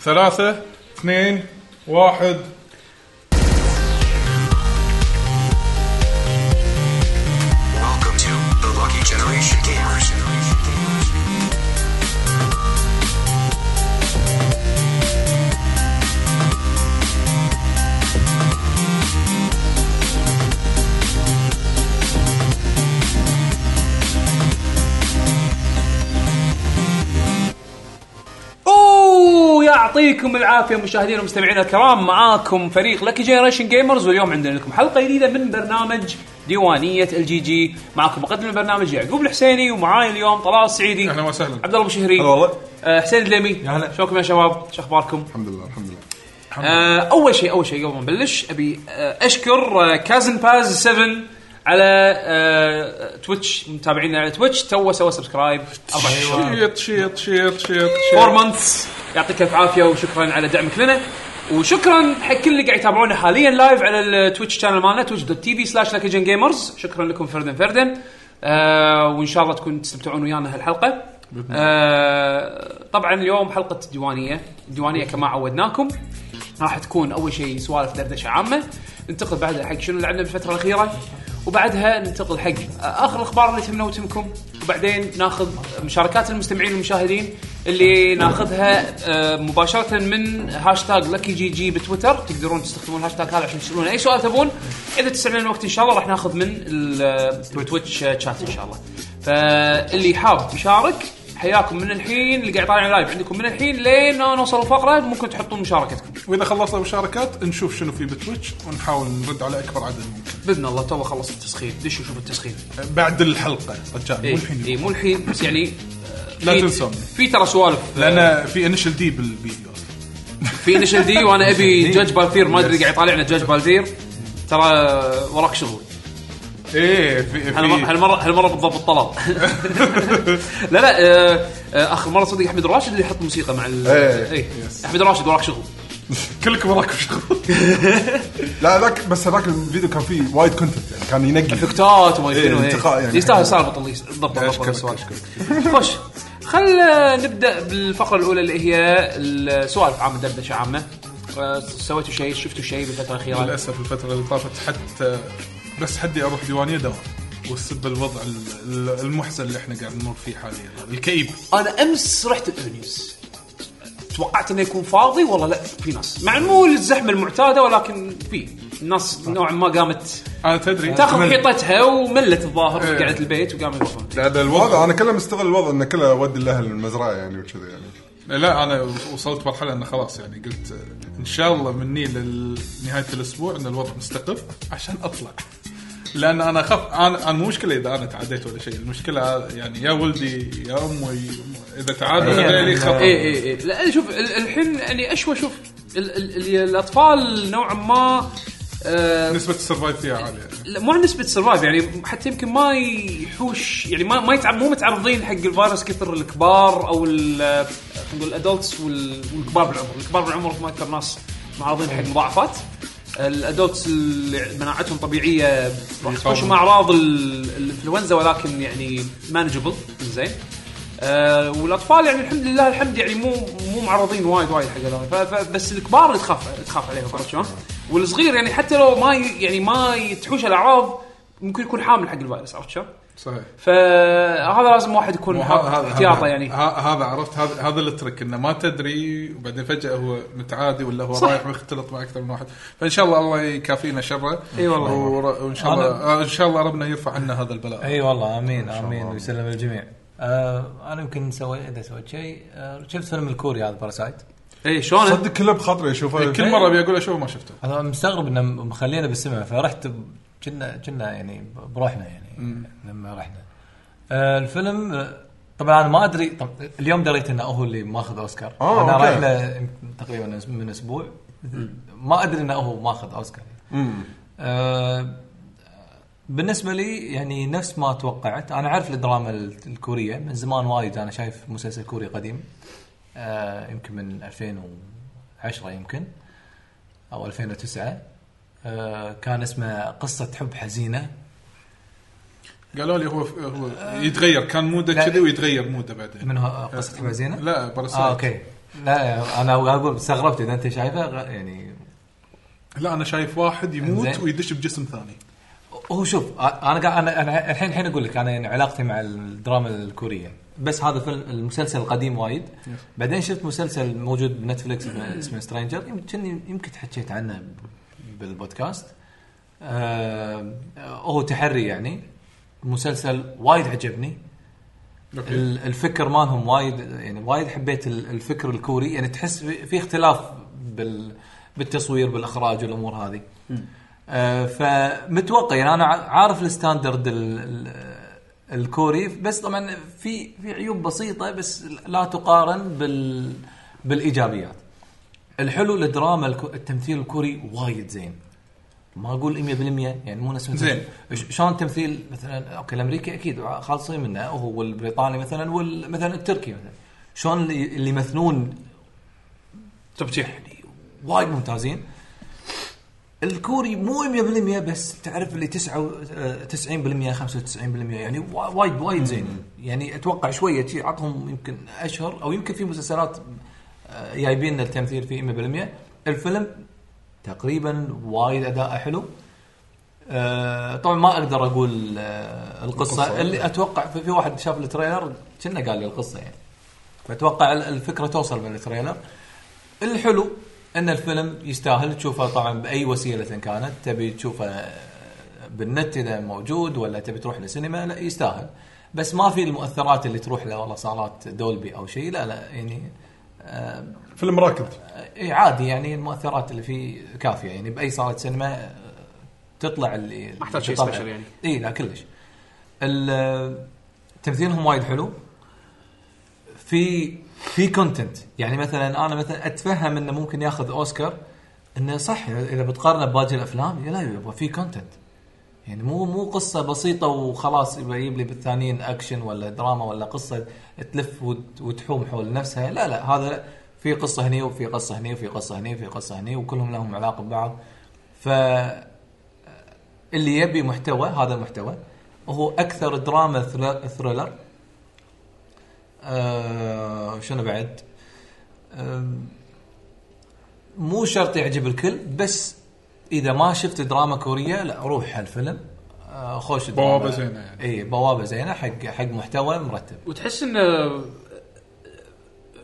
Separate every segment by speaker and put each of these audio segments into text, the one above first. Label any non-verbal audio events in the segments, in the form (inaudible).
Speaker 1: ثلاثة اثنين واحد
Speaker 2: Welcome to the Lucky Generation Gamers.
Speaker 3: اوه يعطيكم العافيه مشاهدينا ومستمعينا الكرام معاكم فريق لكي جنريشن جيمرز واليوم عندنا لكم حلقه جديده من برنامج ديوانيه الجي جي معاكم مقدم البرنامج يعقوب الحسيني ومعاي اليوم طلال السعيدي
Speaker 1: أهلا وسهلا.
Speaker 3: عبد الله ابو شهري
Speaker 4: هلا والله.
Speaker 3: آه، حسين الدليمي
Speaker 4: يا هلا.
Speaker 3: شلونكم يا شباب شو اخباركم
Speaker 4: الحمد لله الحمد لله
Speaker 3: آه، اول شيء اول شيء قبل ما نبلش ابي آه، اشكر آه، كازن باز 7 على آه، تويتش متابعينا على تويتش تو سوى سبسكرايب اربع شهور
Speaker 1: شيط شيط شيط شيط
Speaker 3: فور
Speaker 1: شيط
Speaker 3: مانثس يعطيك الف عافيه وشكرا على دعمك لنا وشكرا حق كل اللي قاعد يتابعونا حاليا لايف على التويتش شانل مالنا تويتش دوت تي في سلاش لكجن جيمرز شكرا لكم فردا فردا آه وان شاء الله تكون تستمتعون ويانا هالحلقه آه طبعا اليوم حلقه الديوانيه الديوانيه كما عودناكم راح تكون اول شيء سوالف دردشه عامه ننتقل بعدها حق شنو لعبنا بالفتره الاخيره وبعدها ننتقل حق اخر الاخبار اللي تهمنا وتهمكم وبعدين ناخذ مشاركات المستمعين والمشاهدين اللي ناخذها آه، مباشره من هاشتاج لكي جي جي بتويتر تقدرون تستخدمون الهاشتاج هذا عشان تسالون اي سؤال تبون اذا تسعنا الوقت ان شاء الله راح ناخذ من آه، التويتش شات ان شاء الله فاللي حاب يشارك حياكم من الحين اللي قاعد يطالع لايف عندكم من الحين لين ما نوصل الفقره ممكن تحطون مشاركتكم
Speaker 1: واذا خلصنا مشاركات نشوف شنو في بتويتش ونحاول نرد على اكبر عدد ممكن
Speaker 3: باذن الله تو خلص التسخين دشوا شوفوا التسخين
Speaker 1: بعد الحلقه رجال مو
Speaker 3: اي
Speaker 1: الحين
Speaker 3: إي، مو الحين بس يعني آه،
Speaker 1: لا
Speaker 3: في-
Speaker 1: تنسون.
Speaker 3: في ترى سوالف
Speaker 1: لان في انشل دي بالفيديو اصلا
Speaker 3: في انيشل
Speaker 1: (laughs)
Speaker 3: دي وانا ابي جاج بالثير ما ادري قاعد يطالعنا جاج بالثير ترى وراك شغل
Speaker 1: ايه في
Speaker 3: هالمره
Speaker 1: في
Speaker 3: هالمره هالمره بالضبط
Speaker 1: (laughs)
Speaker 3: طلب لا لا آه، آه، اخر مره صدق احمد راشد اللي يحط موسيقى مع ال-
Speaker 4: إيه.
Speaker 3: إي. احمد راشد وراك شغل
Speaker 1: كلكم وراكم شغل
Speaker 4: لا ذاك بس هذاك الفيديو كان فيه وايد كونتنت يعني كان ينقي
Speaker 3: افكتات وما
Speaker 4: إيه،
Speaker 3: شنو إيه.
Speaker 4: انتقاء يعني.
Speaker 3: يستاهل سالفه اللي ضبط ضبط
Speaker 1: أشكرك،
Speaker 3: السؤال خوش خل نبدا بالفقره الاولى اللي هي السوالف عامه دردشه عامه آه، سويتوا شيء شفتوا شيء بالفتره الاخيره
Speaker 1: للاسف الفتره اللي طافت حتى بس حدي اروح ديوانيه دوام والسب الوضع ال- ال- المحزن اللي احنا قاعد نمر فيه حاليا هذا، الكئيب
Speaker 3: انا امس رحت الاونيوز توقعت انه يكون فاضي والله لا في ناس مع مو الزحمه المعتاده ولكن في الناس نوعا ما قامت
Speaker 1: انا تدري
Speaker 3: تاخذ
Speaker 1: من-
Speaker 3: حيطتها وملت الظاهر
Speaker 1: إيه.
Speaker 3: قعدت البيت وقاموا يروحون
Speaker 1: لأن الوضع
Speaker 4: الوضع انا كله مستغل الوضع انه كله ودي الاهل المزرعه يعني وكذا يعني
Speaker 1: لا انا وصلت مرحله انه خلاص يعني قلت ان شاء الله مني لنهايه الاسبوع ان الوضع مستقف عشان اطلع لان انا اخاف انا انا مو مشكله اذا انا تعديت ولا شيء المشكله يعني يا ولدي يا امي اذا تعادوا
Speaker 3: يعني إيه.
Speaker 1: هذول خطر
Speaker 3: اي اي اي لا شوف ال- الحين يعني اشوى شوف ال ال الاطفال نوعا ما آه،
Speaker 1: نسبه السرفايف فيها عاليه
Speaker 3: لا، مو عن نسبه سرفايف يعني حتى يمكن ما يحوش يعني ما ما يتعب مو متعرضين حق الفيروس كثر الكبار او ال- آه، خلينا نقول الادلتس والكبار بالعمر، الكبار بالعمر هم اكثر ناس معرضين حق مضاعفات الادلتس اللي مناعتهم طبيعيه راح تحوشهم اعراض ال- الانفلونزا ولكن يعني مانجبل زين آه والاطفال يعني الحمد لله الحمد يعني مو مو معرضين وايد وايد حق هذول ف- ف- بس الكبار اللي تخاف تخاف عليهم عرفت شلون؟ والصغير يعني حتى لو ما ي- يعني ما يتحوش الاعراض ممكن يكون حامل حق الفيروس عرفت شلون؟
Speaker 1: صحيح
Speaker 3: فهذا لازم واحد يكون حاط احتياطه يعني
Speaker 1: ه- هذا عرفت هذا هذا الترك انه ما تدري وبعدين فجاه هو متعادي ولا هو
Speaker 3: صح.
Speaker 1: رايح ويختلط مع اكثر من واحد فان شاء الله الله يكافينا شره
Speaker 3: إي والله.
Speaker 1: ور- وان شاء الله آه، ان شاء الله ربنا يرفع عنا هذا البلاء
Speaker 5: اي والله امين امين ويسلم الجميع آه انا يمكن سوي اذا سويت شيء آه شفت فيلم الكوري هذا باراسايت
Speaker 3: اي إيه، شلون
Speaker 4: صدق كله بخاطري اشوفه
Speaker 1: كل مره ابي اقول اشوفه ما شفته
Speaker 5: انا مستغرب انه مخلينا بالسمع فرحت ب- كنا كنا يعني بروحنا يعني لما رحنا آه الفيلم آه، طبعا انا ما ادري طب اليوم دريت انه هو اللي ماخذ اوسكار
Speaker 4: آه،
Speaker 5: انا
Speaker 4: أوكي.
Speaker 5: رايح له يمكن تقريبا أس- من اسبوع ما ادري انه هو ماخذ اوسكار آه بالنسبه لي يعني نفس ما توقعت انا عارف الدراما ال- الكوريه من زمان وايد انا شايف مسلسل كوري قديم آه يمكن من 2010 يمكن او 2009 آه كان اسمه قصه حب حزينه
Speaker 1: قالوا لي هو هو يتغير كان موده
Speaker 5: لا.
Speaker 1: كذي ويتغير موده بعدين آه،
Speaker 5: من ه- قصه حب حزينه
Speaker 3: آه،
Speaker 1: لا باراسايت
Speaker 5: اه اوكي لا انا اقول استغربت اذا انت شايفه غ- يعني
Speaker 1: لا انا شايف واحد يموت
Speaker 5: إنزين.
Speaker 1: ويدش بجسم ثاني
Speaker 5: هو شوف انا قاعد انا انا الحين الحين اقول لك انا يعني علاقتي مع الدراما الكوريه بس هذا فيلم المسلسل القديم وايد بعدين شفت مسلسل موجود بنتفلكس اسمه- اسمه سترينجر يمكن يمكن حكيت عنه ب- بالبودكاست آه هو تحري يعني مسلسل وايد عجبني
Speaker 1: اوكي
Speaker 5: ال- الفكر مالهم وايد يعني وايد حبيت ال- الفكر الكوري يعني تحس في في اختلاف بال بالتصوير بالاخراج والامور هذه آه فمتوقع يعني انا ع- عارف الستاندرد ال- ال- الكوري بس طبعا في في عيوب بسيطه بس لا تقارن بال بالايجابيات الحلو الدراما الكو- التمثيل الكوري وايد زين ما اقول 100% يعني مو نفس مثلاً-
Speaker 1: زين.
Speaker 5: ش- شلون تمثيل مثلا اوكي الامريكي اكيد خالصين منه هو البريطاني مثلا والمثلا التركي مثلا شلون اللي اللي يمثلون
Speaker 3: تبتيح
Speaker 5: يعني وايد ممتازين الكوري مو 100% بس تعرف اللي آه، 9 90% 95% يعني وا- وايد وايد زين يعني اتوقع شويه شي عطهم يمكن اشهر او يمكن في مسلسلات آه، جايبين التمثيل فيه 100% الفيلم تقريبا وايد اداءه حلو آه، طبعا ما اقدر اقول آه، القصه
Speaker 4: القصة.
Speaker 5: اللي اتوقع في في واحد شاف التريلر كنا قال لي القصه يعني فاتوقع ال- الفكره توصل من التريلر الحلو ان الفيلم يستاهل تشوفه طبعا باي وسيله كانت تبي تشوفه بالنت اذا موجود ولا تبي تروح للسينما لا يستاهل بس ما في المؤثرات اللي تروح لها والله صالات دولبي او شيء لا لا يعني آه،
Speaker 4: فيلم راكد
Speaker 5: اي عادي يعني المؤثرات اللي فيه كافيه يعني باي صاله سينما آه، تطلع اللي
Speaker 3: ما احتاج شيء سبيشل يعني.
Speaker 5: اي لا كلش ال- آه، تمثيلهم وايد حلو في في كونتنت يعني مثلا انا مثلا اتفهم انه ممكن ياخذ اوسكار انه صح اذا بتقارنه بباقي الافلام لا يبغى في كونتنت يعني مو مو قصه بسيطه وخلاص يبغى يجيب لي بالثانيين اكشن ولا دراما ولا قصه تلف وت- وتحوم حول نفسها لا لا هذا لا. في قصه هني وفي قصه هني وفي قصه هني وفي قصه هني وكلهم لهم علاقه ببعض ف اللي يبي محتوى هذا محتوى وهو اكثر دراما ثريل- ثريلر آه شنو بعد آم، مو شرط يعجب الكل بس اذا ما شفت دراما كوريه لا روح هالفيلم آه خوش دراما.
Speaker 1: بوابة زينة يعني.
Speaker 5: اي بوابه زينه حق حق محتوى مرتب
Speaker 3: وتحس انه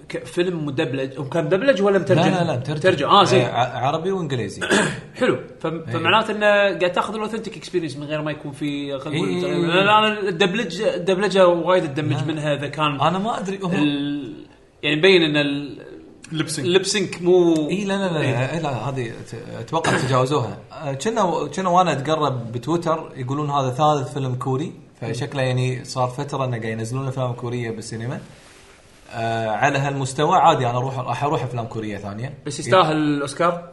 Speaker 3: ك- فيلم مدبلج او كان مدبلج ولا مترجم؟
Speaker 5: لا لا لا مترجم
Speaker 3: مترجم اه
Speaker 5: إيه،
Speaker 3: زين
Speaker 5: ع-
Speaker 3: (coughs)
Speaker 5: عربي وانجليزي
Speaker 3: حلو
Speaker 5: إيه.
Speaker 3: فم- فمعناته انه قاعد تاخذ الاوثنتيك اكسبيرينس من غير ما يكون في خلينا نقول
Speaker 5: إي إي إي.
Speaker 3: مترجم. لأن انا الدبلج الدبلجه وايد اتدمج
Speaker 5: لا.
Speaker 3: منها اذا كان
Speaker 5: انا ما ادري هو
Speaker 3: ال... يعني مبين ان ال-
Speaker 1: لبسنج
Speaker 3: اللبسنك مو إيه.
Speaker 5: اي إيه، لا لا لا,
Speaker 1: إيه.
Speaker 5: لا, لا هذه ت- اتوقع تجاوزوها آه، كنا كنا وانا اتقرب بتويتر يقولون هذا ثالث فيلم كوري فشكله يعني صار فتره انه قاعد ينزلون افلام كوريه بالسينما آه على هالمستوى عادي انا اروح راح اروح افلام كوريه ثانيه
Speaker 3: بس يستاهل الاوسكار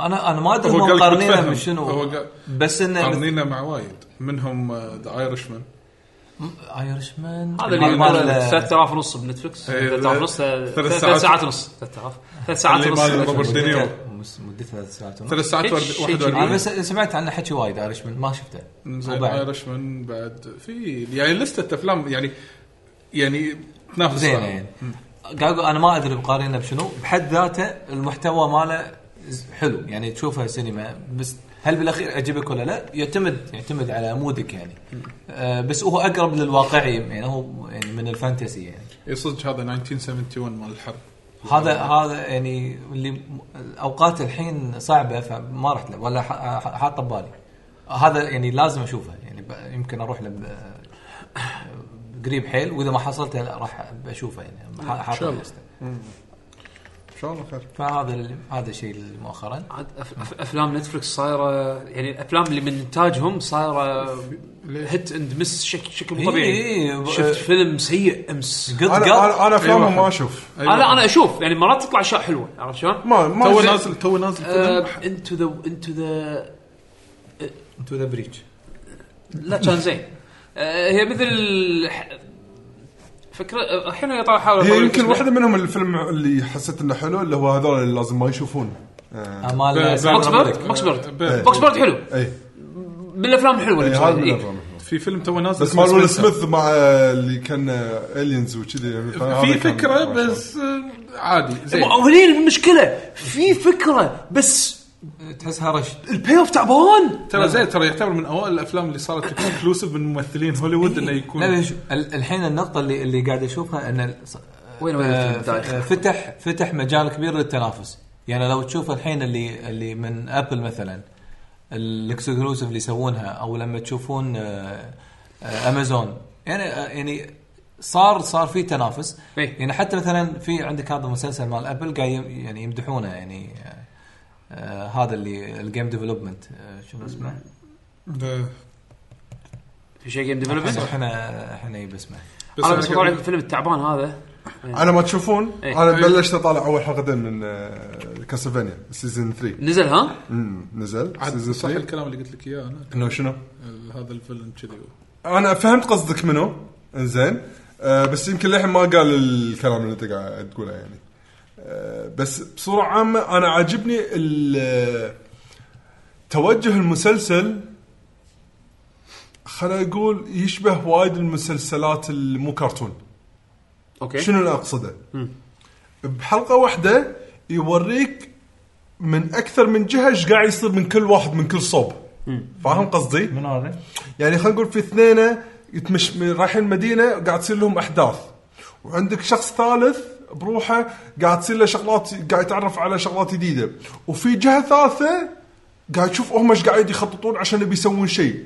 Speaker 5: انا انا ما ادري
Speaker 1: هو
Speaker 5: هم
Speaker 1: قال لك
Speaker 5: مقارنينه
Speaker 1: متفهم.
Speaker 5: من
Speaker 1: هو
Speaker 5: شنو
Speaker 1: قال-
Speaker 5: بس انه
Speaker 1: قارنينا مع وايد منهم آه، ذا ايرشمان
Speaker 5: ايرش مان
Speaker 3: هذا اللي
Speaker 5: مال-
Speaker 3: مال 3000 ونص بنتفلكس
Speaker 1: إيه،
Speaker 3: 3000 ونص
Speaker 1: ثلاث
Speaker 3: 3
Speaker 1: ساعات.
Speaker 3: ساعات ونص 3000 3 ساعات
Speaker 1: اللي
Speaker 3: ونص
Speaker 1: مال روبرت
Speaker 3: Netflix.
Speaker 1: دينيرو.
Speaker 5: مس- مدته ثلاث ساعات ونص.
Speaker 1: ثلاث ساعات
Speaker 3: شيء- شيء
Speaker 5: انا
Speaker 1: 41
Speaker 5: بس سمعت عنه حكي وايد ايرش مان ما شفته
Speaker 1: زين
Speaker 5: وبعد.
Speaker 1: ايرشمان بعد في يعني لسته افلام يعني يعني تنافس
Speaker 5: زين
Speaker 1: بعض.
Speaker 5: يعني قاعد اقول انا ما ادري بقارنه بشنو بحد ذاته المحتوى ماله ز- حلو يعني تشوفه سينما بس هل بالاخير يعجبك ولا لا؟ يعتمد يعتمد على مودك يعني آه بس هو اقرب للواقعي يعني هو يعني من الفانتسي يعني
Speaker 1: اي إيه، صدق هذا 1971 مال الحرب
Speaker 5: هذا هذا يعني اللي م- الاوقات الحين صعبه فما رحت له ولا ح- ح- حاطه ببالي هذا يعني لازم اشوفه يعني ب- يمكن اروح له ب- قريب حيل واذا ما حصلته لا راح بشوفه يعني ح- حاطه
Speaker 1: شاء الله.
Speaker 5: بلستة.
Speaker 4: ان شاء الله خير
Speaker 5: فهذا ال- هذا الشيء اللي مؤخرا
Speaker 3: عاد أف- أف- افلام نتفلكس صايره يعني الافلام اللي من انتاجهم صايره
Speaker 1: ليش؟
Speaker 3: هيت اند مس شكل شكل مو
Speaker 5: إي
Speaker 3: طبيعي
Speaker 5: إي، ب-
Speaker 3: شفت فيلم سيء آه، امس
Speaker 5: قط
Speaker 4: انا انا,
Speaker 5: قط
Speaker 4: أنا افلامهم
Speaker 1: واحد.
Speaker 4: ما اشوف
Speaker 1: أي
Speaker 3: انا
Speaker 1: واحد.
Speaker 3: انا اشوف يعني مرات تطلع اشياء حلوه عرفت شلون؟ آه،
Speaker 4: ما ما
Speaker 1: أيوة. تو
Speaker 4: زين.
Speaker 1: نازل تو نازل
Speaker 3: أه،
Speaker 1: فيلم
Speaker 3: انتو ذا انتو ذا
Speaker 5: انتو ذا بريتش
Speaker 3: لا كان زين آه، هي مثل ح- فكره آه، الحين أنا طالع احاول
Speaker 4: هي
Speaker 3: أطلع
Speaker 4: يمكن
Speaker 3: اسمه.
Speaker 4: واحده منهم الفيلم اللي حسيت انه حلو اللي هو هذول اللي لازم ما يشوفون آه.
Speaker 1: بيرد.
Speaker 5: مال
Speaker 1: بوكس
Speaker 5: سايبر
Speaker 3: بوكس بيرد بوكس
Speaker 5: أمريكا.
Speaker 3: بيرد
Speaker 1: بيرد.
Speaker 3: بوكس بيرد حلو
Speaker 4: اي
Speaker 3: من الافلام الحلوه اللي
Speaker 4: إي، إيه.
Speaker 3: مسويها،
Speaker 4: هذا من
Speaker 3: إي.
Speaker 4: الأفلام الحلوة.
Speaker 1: في فيلم تو نازل
Speaker 4: بس
Speaker 1: اسمه
Speaker 4: مال ويل
Speaker 1: سبنسر.
Speaker 4: سميث مع آه، اللي كان الينز وكذي يعني
Speaker 1: في فكره بس آه، عادي زين
Speaker 3: هني المشكله في فكره بس
Speaker 5: تحسها رش
Speaker 3: البي اوف تعبان
Speaker 1: ترى زين ترى يعتبر من اوائل الافلام اللي صارت اكسكلوسيف من ممثلين هوليوود انه يكون
Speaker 5: لا لا شو ال- الحين النقطه اللي اللي قاعد اشوفها ان ال- ص-
Speaker 3: وين- وين
Speaker 5: آه،
Speaker 3: الفيلم دايخ؟
Speaker 5: آه، فتح فتح مجال كبير للتنافس يعني لو تشوف الحين اللي اللي من ابل مثلا الاكسكلوسيف اللي يسوونها او لما تشوفون آه، آه، امازون يعني آه، يعني صار صار في تنافس
Speaker 3: إيه.
Speaker 5: يعني حتى مثلا في عندك هذا المسلسل مال ابل قاعد يم- يعني يمدحونه يعني آه، آه، هذا اللي الجيم ديفلوبمنت شو اسمه؟
Speaker 1: آه،
Speaker 3: في شيء جيم ديفلوبمنت
Speaker 5: احنا احنا يبي اسمه
Speaker 3: انا بس
Speaker 1: أنا
Speaker 3: مطلع
Speaker 1: قبل-
Speaker 3: الفيلم التعبان هذا
Speaker 4: انا ما تشوفون
Speaker 3: إيه.
Speaker 4: انا بلشت اطالع اول حلقتين من آه، كاسلفانيا سيزون 3
Speaker 3: نزل ها؟
Speaker 4: امم نزل
Speaker 1: عاد
Speaker 4: سيزون
Speaker 1: صح
Speaker 4: 3
Speaker 1: الكلام اللي قلت لك اياه انا
Speaker 4: انه شنو؟
Speaker 1: ال- هذا الفيلم كذي
Speaker 4: انا فهمت قصدك منه انزين آه بس يمكن للحين ما قال الكلام اللي انت قاعد تقوله يعني آه بس بصوره عامه انا عاجبني ال- آه، توجه المسلسل خلينا نقول يشبه وايد المسلسلات اللي مو كرتون
Speaker 3: اوكي
Speaker 4: شنو اللي اقصده؟ بحلقه واحده يوريك من اكثر من جهه ايش قاعد يصير من كل واحد من كل صوب فاهم قصدي؟
Speaker 5: من هذا؟
Speaker 4: يعني خلينا نقول في اثنين يتمش من- رايحين المدينه قاعد تصير لهم احداث وعندك شخص ثالث بروحه قاعد تصير له شغلات قاعد يتعرف على شغلات جديده وفي جهه ثالثه قاعد تشوف هم ايش قاعد يخططون عشان يبي يسوون شيء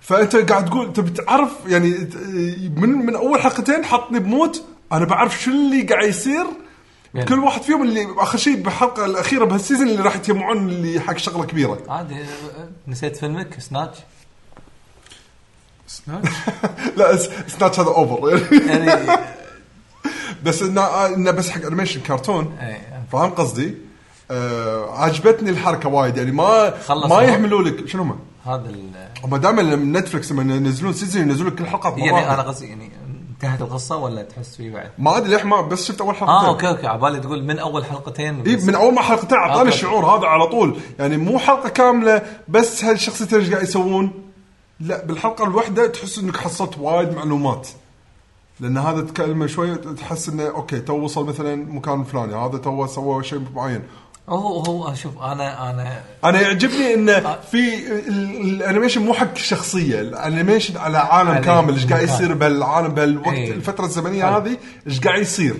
Speaker 4: فانت قاعد تقول تبي تعرف يعني ت- من من اول حلقتين حطني بموت انا بعرف شو اللي قاعد يصير
Speaker 5: يعني.
Speaker 4: كل واحد فيهم اللي اخر شيء بالحلقه الاخيره بهالسيزون اللي راح يتجمعون اللي حق شغله كبيره
Speaker 5: عادي آه، نسيت فيلمك (laughs) سناتش
Speaker 1: سناتش
Speaker 4: لا س- سناتش هذا اوفر (laughs) يعني
Speaker 5: يعني
Speaker 4: بس انه انه بس حق انيميشن كرتون
Speaker 5: إيه.
Speaker 4: فاهم قصدي؟ آه عجبتني الحركه وايد يعني ما
Speaker 5: خلص
Speaker 4: ما
Speaker 5: الوقت.
Speaker 4: يحملوا لك شنو هم؟
Speaker 5: هذا ال-
Speaker 4: هم دائما لما نتفلكس لما ينزلون سيزون ينزلون لك كل حلقه بمرة
Speaker 5: يعني انا
Speaker 4: واحدة.
Speaker 5: قصدي يعني انتهت القصه ولا تحس في بعد؟
Speaker 4: ما ادري ليه ما بس شفت اول حلقتين
Speaker 5: اه اوكي اوكي على بالي تقول من اول حلقتين
Speaker 4: اي
Speaker 5: بس.
Speaker 4: من اول ما حلقتين اعطاني
Speaker 5: آه، أوكي.
Speaker 4: الشعور هذا على طول يعني مو حلقه كامله بس هالشخصيتين ايش قاعد يسوون لا بالحلقه الواحده تحس انك حصلت وايد معلومات لان هذا تكلمه شوي تحس انه اوكي تو وصل مثلا مكان فلاني هذا تو سوى شيء معين
Speaker 5: هو هو شوف انا انا
Speaker 4: انا يعجبني انه في ال- ال- الانيميشن مو حق شخصيه الانيميشن على عالم
Speaker 5: على
Speaker 4: كامل ايش قاعد
Speaker 5: المكان.
Speaker 4: يصير بالعالم بالوقت
Speaker 5: آه. إيه.
Speaker 4: الفتره الزمنيه هذه ايش قاعد يصير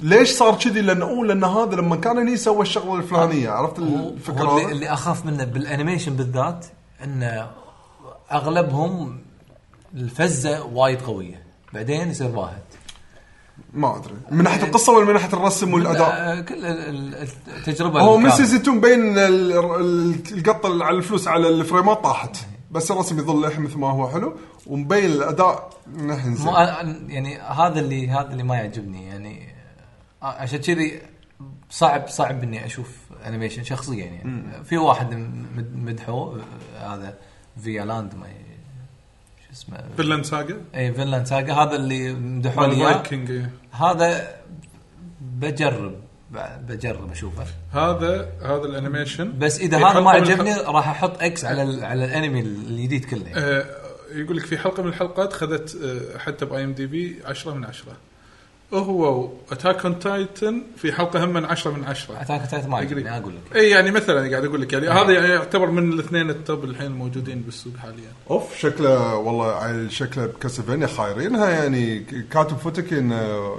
Speaker 4: ليش صار كذي لان اوه لان هذا لما كان هني سوى الشغله الفلانيه عرفت
Speaker 5: آه. هو-
Speaker 4: الفكره
Speaker 5: هو اللي,
Speaker 4: هذه؟
Speaker 5: اللي اخاف منه بالانيميشن بالذات ان اغلبهم الفزه وايد قويه بعدين يصير باهت
Speaker 4: ما ادري من ناحيه القصه ولا من ناحيه الرسم والاداء
Speaker 5: آه، كل ال- ال- التجربه
Speaker 4: هو
Speaker 5: اللي
Speaker 4: من
Speaker 5: كانت.
Speaker 4: سيزون 2 مبين ال- ال- القطه اللي على الفلوس على الفريمات طاحت بس الرسم يظل للحين مثل ما هو حلو ومبين الاداء نحن زين
Speaker 5: مو أنا- يعني هذا اللي هذا اللي ما يعجبني يعني آه، عشان كذي صعب صعب اني اشوف انيميشن شخصيا يعني في واحد مد- مدحوه آه، هذا فيالاند ما ي- شو اسمه
Speaker 1: فيلم ساجا
Speaker 5: اي فينلاند ساجا هذا اللي مدحوه
Speaker 1: مال
Speaker 5: لي إياه.
Speaker 1: فايكنج إيه.
Speaker 5: هذا بجرب ب- بجرب اشوفه
Speaker 1: هذا هذا الانيميشن
Speaker 5: بس اذا
Speaker 1: في
Speaker 5: هذا ما
Speaker 1: حلقة من
Speaker 5: عجبني
Speaker 1: الحلق-
Speaker 5: راح احط اكس على ال- على الانمي الجديد كله
Speaker 3: إيه.
Speaker 5: يعني.
Speaker 1: آه، يقول لك في حلقه من الحلقات خذت آه، حتى باي ام دي بي 10 من 10 هو اتاك اون تايتن في حلقه هم من 10 من 10
Speaker 5: اتاك تايت ما
Speaker 1: أقري.
Speaker 5: عجبني اقول لك
Speaker 1: اي يعني مثلا قاعد اقول لك يعني هذا يعني يعتبر من الاثنين التوب الحين الموجودين بالسوق حاليا
Speaker 4: اوف شكله والله على شكله بكاسلفينيا خايرينها يعني ك- كاتب فوتك انه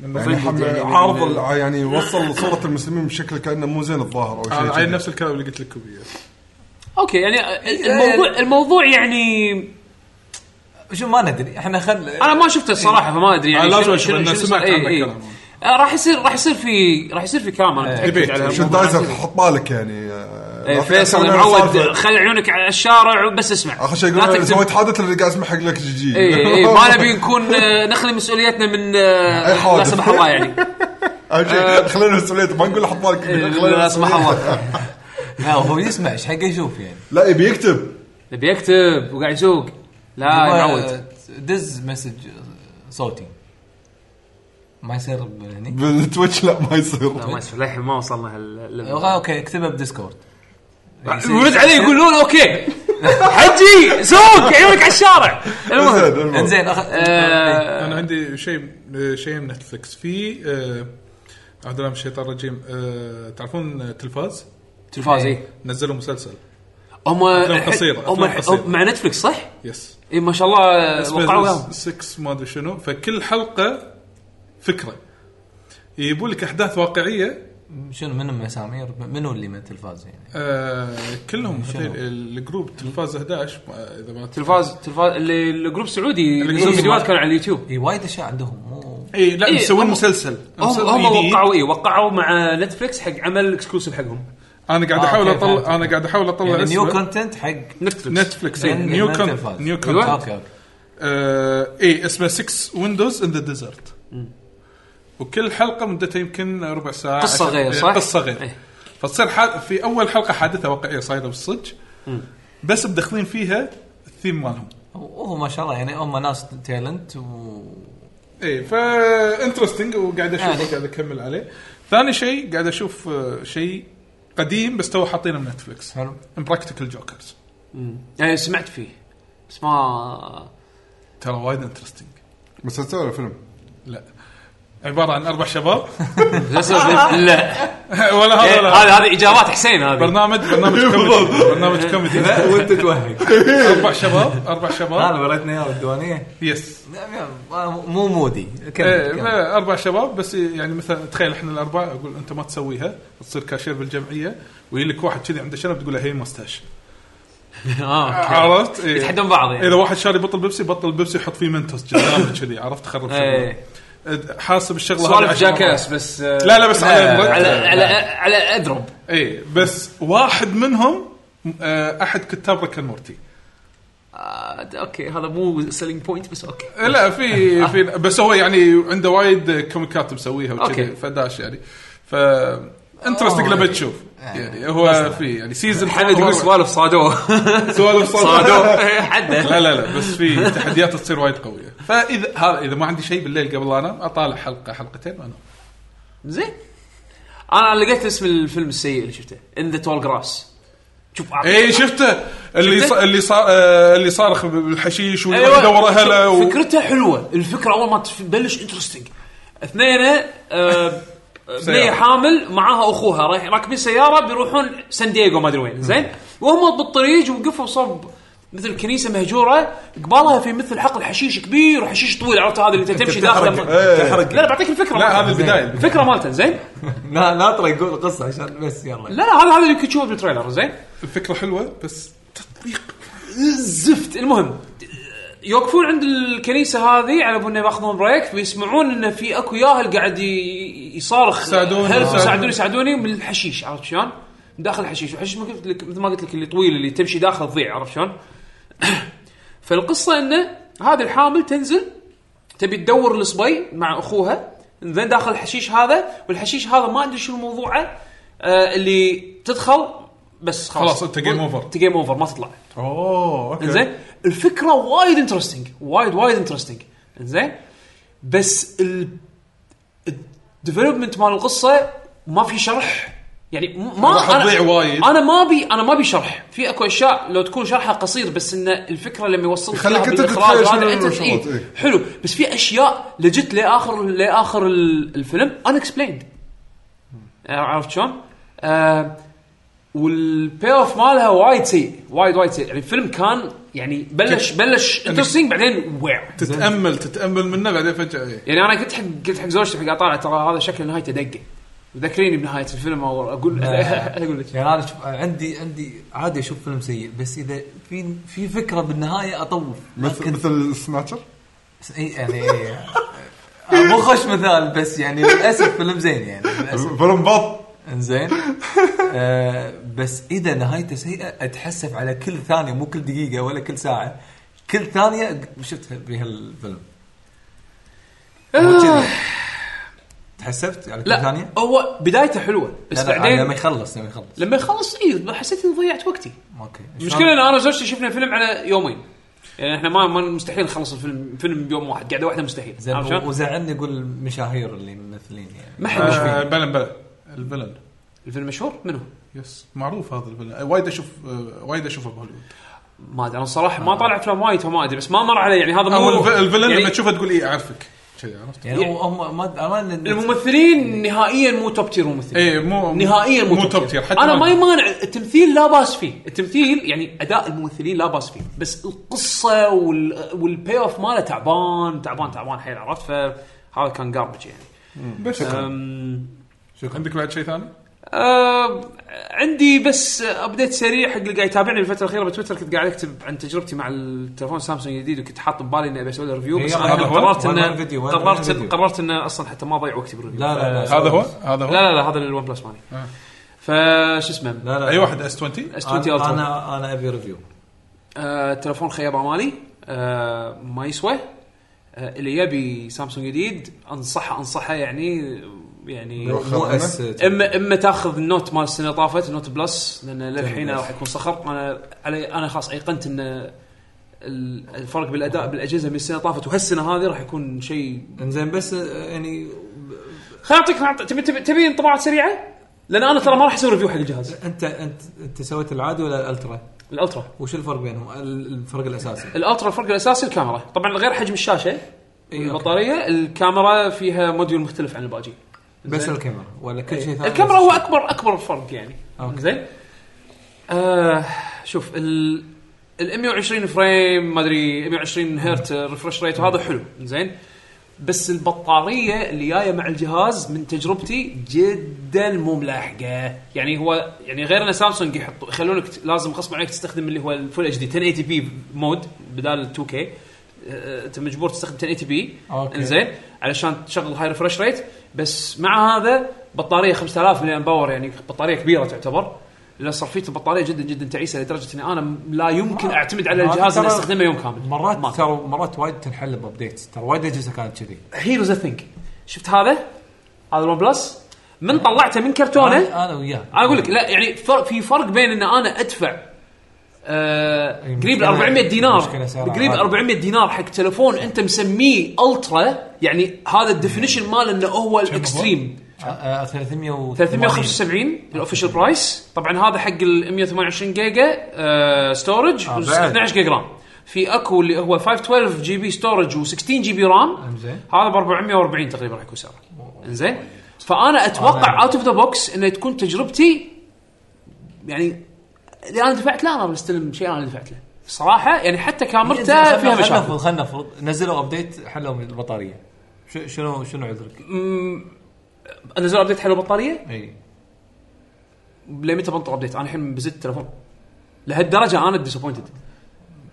Speaker 4: يعني
Speaker 1: انا
Speaker 4: حم-
Speaker 3: يعني
Speaker 4: عارض
Speaker 3: من-
Speaker 1: آه،
Speaker 4: ال- يعني وصل صوره المسلمين بشكل كانه مو زين الظاهر
Speaker 3: آه،
Speaker 4: او شيء
Speaker 1: عين
Speaker 4: كذي.
Speaker 1: نفس الكلام اللي قلت لك بيه
Speaker 3: اوكي يعني الموضوع الموضوع يعني
Speaker 5: شو ما ندري احنا خل
Speaker 3: انا ما شفته الصراحه فما ادري يعني
Speaker 1: أنا لازم
Speaker 3: شنو-
Speaker 1: أشوف،
Speaker 3: شنو-
Speaker 1: لأن
Speaker 3: شنو
Speaker 1: سمعت
Speaker 3: صار. إي-
Speaker 1: عنه
Speaker 3: إي.
Speaker 1: كلام.
Speaker 3: آه، راح يصير راح يصير في راح يصير في كلام انا متاكد
Speaker 1: ديبيت.
Speaker 3: على
Speaker 4: شن
Speaker 3: هالموضوع.
Speaker 4: دايزر حط بالك يعني آه،
Speaker 3: إيه،
Speaker 4: لا
Speaker 3: فيصل
Speaker 4: تحسب
Speaker 3: يا
Speaker 4: إنه
Speaker 3: معود
Speaker 4: سالفة.
Speaker 3: خلي عيونك على الشارع وبس اسمع
Speaker 4: اخر شيء
Speaker 3: لا
Speaker 4: يقول
Speaker 3: تكتب.
Speaker 4: سويت حادث اللي قاعد اسمح حق لك جي جي
Speaker 3: اي
Speaker 1: (laughs)
Speaker 3: اي إيه،
Speaker 4: (laughs)
Speaker 3: ما نبي نكون آه، نخلي مسؤوليتنا من آه،
Speaker 4: أي حوادث.
Speaker 3: لا سمح الله يعني
Speaker 1: (laughs)
Speaker 4: أهم شيء خلينا مسؤوليته ما نقول حط بالك
Speaker 3: آه. إيه،
Speaker 4: خلينا
Speaker 3: لا سمح الله
Speaker 5: لا هو يسمع ايش حقه يشوف يعني
Speaker 4: لا يبي يكتب
Speaker 3: نبي يكتب وقاعد يسوق لا
Speaker 5: يبا-
Speaker 3: معود
Speaker 5: دز مسج صوتي ما يصير هني
Speaker 4: بالتويتش لا ما يصير
Speaker 3: لا ما يصير للحين ما وصلنا هال
Speaker 5: اوكي اكتبها آه، بديسكورد
Speaker 3: يرد علي يقولون اوكي حجي سوق عيونك على الشارع المهم
Speaker 4: زين، المهم.
Speaker 5: انزين أخ...
Speaker 3: آه،
Speaker 1: انا عندي شيء آه، شيء من نتفلكس في آه، اعوذ بالله من الشيطان الرجيم آه، تعرفون تلفاز
Speaker 3: تلفاز اي
Speaker 1: نزلوا مسلسل
Speaker 3: هم
Speaker 1: أفلام قصيرة،
Speaker 3: هم
Speaker 1: أفلام قصيرة.
Speaker 3: مع نتفلكس صح؟
Speaker 1: يس
Speaker 3: اي ما شاء الله آه، وقعوا وياهم
Speaker 1: 6 ما ادري شنو فكل حلقه فكره يجيبوا لك احداث واقعيه
Speaker 5: شنو منو من مسامير منو اللي من تلفاز يعني
Speaker 1: آه، كلهم
Speaker 5: شنو؟
Speaker 1: هذيل الجروب تلفاز 11 ما- اذا ما
Speaker 3: تلفاز تلفاز اللي الجروب السعودي
Speaker 1: الجروب
Speaker 3: ينزل فيديوهات
Speaker 1: السعودي.
Speaker 3: كانوا على اليوتيوب
Speaker 5: اي وايد اشياء عندهم مو
Speaker 1: اي لا
Speaker 3: إيه،
Speaker 1: مسوين
Speaker 3: هم-
Speaker 1: مسلسل
Speaker 3: هم
Speaker 1: مسلسل
Speaker 3: هم
Speaker 1: جديد.
Speaker 3: وقعوا اي وقعوا مع نتفلكس حق عمل اكسكلوسيف حقهم
Speaker 1: انا قاعد
Speaker 5: آه،
Speaker 1: احاول
Speaker 5: أوكي، فهمت.
Speaker 1: اطلع انا قاعد احاول اطلع
Speaker 5: يعني نيو
Speaker 1: اسمه
Speaker 5: كونتنت حق
Speaker 3: نتفلكس
Speaker 1: نتفلكس
Speaker 5: من-
Speaker 1: نيو
Speaker 5: من
Speaker 1: كونت
Speaker 5: تلفاز.
Speaker 1: نيو
Speaker 3: أيوة.
Speaker 1: كونت
Speaker 5: اوكي اوكي
Speaker 1: اي آه، إيه، اسمه 6 ويندوز ان ذا ديزرت وكل حلقه مدتها يمكن ربع ساعه
Speaker 3: قصة
Speaker 1: عشر-
Speaker 3: غير،
Speaker 1: إيه،
Speaker 3: صح؟
Speaker 1: قصه غير
Speaker 3: إيه.
Speaker 1: فتصير ح- في اول حلقه حادثه واقعيه صايره بالصدق بس مدخلين فيها الثيم مالهم
Speaker 5: وهو ما شاء الله يعني هم ناس تالنت و
Speaker 1: اي فا انترستنج إيه، وقاعد
Speaker 5: يعني.
Speaker 1: اشوف قاعد اكمل عليه ثاني شيء قاعد اشوف آه، شيء قديم بس تو حاطينه من نتفلكس
Speaker 5: حلو.
Speaker 1: امبراكتيكال جوكرز
Speaker 3: يعني سمعت فيه بس ما (laughs)
Speaker 1: ترى وايد انترستنج
Speaker 4: مسلسل ولا فيلم؟
Speaker 1: لا عباره عن اربع شباب (laughs)
Speaker 3: لا
Speaker 1: ولا هذا
Speaker 3: إيه،
Speaker 1: ولا
Speaker 3: هذه هذه اجابات حسين هذه
Speaker 1: برنامج برنامج
Speaker 3: إيه،
Speaker 1: كوميدي برنامج كوميدي
Speaker 5: وانت (laughs) توهق
Speaker 1: اربع شباب اربع شباب
Speaker 5: انا وريتني اياه بالديوانيه
Speaker 1: يس
Speaker 5: مو مودي
Speaker 1: إيه،
Speaker 5: كمل كمل.
Speaker 1: ما- اربع شباب بس يعني مثلا تخيل احنا الاربع اقول انت ما تسويها تصير كاشير بالجمعيه ويجي لك واحد كذي عنده شنب تقول له هي
Speaker 3: (laughs)
Speaker 1: مستاش
Speaker 3: اه أوكي.
Speaker 1: عرفت؟ إيه.
Speaker 3: يتحدون بعض يعني
Speaker 1: اذا واحد شاري بطل بيبسي بطل بيبسي يحط فيه منتوس جنابه
Speaker 3: (laughs)
Speaker 1: كذي عرفت خرب شغله.
Speaker 3: إيه.
Speaker 1: حاسب الشغله
Speaker 3: سوالف
Speaker 1: عشر مرات.
Speaker 3: جاكاس بس آه،
Speaker 1: لا لا بس على
Speaker 3: على
Speaker 1: على
Speaker 3: على على اضرب
Speaker 1: اي إيه، بس واحد منهم آه، احد كتاب ريكن مورتي
Speaker 3: آه، اوكي هذا مو سيلينج بوينت بس اوكي
Speaker 1: إيه، لا
Speaker 3: (laughs)
Speaker 1: في في بس هو يعني عنده وايد كوميكات مسويها وكذي
Speaker 3: أوكي.
Speaker 1: فداش يعني ف انترستنج لما تشوف
Speaker 3: آه.
Speaker 1: يعني هو في يعني سيزون
Speaker 3: حنا تقول سوالف صادوه
Speaker 1: سوالف
Speaker 3: (laughs) صادوه إيه، حده
Speaker 1: (laughs) لا لا لا بس في تحديات تصير وايد قويه فاذا هذا اذا ما عندي شيء بالليل قبل لا انام اطالع حلقه حلقتين وانا
Speaker 3: زين انا لقيت اسم الفيلم السيء اللي شفته ان ذا تول جراس شوف أعطيك-
Speaker 1: اي شفته إيه، اللي
Speaker 3: شفته؟
Speaker 1: ص... اللي صار آه، اللي صارخ بالحشيش واللي
Speaker 3: أيوة.
Speaker 1: أيوة. دور اهله
Speaker 3: شوف،
Speaker 1: و...
Speaker 3: فكرته حلوه الفكره اول ما تبلش انترستنج اثنين آه، بنيه
Speaker 1: سيارة.
Speaker 3: حامل معاها اخوها رايح راكبين سياره بيروحون سان دييغو ما ادري وين زين وهم بالطريق وقفوا صوب مثل كنيسه مهجوره قبالها في مثل حقل حشيش كبير وحشيش طويل عرفت هذا اللي انت تمشي داخله لا لا بعطيك الفكره
Speaker 1: إيه. لا
Speaker 3: مالته.
Speaker 1: هذا البدايه
Speaker 3: الفكره مالته زين
Speaker 5: (laughs) لا لا ترى يقول القصه عشان بس يلا
Speaker 3: لا لا هذا هذا اللي كنت تشوفه بالتريلر زين
Speaker 1: الفكره حلوه بس تطبيق
Speaker 3: الزفت المهم يوقفون عند الكنيسه هذه على انه ياخذون بريك ويسمعون انه في اكو ياهل قاعد ي- يصارخ
Speaker 1: ساعدوني،
Speaker 3: "هلب،
Speaker 1: ساعدوني."
Speaker 3: ساعدوني ساعدوني من الحشيش عرفت شلون؟ من داخل الحشيش والحشيش ما قلت لك مثل ما قلت لك اللي طويل اللي تمشي داخل تضيع عرفت شلون؟ (coughs) فالقصه انه هذه الحامل تنزل تبي تدور الصبي مع اخوها زين داخل الحشيش هذا والحشيش هذا ما ادري شو موضوعه آه اللي تدخل بس خلاص
Speaker 1: خلاص، أنت game over.
Speaker 3: انت جيم اوفر ما تطلع
Speaker 4: اوه اوكي
Speaker 3: انزين الفكره وايد انترستنج وايد وايد انترستنج انزين بس الديفلوبمنت مال القصه ما في شرح يعني م- ما
Speaker 1: راح تضيع وايد.
Speaker 3: انا ما ابي انا ما ابي شرح في اكو اشياء لو تكون شرحها قصير بس ان الفكره لما يوصل
Speaker 4: يخليك أنت تتخيل شنو المشروط، إيه.
Speaker 3: حلو بس في اشياء لجت لاخر لاخر ال- الفيلم ان اكسبليند عرفت شلون؟ آه والبي اوف مالها وايد سيء وايد وايد سيء يعني الفيلم كان يعني بلش بلش
Speaker 4: يعني
Speaker 3: انترستنج بعدين واو
Speaker 1: تتامل تتامل منه بعدين فجاه إيه.
Speaker 3: يعني انا قلت حق قلت حق زوجتي حق اطالع ترى هذا شكل نهايته دقه ذكريني بنهايه الفيلم أو اقول (laughs) اقول لك
Speaker 5: يعني انا شوف عندي عندي عادي اشوف فيلم سيء بس اذا في في فكره بالنهايه اطوف
Speaker 4: مثل
Speaker 5: لكن-
Speaker 4: مثل سناتشر
Speaker 5: بس إي- يعني مو خوش مثال بس يعني للاسف فيلم زين يعني للاسف
Speaker 4: فيلم بط
Speaker 5: انزين (laughs) آه بس اذا نهايته سيئه اتحسف على كل ثانيه مو كل دقيقه ولا كل ساعه كل ثانيه شفتها بهالفيلم هو كذي. تحسفت على كل
Speaker 3: آه. لا
Speaker 5: ثانيه؟
Speaker 3: هو بدايته حلوه بس
Speaker 5: لا، لا، على لما
Speaker 3: بعدين
Speaker 5: يخلص لما يخلص
Speaker 3: لما يخلص اي حسيت اني ضيعت وقتي
Speaker 5: اوكي
Speaker 3: المشكله ان انا وزوجتي شفنا فيلم على يومين يعني احنا ما ما- مستحيل نخلص الفيلم فيلم بيوم واحد قاعده واحده مستحيل
Speaker 5: زين
Speaker 3: عرفت شلون؟
Speaker 5: و- وزعلني يقول المشاهير اللي ممثلين يعني
Speaker 3: ما حد مش
Speaker 1: آه،
Speaker 3: فيه
Speaker 1: بلن بلن البلن
Speaker 3: الفيلم مشهور منو؟
Speaker 1: أه، يس معروف هذا البلن وايد اشوف آه، وايد اشوفه بهوليوود
Speaker 3: ما ادري انا صراحه ما طالع افلام وايد فما ادري بس ما مر علي يعني هذا مو
Speaker 1: او الف- الفيلن
Speaker 3: يعني
Speaker 1: لما تشوفه تقول اي اعرفك شي عرفت
Speaker 5: يعني هم ما أنا ما-
Speaker 3: الممثلين نهائيا مو توب تير ممثلين
Speaker 1: اي إيه، مو
Speaker 3: نهائيا
Speaker 1: مو توب تير حتى
Speaker 3: انا ما يمانع التمثيل لا باس فيه التمثيل يعني اداء الممثلين لا باس فيه بس القصه وال... والبي اوف ماله تعبان تعبان تعبان حيل عرفت فهذا كان جاربج يعني آه.
Speaker 1: شكرا
Speaker 3: أم...
Speaker 1: عندك بعد شيء ثاني؟
Speaker 3: آه عندي بس ابديت سريع حق اللي قاعد يتابعني بالفتره الاخيره بتويتر كنت قاعد اكتب عن تجربتي مع التلفون سامسونج الجديد وكنت حاط ببالي اني ابي اسوي له ريفيو بس
Speaker 5: إيه،
Speaker 3: انا
Speaker 5: هذا هو.
Speaker 3: قررت
Speaker 5: وين-
Speaker 3: انه
Speaker 5: وين الفيديو؟ وين- وين
Speaker 3: قررت
Speaker 5: الفيديو؟
Speaker 3: قررت انه اصلا حتى ما اضيع وقتي بالريفيو
Speaker 5: لا لا لا
Speaker 1: هذا هو هذا هو
Speaker 3: لا لا لا هذا الون بلس مالي فش اسمه
Speaker 5: لا لا
Speaker 1: اي واحد اس 20
Speaker 3: اس 20
Speaker 5: انا
Speaker 3: الترا
Speaker 5: انا, أنا ابي ريفيو
Speaker 3: آه، تلفون خيار مالي آه، ما يسوى آه، اللي يبي سامسونج جديد انصحه انصحه يعني يعني
Speaker 5: مو اس
Speaker 3: اما اما تاخذ النوت مال السنه طافت النوت بلس لان للحين راح يكون صخر انا علي انا خلاص ايقنت ان ال- الفرق بالاداء بالاجهزه من السنه طافت وهالسنه هذه راح يكون شيء
Speaker 5: انزين بس آه، يعني
Speaker 3: خليني اعطيك خليني أعطيك- تبي تبي تبي انطباعات سريعه؟ لان انا ترى ما راح اسوي ريفيو حق الجهاز
Speaker 5: انت انت انت سويت العادي ولا الالترا؟
Speaker 3: الالترا
Speaker 5: وش الفرق بينهم؟ ال- الفرق الاساسي
Speaker 3: الالترا الفرق الاساسي الكاميرا طبعا غير حجم الشاشه
Speaker 5: إيه، أوكي.
Speaker 3: البطاريه الكاميرا فيها موديول مختلف عن الباقي
Speaker 5: بس
Speaker 3: زين.
Speaker 5: الكاميرا ولا كل إيه، شيء ثاني؟
Speaker 3: الكاميرا هو اكبر اكبر فرق يعني
Speaker 5: أوكي.
Speaker 3: زين آه شوف ال ال 120 فريم ما ادري 120 هرت ريفرش ريت وهذا حلو زين بس البطاريه اللي جايه مع الجهاز من تجربتي جدا مو ملاحقه يعني هو يعني غير ان سامسونج يحط يخلونك ت- لازم غصب عليك تستخدم اللي هو الفول اتش دي 1080 بي مود بدال 2 كي انت مجبور تستخدم 1080 بي
Speaker 5: أوكي.
Speaker 3: انزين علشان تشغل هاي ريفرش ريت بس مع هذا بطاريه 5000 ملي باور يعني بطاريه كبيره تعتبر لان صرفيه البطاريه جدا جدا تعيسه لدرجه اني انا لا يمكن اعتمد على
Speaker 5: ما-
Speaker 3: الجهاز اني
Speaker 5: آه. ترى
Speaker 3: استخدمه يوم كامل ما.
Speaker 5: مرات ترى مرات وايد تنحل بابديت ترى وايد اجهزه كانت كذي
Speaker 3: هيروز ثينك شفت هذا هذا الون بلس من
Speaker 5: آه.
Speaker 3: طلعته من كرتونه
Speaker 5: انا وياه
Speaker 3: انا اقول لك لا يعني فرق في فرق بين ان انا ادفع آه
Speaker 5: أي
Speaker 3: قريب ال
Speaker 5: إيه، مشكلة-
Speaker 3: 400 دينار
Speaker 5: مشكلة سعر
Speaker 3: قريب ال
Speaker 5: عالي.
Speaker 3: 400 دينار حق تلفون انت مسميه الترا يعني هذا الديفينيشن ماله انه هو الاكستريم
Speaker 5: آه، آه، 300
Speaker 3: 375 الاوفيشال برايس طبعا هذا حق ال 128 جيجا آه ستورج
Speaker 5: آه،
Speaker 3: و
Speaker 5: بعد.
Speaker 3: 12 جيجا رام في اكو اللي هو 512 جي بي ستورج و16 جي بي رام
Speaker 5: إنزين.
Speaker 3: هذا ب 440 تقريبا راح يكون سعره انزين فانا
Speaker 5: آه.
Speaker 3: اتوقع اوت اوف ذا بوكس انه تكون تجربتي يعني اللي انا دفعت له انا بستلم شيء انا دفعت له صراحه يعني حتى كاميرته فيها مشاكل
Speaker 5: خلينا نفرض نزلوا ابديت حلوا من البطاريه شو- شنو شنو عذرك؟
Speaker 3: نزلوا ابديت حلو البطاريه
Speaker 5: اي
Speaker 3: لمتى بنطر ابديت انا الحين بزت التلفون لهالدرجه انا ديسابوينتد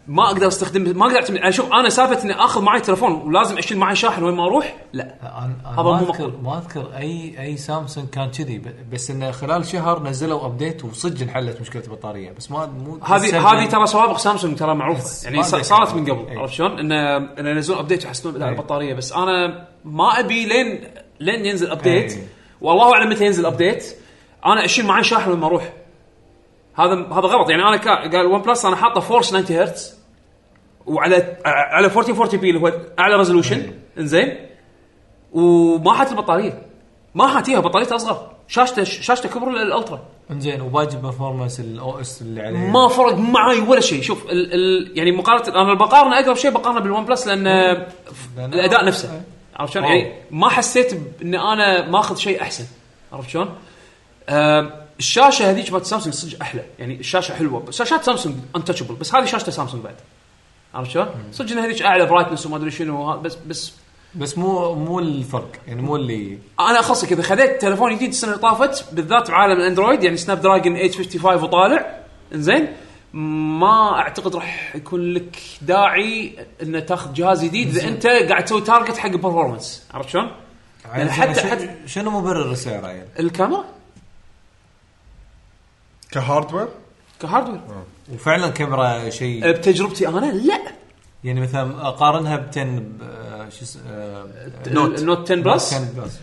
Speaker 3: ما اقدر استخدم ما اقدر اعتمد انا شوف انا سالفه اني اخذ معي تلفون ولازم اشيل معي شاحن وين ما اروح لا
Speaker 5: انا
Speaker 3: هذا
Speaker 5: أنا ما
Speaker 3: مو
Speaker 5: اذكر ما اذكر اي اي سامسونج كان كذي ب- بس انه خلال شهر نزلوا ابديت وصدق انحلت مشكله البطاريه بس ما مو
Speaker 3: هذه هذه ترى سوابق سامسونج ترى معروفه
Speaker 5: بس
Speaker 3: يعني
Speaker 5: ما
Speaker 3: ص-
Speaker 5: أدري.
Speaker 3: صارت من قبل
Speaker 5: أي.
Speaker 3: عرفت شلون؟ ان ان ينزلون ابديت يحسنون على
Speaker 5: أي.
Speaker 3: البطاريه بس انا ما ابي لين لين ينزل ابديت
Speaker 5: أي.
Speaker 3: والله اعلم متى ينزل ابديت انا اشيل معي شاحن وين ما اروح هذا هذا غلط يعني انا كا- قال ون بلس انا حاطه فورس 90 هرتز وعلى على 1440 بي اللي هو اعلى ريزولوشن انزين وما حاط البطاريه ما حاتيها بطاريته اصغر شاشته شاشته كبر الالترا
Speaker 5: انزين وباقي برفورمانس الاو اس اللي عليه
Speaker 3: ما فرق معي ولا شيء شوف ال ال يعني مقارنه انا بقارن اقرب شيء بقارنه بالون بلس لان
Speaker 5: لأن-
Speaker 3: الاداء نفسه عرفت شلون؟ يعني ما حسيت بان انا ماخذ شيء احسن عرفت شلون؟ آه الشاشه هذيك مالت سامسونج صدق احلى يعني الشاشه حلوه بس شاشات سامسونج انتشبل بس هذه شاشته سامسونج بعد عرفت شلون؟ صدق ان هذيك اعلى برايتنس وما ادري شنو وها- بس بس
Speaker 5: بس مو مو الفرق يعني مو اللي
Speaker 3: انا اخصك اذا خذيت تلفون جديد السنه اللي طافت بالذات بعالم الاندرويد يعني سناب دراجون 855 وطالع انزين ما اعتقد راح يكون لك داعي ان تاخذ جهاز جديد اذا انت قاعد تسوي تارجت حق البرفورمانس عرفت شلون؟ يعني حتى
Speaker 5: شنو-
Speaker 3: حتى
Speaker 5: شنو مبرر سعره يعني؟
Speaker 3: الكاميرا
Speaker 4: كهاردوير
Speaker 3: كهاردوير أه،
Speaker 5: وفعلا كاميرا شيء
Speaker 3: بتجربتي انا لا
Speaker 5: يعني مثلا اقارنها ب 10 ب- آه، شو اسمه آه،
Speaker 3: النوت 10 بلس
Speaker 5: 10 بلس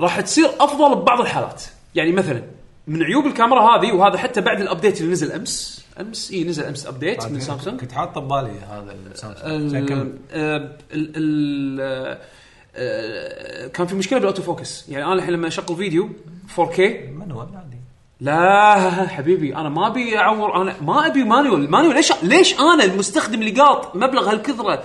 Speaker 3: راح تصير افضل ببعض الحالات يعني مثلا من عيوب الكاميرا هذه وهذا حتى بعد الابديت اللي نزل امس امس اي نزل امس ابديت من سامسونج
Speaker 5: كنت حاطه ببالي هذا السامسونج زين
Speaker 3: ال-
Speaker 5: كمل.
Speaker 3: آه، ال- ال- آه، كان في مشكله بالاوتو فوكس يعني انا الحين لما اشغل فيديو 4K
Speaker 5: منوال عادي
Speaker 3: لا حبيبي انا ما ابي اعور انا ما ابي مانيول مانيول ليش ليش انا المستخدم اللي قاط مبلغ هالكثره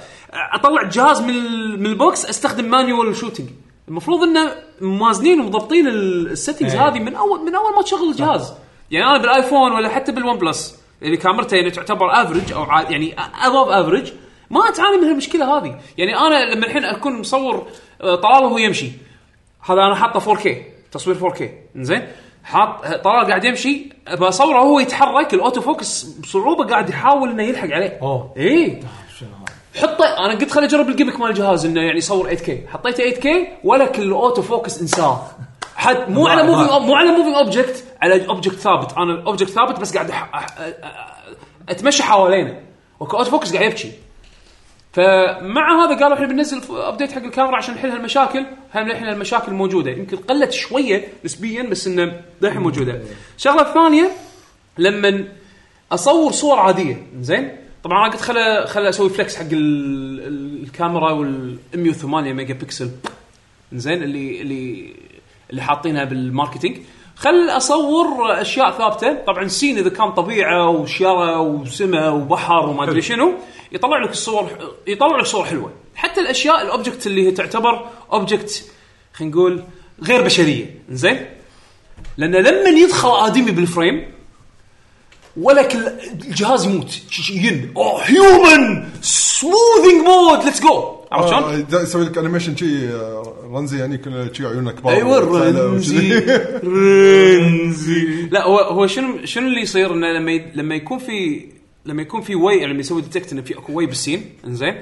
Speaker 3: اطلع جهاز من ال- من البوكس استخدم مانيول شوتنج المفروض انه موازنين ومضبطين السيتنجز
Speaker 5: إيه.
Speaker 3: هذه من اول من اول ما تشغل الجهاز يعني انا بالايفون ولا حتى بالون بلس اللي كاميرته يعني تعتبر افرج او عا- يعني ابوف افرج ما تعاني من هالمشكله هذه يعني انا لما الحين اكون مصور آه، طلال وهو يمشي هذا انا حاطه 4K تصوير 4K زين حاط طلال قاعد يمشي بصوره وهو يتحرك الاوتو فوكس بصعوبه قاعد يحاول انه يلحق عليه
Speaker 5: أوه.
Speaker 3: اي حطه انا قلت خليني اجرب الجيمك مال الجهاز انه يعني يصور 8K حطيته 8K ولا كل الاوتو فوكس انساه حد مو على
Speaker 5: ضاع-
Speaker 3: موفينج
Speaker 5: ضاع.
Speaker 3: مو على موفينج اوبجكت على اوبجكت ثابت انا اوبجكت ثابت بس قاعد أح... أح... أ- اتمشى حوالينا اوتو فوكس قاعد يبكي فمع هذا قالوا احنا بننزل ابديت حق الكاميرا عشان نحل هالمشاكل هم الحين المشاكل موجوده يمكن قلت شويه نسبيا بس انه للحين موجوده الشغله الثانيه لما اصور صور عاديه زين طبعا انا قلت خل خل اسوي فلكس حق ال- ال- الكاميرا وال 108 ميجا بكسل زين اللي اللي اللي حاطينها بالماركتينج خل اصور اشياء ثابته طبعا سين اذا كان طبيعه وشارع وسماء وبحر وما ادري شنو يطلع لك الصور يطلع لك صور حلوه حتى الاشياء الاوبجكت اللي هي تعتبر اوبجكت خلينا نقول غير بشريه زين لان لما يدخل ادمي بالفريم ولك ال- الجهاز يموت ش- ش- ين Oh, اوه هيومن سموذنج مود ليتس جو عرفت شلون؟
Speaker 4: آه، دا- يسوي لك انيميشن شي آه، رمزي يعني كل شي عيونه كبار
Speaker 3: ايوه
Speaker 4: وكذا (laughs)
Speaker 3: الرنزي (laughs)
Speaker 4: وكذي.
Speaker 3: رنزي لا هو هو شنو شنو اللي يصير انه لما يد- لما يكون في لما يكون في وي يعني لما يسوي ديتكت انه في اكو وي بالسين انزين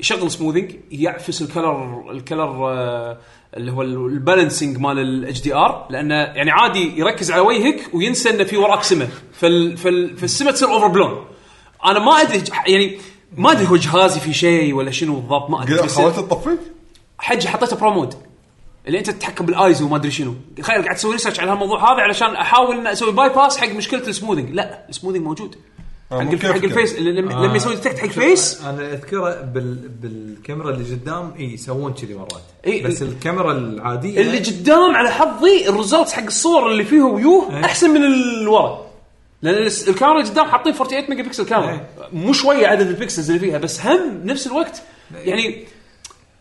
Speaker 3: يشغل سموذنج يعفس الكلر الكلر آه، اللي هو ال- البالانسنج مال الاتش دي ار لانه يعني عادي يركز على وجهك وينسى انه في وراك سمه فال فال فالسمه تصير اوفر بلون انا ما ادري يعني ما ادري هو جهازي في شيء ولا شنو بالضبط ما ادري
Speaker 4: قل-
Speaker 3: بس-
Speaker 4: حاولت تطفي؟
Speaker 3: حجي حطيته برو مود اللي انت تتحكم بالايز وما ادري شنو تخيل قاعد اسوي ريسيرش على هالموضوع هذا علشان احاول ان اسوي باي باس حق مشكله السموذنج لا السموذنج موجود حق
Speaker 4: آه، مو
Speaker 3: الف-
Speaker 4: كيفك
Speaker 3: حق الفيس
Speaker 4: يعني.
Speaker 3: لما
Speaker 5: آه.
Speaker 3: لما يسوي ديتكت حق فيس
Speaker 5: انا اذكره بال... بالكاميرا اللي قدام اي يسوون كذي مرات
Speaker 3: إي،
Speaker 5: بس
Speaker 3: ال-
Speaker 5: الكاميرا العاديه
Speaker 3: اللي قدام على حظي الريزلتس حق الصور اللي فيه ويوه
Speaker 5: إيه.
Speaker 3: احسن من اللي ورا لان الس- الكاميرا اللي قدام حاطين 48 ميجا بكسل كاميرا
Speaker 5: إيه.
Speaker 3: مو شويه عدد البكسلز اللي فيها بس هم بنفس الوقت
Speaker 5: إيه.
Speaker 3: يعني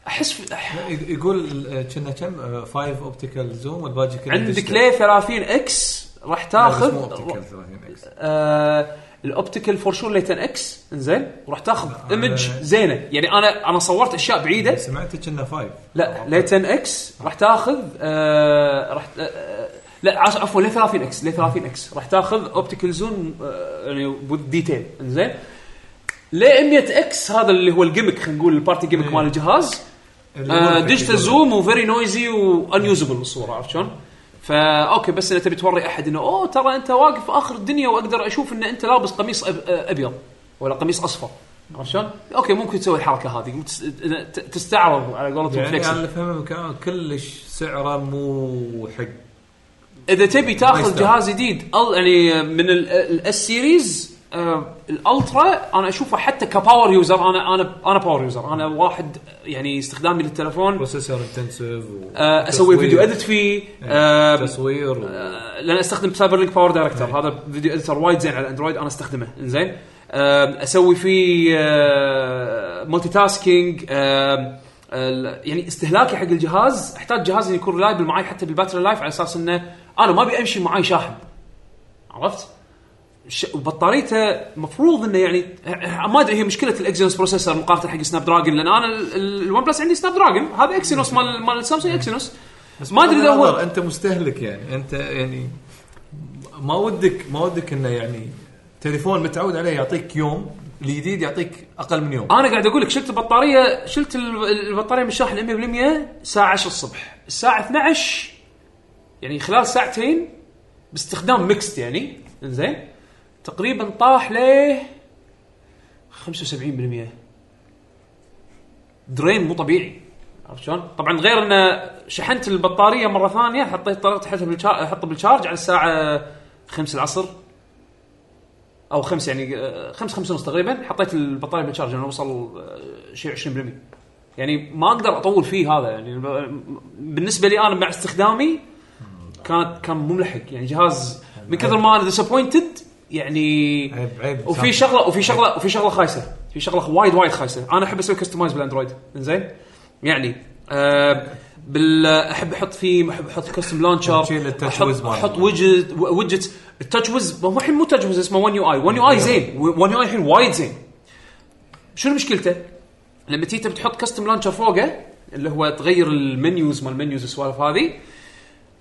Speaker 3: احس في-
Speaker 5: ي- يقول آه، كنا كم آه، فايف اوبتيكال زوم والباقي كله
Speaker 3: عندك
Speaker 5: ديجيتال.
Speaker 3: ليه 30 اكس راح
Speaker 5: لا، بس مو
Speaker 3: تاخذ
Speaker 5: اوبتيكال 30 اكس
Speaker 3: آه، الاوبتيكال فور شور 10 اكس انزين وراح تاخذ ايمج زينه يعني انا انا صورت اشياء بعيده
Speaker 5: إيه، سمعتك كنا فايف
Speaker 3: لا ليه 10 اكس راح تاخذ آه، راح ت- آه، لا عش- عفوا ليه 30 اكس ليه 30 اكس راح تاخذ اوبتيكال زون يعني with ديتيل انزين ليه 100 اكس هذا اللي هو الجيمك خلينا نقول البارتي جيمك مال الجهاز آه، ديجيتال زوم وفيري نويزي وانيوزبل الصوره عرفت شلون؟ فا اوكي بس انت تبي توري احد انه اوه ترى انت واقف اخر الدنيا واقدر اشوف ان انت لابس قميص أب- ابيض ولا قميص اصفر عرفت شلون؟ اوكي ممكن تسوي الحركه هذه وتس- ت- تستعرض على قولتهم
Speaker 5: يعني
Speaker 3: فليكسبل.
Speaker 5: انا اللي فهمه مكان كلش سعره مو حق
Speaker 3: اذا تبي
Speaker 5: ما
Speaker 3: تاخذ
Speaker 5: يستاهل.
Speaker 3: جهاز جديد أل- يعني من الاس سيريز الالترا انا اشوفه حتى كباور يوزر انا انا انا باور يوزر انا واحد يعني استخدامي للتلفون
Speaker 5: بروسيسور انتنسيف
Speaker 3: آه، اسوي فيديو اديت فيه آه،
Speaker 5: تصوير و-
Speaker 3: آه، لان استخدم سايبر لينك باور دايركتر هذا فيديو اديتر وايد زين على اندرويد انا استخدمه انزين آم، اسوي آه، فيه آه، مالتي تاسكينج آه، يعني استهلاكي حق الجهاز احتاج جهاز يكون ريلايبل معي حتى بالباتري لايف على اساس انه انا ما ابي امشي معي شاحن عرفت؟ ش- وبطاريته المفروض انه يعني ما ادري هي مشكله الاكسينوس بروسيسور مقارنه حق سناب دراجون لان انا ال- ال- الون بلس عندي سناب دراجون هذا اكسينوس مال مال سامسونج اكسينوس بس ما ادري اذا
Speaker 5: بغض
Speaker 3: هو
Speaker 5: النظر، انت مستهلك يعني انت يعني ما ودك ما ودك انه يعني تليفون متعود عليه يعطيك يوم الجديد يعطيك اقل من يوم
Speaker 3: انا قاعد اقول لك شلت البطاريه شلت ال- البطاريه من الشاحن 100% الساعه 10 الصبح الساعه 12 يعني خلال ساعتين باستخدام ميكست يعني زين تقريبا طاح ل 75% درين مو طبيعي عرفت شلون؟ طبعا غير ان شحنت البطاريه مره ثانيه حطيت طلعت حطها بالشارج احطها بالشارج على الساعه 5 العصر او 5 يعني 5 5 ونص تقريبا حطيت البطاريه بالشارج انا وصل آه، شيء 20% يعني ما اقدر اطول فيه هذا يعني ب- بالنسبه لي انا مع استخدامي كانت كان مو ملحق يعني جهاز من كثر ما انا ديسابوينتد يعني
Speaker 5: عيب- عيب.
Speaker 3: وفي شغله وفي شغله وفي شغله خايسه في شغله وايد وايد خايسه انا احب اسوي كستمايز بالاندرويد زين يعني آه بال احب احط فيه احب احط كاستم لانشر
Speaker 5: وتشيل
Speaker 3: احط
Speaker 5: التاتش ويز مالهم.
Speaker 3: احط ويدجت ويدجت التاتش ويز هو الحين مو تاتش ويز اسمه 1 يو اي 1 يو اي زين 1 يو اي الحين وايد زين شنو مشكلته؟ لما تيجي تبي تحط كاستم لانشر فوقه اللي هو تغير المنيوز مال المنيوز والسوالف هذه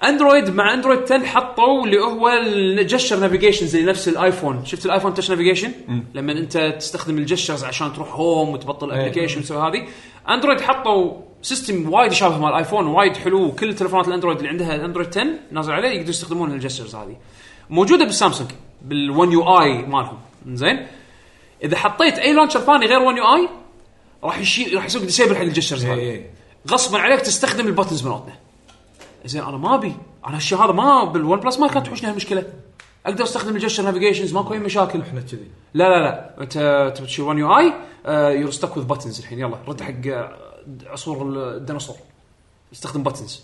Speaker 3: اندرويد مع اندرويد 10 حطوا اللي هو الجشر نافيجيشن زي نفس الايفون شفت الايفون تش نافيجيشن لما انت تستخدم الجشرز عشان تروح هوم وتبطل
Speaker 5: إيه.
Speaker 3: الابلكيشن وتسوي هذه اندرويد حطوا سيستم وايد شابه مال الايفون وايد حلو كل تلفونات الاندرويد اللي عندها اندرويد 10 نازل عليه يقدروا يستخدمون الجشرز هذه موجوده بالسامسونج بال1 يو اي مالهم زين اذا حطيت اي لانشر ثاني غير 1 يو اي راح يشيل راح يسوق ديسيبل حق الجشرز هذه
Speaker 5: إيه.
Speaker 3: غصبا عليك تستخدم البتنز مالتنا زين انا ما ابي انا هالشيء هذا ما بالون بلس ما كانت تحوشني هالمشكله اقدر استخدم الجشر نافيجيشنز ماكو اي مشاكل
Speaker 5: احنا كذي
Speaker 3: لا لا لا انت تبي تشيل 1 يو اي يور ستك وذ بتنز الحين يلا رد حق آه، عصور الديناصور استخدم بتنز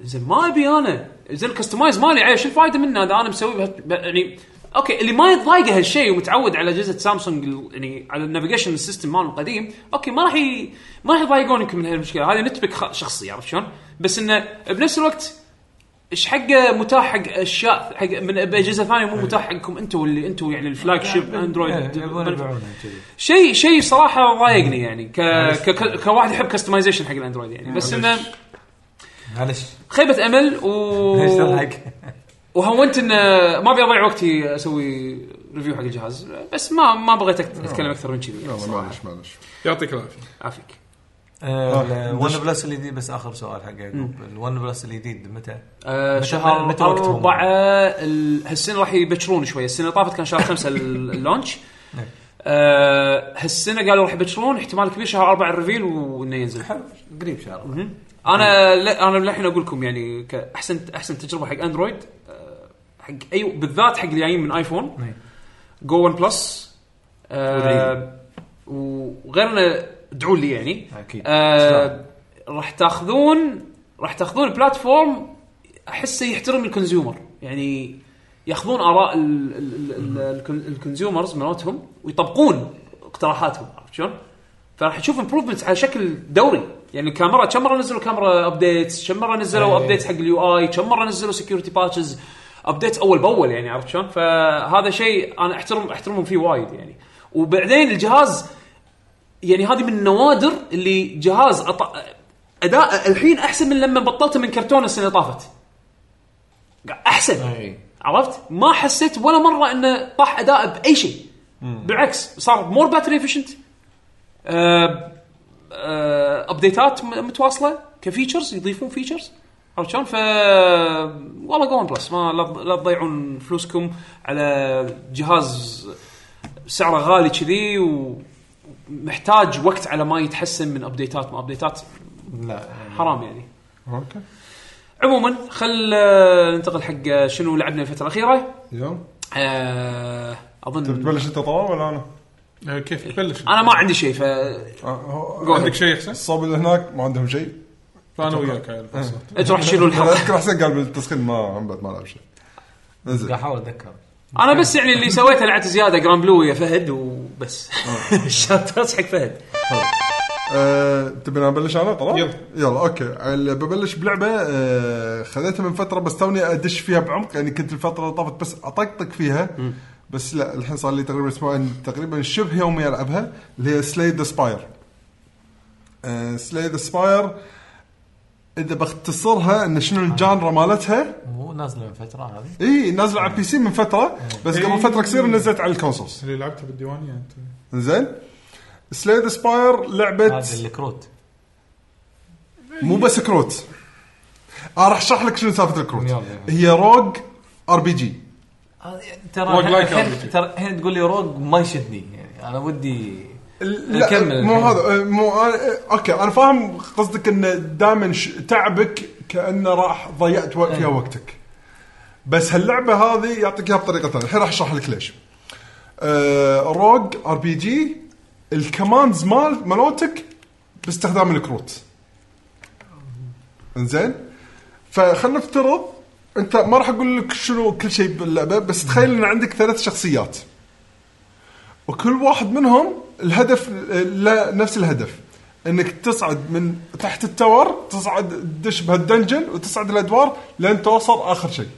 Speaker 3: زين ما ابي انا زين الكستمايز مالي عيش شو الفائده منه اذا انا مسوي بهت- ب- يعني اوكي اللي ما يتضايقه هالشيء ومتعود على اجهزه سامسونج ال- يعني على النافيجيشن سيستم مالهم القديم اوكي ما راح ي... ما راح يضايقون يمكن من هالمشكله هذه نتبك خ- شخصي عرفت شلون؟ بس انه بنفس الوقت ايش حقه متاح حق اشياء حق من اجهزه ثانيه مو متاح حقكم انتم اللي انتم يعني الفلاج شيب
Speaker 5: إيه،
Speaker 3: اندرويد
Speaker 5: يبون يبيعونه كذي
Speaker 3: شيء شيء صراحه ضايقني يعني ك...
Speaker 5: نعم.
Speaker 3: ك... ك- كواحد يحب كستمايزيشن حق الاندرويد يعني بس انه
Speaker 5: معلش
Speaker 3: خيبه امل و
Speaker 5: ليش تضحك؟
Speaker 3: وهونت انه ما ابي اضيع وقتي اسوي ريفيو حق الجهاز بس ما ما بغيت أت- اتكلم اكثر من كذي يعني
Speaker 4: يلا
Speaker 3: صراحة.
Speaker 4: معلش معلش
Speaker 1: يعطيك العافيه
Speaker 3: عافيك
Speaker 4: آه،
Speaker 5: الون بلس الجديد بس اخر سؤال حق يعقوب الون بلس الجديد متى؟
Speaker 3: آه
Speaker 5: متى-
Speaker 3: شهر
Speaker 5: متى وقتهم؟
Speaker 3: أربعة ال- هالسنة راح يبكرون شوية السنة اللي طافت كان شهر خمسة
Speaker 5: (laughs)
Speaker 3: ال- اللونش
Speaker 5: نعم.
Speaker 3: آه هالسنة قالوا راح يبكرون احتمال كبير شهر أربعة الريفيل وإنه ينزل
Speaker 5: حلو قريب شهر
Speaker 3: أنا لا أنا للحين أقول لكم يعني كأحسن أحسن تجربة حق أندرويد آه، حق أي بالذات حق اللي جايين من آيفون
Speaker 5: نعم.
Speaker 3: جو ون بلس آه وغيرنا ادعوا لي يعني
Speaker 5: أكيد.
Speaker 3: آه راح تاخذون راح تاخذون بلاتفورم احسه يحترم الكونسيومر يعني ياخذون اراء ال- ال- ال- ال- الكونسيومرز مالتهم ويطبقون اقتراحاتهم عرفت شلون؟ فراح تشوف امبروفمنت على شكل دوري يعني الكاميرا كم مره نزلوا كاميرا ابديتس كم مره نزلوا
Speaker 5: أي.
Speaker 3: ابديتس حق اليو اي كم مره نزلوا سكيورتي باتشز ابديتس اول باول يعني عرفت شلون فهذا شيء انا احترم احترمهم فيه وايد يعني وبعدين الجهاز يعني هذه من النوادر اللي جهاز أط... اداء الحين احسن من لما بطلته من كرتون السنه اللي طافت احسن
Speaker 5: أي.
Speaker 3: عرفت ما حسيت ولا مره انه طاح اداء باي شيء بالعكس صار مور باتري افشنت ابديتات آه، م- متواصله كفيتشرز يضيفون فيتشرز عرفت شلون؟ ف والله جو بلس ما لا- لا تضيعون فلوسكم على جهاز سعره غالي كذي ومحتاج وقت على ما يتحسن من ابديتات ما ابديتات
Speaker 5: لا
Speaker 3: حرام يعني
Speaker 4: اوكي
Speaker 3: عموما خل آه، ننتقل حق آه، شنو لعبنا الفتره الاخيره
Speaker 4: يلا
Speaker 3: آه، اظن
Speaker 4: تبلش انت طلال ولا انا؟
Speaker 1: آه، كيف تبلش؟
Speaker 3: انا ما عندي شيء ف
Speaker 4: آه، هو-
Speaker 3: Go ahead.
Speaker 1: عندك شيء احسن؟
Speaker 4: الصوب اللي هناك ما عندهم شيء
Speaker 1: انا وياك على الفصل.
Speaker 3: انتوا راح تشيلوا
Speaker 4: انا
Speaker 3: الحلقه
Speaker 4: (laughs) اذكر حسين قال بالتسخين ما عم بعد ما لعب شيء
Speaker 5: قاعد
Speaker 4: انزين
Speaker 5: احاول اتذكر
Speaker 3: انا بس يعني اللي سويته لعبت زياده جرام بلو ويا فهد وبس (laughs) شاترز حق فهد
Speaker 4: أه، تبي ابلش انا طلع؟
Speaker 1: يلا.
Speaker 4: يلا اوكي ال- ببلش بلعبه أه، خذيتها من فتره بس توني ادش فيها بعمق يعني كنت الفتره اللي طافت بس اطقطق فيها بس لا الحين صار لي تقريبا اسبوعين تقريبا شبه يومي العبها اللي هي سلاي ذا سباير سلاي ذا سباير اذا بختصرها ان شنو الجانرا مالتها
Speaker 5: مو نازله من فتره هذه
Speaker 4: اي نازله على البي سي من فتره بس
Speaker 1: إيه.
Speaker 4: قبل فتره قصيره نزلت على الكونسولز
Speaker 1: اللي لعبته بالديوانيه انت
Speaker 3: إيه.
Speaker 4: زين سلاي ذا سباير لعبه
Speaker 5: هذا الكروت
Speaker 4: مو بس كروت انا راح اشرح لك شنو سالفه الكروت
Speaker 5: يلا.
Speaker 4: هي روج ار بي جي
Speaker 5: آه، ترى
Speaker 1: روج
Speaker 5: الحين-
Speaker 1: لايك
Speaker 5: الحين-
Speaker 1: RPG.
Speaker 5: ترى الحين تقول لي روج ما يشدني يعني انا ودي نكمل
Speaker 4: مو
Speaker 5: الحين.
Speaker 4: هذا مو آه، أنا- اوكي انا فاهم قصدك ان دائما ش- تعبك كانه راح ضيعت وقت
Speaker 5: إيه.
Speaker 4: فيها وقتك بس هاللعبه هذه يعطيك اياها بطريقه ثانيه الحين راح اشرح لك ليش آه روج ار بي جي الكماندز مال مالوتك باستخدام الكروت انزين فخلنا نفترض انت ما راح اقول لك شنو كل شيء باللعبه بس تخيل ان عندك ثلاث شخصيات وكل واحد منهم الهدف لا نفس الهدف انك تصعد من تحت التور تصعد تدش بهالدنجن وتصعد الادوار لين توصل اخر شيء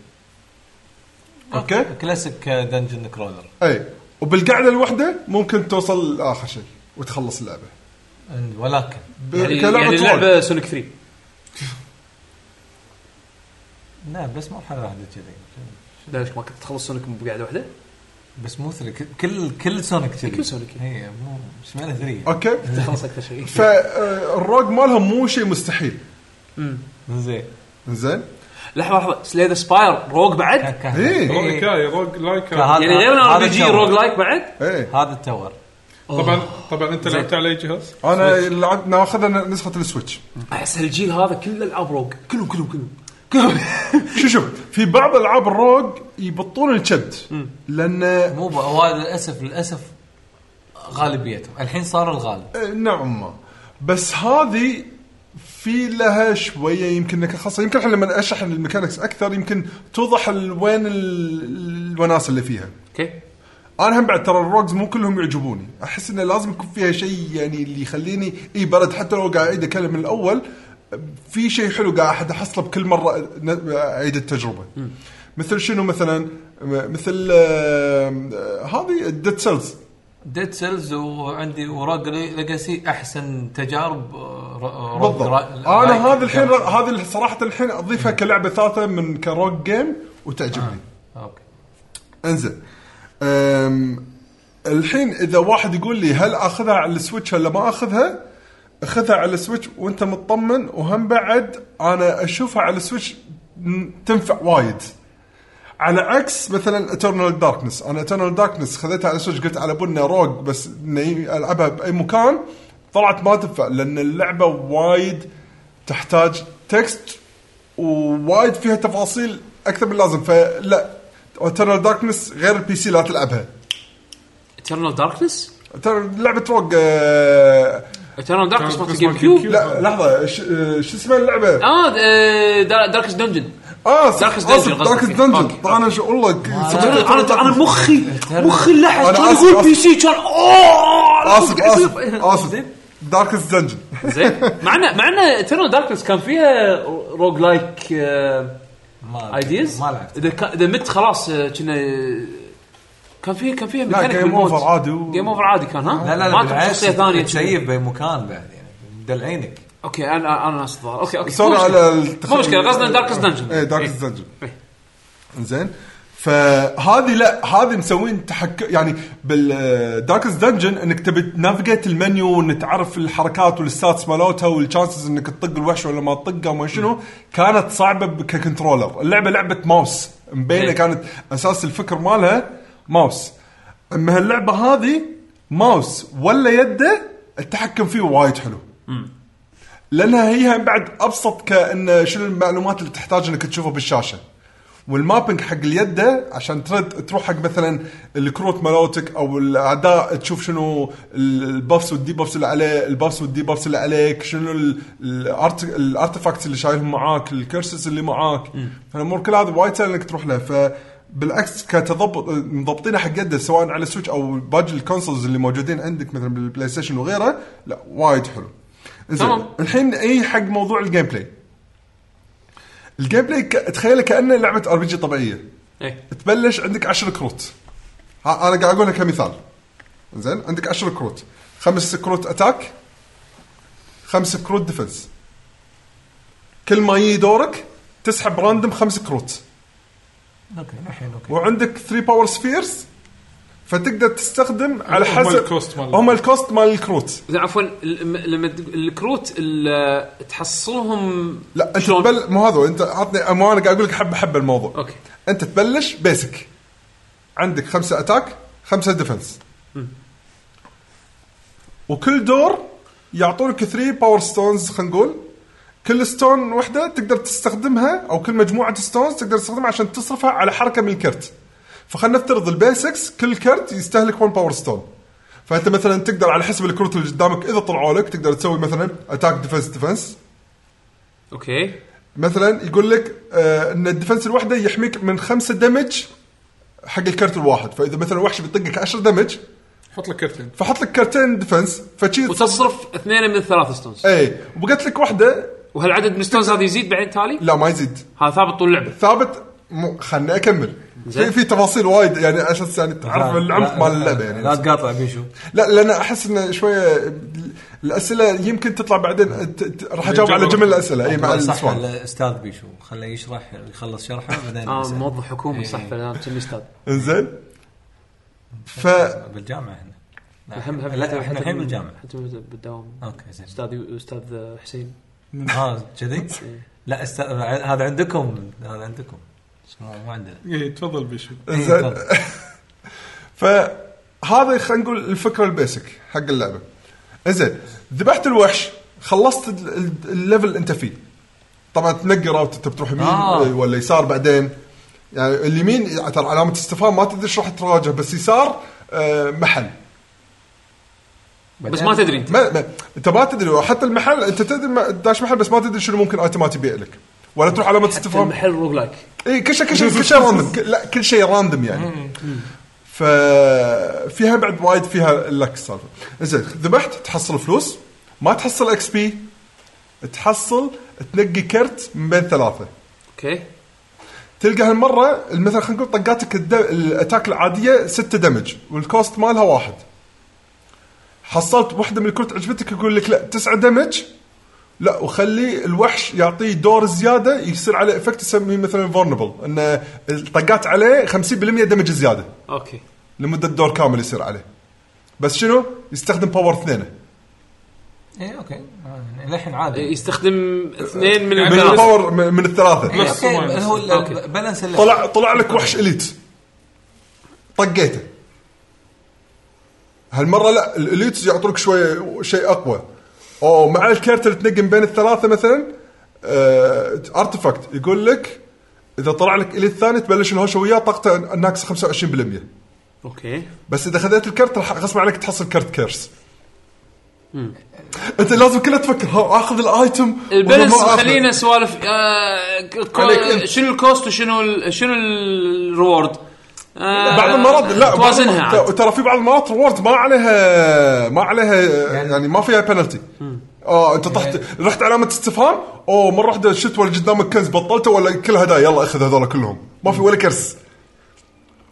Speaker 4: اوكي
Speaker 5: كلاسيك دنجن كرولر
Speaker 4: اي وبالقعده الواحده ممكن توصل لاخر شيء وتخلص اللعبه
Speaker 5: ولكن
Speaker 4: ب-
Speaker 3: يعني,
Speaker 4: كلعبة
Speaker 3: يعني
Speaker 4: رول.
Speaker 3: لعبه سونيك 3
Speaker 5: لا بس مرحله واحده كذي
Speaker 3: ليش ما كنت تخلص سونيك بقعده واحده؟
Speaker 5: بس مو ثري كل- كل كل سونيك كذي
Speaker 3: كل سونيك.
Speaker 5: هي مو ايش معنى ثري
Speaker 4: اوكي
Speaker 3: تخلص اكثر شيء
Speaker 4: فالروج آه، مالهم مو شيء مستحيل
Speaker 5: زين
Speaker 4: زين
Speaker 3: لحظه لحظه سلي ذا سباير روج بعد؟
Speaker 5: كان-
Speaker 4: إيه.
Speaker 1: روج
Speaker 5: إيه.
Speaker 1: لاي روج لايك
Speaker 5: كهذا-
Speaker 3: يعني غير الار
Speaker 5: هذا
Speaker 3: بي جي
Speaker 5: التور.
Speaker 3: روج لايك بعد؟
Speaker 4: ايه
Speaker 5: هذا التور
Speaker 1: طبعا طبعا انت لعبت على اي جهاز؟
Speaker 4: انا لعبت ناخذها نسخه السويتش
Speaker 3: احس هالجيل هذا كله العاب روج كلهم كلهم كلهم كلهم (laughs)
Speaker 4: شو شوف في بعض العاب الروج يبطون الشد لان
Speaker 5: مو ب- هو هذا للاسف للاسف غالبيتهم الحين صار الغالب
Speaker 4: آه، نوعا ما بس هذه في لها شويه يمكن إنك خاصه يمكن احنا لما اشرح الميكانكس اكثر يمكن توضح ال- وين ال- الوناسه اللي فيها
Speaker 3: اوكي
Speaker 4: انا هم بعد ترى الروجز مو كلهم يعجبوني احس انه لازم يكون فيها شيء يعني اللي يخليني اي بلد حتى لو قاعد اعيد اكلم من الاول في شيء حلو قاعد احد احصله بكل مره ن- اعيد التجربه مثل شنو مثلا م- مثل آه، آه، هذه الديد سيلز
Speaker 5: ديد سيلز وعندي وراق ليجاسي احسن تجارب آه، ر- روج
Speaker 4: بالضبط
Speaker 5: را-
Speaker 4: انا
Speaker 5: لايك.
Speaker 4: هذا الحين هذه صراحه الحين اضيفها كلعبه ثالثه من كروك جيم وتعجبني
Speaker 5: اوكي
Speaker 4: انزين أم، الحين اذا واحد يقول لي هل اخذها على السويتش ولا ما اخذها اخذها على السويتش وانت مطمن وهم بعد انا اشوفها على السويتش م- تنفع وايد على عكس مثلا اترنال داركنس انا اترنال داركنس خذيتها على السويتش قلت على بنا روج بس اني العبها باي مكان طلعت ما تنفع لان اللعبه وايد تحتاج تكست ووايد فيها تفاصيل اكثر من اللازم فلا اترنال داركنس غير البي سي لا تلعبها
Speaker 3: اترنال داركنس؟
Speaker 4: ترى لعبه روج آه،
Speaker 3: اترنال داركنس مالت
Speaker 1: Darkness
Speaker 3: جيم
Speaker 1: مال Gamecube.
Speaker 3: كيوب
Speaker 4: لا لحظه ش- آه، شو اسمها اللعبه؟
Speaker 3: اه داركس دنجن
Speaker 4: اه صح،
Speaker 3: آه، Darkest Dungeon
Speaker 4: آسف،
Speaker 3: قصدك آه،
Speaker 4: Darkest
Speaker 3: فيه.
Speaker 4: Dungeon.
Speaker 3: أوكي.
Speaker 4: طبعا انا شو- والله صدقت
Speaker 3: انا انا
Speaker 4: Darkest-
Speaker 3: مخي مخي لحس
Speaker 4: أنا
Speaker 3: كان
Speaker 4: آسف،
Speaker 3: يقول
Speaker 4: آسف.
Speaker 3: بي سي كان اوه أنا
Speaker 4: اسف
Speaker 3: مخي قاعد (laughs)
Speaker 4: اسف
Speaker 3: يصير-
Speaker 4: اسف داركست دنجن
Speaker 3: زين مع ان مع ان تيرنال داركنس كان فيها آه، روج لايك
Speaker 5: ما
Speaker 3: ايديز
Speaker 5: ما لعبت
Speaker 3: اذا كا- اذا مت خلاص آه، كنا آه، كان فيه كان فيه ميكانيك
Speaker 4: game
Speaker 3: بالموت.
Speaker 4: over عادي و-
Speaker 3: جيم اوفر عادي كان ها
Speaker 5: لا لا لا
Speaker 3: ما كان
Speaker 5: بالعكس
Speaker 3: شخصيه ثانيه
Speaker 5: تسيب بمكان بعد يعني مدلعينك
Speaker 3: اوكي انا انا ناس الظاهر اوكي اوكي
Speaker 4: سوري
Speaker 3: مو
Speaker 4: على
Speaker 3: مشكلة.
Speaker 4: التخ-
Speaker 3: مو مشكله قصدنا داركس دنجن
Speaker 4: ايه داركست دنجن
Speaker 3: إيه.
Speaker 4: زين فهذه لا هذه مسوين تحكم يعني بالداركست دنجن انك تبي تنافيجيت المنيو وان تعرف الحركات والستاتس مالتها والشانسز انك تطق الوحش ولا ما تطقه وما شنو كانت صعبه ب- ككنترولر اللعبه لعبه ماوس مبينه
Speaker 3: إيه.
Speaker 4: كانت اساس الفكر مالها ماوس اما هاللعبه هذه ماوس ولا يده التحكم فيه وايد حلو لانها هي هم بعد ابسط كان شنو المعلومات اللي تحتاج انك تشوفها بالشاشه والمابنج حق اليدة عشان ترد تروح حق مثلا الكروت مالوتك او الاعداء تشوف شنو ال- البافس والدي بافس اللي عليه البافس والدي بافس اللي عليك شنو ال- الارت الارتفاكتس اللي شايلهم معاك الكيرسز اللي معاك فالامور كلها هذه وايد سهل انك تروح لها ف بالعكس كتضبط مضبطينها حق يده سواء على سويتش او باقي الكونسولز اللي موجودين عندك مثلا بالبلاي ستيشن وغيره لا وايد حلو زين
Speaker 3: تمام.
Speaker 4: الحين اي حق موضوع الجيم بلاي الجيم بلاي ك- تخيله كانه لعبه ار بي جي طبيعيه
Speaker 3: إيه.
Speaker 4: تبلش عندك 10 كروت ها انا قاعد اقولها كمثال زين عندك 10 كروت خمس كروت اتاك خمس كروت ديفنس كل ما يجي دورك تسحب راندم خمس كروت
Speaker 5: اوكي الحين اوكي
Speaker 4: وعندك 3 باور سفيرز فتقدر تستخدم على
Speaker 1: هم
Speaker 4: حسب
Speaker 1: الكوست مال-
Speaker 4: هم الكوست مال الكروت
Speaker 3: زين عفوا ال- م- لما تق- الكروت ال- آه، تحصلهم
Speaker 4: لا انت
Speaker 3: شلون؟
Speaker 4: تبل مو هذا انت عطني مو انا قاعد اقول لك حبه حبه الموضوع
Speaker 3: اوكي
Speaker 4: انت تبلش بيسك عندك خمسه اتاك خمسه ديفنس وكل دور يعطونك 3 باور ستونز خلينا نقول كل ستون وحده تقدر تستخدمها او كل مجموعه ستونز تقدر تستخدمها عشان تصرفها على حركه من الكرت فخلنا نفترض البيسكس كل كرت يستهلك 1 باور ستون فانت مثلا تقدر على حسب الكروت اللي قدامك اذا طلعوا لك تقدر تسوي مثلا اتاك ديفنس ديفنس
Speaker 3: اوكي
Speaker 4: مثلا يقول لك آه ان الديفنس الوحده يحميك من خمسة دمج حق الكرت الواحد فاذا مثلا وحش بيطقك 10 دمج
Speaker 1: حط لك كرتين
Speaker 4: فحط لك كرتين ديفنس فشي
Speaker 3: وتصرف اثنين من الثلاث ستونز
Speaker 4: اي وبقت لك واحده
Speaker 3: وهالعدد من الستونز هذا يزيد بعدين تالي
Speaker 4: لا ما يزيد
Speaker 3: هذا ثابت طول اللعبه
Speaker 4: ثابت مو خلني اكمل
Speaker 3: زين.
Speaker 4: في في تفاصيل وايد يعني على اساس يعني تعرف العمق مال اللعبه يعني
Speaker 5: لا تقاطع
Speaker 4: (laughs)
Speaker 5: بيشو
Speaker 4: لا لان احس انه شويه الاسئله يمكن تطلع بعدين ت- ت- راح اجاوب على جمل الاسئله اي مع
Speaker 5: صح
Speaker 4: السؤال
Speaker 5: الاستاذ بيشو خليه يشرح يخلص شرحه بعدين
Speaker 3: اه
Speaker 5: نسأل.
Speaker 3: موظف حكومي
Speaker 5: إيه.
Speaker 3: صح فلان كم استاذ
Speaker 4: انزين ف
Speaker 5: بالجامعه احنا
Speaker 3: الحين-
Speaker 5: لا احنا الحين
Speaker 3: بال-
Speaker 5: بالجامعه
Speaker 3: حتى بال- بالدوام
Speaker 5: اوكي زين
Speaker 3: استاذ استاذ حسين
Speaker 5: اه (laughs) كذي
Speaker 3: إيه.
Speaker 5: لا است... هذا عندكم هذا عندكم مو مو عندنا إيه،
Speaker 1: اي إيه، تفضل بيشو
Speaker 4: انزين فهذا خلينا نقول الفكره البيسك حق اللعبه انزين ذبحت الوحش خلصت ال- ال- الليفل اللي انت فيه طبعا تنقي راوت انت بتروح يمين
Speaker 5: آه.
Speaker 4: ولا يسار بعدين يعني اليمين ترى علامه استفهام ما تدري ايش راح تواجه بس يسار آه، محل
Speaker 3: بس ما تدري انت
Speaker 4: ما, ما انت ما تدري حتى المحل انت تدري ما- داش محل بس ما تدري شنو ممكن ايتمات يبيع لك ولا تروح علامه استفهام
Speaker 3: المحل روج لايك
Speaker 4: اي إيه، كل شيء كل شيء كل شيء راندم كل- لا كل شيء راندم يعني ففيها بعد وايد فيها لك السالفه زين ذبحت تحصل فلوس ما تحصل اكس بي تحصل تنقي كرت من بين ثلاثه
Speaker 3: اوكي
Speaker 4: تلقى هالمره مثلا خلينا نقول طقاتك الد- الاتاك العاديه 6 دمج والكوست مالها واحد حصلت واحده من الكرت عجبتك يقول لك لا 9 دمج لا وخلي الوحش يعطيه دور زياده يصير عليه افكت يسميه مثلا فورنبل انه طقات عليه 50% دمج زياده
Speaker 3: اوكي
Speaker 4: لمده دور كامل يصير عليه بس شنو؟ يستخدم باور اثنينه
Speaker 5: اي اوكي آه، للحين عادي
Speaker 3: يستخدم اثنين من
Speaker 4: من
Speaker 3: البلاس
Speaker 4: الباور من من
Speaker 5: إيه،
Speaker 4: الثلاثه
Speaker 1: نص
Speaker 5: اوكي
Speaker 1: وما نص.
Speaker 5: هو ال-
Speaker 3: أوكي.
Speaker 5: بالانس اللي-
Speaker 4: طلع طلع لك وحش اليت طقيته هالمره لا الاليت يعطوك شوي شيء اقوى او مع الكارت اللي تنقم بين الثلاثه مثلا آه ارتفاكت يقول لك اذا طلع لك اليت ثاني تبلش الهوشه وياه طاقته ناقصه 25%
Speaker 3: اوكي
Speaker 4: بس اذا خذيت الكرت راح غصب عليك تحصل كرت كيرس انت لازم كلها تفكر ها اخذ الايتم ولا
Speaker 3: البالانس
Speaker 4: ما آخذه؟
Speaker 3: خلينا سوالف آه، كو-
Speaker 4: عليك أنت.
Speaker 3: شنو الكوست وشنو ال- شنو الريورد
Speaker 4: بعض المرات لا بعض
Speaker 3: توازنها
Speaker 4: المرات-
Speaker 3: عاد.
Speaker 4: ترى في بعض المرات ريورد ما عليها ما عليها يعني, يعني ما فيها بنالتي اه انت طحت رحت علامه استفهام او مره واحده شفت ولا قدامك كنز بطلته ولا كل هدايا يلا اخذ هذول كلهم ما في ولا كرس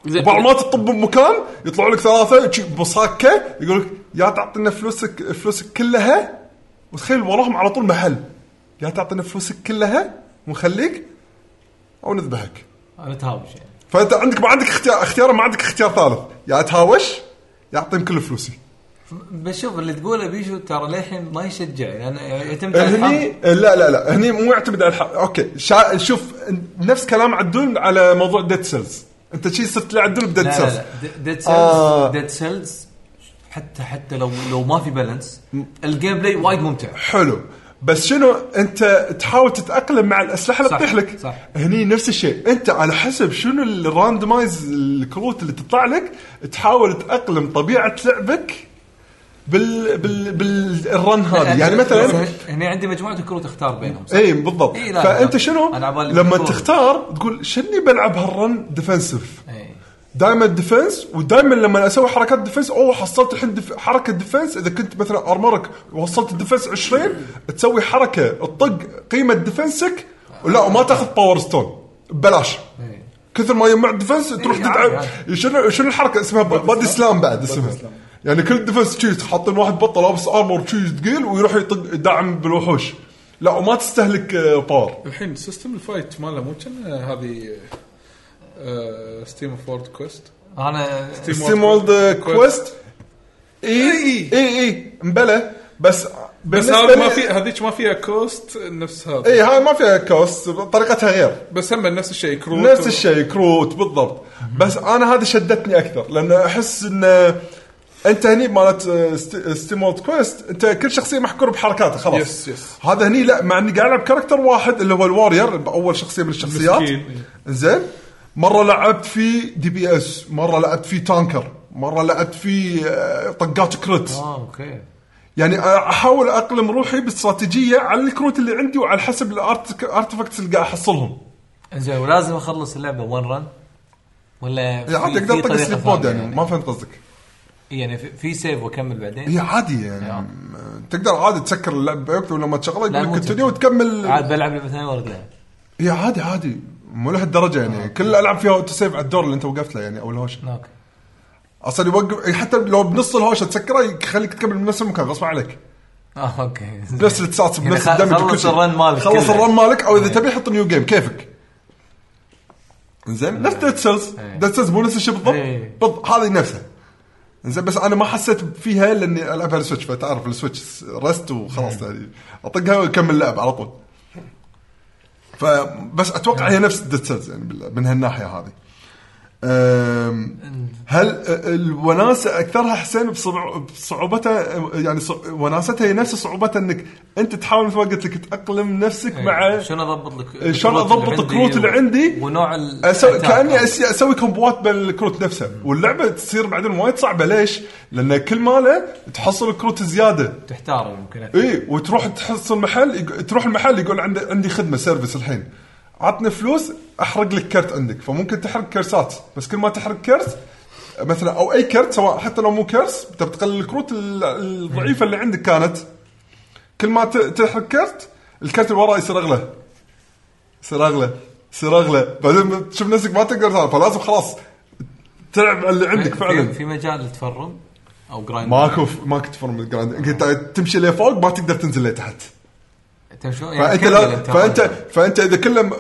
Speaker 3: زين.
Speaker 4: بعض المرات تطب بمكان يطلعوا لك ثلاثه شي بصاكه يقول لك يا تعطينا فلوسك فلوسك كلها وتخيل وراهم على طول محل يا تعطينا فلوسك كلها ونخليك او نذبحك
Speaker 5: انا تهاوش يعني
Speaker 4: فانت عندك ما عندك اختيار اختيار ما عندك اختيار ثالث يا اتهاوش يا اعطيهم كل فلوسي
Speaker 5: بشوف اللي تقوله بيشو ترى للحين ما يشجع يعني يعتمد على
Speaker 4: هني
Speaker 5: الحظ.
Speaker 4: إيه، لا لا لا هني مو يعتمد على الحق اوكي شا شوف نفس كلام عدول على موضوع ديد سيلز انت شي صرت تلعب عدول بديد
Speaker 5: لا
Speaker 4: سيلز
Speaker 5: لا لا ديد
Speaker 4: آه.
Speaker 5: سيلز ديد سيلز حتى حتى لو لو ما في بالانس الجيم بلاي وايد ممتع
Speaker 4: حلو بس شنو انت تحاول تتاقلم مع الاسلحه اللي
Speaker 5: صح،
Speaker 4: تطيح لك
Speaker 5: صح.
Speaker 4: هني نفس الشيء انت على حسب شنو الراندمايز الكروت اللي تطلع لك تحاول تاقلم طبيعه لعبك بال بال بالرن هذه يعني مثلا
Speaker 5: هني عندي مجموعه كروت اختار بينهم صح؟
Speaker 4: اي بالضبط
Speaker 5: إي،
Speaker 4: إيه
Speaker 5: لا،
Speaker 4: فانت
Speaker 5: لا.
Speaker 4: شنو
Speaker 5: أنا عبالي
Speaker 4: لما
Speaker 5: بالكورة.
Speaker 4: تختار تقول شني بلعب هالرن ديفنسيف
Speaker 5: إي.
Speaker 4: دائما ديفنس ودائما لما اسوي حركات ديفنس اوه حصلت الحين دف... حركه ديفنس اذا كنت مثلا ارمرك وصلت الديفنس 20 تسوي حركه تطق قيمه ديفنسك لا وما تاخذ باور ستون ببلاش
Speaker 5: إي.
Speaker 4: كثر ما يجمع ديفنس تروح
Speaker 5: إي،
Speaker 4: تدعم
Speaker 5: إيه، عادي،
Speaker 4: شنو شنو الحركه اسمها بادي سلام بعد اسمها يعني كل ديفنس تشيز حاطين واحد بطل لابس ارمور تشيز ثقيل ويروح يطق دعم بالوحوش لا وما تستهلك آه، باور
Speaker 1: الحين سيستم الفايت ماله مو كان هذه آه، ستيم اوف وورد كويست
Speaker 5: انا
Speaker 4: ستيم وولد كويست اي اي اي مبلى بس
Speaker 1: بس هذا ما في هذيك ما فيها كوست نفس هذا
Speaker 4: اي هاي ما فيها كوست طريقتها غير
Speaker 1: بس هم نفس الشيء كروت
Speaker 4: نفس الشيء كروت بالضبط بس انا هذا شدتني اكثر لان احس ان انت هني مالت آه، ستيمولد كويست انت كل شخصيه محكور بحركاته خلاص
Speaker 1: يس، يس.
Speaker 4: هذا هني لا مع اني قاعد العب كاركتر واحد اللي هو الوارير باول شخصيه من الشخصيات
Speaker 1: مسكين.
Speaker 4: زين مره لعبت في دي بي اس مره لعبت في تانكر مره لعبت في آه، طقات كريت
Speaker 5: اه اوكي
Speaker 4: يعني احاول اقلم روحي باستراتيجيه على الكروت اللي عندي وعلى حسب الارتفكتس اللي قاعد احصلهم
Speaker 5: زين ولازم اخلص اللعبه وان رن ولا في-
Speaker 4: يعني عادي
Speaker 5: في
Speaker 4: اقدر اطق
Speaker 5: طريقة
Speaker 4: سليب
Speaker 5: ثانية
Speaker 4: مود يعني ما فهمت قصدك
Speaker 5: يعني في- في سيف واكمل بعدين
Speaker 4: هي عادي يعني
Speaker 5: نعم.
Speaker 4: م- تقدر عادي تسكر اللعبه باي ولما تشغلها
Speaker 5: لا،
Speaker 4: يقول لك
Speaker 5: مو
Speaker 4: كونتينيو
Speaker 5: تسكر.
Speaker 4: وتكمل
Speaker 5: عاد بلعب لعبه ثانيه وارد لها
Speaker 4: هي عادي عادي مو لهالدرجه يعني
Speaker 5: نعم.
Speaker 4: كل الالعاب فيها اوتو سيف على الدور اللي انت وقفت له يعني او الهوشه
Speaker 5: اوكي
Speaker 4: اصلا يوقف إيه، حتى لو بنص الهوشه تسكره يخليك تكمل من نفس المكان غصب عنك
Speaker 5: اه اوكي
Speaker 4: (laughs)
Speaker 5: زين.
Speaker 4: نفس الرصاص
Speaker 5: يعني
Speaker 4: بنفس
Speaker 5: خ-
Speaker 4: الدمج
Speaker 5: خلص
Speaker 4: وكل شيء.
Speaker 5: الرن مالك
Speaker 4: خلص
Speaker 5: كله.
Speaker 4: الرن مالك او اذا
Speaker 5: إيه.
Speaker 4: تبي حط نيو جيم كيفك زين نفس ديد سيلز
Speaker 5: إيه.
Speaker 4: ديد سيلز مو نفس الشيء بالضبط
Speaker 5: إيه.
Speaker 4: بالضبط هذه نفسها زين بس انا ما حسيت فيها لاني العبها السويتش فتعرف السويتش رست
Speaker 5: إيه.
Speaker 4: وخلاص يعني اطقها واكمل لعب على طول فبس اتوقع هي نفس ديد سيلز يعني بال- من هالناحيه هذه أم، هل الوناسه اكثرها حسين بصبع- بصعوبتها يعني صع- وناستها هي نفس صعوبتها انك انت تحاول مثل ما قلت لك تتاقلم نفسك
Speaker 5: إيه،
Speaker 4: مع
Speaker 5: شلون اضبط لك
Speaker 4: إيه، شلون أضبط الكروت اللي عندي؟
Speaker 5: ونوع ال
Speaker 4: أسوي
Speaker 5: attack.
Speaker 4: كاني أس- اسوي كومبوات بين الكروت نفسها واللعبه تصير بعدين وايد صعبه ليش؟ لان كل ماله تحصل الكروت زياده
Speaker 5: تحتار يمكن
Speaker 4: اي إيه، وتروح تحصل محل يق- تروح المحل يقول عندي عندي خدمه سيرفيس الحين عطني فلوس احرق لك كرت عندك فممكن تحرق كرسات بس كل ما تحرق كرت مثلا او اي كرت سواء حتى لو مو كرت انت بتقلل الكروت ال- الضعيفه اللي عندك كانت كل ما ت- تحرق كرت الكرت اللي وراه يصير اغلى يصير اغلى يصير اغلى بعدين تشوف نفسك ما تقدر تعرف، فلازم خلاص تلعب على اللي عندك
Speaker 5: في-
Speaker 4: فعلا
Speaker 5: في مجال للتفرم او جرايند
Speaker 4: ماكو ماكو تفرم الجراند انت تمشي لفوق ما تقدر تنزل لتحت
Speaker 5: انت شلون يعني
Speaker 4: فانت
Speaker 5: كمل
Speaker 4: لا
Speaker 5: أنت
Speaker 4: فانت
Speaker 5: الرن.
Speaker 4: فانت اذا كله م-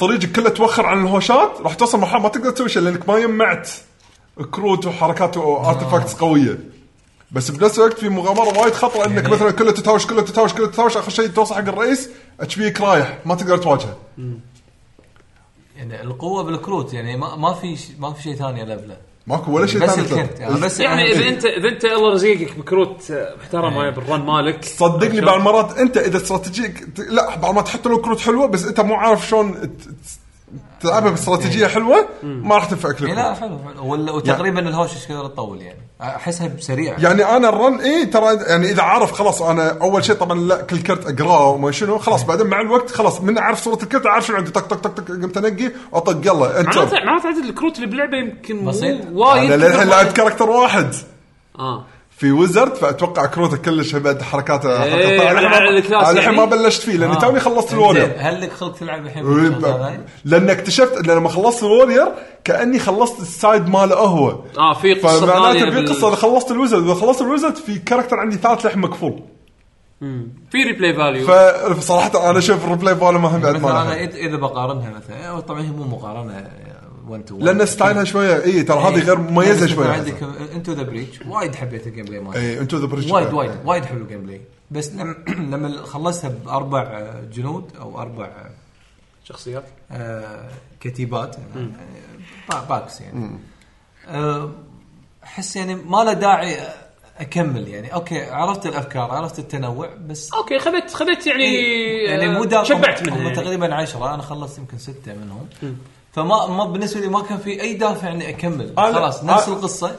Speaker 4: طريقك كله توخر عن الهوشات راح توصل مرحله ما تقدر تسوي شيء لانك ما جمعت كروت وحركات
Speaker 5: آه.
Speaker 4: وارتفاكتس قويه بس بنفس الوقت في مغامره وايد خطره انك
Speaker 5: يعني-
Speaker 4: مثلا كله تتهاوش كله تتهاوش كله تتهاوش اخر شيء توصل حق الرئيس اتش بيك رايح ما تقدر تواجهه
Speaker 5: يعني القوه بالكروت يعني ما, ما في ش- ما في شيء ثاني لفله
Speaker 4: ماكو ولا شيء
Speaker 5: بس
Speaker 4: ثاني
Speaker 5: الكرت يعني
Speaker 4: تلعب.
Speaker 5: بس
Speaker 3: يعني اذا
Speaker 5: يعني
Speaker 3: انت اذا انت الله رزقك بكروت آه،
Speaker 5: إيه.
Speaker 3: محترمه بالرن مالك
Speaker 4: صدقني
Speaker 3: شلون؟
Speaker 4: بعض المرات انت اذا استراتيجيك ت- لا بعض ما تحط له كروت حلوه بس انت مو عارف شلون ت- ت- تلعبها باستراتيجيه حلوه ما راح تنفعك
Speaker 5: إيه
Speaker 4: الكروت.
Speaker 5: لا حلو حلو ولا- وتقريبا الهوش ايش كثر تطول يعني احسها سريعه
Speaker 4: يعني انا الرن اي ترى يعني اذا عارف خلاص انا اول شيء طبعا لا كل كرت اقراه وما شنو خلاص بعدين مع الوقت خلاص من اعرف صوره الكرت اعرف شنو عندي طق طق طق طق قمت انقي اطق يلا انت
Speaker 3: معناته معناته عدد الكروت اللي باللعبه يمكن مو
Speaker 5: بسيط.
Speaker 4: انا
Speaker 3: وايد
Speaker 4: للحين لعبت كاركتر واحد
Speaker 3: اه
Speaker 4: في ويزرد فاتوقع كروته كلش بعد حركاته
Speaker 3: إيه،
Speaker 4: حركاته.
Speaker 3: على- على الكلاس
Speaker 4: الحين
Speaker 3: يعني؟ إيه.
Speaker 4: ما بلشت فيه لاني
Speaker 5: آه.
Speaker 4: توني خلصت
Speaker 5: زين،
Speaker 4: الورير
Speaker 5: هل لك خلق تلعب الحين
Speaker 4: إيه،
Speaker 5: بالشوط
Speaker 4: ويب-
Speaker 5: هذا؟
Speaker 4: لان اكتشفت ان لما خلصت الورير كاني خلصت السايد ماله هو
Speaker 3: اه في قصه
Speaker 4: فمعناته
Speaker 3: ثانيه
Speaker 4: في
Speaker 3: بال-
Speaker 4: قصه اذا خلصت الويزرد اذا خلصت الويزرد في كاركتر عندي ثالث لحم مقفول
Speaker 3: في ريبلاي فاليو
Speaker 4: فصراحه انا اشوف الريبلاي فولو مهم بعد ما
Speaker 5: مثلا انا
Speaker 4: لها.
Speaker 5: إذ- اذا بقارنها مثلا أو طبعا هي مو آه، مقارنه 1 تو
Speaker 4: لان ستايلها شويه اي ترى هذه غير مميزه شويه
Speaker 5: إيه، عندك انتو ذا بريتش وايد حبيت الجيم بلاي مالها
Speaker 4: اي انتو ذا بريتش
Speaker 5: وايد وايد وايد حلو الجيم بلاي بس لما (clears throat) لما خلصتها باربع جنود او اربع
Speaker 3: شخصيات
Speaker 5: آه، كتيبات يعني آه، باكس يعني آه، احس يعني ما له داعي اكمل يعني اوكي عرفت الافكار عرفت التنوع بس
Speaker 3: اوكي خذيت خذيت يعني
Speaker 5: يعني مو
Speaker 3: آه،
Speaker 5: داعي
Speaker 3: شبعت
Speaker 5: هم
Speaker 3: منها يعني.
Speaker 5: تقريبا عشرة انا خلصت يمكن سته منهم فما ما بالنسبه لي ما كان في اي دافع اني اكمل
Speaker 4: أنا-
Speaker 5: خلاص نفس
Speaker 4: أنا-
Speaker 5: القصه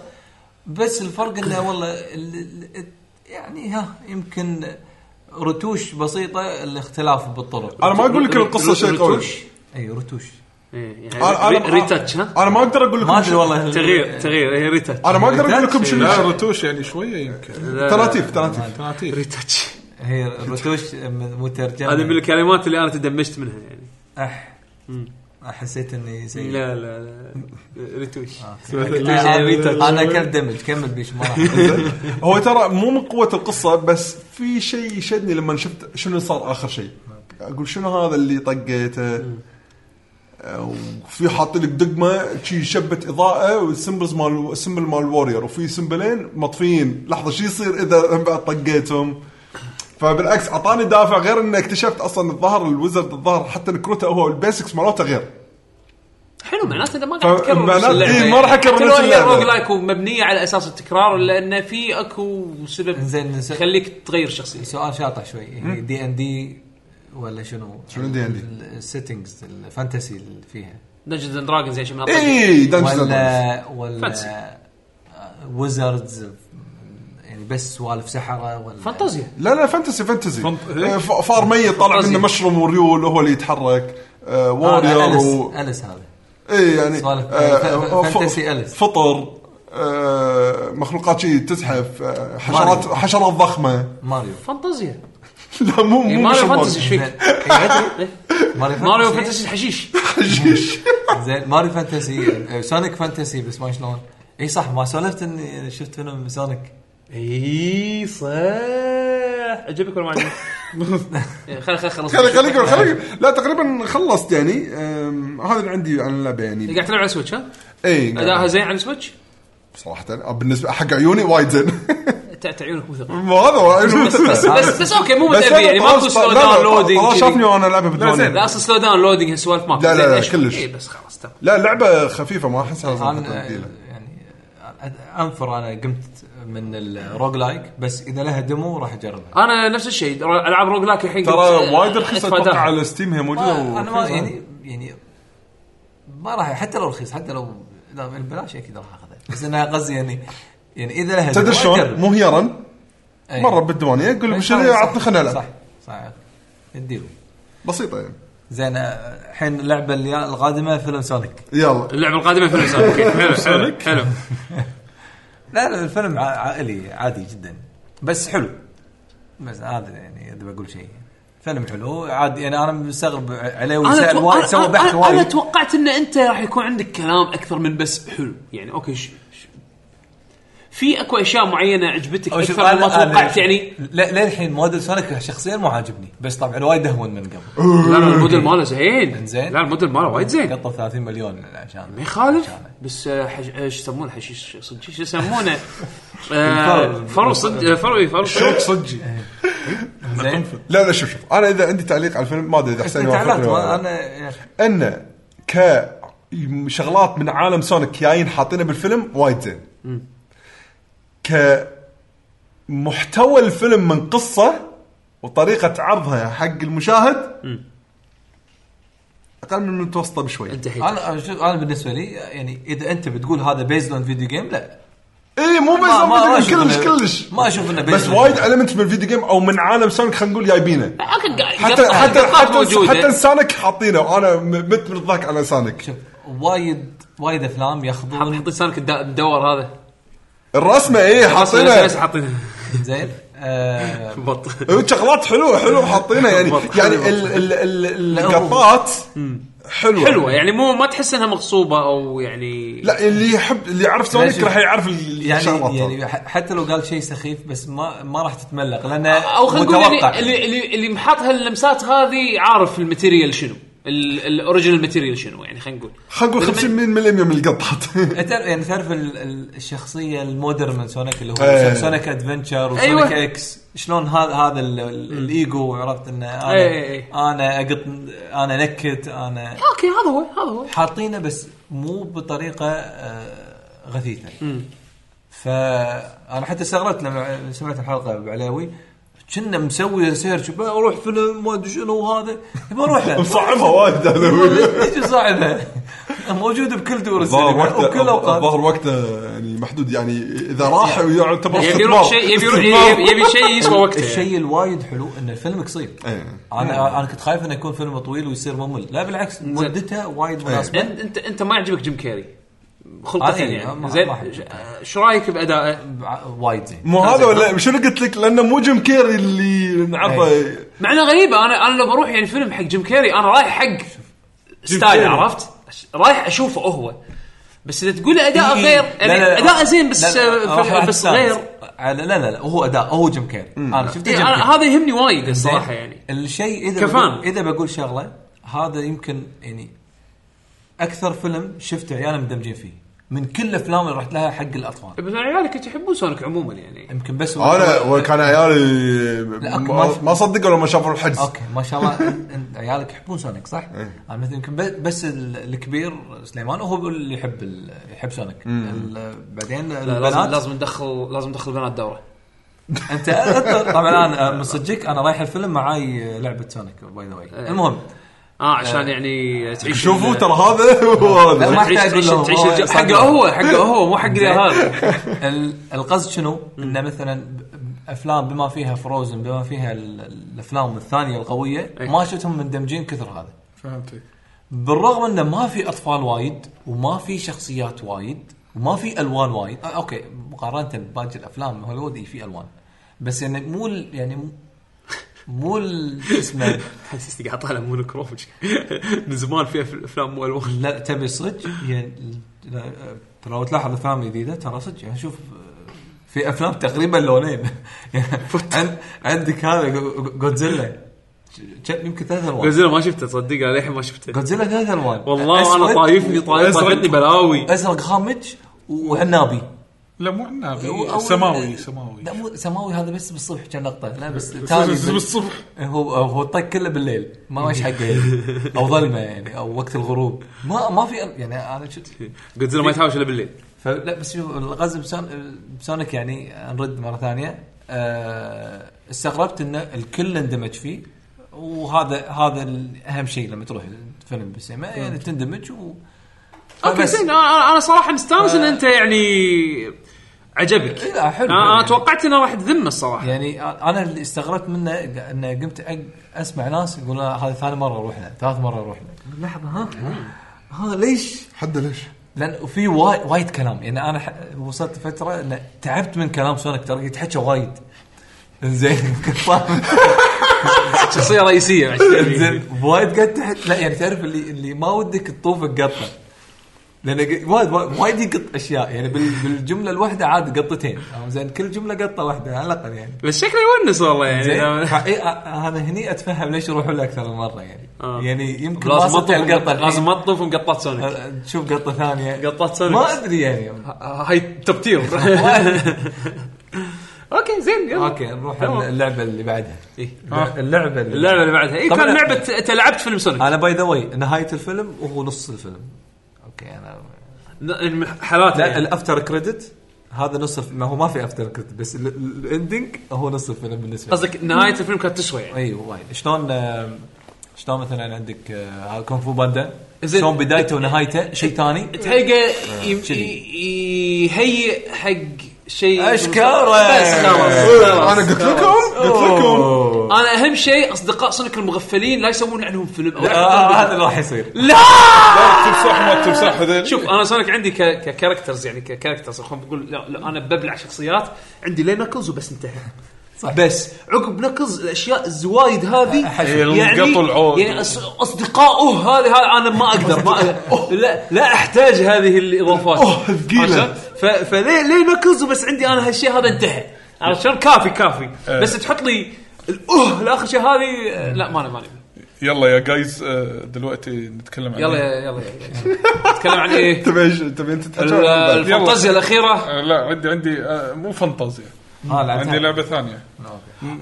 Speaker 5: بس الفرق انه والله ال- ال- يعني ها يمكن رتوش بسيطه الاختلاف بالطرق
Speaker 4: انا ما اقول لك
Speaker 3: رو-
Speaker 4: القصه
Speaker 3: رو-
Speaker 4: شيء قوي
Speaker 3: روتوش.
Speaker 5: اي رتوش
Speaker 3: إيه، يعني
Speaker 4: أنا-
Speaker 3: ري-
Speaker 4: أنا-
Speaker 3: ريتاتش ها
Speaker 4: انا ما اقدر اقول
Speaker 5: ما
Speaker 4: لكم
Speaker 5: ادري
Speaker 4: شو-
Speaker 5: والله
Speaker 3: تغيير تغيير إيه، هي ريتاتش
Speaker 4: انا ما اقدر اقول لكم
Speaker 5: ريتاتش.
Speaker 4: شنو
Speaker 1: لا رتوش يعني شويه
Speaker 4: إيه.
Speaker 1: يمكن
Speaker 4: تراتيف تراتيف
Speaker 1: تراتيف
Speaker 3: ريتاتش
Speaker 5: هي رتوش م- مترجمه
Speaker 3: هذه من الكلمات اللي انا تدمجت منها يعني
Speaker 5: اح حسيت اني سيء
Speaker 3: لا لا لا
Speaker 5: إيه.
Speaker 3: ريتوش (laughs)
Speaker 5: انا آه، أنا كم دمج كمل بيش ما راح.
Speaker 4: هو ترى مو من قوه القصه بس في شيء شدني لما شفت شنو صار اخر شيء اقول شنو هذا اللي طقيته آه، وفي حاط لك دقمه شي شبت اضاءه والسمبلز مال السمبل مال الوريور وفي سمبلين مطفيين لحظه شو يصير اذا هم بعد طقيتهم فبالعكس اعطاني دافع غير اني اكتشفت اصلا الظهر الوزرد الظهر حتى الكروته هو البيسكس مالته غير
Speaker 3: حلو معناته انت ما قاعد تكرر نفس
Speaker 4: معناته
Speaker 3: اللعبه
Speaker 4: إيه،
Speaker 3: يعني.
Speaker 4: ما راح أكرر
Speaker 3: حتى لو
Speaker 4: نفس
Speaker 3: هي
Speaker 4: اللعبة.
Speaker 3: روج لايك ومبنيه على اساس التكرار لان في اكو سبب
Speaker 5: زين، نس-
Speaker 3: يخليك تغير شخصيه
Speaker 5: سؤال شاطح شوي يعني هي دي ان دي ولا شنو؟
Speaker 4: شنو D&D؟
Speaker 5: السيتنجز الفانتسي اللي فيها
Speaker 3: دنجنز اند دراجونز ايش مناطق
Speaker 4: إيه. اي دنجز
Speaker 5: ولا ولا
Speaker 3: Fantasy.
Speaker 5: ويزردز يعني بس سوالف سحره ولا
Speaker 3: فانتازيا
Speaker 4: لا لا فانتسي فانتسي
Speaker 1: فانت-
Speaker 4: آه، ف- فار ميت طالع
Speaker 3: فانتازي.
Speaker 4: منه مشرم وريول وهو اللي يتحرك آه،
Speaker 5: آه،
Speaker 4: وورير
Speaker 5: ألس-
Speaker 4: و...
Speaker 5: الس هذا
Speaker 4: اي يعني
Speaker 5: سوالف-
Speaker 4: آه،
Speaker 5: ف- ف-
Speaker 4: آه، ف-
Speaker 5: فانتسي ألس.
Speaker 4: فطر آه، مخلوقات شي تزحف آه، حشرات
Speaker 5: ماريو.
Speaker 4: حشرات ضخمه
Speaker 5: ماريو
Speaker 3: فانتازيا
Speaker 4: (laughs) لا مو
Speaker 3: إيه،
Speaker 4: مو
Speaker 3: ماريو
Speaker 4: مشروب.
Speaker 3: فانتسي ايش
Speaker 4: (laughs)
Speaker 3: فيك؟
Speaker 5: إيه، ماريو
Speaker 3: ماريو
Speaker 5: فانتسي.
Speaker 3: فانتسي حشيش
Speaker 4: حشيش
Speaker 5: زين ماريو فانتسي آه، سونيك فانتسي بس ما شلون اي صح ما سولفت اني شفت فيلم سونيك
Speaker 3: اي صح عجبك ولا ما عجبك؟ (laughs) إيه، خلي خلي خلص
Speaker 4: خلي خلي يقول- خلي يقول. لا تقريبا خلصت يعني آم، هذا اللي عندي عن اللعبه يعني
Speaker 3: قاعد تلعب على سويتش ها؟
Speaker 4: اي
Speaker 3: اداها زين على السويتش؟
Speaker 4: صراحه آه، بالنسبه حق عيوني وايد زين (laughs)
Speaker 3: تعت عيونك مثل
Speaker 4: ما هذا (laughs)
Speaker 3: بس بس بس, بس اوكي مو مثل يعني ماكو سلو داون لودنج
Speaker 4: والله شافني وانا العبها
Speaker 1: زين.
Speaker 4: بالدنيا
Speaker 3: لا اصلا سلو داون لودنج هالسوالف ماكو
Speaker 4: لا، لا،
Speaker 3: زين،
Speaker 4: لا،
Speaker 3: أشوف.
Speaker 4: كلش.
Speaker 3: اي بس خلاص تمام
Speaker 4: لا لعبه خفيفه ما
Speaker 5: إيه،
Speaker 4: احسها لازم
Speaker 5: انا
Speaker 4: تبديلها.
Speaker 5: يعني آه، انفر انا قمت من الروج لايك بس اذا لها ديمو راح اجربها
Speaker 3: انا نفس الشيء را- العاب روج لاك الحين
Speaker 4: ترى
Speaker 3: قلت-
Speaker 4: وايد رخيصه
Speaker 5: إيه،
Speaker 3: أتفاداها.
Speaker 4: اتوقع على ستيم هي موجوده
Speaker 5: ما انا ما
Speaker 4: ورخيصة.
Speaker 5: يعني يعني ما راح حتى لو رخيص حتى لو لا بلاش اكيد راح اخذها بس انا قصدي يعني يعني اذا لها
Speaker 4: تدري
Speaker 5: ديمو
Speaker 4: شلون
Speaker 5: أجرب.
Speaker 4: مو هيرا
Speaker 5: أي.
Speaker 4: مره بالديوانيه يقول
Speaker 5: إن
Speaker 4: مش
Speaker 5: شاء الله إيه. صح.
Speaker 4: عطني خلينا
Speaker 5: صح
Speaker 4: نلعب
Speaker 5: صح اديله
Speaker 4: بسيطه يعني
Speaker 5: زين آه، الحين اللعبه اللي القادمه فيلم سونيك
Speaker 4: يلا
Speaker 3: اللعبه القادمه فيلم سونيك حلو حلو حلو
Speaker 5: لا لا الفيلم ع- عائلي عادي جدا بس حلو بس هذا يعني اذا بقول شيء فيلم حلو عادي يعني انا مستغرب
Speaker 3: انا
Speaker 5: عليه وسأل
Speaker 3: أتوقع-
Speaker 5: وايد سوى
Speaker 3: أنا-
Speaker 5: بحث
Speaker 3: أنا- انا
Speaker 5: وايد
Speaker 3: توقعت ان انت راح يكون عندك كلام اكثر من بس حلو يعني اوكي ش... ش... في اكو اشياء معينه عجبتك
Speaker 5: أو آه، شوف،
Speaker 3: اكثر
Speaker 5: أنا-
Speaker 3: مما
Speaker 5: أنا-
Speaker 3: توقعت يعني
Speaker 5: لا- للحين موديل سونيك شخصيا مو عاجبني بس طبعا وايد اهون من قبل
Speaker 3: لا لا الموديل ماله زين
Speaker 5: إنزين.
Speaker 3: لا الموديل ماله وايد زين
Speaker 5: قطوا 30 مليون عشان
Speaker 3: ما يخالف بس آه، حش- آه، ايش يسمونه حشيش صدق ايش يسمونه آه،
Speaker 5: الفرو.
Speaker 3: فرو صدق آه، فرو فرو
Speaker 1: شوك صجي
Speaker 5: زين
Speaker 4: لا لا شوف شوف انا اذا عندي تعليق على الفيلم ما ادري اذا حسين
Speaker 5: إيه، تعلقت
Speaker 4: يوافقني ولا لا.
Speaker 5: انا يا أخي،
Speaker 4: انه ك شغلات من عالم سونيك جايين حاطينها بالفيلم وايد زين ك محتوى الفيلم من قصه وطريقه عرضها حق المشاهد اقل من المتوسطه بشوي
Speaker 3: انت حيل
Speaker 5: انا أنا شوف انا بالنسبه لي يعني اذا انت بتقول هذا بيزد اون فيديو جيم لا
Speaker 4: اي إيه، مو بس
Speaker 5: ما- ما- ما
Speaker 4: أبداً،
Speaker 5: أشوف
Speaker 4: كلش
Speaker 5: إنه-
Speaker 4: كلش
Speaker 5: ما أشوف إنه
Speaker 4: بس
Speaker 5: بيزن.
Speaker 4: وايد المنت من الفيديو جيم او من عالم سونيك خلينا نقول جايبينه
Speaker 3: أكيد قا-
Speaker 4: حتى
Speaker 3: قطعة-
Speaker 4: حتى
Speaker 3: قطعة
Speaker 4: حتى
Speaker 3: موجودة.
Speaker 5: إيه.
Speaker 4: حتى سانك حاطينه وانا م- مت من الضحك على سانك
Speaker 5: شوف وايد وايد
Speaker 4: (laughs)
Speaker 5: افلام ياخذون
Speaker 3: حط لسانك الد- الدور هذا
Speaker 4: الرسمه ايه
Speaker 5: إيه،
Speaker 4: حاطينه
Speaker 3: بس حاطينه
Speaker 5: زين آه،
Speaker 3: بط
Speaker 4: شغلات حلوه حلوه حاطينها يعني
Speaker 3: بالضبط،
Speaker 4: يعني
Speaker 3: حلوة.
Speaker 4: ال- ال- ال-
Speaker 5: لا،
Speaker 4: القطات حلوه
Speaker 3: حلوه يعني مو ما تحس انها مغصوبه او يعني
Speaker 4: لا اللي يحب اللي يعرف
Speaker 5: ماشي.
Speaker 4: سونيك راح يعرف ال- الشغلات
Speaker 5: يعني
Speaker 4: يعني
Speaker 5: يعني ح- حتى لو قال شيء سخيف بس ما ما راح تتملق لانه
Speaker 3: او خلينا نقول
Speaker 5: متوقع
Speaker 3: يعني اللي اللي, اللي محط هاللمسات هذه عارف الماتيريال شنو الاوريجنال ماتيريال شنو يعني خلينا نقول
Speaker 4: خلينا نقول 50% من القطات
Speaker 5: انت يعني تعرف ال- ال- الشخصيه المودرن من سونيك اللي
Speaker 4: ايه.
Speaker 5: هو سونيك ادفنتشر وسونيك
Speaker 3: ايوه.
Speaker 5: اكس شلون هذا هذا ال- ال- الايجو عرفت ان
Speaker 3: ايه، ايه.
Speaker 5: انا انا اقط انا نكت انا
Speaker 3: اوكي هذا هو هذا هو
Speaker 5: حاطينه بس مو بطريقه آه، غثيثه فانا حتى استغربت لما سمعت الحلقه بعلاوي كنا مسوي سيرش بروح فيلم ما ادري شنو وهذا
Speaker 4: (laughs)
Speaker 5: بروح له
Speaker 4: مصعبها وايد (laughs) هذا
Speaker 5: ليش صعبه؟ موجوده بكل دور
Speaker 4: الظاهر
Speaker 5: السينما
Speaker 4: وقته
Speaker 5: وكل اوقات
Speaker 4: الظاهر وقته يعني محدود يعني اذا راح يعتبر
Speaker 3: يبي يروح
Speaker 4: استثمار.
Speaker 3: شيء يبي يروح
Speaker 4: استثمار.
Speaker 3: يبي- يبي شيء
Speaker 4: (laughs)
Speaker 3: يسوى وقته يعني.
Speaker 5: الشيء الوايد حلو ان الفيلم قصير
Speaker 3: إيه.
Speaker 4: ايه.
Speaker 5: انا انا كنت خايف انه يكون فيلم طويل ويصير ممل لا بالعكس مدته وايد مناسبه
Speaker 3: انت انت انت ما يعجبك جيم كاري خلقه
Speaker 5: آه، ايه،
Speaker 3: يعني
Speaker 5: ما-
Speaker 3: زين
Speaker 5: ما أحب.
Speaker 3: شو رايك بادائه؟
Speaker 5: بع- وايد زين
Speaker 4: مو هذا ولا شنو قلت لك لانه مو جيم كيري اللي نعرفه
Speaker 3: مع انه غريبه انا انا لو بروح يعني فيلم حق جيم كيري انا رايح حق
Speaker 4: كيري.
Speaker 3: ستايل عرفت؟ رايح اشوفه هو بس اذا تقول لي اداءه
Speaker 5: إي-
Speaker 3: غير
Speaker 5: إيه. لا-
Speaker 3: يعني
Speaker 5: لا- لا.
Speaker 3: اداءه زين بس
Speaker 5: لا- لا،
Speaker 3: آه،
Speaker 5: راح- راح
Speaker 3: بس
Speaker 5: تستانس.
Speaker 3: غير
Speaker 5: على- لا لا لا هو اداء هو جيم كاري انا شفت
Speaker 3: إي،
Speaker 5: جيم
Speaker 3: إيه، أنا-
Speaker 5: كاري
Speaker 3: هذا يهمني وايد
Speaker 5: زين.
Speaker 3: الصراحه يعني
Speaker 5: الشيء اذا
Speaker 3: كفان.
Speaker 5: بقول اذا بقول شغله هذا يمكن يعني اكثر فيلم شفته عيالي مدمجين فيه من كل الافلام اللي رحت لها حق الاطفال
Speaker 3: بس عيالك كنت يحبون سونيك عموما يعني
Speaker 5: يمكن بس
Speaker 4: انا كان عيالي
Speaker 5: لا،
Speaker 4: ما- ما صدقوا لما شافوا الحجز
Speaker 5: اوكي ما شاء الله أن- أن- عيالك يحبون سونيك صح؟ انا مثل يمكن ب- بس ال- الكبير سليمان هو اللي يحب ال- يحب سونيك ال- بعدين
Speaker 3: لا لازم
Speaker 5: البنات (laughs)
Speaker 3: لازم ندخل لازم ندخل بنات دوره
Speaker 5: انت
Speaker 3: إيه.
Speaker 5: أنت- طبعا انا من صدقك انا رايح الفيلم معاي لعبه سونيك باي ذا واي المهم
Speaker 3: اه عشان يعني تعيش
Speaker 4: شوفوا
Speaker 3: ال-
Speaker 4: ترى هذا هو
Speaker 5: لا آه.
Speaker 4: (laughs)
Speaker 5: ما
Speaker 4: هذا
Speaker 3: تعيش
Speaker 5: احتاج
Speaker 3: تعيش
Speaker 5: لهم.
Speaker 3: تعيش
Speaker 5: هو
Speaker 3: الج-
Speaker 5: يصدق.
Speaker 3: حقه هو حقه هو مو حق هذا
Speaker 5: (laughs) ال- القصد شنو؟ انه مثلا ب- ب- افلام بما فيها فروزن بما فيها ال- ال- الافلام الثانيه القويه
Speaker 3: إيه.
Speaker 5: ما شفتهم مندمجين كثر هذا
Speaker 1: فهمت
Speaker 5: بالرغم انه ما في اطفال وايد وما في شخصيات وايد وما في الوان وايد آه اوكي مقارنه بباقي الافلام هوليوودي في الوان بس يعني مو ال- يعني مو- مو ال- شو
Speaker 3: (laughs)
Speaker 5: اسمه
Speaker 3: حسيت قاعد طالع مونوكروم من زمان في أف- افلام مو الوان
Speaker 5: لا تبي صدق يعني ال- لا، آه، ترى لو تلاحظ الافلام الجديده ترى صدق يعني شوف آه، في افلام تقريبا لونين (laughs) يعني عن- عندك هذا جو- جو- جودزيلا ش- يمكن ثلاث الوان
Speaker 3: جوزيلا ما شفته تصدق انا للحين ما شفته
Speaker 5: جودزيلا ثلاث الوان
Speaker 3: والله
Speaker 5: أسود
Speaker 3: انا طايفني طايف
Speaker 5: وأزرق.
Speaker 3: طايفتني بلاوي
Speaker 5: ازرق خامج وعنابي
Speaker 1: لا مو عنابي
Speaker 5: أو-
Speaker 1: إيه، سماوي سماوي
Speaker 5: لا مو سماوي هذا بس بالصبح كان لقطه لا بس تالي
Speaker 1: بس-
Speaker 5: بال-
Speaker 1: بالصبح
Speaker 5: هو هو الطق كله بالليل ما ما ايش
Speaker 1: (laughs)
Speaker 5: حقه يعني. او ظلمه يعني او وقت الغروب ما ما في يعني انا شفت
Speaker 3: جوزيلا ما يتهاوش الا بالليل
Speaker 5: فلا بس شوف الغاز بسون بسونيك يعني نرد مره ثانيه أه استغربت انه الكل اندمج فيه وهذا هذا ال- اهم شيء لما تروح الفيلم بالسينما يعني تندمج و
Speaker 3: اوكي
Speaker 5: فبس-
Speaker 3: زين انا أنا صراحه مستانس ان انت يعني عجبك
Speaker 5: إيه، لا، حلو.
Speaker 3: انا أنا
Speaker 5: يعني.
Speaker 3: توقعت انه راح تذمه الصراحه
Speaker 5: يعني انا اللي استغربت منه انه قمت أق- اسمع ناس يقولون هذا ثاني مره رحنا ثالث مره رحنا لحظه ها ها ليش؟
Speaker 4: حد ليش
Speaker 5: لان آه. في وايد وايد كلام يعني انا ح- وصلت فتره ان تعبت من كلام سونيك ترى يتحكى وايد (laughs) زين (laughs)
Speaker 3: شخصيه (laughs) رئيسيه بعد
Speaker 5: زين وايد قاعد تحت لا يعني تعرف اللي اللي ما ودك تطوفك قطه لان ق- وايد وايد- وايد يقط اشياء يعني بال- بالجمله الواحده عاد قطتين أو زين كل جمله قطه واحده على الاقل يعني
Speaker 3: بس شكله يونس والله
Speaker 5: زين (laughs)
Speaker 3: يعني
Speaker 5: خ- إيه، أ- انا هني اتفهم ليش يروحوا له اكثر من مره يعني
Speaker 3: آه.
Speaker 5: يعني يمكن
Speaker 3: لازم ما
Speaker 5: واصل
Speaker 3: تطوف
Speaker 5: القطه
Speaker 3: لازم ما تطوف مقطات سونيك
Speaker 5: الحين. تشوف قطه ثانيه
Speaker 3: قطات سونيك
Speaker 5: ما ادري يعني (laughs)
Speaker 3: هاي توب تير اوكي زين يلا
Speaker 5: اوكي نروح
Speaker 3: تمام.
Speaker 5: اللعبه اللي بعدها
Speaker 3: إيه.
Speaker 5: اللعبه اللي
Speaker 3: اللعبه اللي بعدها اي
Speaker 5: طبعاً. آه.
Speaker 3: كان لعبه انت لعبت فيلم سونيك
Speaker 5: انا باي ذا واي نهايه الفيلم وهو نص الفيلم اوكي انا
Speaker 3: ن- حالات
Speaker 5: لا
Speaker 3: يعني.
Speaker 5: الافتر كريدت هذا نص الف- ما هو ما في افتر كريدت بس ال- ال- الاندنج هو نص الفيلم بالنسبه لي
Speaker 3: قصدك نهايه الفيلم كانت تشوي يعني
Speaker 5: اي أيوة، وايد شلون آم، شلون مثلا عندك آه، كونغ فو باندا
Speaker 3: زين.
Speaker 5: شلون بدايته ونهايته شيء ثاني آه،
Speaker 3: تهيئه
Speaker 5: كذي.
Speaker 3: يهيئ حق شيء
Speaker 5: أشكرك.
Speaker 3: بس خلاص
Speaker 4: انا قلت لكم قلت لكم
Speaker 3: انا اهم شيء اصدقاء سونيك المغفلين لا يسوون عنهم فيلم أو
Speaker 5: آه،
Speaker 3: لا.
Speaker 5: هذا اللي راح يصير
Speaker 1: تمسح ما تمسح هذول
Speaker 3: شوف انا سونيك عندي ك- ككاركترز يعني ككاركترز خلينا نقول لا, لا انا ببلع شخصيات عندي لين ناكلز وبس انتهى
Speaker 5: صح. آه،
Speaker 3: بس عقب ناكلز الاشياء الزوايد هذه
Speaker 5: حشو.
Speaker 1: القط والعود.
Speaker 3: يعني أص- اصدقائه هذه هذا انا ما اقدر ما أقدر. (laughs) لا لا احتاج هذه الاضافات
Speaker 4: أوه، ثقيلة.
Speaker 3: عرفت؟ ف- فليه ليه ناكلز وبس عندي انا هالشيء هذا انتهى عرفت شلون كافي كافي بس تحط لي الاوه لاخر شيء هذه آه، لا ما انا ما أنا.
Speaker 1: يلا يا جايز آه، دلوقتي نتكلم عن
Speaker 3: يلا يلا يلا نتكلم عن ايه
Speaker 4: تبي ايش تبي انت
Speaker 3: ال-
Speaker 4: تتحكى
Speaker 3: الفانتازيا الاخيره
Speaker 1: آه، لا عندي عندي آه، مو فانتازيا
Speaker 5: اه لعبتها.
Speaker 1: عندي لعبه ثانيه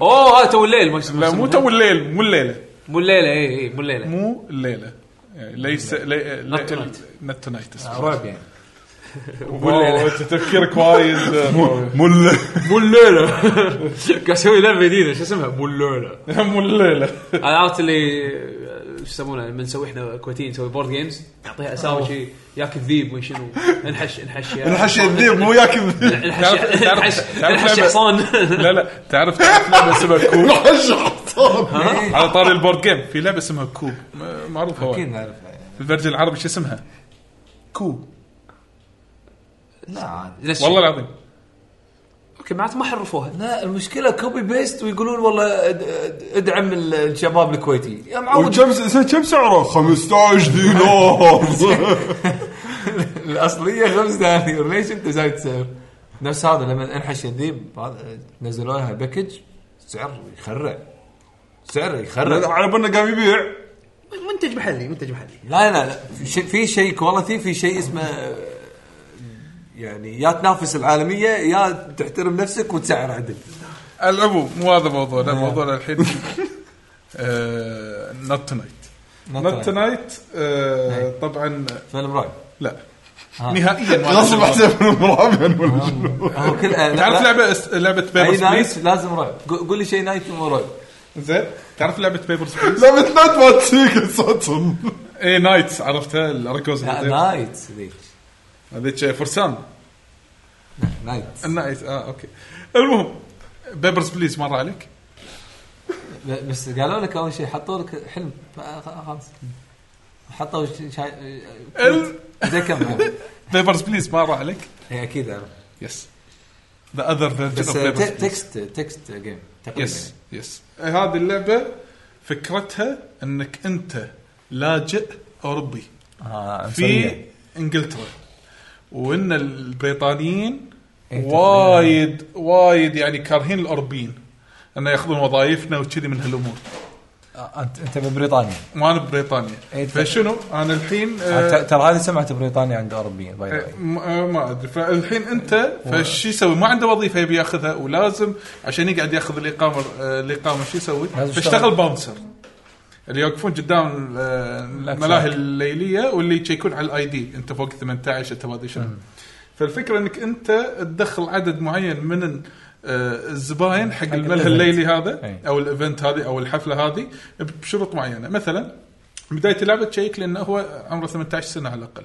Speaker 3: اوه هذا آه، تو الليل ما يسمونه.
Speaker 1: لا مو تو الليل مو الليله
Speaker 3: مو الليله اي اي مو
Speaker 1: (laughs)
Speaker 3: الليله
Speaker 1: مو الليله يعني ليس
Speaker 3: Not tonight.
Speaker 1: نت تونايت
Speaker 5: رعب يعني
Speaker 1: مو الليله تفكيرك وايد
Speaker 4: مو ال-
Speaker 3: مو الليله قاعد اسوي لعبه جديده شو اسمها (laughs) مو الليله
Speaker 1: مو الليله
Speaker 3: انا عرفت اللي آه، شو يسمونه لما نسوي احنا كويتيين نسوي بورد جيمز نعطيها اسامي شيء ياك الذيب وين شنو انحش انحش
Speaker 1: (laughs)
Speaker 3: يا-
Speaker 4: الحشي الذيب مو ياك الذيب
Speaker 3: انحش
Speaker 1: تعرف- تعرف-
Speaker 3: انحش
Speaker 1: تعرف
Speaker 3: انحش
Speaker 1: لعبة-
Speaker 3: حصان
Speaker 1: لا لا تعرف تعرف لعبه اسمها كوب على طاري البورد جيم في لعبه اسمها كوب م- معروفه
Speaker 5: اكيد
Speaker 1: وايد
Speaker 5: نعرفها يعني.
Speaker 1: في الفيرجن العربي شو اسمها؟ كوب
Speaker 5: لا عادي
Speaker 3: نفس
Speaker 1: (laughs)
Speaker 3: الشيء.
Speaker 1: والله
Speaker 3: (laughs)
Speaker 1: العظيم
Speaker 3: اوكي معناته ما حرفوها
Speaker 5: لا المشكله كوبي بيست ويقولون والله اد- اد- ادعم ال- الشباب الكويتي يا معود
Speaker 4: وكم س- كم سعره؟ 15 دينار
Speaker 5: الاصليه خمس دنانير ليش انت زايد سعر؟ نفس هذا لما انحش الذيب هذا نزلوا لها باكج سعر يخرع سعر يخرع
Speaker 4: على بالنا قام يبيع
Speaker 3: منتج محلي منتج محلي
Speaker 5: لا لا لا في شيء- في شيء كواليتي في شيء اسمه آه، يعني يا تنافس العالميه يا تحترم نفسك وتسعر عدل
Speaker 1: على العموم مو هذا موضوعنا موضوعنا الحين (laughs) آه، نوت تونايت نوت تونايت طبعا
Speaker 5: فيلم رعب
Speaker 1: آه، لا نهائيا ما
Speaker 4: غصب
Speaker 1: أعرف.
Speaker 4: حسب رابعا ولا شنو
Speaker 5: هو كل
Speaker 1: تعرف لعبه لعبه
Speaker 5: اي
Speaker 1: بيرس
Speaker 5: نايت لازم رعب قو- قول لي شيء نايت مو رعب
Speaker 1: زين تعرف لعبه بيبرز بليز
Speaker 4: لا مثلات ما تسيق اساسا
Speaker 1: اي نايتس عرفتها الاركوز
Speaker 5: لا نايت ذيك
Speaker 1: هذيك فرسان
Speaker 5: نايت
Speaker 1: النايت اه اوكي المهم بيبرز بليز مر عليك
Speaker 5: ب- بس قالوا لك اول شيء حطوا لك حلم آه، خلاص حطوا ش- شاي
Speaker 1: ال-
Speaker 5: زي كم يعني.
Speaker 1: بيبرز بليز مر عليك
Speaker 5: هي اكيد
Speaker 1: (laughs)
Speaker 5: اعرف
Speaker 1: يس ذا اذر فيرجن
Speaker 5: بس
Speaker 1: اوف
Speaker 5: آه،
Speaker 1: بيبرز
Speaker 5: ت-
Speaker 1: بليز
Speaker 5: تكست تكست جيم تقريبا
Speaker 1: يس يس هذه اللعبه فكرتها انك انت لاجئ اوروبي
Speaker 5: آه،
Speaker 1: في انجلترا وان البريطانيين
Speaker 5: إيه،
Speaker 1: وايد وايد يعني كارهين الاوروبيين انه ياخذون وظائفنا وكذي من هالامور
Speaker 6: آه، انت انت ببريطانيا
Speaker 1: ما انا بريطانيا
Speaker 6: إيه، ت-
Speaker 1: فشنو انا الحين
Speaker 6: آه،
Speaker 1: آه،
Speaker 6: ت- ترى هذه سمعت بريطانيا عند الاوروبيين باي
Speaker 1: آه،
Speaker 6: ذا
Speaker 1: م- آه، ما ادري فالحين انت فش يسوي ما عنده وظيفه يبي ياخذها ولازم عشان يقعد ياخذ الاقامه آه، الاقامه شو يسوي؟
Speaker 6: لازم
Speaker 1: فاشتغل
Speaker 6: يشتغل.
Speaker 1: باونسر اللي يوقفون قدام آه، الملاهي الليليه واللي يشيكون على الاي دي انت فوق 18 انت ما ادري شنو فالفكره انك انت تدخل عدد معين من ال- آه، الزباين حق الملهى
Speaker 6: الإيفنت.
Speaker 1: الليلي هذا
Speaker 6: أي.
Speaker 1: او الايفنت هذه او الحفله هذه بشروط معينه مثلا بدايه اللعبه تشيك لانه هو عمره 18 سنه على الاقل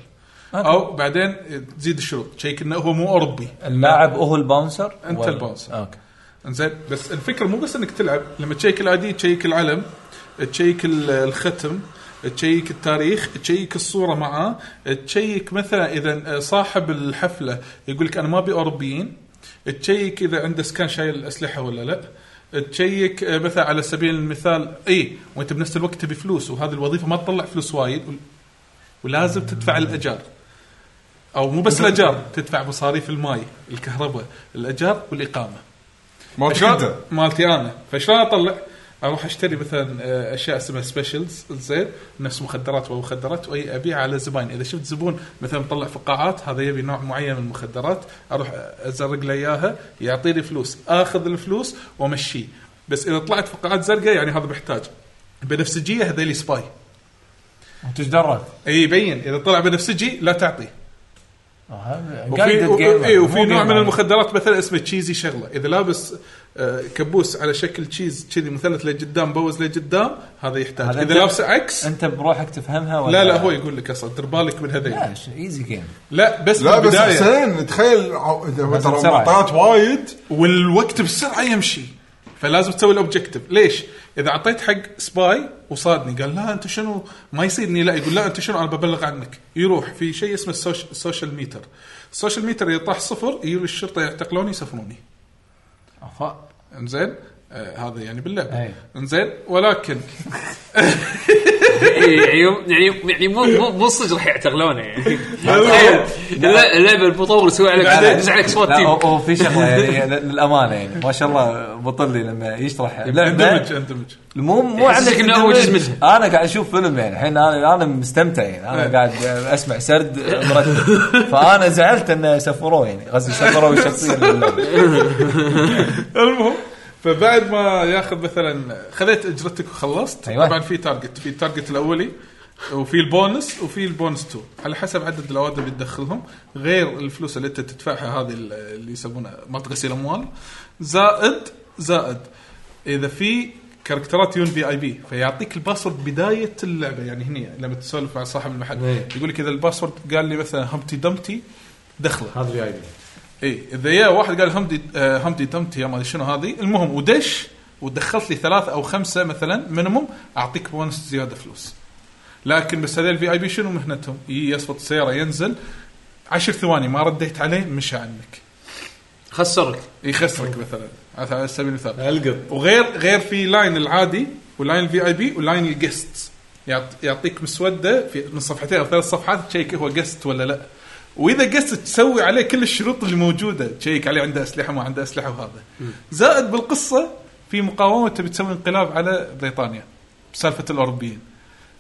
Speaker 1: او بعدين تزيد الشروط تشيك انه هو مو اوروبي
Speaker 6: اللاعب هو الباونسر
Speaker 1: أنت
Speaker 6: ولا- آه،
Speaker 1: الباونسر.
Speaker 6: اوكي
Speaker 1: زين بس الفكره مو بس انك تلعب لما تشيك العادي تشيك العلم تشيك ال- الختم تشيك التاريخ تشيك الصوره معاه تشيك مثلا اذا صاحب الحفله يقول لك انا ما ابي اوروبيين تشيك اذا عنده سكان شايل الاسلحه ولا لا تشيك آه، مثلا على سبيل المثال اي وانت بنفس الوقت تبي فلوس وهذه الوظيفه ما تطلع فلوس وايد ول- ولازم تدفع الاجار او مو بس الاجار تدفع مصاريف الماي الكهرباء الاجار والاقامه
Speaker 4: ما
Speaker 1: فشلون
Speaker 4: تقدر
Speaker 1: مالتي انا فشلون اطلع؟ اروح اشتري مثلا آه، اشياء اسمها سبيشلز زين نفس مخدرات ومخدرات واي ابيعها على زباين اذا شفت زبون مثلا مطلع فقاعات هذا يبي نوع معين من المخدرات اروح ازرق له اياها يعطيني فلوس اخذ الفلوس وامشيه بس اذا طلعت فقاعات زرقاء يعني هذا محتاج بنفسجيه هذيلي سباي
Speaker 6: تجدرت
Speaker 1: اي يبين اذا طلع بنفسجي لا تعطيه
Speaker 6: آه،
Speaker 1: وفي
Speaker 6: وفي
Speaker 1: و- إيه، وفي نوع من المخدرات مثلا اسمه تشيزي شغله اذا لابس آه، كبوس على شكل تشيز كذي مثلث لقدام بوز لقدام هذا يحتاج
Speaker 6: هذا
Speaker 1: اذا
Speaker 6: أنت-
Speaker 1: لابسه عكس
Speaker 6: انت بروحك تفهمها ولا
Speaker 1: لا لا هو يقول لك اصلا دير بالك من هذين
Speaker 5: ايزي جيم
Speaker 1: لا بس
Speaker 4: لا بس
Speaker 1: بالبدايه
Speaker 4: حسين تخيل عو-
Speaker 6: بس
Speaker 4: ترى
Speaker 6: بسرعة.
Speaker 4: معطيات وايد
Speaker 1: والوقت بسرعه يمشي فلازم تسوي الاوبجيكتيف ليش؟ اذا اعطيت حق سباي وصادني قال لا انت شنو ما يصيدني لا يقول لا انت شنو انا ببلغ عنك يروح في شيء اسمه السوش- السوشيال ميتر السوشيال ميتر اذا طاح صفر يجون الشرطه يعتقلوني يسفروني
Speaker 5: أفا.
Speaker 1: انزين آه هذا يعني باللعبه
Speaker 5: أي.
Speaker 1: انزين
Speaker 5: (laughs)
Speaker 1: ولكن
Speaker 3: يعني يعني يعني مو مو مو صدق راح يعتغلونه يعني تخيل الل- اللعبه البطول يسوي عليك
Speaker 5: بعدين-
Speaker 3: يدز عليك سوات
Speaker 5: لا
Speaker 3: تيم
Speaker 5: هو- هو
Speaker 3: (laughs)
Speaker 5: في شغله يعني ل- للامانه يعني ما شاء الله بطلي لما يشرح
Speaker 1: اندمج
Speaker 5: لعبه
Speaker 1: اندمج
Speaker 5: مو مو
Speaker 3: يحسسك
Speaker 5: عندك
Speaker 3: إنه هو
Speaker 5: اندماج.
Speaker 3: جزء منها.
Speaker 5: انا قاعد اشوف فيلم يعني الحين انا انا مستمتع يعني
Speaker 3: إيه.
Speaker 5: انا قاعد اسمع سرد مرتب فانا زعلت انه سفروه يعني قصدي سفروه الشخصيه اللي
Speaker 3: (laughs)
Speaker 5: باللعبة.
Speaker 1: المهم فبعد ما ياخذ مثلا خذيت اجرتك وخلصت
Speaker 5: أيوة.
Speaker 1: طبعا في تارجت في التارجت الاولي وفي البونس وفي البونس 2 على حسب عدد الاوادم اللي تدخلهم غير الفلوس اللي انت تدفعها هذه اللي يسمونها ما تغسل اموال زائد زائد اذا في كاركترات يون في اي بي فيعطيك الباسورد بدايه اللعبه يعني هني لما تسولف مع صاحب المحل يقول لك اذا الباسورد قال لي مثلا همتي دمتي دخله
Speaker 6: هذا في اي
Speaker 1: اي اذا إيه، يا واحد قال همدي آه، همدي دمتي يا ما ادري شنو هذه المهم ودش ودخلت لي ثلاث او خمسه مثلا مينيموم اعطيك بونس زياده فلوس لكن بس هذول الفي اي بي شنو مهنتهم؟ يجي يصفط السياره ينزل عشر ثواني ما رديت عليه مشى عنك
Speaker 3: خسرك
Speaker 1: يخسرك مثلا على سبيل المثال
Speaker 6: القط
Speaker 1: وغير غير في لاين العادي ولاين الفي اي بي ولاين الجست يعطيك مسوده في من صفحتين او ثلاث صفحات تشيك هو جست ولا لا واذا جست تسوي عليه كل الشروط اللي موجوده تشيك عليه عنده اسلحه ما عنده اسلحه وهذا زائد بالقصه في مقاومه تبي تسوي انقلاب على بريطانيا بسالفه الاوروبيين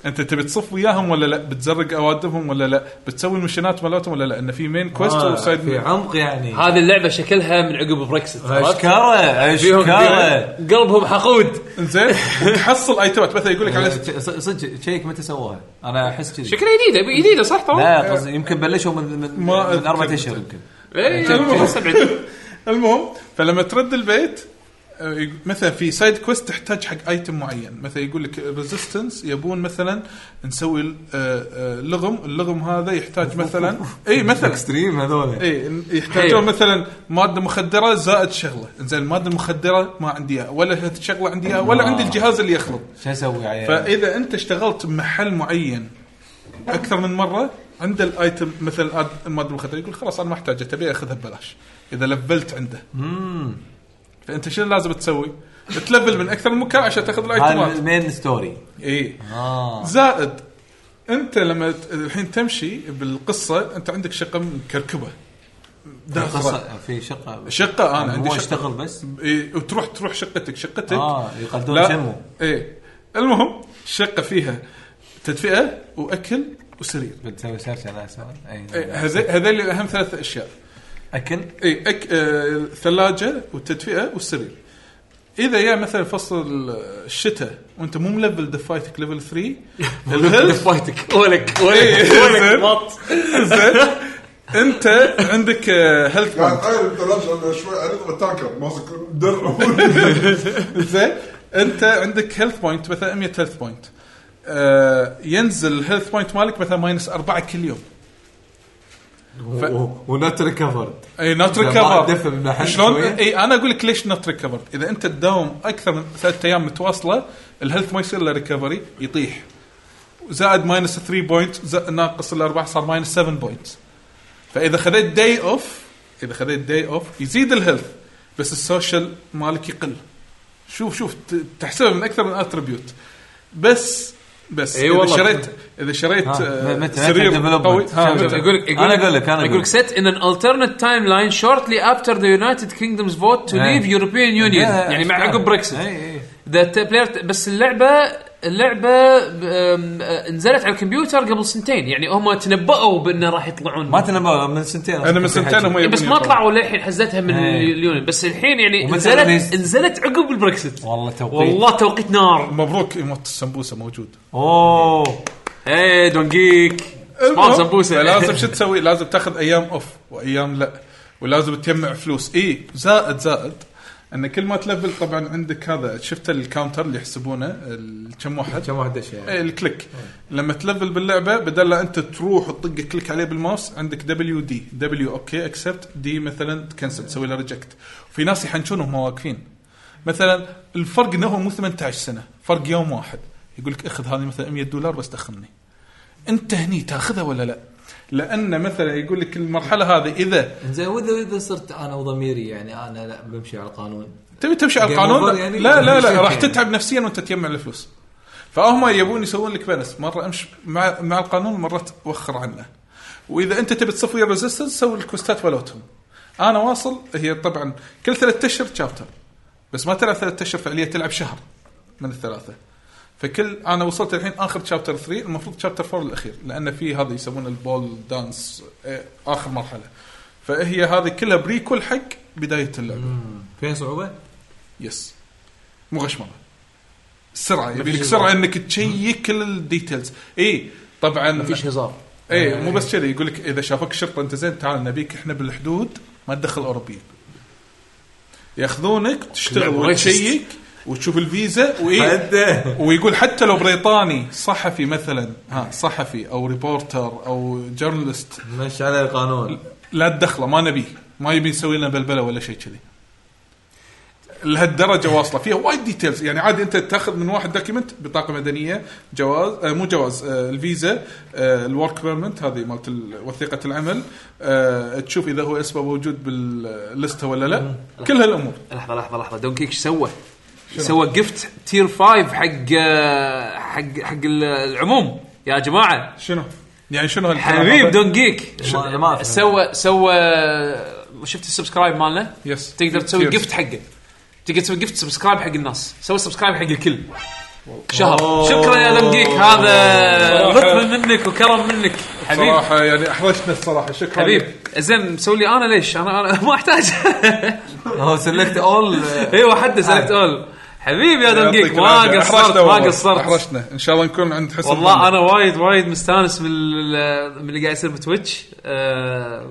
Speaker 1: انت تبي تصف وياهم ولا لا بتزرق اوادمهم ولا لا بتسوي المشنات مالتهم ولا لا ان في مين كويست وسايد
Speaker 5: آه، في
Speaker 1: مين
Speaker 5: عمق يعني
Speaker 3: هذه اللعبه شكلها من عقب بريكست عرفت؟
Speaker 5: اشكره
Speaker 3: فيهم
Speaker 5: اشكره
Speaker 3: قلبهم حقود
Speaker 1: زين وتحصل ايتمات مثلا يقول لك على
Speaker 5: صدق صدق شيك متى سووها؟ انا احس كذي
Speaker 3: شكلها جديده جديده صح طبعا
Speaker 5: لا قصدي يمكن بلشوا من من,
Speaker 1: ما
Speaker 5: من اربع
Speaker 1: أذكر.
Speaker 3: إيه،
Speaker 5: اشهر يمكن
Speaker 3: اي
Speaker 5: (laughs)
Speaker 1: شكلها-
Speaker 3: مستبعد
Speaker 1: المهم فلما ترد البيت آه، يق- مثلا في سايد كويست تحتاج حق ايتم معين مثلا يقول لك ريزيستنس يبون مثلا نسوي ال- آه، آه، لغم اللغم هذا يحتاج إيه، مثلا اي مثلا
Speaker 5: اكستريم هذول
Speaker 1: اي يحتاجون
Speaker 3: إيه.
Speaker 1: مثلا ماده مخدره زائد شغله انزين الماده المخدره ما عندي إياها، ولا شغله عندي إياها، ولا عندي الجهاز اللي يخلط
Speaker 5: شو يعني؟ اسوي عليه؟
Speaker 1: فاذا انت اشتغلت بمحل معين اكثر من مره عند الايتم مثل الآد- الماده المخدره يقول خلاص انا ما احتاجها تبي اخذها ببلاش اذا لفلت عنده فانت شنو لازم تسوي؟ تلفل من اكثر من مكان عشان تاخذ
Speaker 5: هذا
Speaker 1: الايتمات
Speaker 5: المين ستوري
Speaker 1: اي
Speaker 5: اه
Speaker 1: إيه. زائد انت لما ت- الحين تمشي بالقصه انت عندك شقه مكركبه داخله
Speaker 5: قصه في شقه
Speaker 1: شقه انا عندي
Speaker 5: آه، مو
Speaker 1: شقه
Speaker 5: اشتغل بس
Speaker 1: إيه وتروح تروح شقتك شقتك
Speaker 5: اه يقدرون
Speaker 1: لا
Speaker 5: شمو
Speaker 1: ايه المهم الشقه فيها تدفئه واكل وسرير
Speaker 5: بتسوي سيرش على سؤال
Speaker 1: إيه،
Speaker 5: اي
Speaker 1: هذي- هذيل اهم ثلاث اشياء
Speaker 5: اكل
Speaker 1: اي أك... آه، ثلاجه والتدفئه والسرير اذا جاء مثلا فصل الشتاء وانت مو ملفل دفايتك ليفل 3
Speaker 5: (laughs)
Speaker 1: الهيلث
Speaker 3: فايتك ولك
Speaker 1: إيه،
Speaker 3: ولك
Speaker 1: زين.
Speaker 3: ولك بط
Speaker 1: زين انت عندك آه، هيلث
Speaker 7: يعني تخيل انت لابس شوي عريض وتاكر ماسك درع
Speaker 1: زين انت عندك هيلث بوينت مثلا 100 هيلث بوينت آه ينزل الهيلث بوينت مالك مثلا ماينس أربعة كل يوم
Speaker 5: ونوت ريكفرد
Speaker 1: اي نوت
Speaker 5: لما أدف
Speaker 1: ريكفر
Speaker 5: النحل
Speaker 1: إيه، شلون
Speaker 5: شوية.
Speaker 1: اي انا اقول لك ليش نوت ريكفر اذا انت تداوم اكثر من ثلاث ايام متواصله الهيلث ما يصير له ريكفري يطيح زائد ماينس 3 بوينت ناقص الاربعه صار ماينس 7 بوينت فاذا خذيت داي اوف اذا خذيت داي اوف يزيد الهيلث بس السوشيال مالك يقل شوف شوف ت- تحسبها من اكثر من اتربيوت بس بس
Speaker 3: إي
Speaker 1: اذا
Speaker 3: والله.
Speaker 1: شريت اذا شريت
Speaker 5: ها،
Speaker 1: آه،
Speaker 5: متى- متى
Speaker 1: سرير
Speaker 5: development؟
Speaker 1: قوي ها، متى؟
Speaker 5: شوف، شوف.
Speaker 3: يقول لك
Speaker 5: أنا أقول لك، أنا أقول
Speaker 3: يقول لك set in an alternate timeline shortly after the United Kingdom's vote to
Speaker 5: إيه.
Speaker 3: leave European Union يعني مع عقب بريكسيت
Speaker 5: اي اي
Speaker 3: ذا بلاير بس اللعبه اللعبه أم، أه، نزلت على الكمبيوتر قبل سنتين يعني هم تنبؤوا بانه راح يطلعون
Speaker 5: ما تنبأ من سنتين
Speaker 1: انا من سنتين هم
Speaker 3: إيه،
Speaker 1: يبون
Speaker 3: بس ما
Speaker 1: يطلعون.
Speaker 3: طلعوا للحين حزتها من
Speaker 5: إيه.
Speaker 3: اليونيون بس الحين يعني
Speaker 5: ومتى
Speaker 3: نزلت
Speaker 5: released؟
Speaker 3: نزلت عقب البريكسيت
Speaker 5: والله توقيت والله
Speaker 3: والله توقيت نار
Speaker 1: مبروك ايموت السمبوسه موجود
Speaker 5: اوه
Speaker 3: ايه دونجيك إيه، سمارت سمبوسه
Speaker 1: فلازم
Speaker 3: (laughs)
Speaker 1: شو تسوي؟ لازم تاخذ ايام اوف وايام لا ولازم تجمع فلوس اي زائد زائد ان كل ما تلفل طبعا عندك هذا شفت الكاونتر اللي يحسبونه ال- كم واحد؟
Speaker 5: كم واحد دش يعني
Speaker 1: إيه، الكليك لما تلفل باللعبه بدل لا انت تروح وتطق كليك عليه بالماوس عندك دبليو دي دبليو اوكي اكسبت دي مثلا تكنسل تسوي له ريجكت في ناس يحنشون وهم واقفين مثلا الفرق انه هو مو 18 سنه فرق يوم واحد يقول لك اخذ هذه مثلا 100 دولار بس تخني انت هني تاخذها ولا لا؟ لان مثلا يقول لك المرحله هذه اذا
Speaker 5: زين واذا اذا صرت انا وضميري يعني انا لا بمشي على القانون
Speaker 1: تبي تمشي على
Speaker 5: Game
Speaker 1: القانون
Speaker 5: over يعني؟
Speaker 1: لا لا لا
Speaker 5: يعني.
Speaker 1: راح تتعب نفسيا وانت تجمع الفلوس فهم يبون يسوون لك بالانس مره امشي مع مع القانون مره توخر عنه واذا انت تبي تصفي الريزستنس سوي الكوستات ولوتهم انا واصل هي طبعا كل ثلاثة اشهر شابتر بس ما تلعب ثلاثة اشهر فعليا تلعب شهر من الثلاثه فكل انا وصلت الحين اخر شابتر 3 المفروض شابتر 4 الاخير لان في هذا يسمونه البول دانس آه، اخر مرحله فهي هذه كلها بريكول حق بدايه اللعبه
Speaker 5: فيها صعوبه؟
Speaker 1: يس مو غشمره سرعه يبي لك سرعه انك تشيك كل الديتيلز اي طبعا ما
Speaker 3: مفيش هزار
Speaker 1: اي مو بس كذا يقول لك اذا شافك الشرطه انت زين تعال نبيك احنا بالحدود ما تدخل اوروبيه ياخذونك تشتغل
Speaker 3: كلها
Speaker 1: وتشيك وتشوف الفيزا وايه ويقول حتى لو بريطاني صحفي مثلا ها صحفي او ريبورتر او جورنالست
Speaker 5: مش
Speaker 1: (laughs)
Speaker 5: على القانون
Speaker 1: لا تدخله ما نبيه ما يبي يسوي لنا بلبله ولا شيء كذي لهالدرجه واصله فيها وايد ديتيلز يعني عادي انت تاخذ من واحد دوكيمنت بطاقه مدنيه جواز آه مو جواز آه الفيزا آه الورك بيرمنت هذه مالت ال- وثيقه العمل آه تشوف اذا هو اسمه موجود باللسته ولا لا كل هالامور
Speaker 3: لحظه لحظه لحظه دونكيك ايش سوى؟ سوى جفت تير 5 حق آه، حق حق العموم يا جماعه
Speaker 1: شنو؟ يعني شنو هالكلام
Speaker 3: حبيب
Speaker 1: هذا؟
Speaker 3: دونجيك
Speaker 5: ما- أنا ما أعرف.
Speaker 3: سوى سوى شفت السبسكرايب مالنا؟
Speaker 1: يس
Speaker 3: تقدر تسوي
Speaker 1: Cheers.
Speaker 3: جفت حقه تقدر تسوي جفت سبسكرايب حق الناس سوي سبسكرايب حق الكل شهر شكرا يا دونجيك هذا
Speaker 1: صراحة.
Speaker 3: لطف منك وكرم منك حبيب
Speaker 1: صراحه يعني احرجتنا الصراحه شكرا
Speaker 3: حبيب زين مسوي لي انا ليش؟ انا انا ما احتاج
Speaker 5: هو سلكت اول
Speaker 1: إيه،
Speaker 3: ايوه حد سلكت اول حبيبي يا دونجيك
Speaker 1: يعطيك
Speaker 3: ما
Speaker 1: العافية.
Speaker 3: قصرت
Speaker 1: أحرجنا
Speaker 3: ما
Speaker 1: والله.
Speaker 3: قصرت
Speaker 1: احرجنا ان شاء الله نكون عند حسن ظن.
Speaker 3: والله انا وايد وايد مستانس من ال- من اللي قاعد يصير بتويتش آه،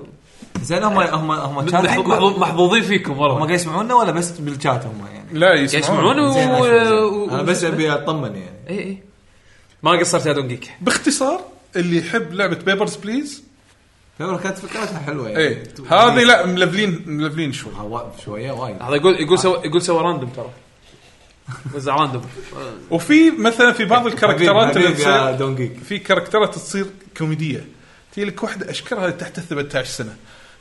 Speaker 5: زين هم هم هم كان
Speaker 3: محظوظ-
Speaker 5: يقول-
Speaker 3: محظوظ- محظوظين فيكم
Speaker 5: هم
Speaker 3: والله
Speaker 5: قاعد يسمعونا ولا بس بالشات هم يعني
Speaker 1: لا
Speaker 3: يسمعون
Speaker 1: يسمعون
Speaker 3: و...
Speaker 5: زين،
Speaker 3: و...
Speaker 5: انا بس ابي اطمن يعني
Speaker 3: اي اي إيه، ما قصرت يا دونجيك
Speaker 1: باختصار اللي يحب لعبه بيبرز بليز
Speaker 5: فبرا كانت فكرتها حلوه يعني
Speaker 1: اي إيه، هذه لا ملفلين ملفلين شوي
Speaker 5: ها، وا- شويه وايد
Speaker 3: هذا يقول يقول سوى يقول سوى راندوم ترى وزع راندوم
Speaker 1: وفي مثلا في بعض الكاركترات اللي
Speaker 5: حبيب يا
Speaker 1: تصير
Speaker 5: دونجيك
Speaker 1: في كاركترات تصير كوميديه تجي لك واحده اشكرها تحت ال 18 سنه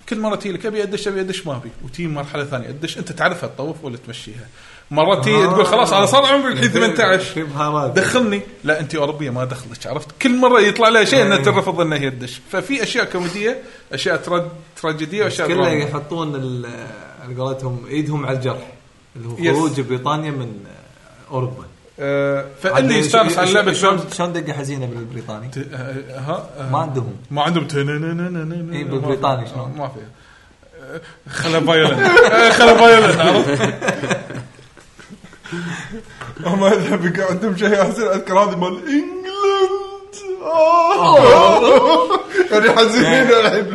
Speaker 1: كل مره تجي لك ابي ادش ابي ادش ما ابي وتجي مرحله ثانيه ادش انت تعرفها تطوف ولا تمشيها مرات
Speaker 5: آه.
Speaker 1: تجي تقول خلاص انا صار
Speaker 5: (laughs)
Speaker 1: عمري الحين 18
Speaker 5: في بهارات
Speaker 1: دخلني لا انت اوروبيه ما ادخلك عرفت كل مره يطلع لها شيء انها ترفض انها هي تدش ففي اشياء كوميديه اشياء ترا- تراجيديه واشياء
Speaker 5: كله
Speaker 1: دراما.
Speaker 5: يحطون ال- على قولتهم ايدهم على الجرح اللي هو
Speaker 1: يس.
Speaker 5: خروج بريطانيا من اوروبا
Speaker 1: آه، فاللي يستانس على لعبه
Speaker 5: شلون شلون دقه حزينه بالبريطاني
Speaker 1: ت- آه، ها آه،
Speaker 5: ما عندهم
Speaker 1: ما عندهم تننننننن.
Speaker 5: إيه، بالبريطاني
Speaker 1: ما في-
Speaker 5: شلون؟
Speaker 1: ما في آه، خلا فايولن آه، خلا (laughs) فايولن عرفت
Speaker 4: هم اذهب يقع عندهم شيء احسن اذكر هذه مال انجلند آه. (laughs) يعني حزينين الحين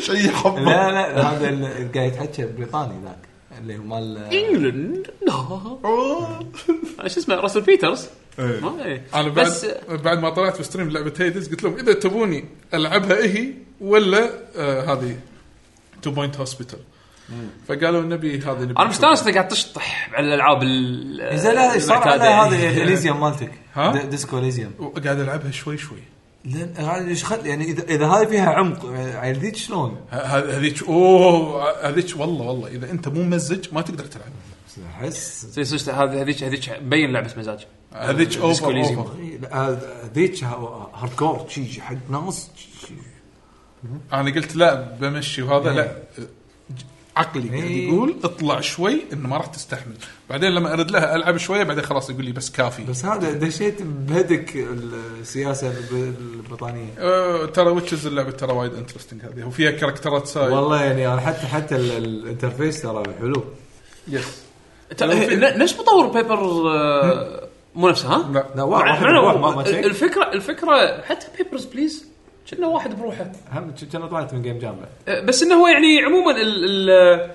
Speaker 4: شيء يحبط
Speaker 5: لا لا هذا اللي قاعد يتحكى بريطاني ذاك اللي هو مال
Speaker 3: انجلند (laughs) آه. شو اسمه راسل بيترز ما إيه.
Speaker 1: انا بعد
Speaker 3: بس
Speaker 1: بعد ما طلعت في ستريم لعبه هيدز قلت لهم اذا تبوني العبها إيه هي ولا آه، هذه تو بوينت هوسبيتال فقالوا نبي هذه نبي
Speaker 3: انا مستانس انك قاعد تشطح على الالعاب ال-
Speaker 5: زين لا صار
Speaker 3: المعتادة
Speaker 5: على هذا
Speaker 3: يعني. (laughs)
Speaker 5: اليزيوم مالتك
Speaker 1: (laughs) ها؟
Speaker 5: د- ديسكو اليزيوم
Speaker 1: قاعد العبها شوي شوي
Speaker 5: لان هذا ايش خل- يعني اذا اذا هذه فيها عمق يعني ذيك شلون؟
Speaker 1: ه- ه- هذيك اوه هذيك والله والله اذا انت مو ممزج ما تقدر تلعب
Speaker 5: احس
Speaker 3: زي- زي- هذه هذيك هذيك مبين لعبه مزاج
Speaker 1: هذيك
Speaker 3: ديسكو
Speaker 1: اوفر
Speaker 3: إليزيوم.
Speaker 1: اوفر
Speaker 5: آه، ذيك هارد كور شي حق ناس شي-
Speaker 1: انا قلت لا بمشي وهذا لا عقلي قاعد
Speaker 5: إيه.
Speaker 1: يقول اطلع شوي انه ما راح تستحمل بعدين لما ارد لها العب شويه بعدين خلاص يقول لي بس كافي
Speaker 5: بس هذا دشيت بهدك السياسه الب- البريطانيه
Speaker 1: أه ترى ويتشز اللعبه ترى وايد انترستنج هذه وفيها كاركترات سايد
Speaker 5: والله يعني أنا حتى حتى ال- الانترفيس ترى حلو
Speaker 1: يس
Speaker 3: ت- ن- نفس مطور بيبر آه، مو نفسه ها؟
Speaker 1: لا
Speaker 5: لا
Speaker 3: مع-
Speaker 5: واحد
Speaker 3: مع إنه
Speaker 5: واحد ما- ما شيء.
Speaker 3: الفكره الفكره حتى بيبرز بليز كنا واحد بروحه
Speaker 5: هم كنا طلعت من جيم جام بعد.
Speaker 3: آه، بس انه هو يعني عموما ال ال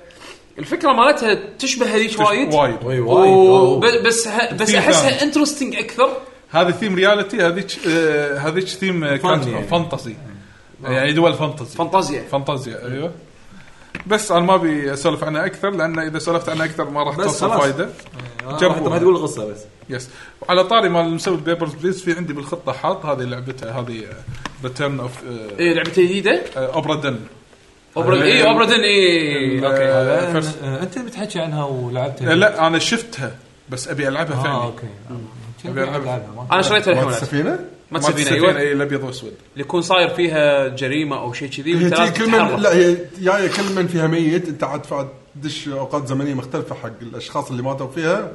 Speaker 3: الفكره مالتها تشبه هذيك وايد
Speaker 1: وايد
Speaker 5: اي
Speaker 3: و-
Speaker 5: وايد
Speaker 3: ب- بس ه- بس
Speaker 1: في
Speaker 3: احسها
Speaker 1: فان.
Speaker 3: انترستنج اكثر
Speaker 1: هذه ثيم رياليتي هذيك آه، هذيك ثيم آه، كانت
Speaker 5: يعني.
Speaker 1: فانتسي يعني دول فانتسي
Speaker 3: فانتازيا
Speaker 1: فانتازيا ايوه بس انا ما ابي اسولف عنها اكثر لان اذا سولفت عنها اكثر ما راح
Speaker 5: بس
Speaker 1: توصل
Speaker 5: خلاص.
Speaker 1: فايده
Speaker 5: جربوا آه، ما تقول القصه بس
Speaker 1: يس وعلى طاري مال مسوي بيبرز بليز في عندي بالخطه حاط هذه لعبتها هذه uh, ريتيرن اوف
Speaker 3: إيه، لعبه جديده
Speaker 1: اوبرا دن
Speaker 3: اوبرا اي اوبرا دن اي اوكي
Speaker 5: إيه.
Speaker 1: first-
Speaker 6: آه، انت اللي بتحكي عنها ولعبتها
Speaker 1: لا انا شفتها بس ابي
Speaker 3: آه،
Speaker 1: العبها
Speaker 5: آه،
Speaker 6: اه
Speaker 1: فعليا
Speaker 6: اوكي
Speaker 1: أبي ألعب.
Speaker 3: انا شريتها الحين
Speaker 4: مات
Speaker 3: ولعبتها.
Speaker 4: السفينه؟
Speaker 3: ما
Speaker 1: مات
Speaker 3: تسفينا
Speaker 1: السفينه
Speaker 3: ايوه
Speaker 1: اي الابيض واسود
Speaker 3: اللي يكون صاير فيها جريمه او شيء كذي
Speaker 4: هي
Speaker 3: وانت
Speaker 4: تي-
Speaker 3: لازم
Speaker 4: كل من
Speaker 3: إيه، تتحرك
Speaker 4: لا هي جايه كل من فيها ميت انت عاد فعاد تدش اوقات زمنيه مختلفه حق الاشخاص اللي ماتوا فيها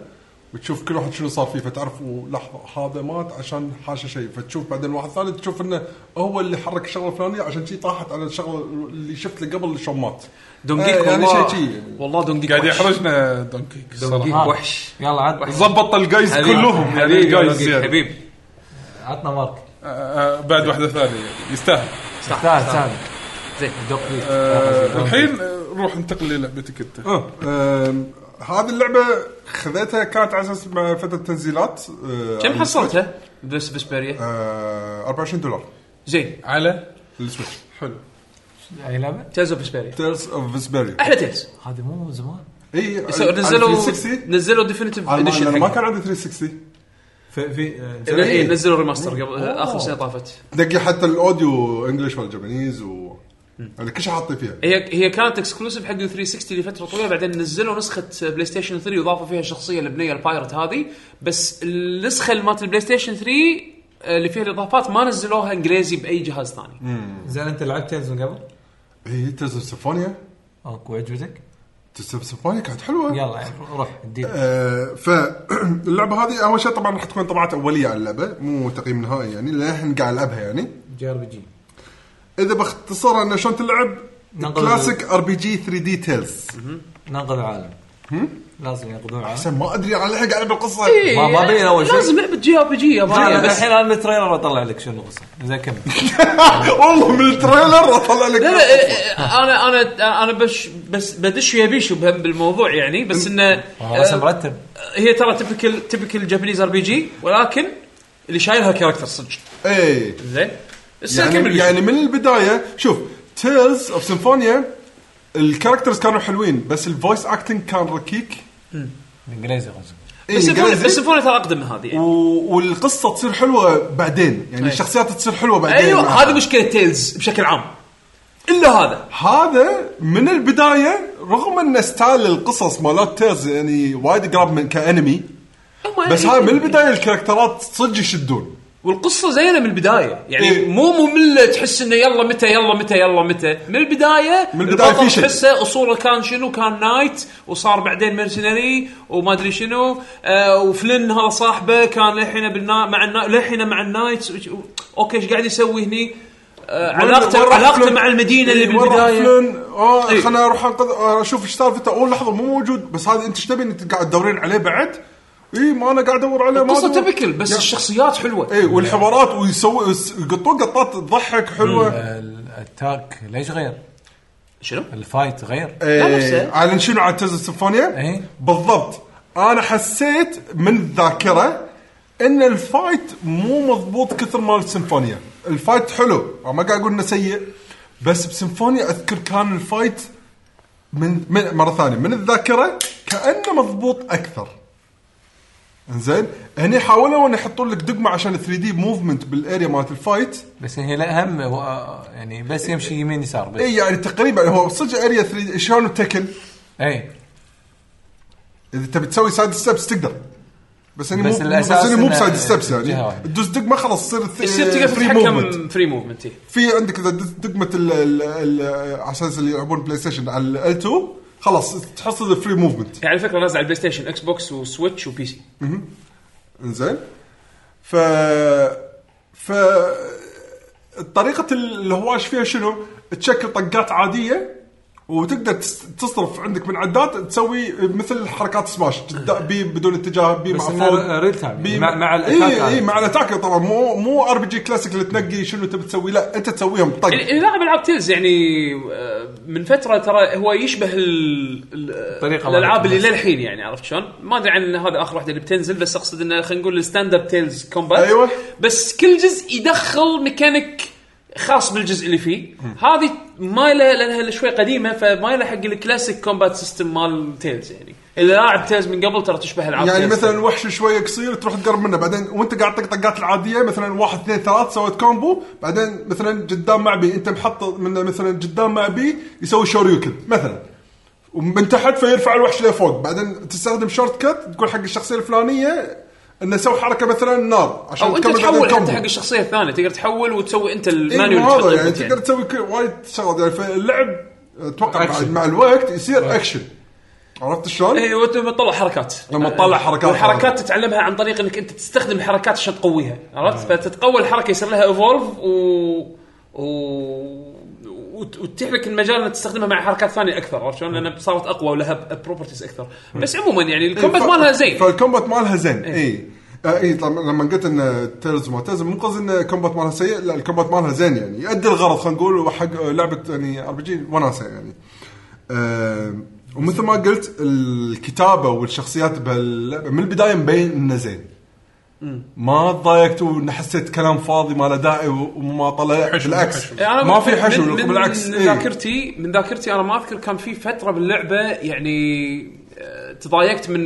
Speaker 4: وتشوف كل واحد شنو صار فيه فتعرف و- لحظه هذا مات عشان حاشه شيء فتشوف بعدين واحد ثاني تشوف انه هو اللي حرك الشغله الفلانيه عشان شي طاحت على الشغله اللي شفت اللي قبل شلون مات
Speaker 3: دونجيك
Speaker 4: آه، يعني
Speaker 3: والله
Speaker 4: شيء شي.
Speaker 3: والله دونجيك
Speaker 1: قاعد
Speaker 3: وحش.
Speaker 1: يحرجنا دونكيك
Speaker 3: دونجيك
Speaker 1: الصراحه
Speaker 3: آه، وحش
Speaker 5: يلا عاد
Speaker 1: ضبط الجايز
Speaker 3: حبيبي.
Speaker 1: كلهم يعني
Speaker 3: حبيبي
Speaker 1: الجايز
Speaker 3: دونجيك،
Speaker 1: زيادة.
Speaker 3: حبيبي
Speaker 5: عطنا مارك
Speaker 1: آه، آه، بعد واحده ثانيه يستاهل
Speaker 5: تعال تعال
Speaker 3: زين.
Speaker 5: دوك
Speaker 1: آه، الحين آه، روح انتقل للعبتك انت
Speaker 3: آه.
Speaker 4: اه آم، هذه اللعبه خذيتها كانت على اساس مع فتره تنزيلات آه، على
Speaker 3: كم حصلتها بس بسبيريا
Speaker 4: آه، 24 دولار
Speaker 3: زين
Speaker 1: على
Speaker 4: للسويتش
Speaker 1: حلو
Speaker 5: اي لعبه؟
Speaker 3: تيلز اوف بسبيريا
Speaker 4: تيرز اوف فيسبيريا
Speaker 3: احلى تيلز
Speaker 5: هذه مو من زمان
Speaker 4: اي
Speaker 3: نزلوا نزلوا ديفينيتيف
Speaker 4: انا
Speaker 3: اديشن
Speaker 4: ما كان عندي 360
Speaker 5: في في آه،
Speaker 3: اي إيه، نزلوا الريماستر قبل اخر سنه طافت
Speaker 4: دقي حتى الاوديو انجلش ولا جابانيز و انا كل شيء حاطين فيها
Speaker 3: هي هي كانت اكسكلوسيف حق 360 لفتره طويله بعدين نزلوا نسخه بلاي ستيشن 3 وضافوا فيها الشخصيه البنيه البايرت هذه بس النسخه اللي مالت البلاي ستيشن 3 آه، اللي فيها الاضافات ما نزلوها انجليزي باي جهاز ثاني
Speaker 5: زين انت لعبت تيلز من قبل؟
Speaker 4: هي تيرز اوف سيمفونيا
Speaker 5: اوكي عجبتك؟
Speaker 4: تيرز اوف سيمفونيا كانت حلوه
Speaker 5: يلا يعني روح اديني
Speaker 4: آه، (clears throat) فاللعبه هذه اول شيء طبعا راح تكون طبعات اوليه على اللعبه مو تقييم نهائي يعني لان احنا قاعد نلعبها يعني
Speaker 5: جي ار بي جي
Speaker 4: اذا باختصار انه شلون تلعب
Speaker 5: نقل-
Speaker 4: كلاسيك ار بي جي 3 دي تيلز
Speaker 5: ننقذ العالم لازم ينقضون على
Speaker 4: احسن ما ادري على الحين قاعد بالقصه
Speaker 3: إيه.
Speaker 5: ما- ما بين أول شيء.
Speaker 3: لازم لعبه جي ار بي جي يابانيه
Speaker 5: أنا
Speaker 3: بس
Speaker 5: الحين انا من التريلر بطلع لك شنو القصه زين كمل
Speaker 4: والله من التريلر طلع لك
Speaker 3: لا لا إيه، انا انا انا بش بس بدش ويا بيشو بهم بالموضوع يعني بس انه
Speaker 5: آه، بس
Speaker 3: آه،
Speaker 5: مرتب
Speaker 3: هي ترى تبكل تبكل جابانيز ار بي جي ولكن اللي شايلها كاركتر صدق
Speaker 4: اي
Speaker 3: زين بس كمل
Speaker 4: إيه. يعني,
Speaker 3: بيشو.
Speaker 4: يعني من البدايه شوف تيلز اوف سيمفونيا الكاركترز كانوا حلوين بس الفويس اكتنج كان ركيك
Speaker 5: بالانجليزي خمسة
Speaker 4: إيه،
Speaker 3: بس سيمفوني
Speaker 4: إنجليزي.
Speaker 3: بس سيمفوني ترى اقدم من هذه يعني.
Speaker 4: و... والقصه تصير حلوه بعدين يعني
Speaker 3: إيه.
Speaker 4: الشخصيات تصير حلوه بعدين
Speaker 3: ايوه
Speaker 4: معها.
Speaker 3: هذه مشكله تيلز بشكل عام الا هذا
Speaker 4: هذا من البدايه رغم ان ستايل القصص مالات تيلز يعني وايد قراب من كانمي بس هاي من البدايه الكاركترات صدق يشدون
Speaker 3: والقصه زينه من البدايه يعني
Speaker 4: إيه.
Speaker 3: مو ممله تحس انه يلا متى يلا متى يلا متى من البدايه
Speaker 4: من البداية
Speaker 3: البطل
Speaker 4: في شيء.
Speaker 3: تحسه اصوله كان شنو كان نايت وصار بعدين مرسنري وما ادري شنو آه وفلن هذا صاحبه كان للحين بالنا... مع النا... للحين مع النايت اوكي ايش قاعد يسوي هني آه علاقته
Speaker 4: وين- وين راح
Speaker 3: علاقته
Speaker 4: فلن؟
Speaker 3: مع المدينه اللي
Speaker 4: إيه، وين راح
Speaker 3: بالبدايه
Speaker 4: فلن؟ اه
Speaker 3: إيه.
Speaker 4: خلنا اروح أنقذ- آه، اشوف ايش سالفته اول لحظه مو موجود بس هذا انت ايش تبي انت قاعد تدورين عليه بعد؟ اي ما انا قاعد ادور عليه ما
Speaker 3: قصه
Speaker 4: أدور.
Speaker 3: تبكل بس إيه.
Speaker 4: يا- إيه.
Speaker 3: الشخصيات حلوه
Speaker 4: اي والحوارات ويسوي يس- يقطون قطات تضحك
Speaker 3: إيه.
Speaker 4: حلوه
Speaker 5: الاتاك ليش غير؟
Speaker 3: شنو؟
Speaker 5: الفايت غير
Speaker 3: لا نفسه.
Speaker 4: إيه، على شنو على تيز السيمفونيا
Speaker 5: إيه.
Speaker 4: بالضبط انا حسيت من الذاكره ان الفايت مو مضبوط كثر مال السيمفونيا الفايت حلو أنا ما قاعد اقول انه سيء بس بسيمفونيا اذكر كان الفايت من, من مره ثانيه من الذاكره كانه مضبوط اكثر انزين هني حاولوا ان يحطون لك دقمه عشان 3 دي موفمنت بالاريا مالت الفايت
Speaker 5: بس هي لا هم هو آه، يعني بس يمشي يمين يسار بس
Speaker 4: اي يعني تقريبا هو صدق اريا 3 دي شلون تكن
Speaker 5: اي
Speaker 4: اذا تبي تسوي سايد ستبس تقدر بس اني مو
Speaker 5: بس
Speaker 4: بس,
Speaker 5: الأساس
Speaker 4: اني مو
Speaker 5: إنه
Speaker 4: بسايد ستبس
Speaker 5: جهة
Speaker 4: يعني
Speaker 5: واحدة.
Speaker 4: تدوس دقمه خلاص تصير ث-
Speaker 3: يصير تقدر
Speaker 4: free movement.
Speaker 3: تتحكم إيه. فري موفمنت
Speaker 4: في عندك اذا دز دقمه ال- ال- ال- على اساس اللي يلعبون بلاي ستيشن على ال 2 خلاص تحصل الفري موفمنت
Speaker 3: يعني على فكره نازل على البلاي ستيشن اكس بوكس وسويتش وبي سي
Speaker 4: انزين ف ف طريقه الهواش فيها شنو؟ تشكل طقات عاديه وتقدر تس- تصرف عندك من عدات تسوي مثل حركات سماش تبدا بي بدون اتجاه بي
Speaker 6: إيه. بس
Speaker 4: مع
Speaker 6: إنه
Speaker 4: فوق
Speaker 6: ريل تايم، يعني مع- مع الأتاك
Speaker 4: اي
Speaker 6: عادي.
Speaker 4: اي إيه، مع الاتاك طبعا مو مو ار بي جي كلاسيك اللي تنقي شنو تبي تسوي لا انت تسويهم طق
Speaker 3: اللي إيه، لاعب العاب تيلز يعني آه، من فتره ترى هو يشبه ال- ال-
Speaker 5: الطريقة
Speaker 3: الالعاب اللي
Speaker 5: مالت-
Speaker 3: للحين يعني عرفت شلون؟ ما ادري عن هذا اخر واحده اللي بتنزل بس اقصد انه خلينا نقول الستاند اب تيلز كومبات
Speaker 4: أيوة.
Speaker 3: بس كل جزء يدخل ميكانيك خاص بالجزء اللي فيه هذه مايله لانها شوي قديمه فمايله حق الكلاسيك كومبات سيستم مال تيلز يعني اللي لاعب تيلز من قبل ترى تشبه العاب
Speaker 4: يعني
Speaker 3: تيلز.
Speaker 4: مثلا وحش شويه قصير تروح تقرب منه بعدين وانت قاعد طق طقات العاديه مثلا واحد اثنين ثلاث سويت كومبو بعدين مثلا قدام مع بي انت محط منه مثلا قدام مع بي يسوي شوريوكن مثلا ومن تحت فيرفع الوحش لفوق بعدين تستخدم شورت كت تقول حق الشخصيه الفلانيه انه سوي حركه مثلا نار عشان
Speaker 3: او انت
Speaker 4: تكمل بعدين
Speaker 3: تحول حتى
Speaker 4: كومبو.
Speaker 3: حق الشخصيه الثانيه تقدر تحول وتسوي انت المانيو
Speaker 4: إيه
Speaker 3: اللي تحطه
Speaker 4: هذا يعني
Speaker 3: بالبوت
Speaker 4: تقدر تسوي كل- وايد شغلات يعني فاللعب اتوقع بعد مع الوقت
Speaker 3: أيوه.
Speaker 4: يصير اكشن عرفت شلون؟
Speaker 3: اي وانت لما تطلع إيه، حركات
Speaker 4: لما تطلع حركات.
Speaker 3: والحركات تتعلمها عن طريق انك انت تستخدم الحركات عشان تقويها عرفت
Speaker 4: نعم.
Speaker 3: فتتقوى الحركه يصير لها ايفولف و... و... وت- وتتيح لك المجال انك تستخدمها مع حركات ثانيه اكثر عرفت شلون؟ لان صارت اقوى ولها بروبرتيز اكثر بس عموما يعني الكومبات
Speaker 4: إيه، ف-
Speaker 3: مالها زين إيه.
Speaker 4: فالكومبات مالها زين إيه. اي اي طبعا لما قلت ان تيرز ما تيرز مو قصدي ان الكومبات مالها سيء لا الكومبات مالها زين يعني يؤدي الغرض خلينا نقول حق لعبه يعني ار بي جي وناسه يعني آم، ومثل ما قلت الكتابه والشخصيات بهاللعبه من البدايه مبين انه زين ما تضايقت وان حسيت كلام فاضي ما له داعي وما طلع بالعكس
Speaker 3: يعني أنا
Speaker 4: ما في حشو
Speaker 3: من- من-
Speaker 4: بالعكس
Speaker 3: من
Speaker 4: إيه.
Speaker 3: ذاكرتي من ذاكرتي انا ما اذكر كان في فتره باللعبه يعني آه، تضايقت من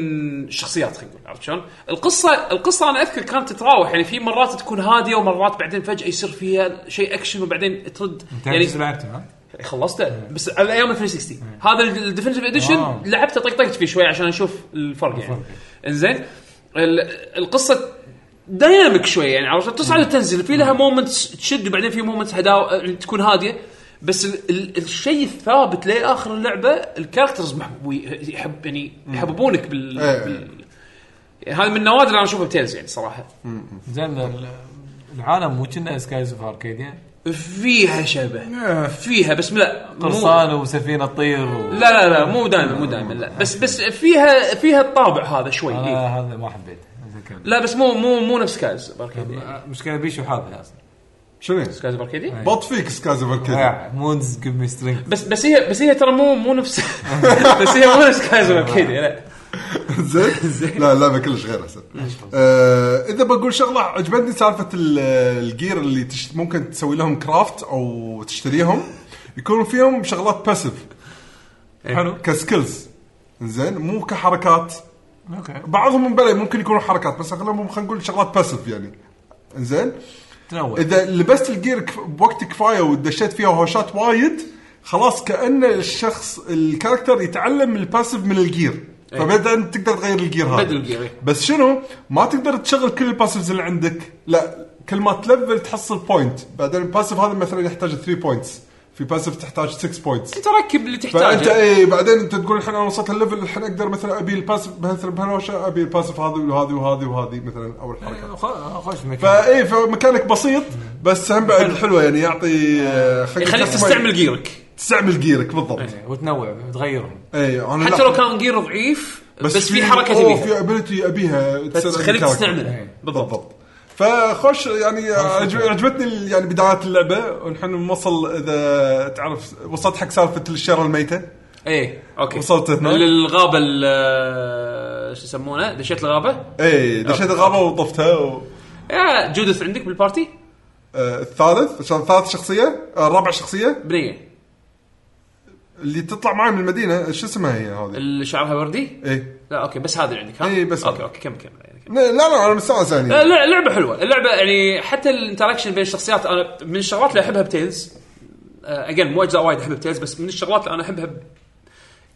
Speaker 3: الشخصيات خلينا نقول عرفت شلون؟ القصه القصه انا اذكر كانت تتراوح يعني في مرات تكون هاديه ومرات بعدين فجاه يصير فيها شيء اكشن وبعدين ترد يعني
Speaker 5: يعني لعبته ها؟
Speaker 3: خلصته بس على ايام 360 هذا الديفنسيف اديشن لعبته طقطقت فيه شوي عشان اشوف الفرق يعني انزين ال- القصه دايناميك شوي يعني عرفت تصعد وتنزل في لها مومنتس تشد وبعدين في مومنتس هداو تكون هاديه بس ال- ال- الشيء الثابت لاخر اللعبه الكاركترز محبوي يحب يعني يحببونك بال,
Speaker 4: إيه.
Speaker 3: بال... يعني هذا من النوادر اللي انا اشوفها بتيلز يعني صراحه
Speaker 5: زين ال- العالم مو كنا سكايز اوف اركيديا
Speaker 3: فيها شبه فيها بس لا مو-
Speaker 5: قرصان وسفينه تطير و...
Speaker 3: لا لا لا مو دائما مو دائما لا بس بس فيها فيها الطابع هذا شوي إيه.
Speaker 5: آه هذا ما حبيت
Speaker 3: لا بس مو مو مو نفس كاز باركيدي
Speaker 5: مشكله بيشو حابها اصلا
Speaker 8: شنو؟
Speaker 3: كاز باركيدي
Speaker 8: بط فيك سكازا بركيد
Speaker 5: آه، مونز جيف مي سترينج
Speaker 3: بس بس هي بس هي ترى مو مو نفس (laughs) بس هي مو نفس كاز باركيدي لا (laughs)
Speaker 4: زين لا اللعبه كلش غير احسن آه، اذا بقول شغله عجبتني سالفه ال- الجير اللي تش- ممكن تسوي لهم كرافت او تشتريهم يكون فيهم شغلات باسف حلو كسكيلز زين مو كحركات
Speaker 5: اوكي
Speaker 4: بعضهم بلا ممكن يكونوا حركات بس اغلبهم خلينا نقول شغلات باسف يعني زين
Speaker 5: تنوع
Speaker 4: اذا لبست الجير كف- بوقت كفايه ودشيت فيها هوشات وايد خلاص كان الشخص الكاركتر يتعلم الباسف من الجير فبدا تقدر تغير الجير هذا
Speaker 3: إيه. بدل الجير، إيه.
Speaker 4: بس شنو ما تقدر تشغل كل الباسفز اللي عندك لا كل ما تلفل تحصل بوينت بعدين الباسف هذا مثلا يحتاج 3 بوينts في باسف تحتاج 6 بوينتس
Speaker 3: تركب اللي
Speaker 4: فانت
Speaker 3: تحتاجه
Speaker 4: اي إيه، بعدين انت تقول الحين انا وصلت الليفل الحين اقدر مثلا ابي الباس مثلا بهالوشه ابي الباسف هذه وهذه وهذه وهذه مثلا او الحركه
Speaker 5: خ- خوش مكان
Speaker 4: فاي فمكانك بسيط بس هم بعد حلوه يعني يعطي آه، خلي
Speaker 3: يخليك
Speaker 4: الكاستمايز-
Speaker 3: تستعمل جيرك
Speaker 4: تستعمل جيرك بالضبط
Speaker 5: وتنوع تغيرهم
Speaker 4: اي انا
Speaker 3: حتى
Speaker 4: لا-
Speaker 3: لو كان جير ضعيف بس, في حركه
Speaker 4: أوه، في
Speaker 3: تبيها
Speaker 4: ابيلتي ابيها تساعد
Speaker 3: تخليك
Speaker 4: الكاركتر.
Speaker 3: تستعمله بالضبط
Speaker 4: إيه، بالضبط فخوش يعني عجب- عجبتني ال- يعني بدايات اللعبه ونحن نوصل اذا تعرف وصلت حق سالفه الشيره الميته
Speaker 3: ايه اوكي
Speaker 4: وصلت هنا.
Speaker 3: للغابه ال- آه، شو يسمونه دشيت الغابه
Speaker 4: اي إيه، دشيت الغابه وطفتها و...
Speaker 3: يا جودث عندك بالبارتي
Speaker 4: آه، الثالث عشان ثالث شخصيه آه، الرابع شخصيه
Speaker 3: بنيه
Speaker 4: اللي تطلع معي من المدينه شو اسمها هي هذه؟
Speaker 3: اللي شعرها وردي
Speaker 4: ايه
Speaker 3: لا اوكي بس هذا عندك ها
Speaker 4: إيه، بس
Speaker 3: اوكي
Speaker 4: هذا.
Speaker 3: اوكي كمل كمل يعني كمل.
Speaker 4: لا لا انا مستانس
Speaker 3: لا،
Speaker 4: يعني
Speaker 3: لا، لعبه حلوه اللعبه يعني حتى الانتراكشن بين الشخصيات انا من الشغلات اللي احبها بتيلز اجين مو اجزاء وايد احبها بتيلز بس من الشغلات اللي انا احبها ب...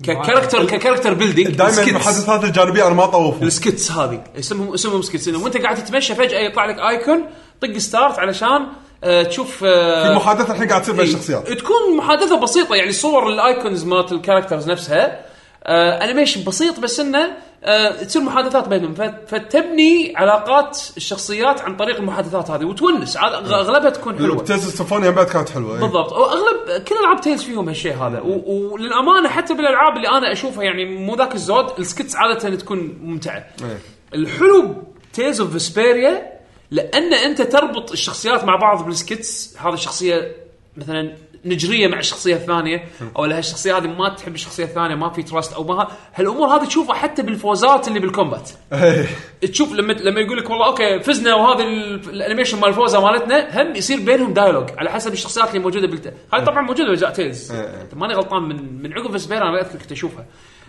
Speaker 3: ككاركتر ككاركتر بيلدينج
Speaker 4: دائما المحادثات الجانبيه انا ما طوفوا
Speaker 3: السكتس هذه اسمهم اسمهم سكتس إنه وانت قاعد تتمشى فجاه يطلع لك ايكون طق ستارت علشان آه، تشوف آه،
Speaker 4: في محادثه الحين قاعد تصير بين الشخصيات
Speaker 3: إيه، تكون محادثه بسيطه يعني صور الايكونز مالت الكاركترز نفسها آه انيميشن بسيط بس انه آه تصير محادثات بينهم فت- فتبني علاقات الشخصيات عن طريق المحادثات هذه وتونس عاد- أغ- اغلبها تكون حلوه
Speaker 4: تيلز السيمفونيا هم بعد كانت حلوه إيه.
Speaker 3: بالضبط واغلب كل العاب تيلز فيهم هالشيء هذا و- وللامانه حتى بالالعاب اللي انا اشوفها يعني مو ذاك الزود السكتس عاده تكون ممتعه
Speaker 4: إيه.
Speaker 3: الحلو تيلز اوف فيسبيريا لان انت تربط الشخصيات مع بعض بالسكتس هذه الشخصيه مثلا نجريه مع الشخصيه الثانيه او لها الشخصيه هذه ما تحب الشخصيه الثانيه ما في تراست او ما هالامور هذه تشوفها حتى بالفوزات اللي بالكومبات
Speaker 4: إيه.
Speaker 3: تشوف لما لما يقول لك والله اوكي فزنا وهذا ال- الانيميشن مال الفوزه مالتنا هم يصير بينهم دايلوج على حسب الشخصيات اللي موجوده بالت... هذه طبعا موجوده باجزاء تيلز ماني غلطان من من عقب سبير انا اذكر كنت اشوفها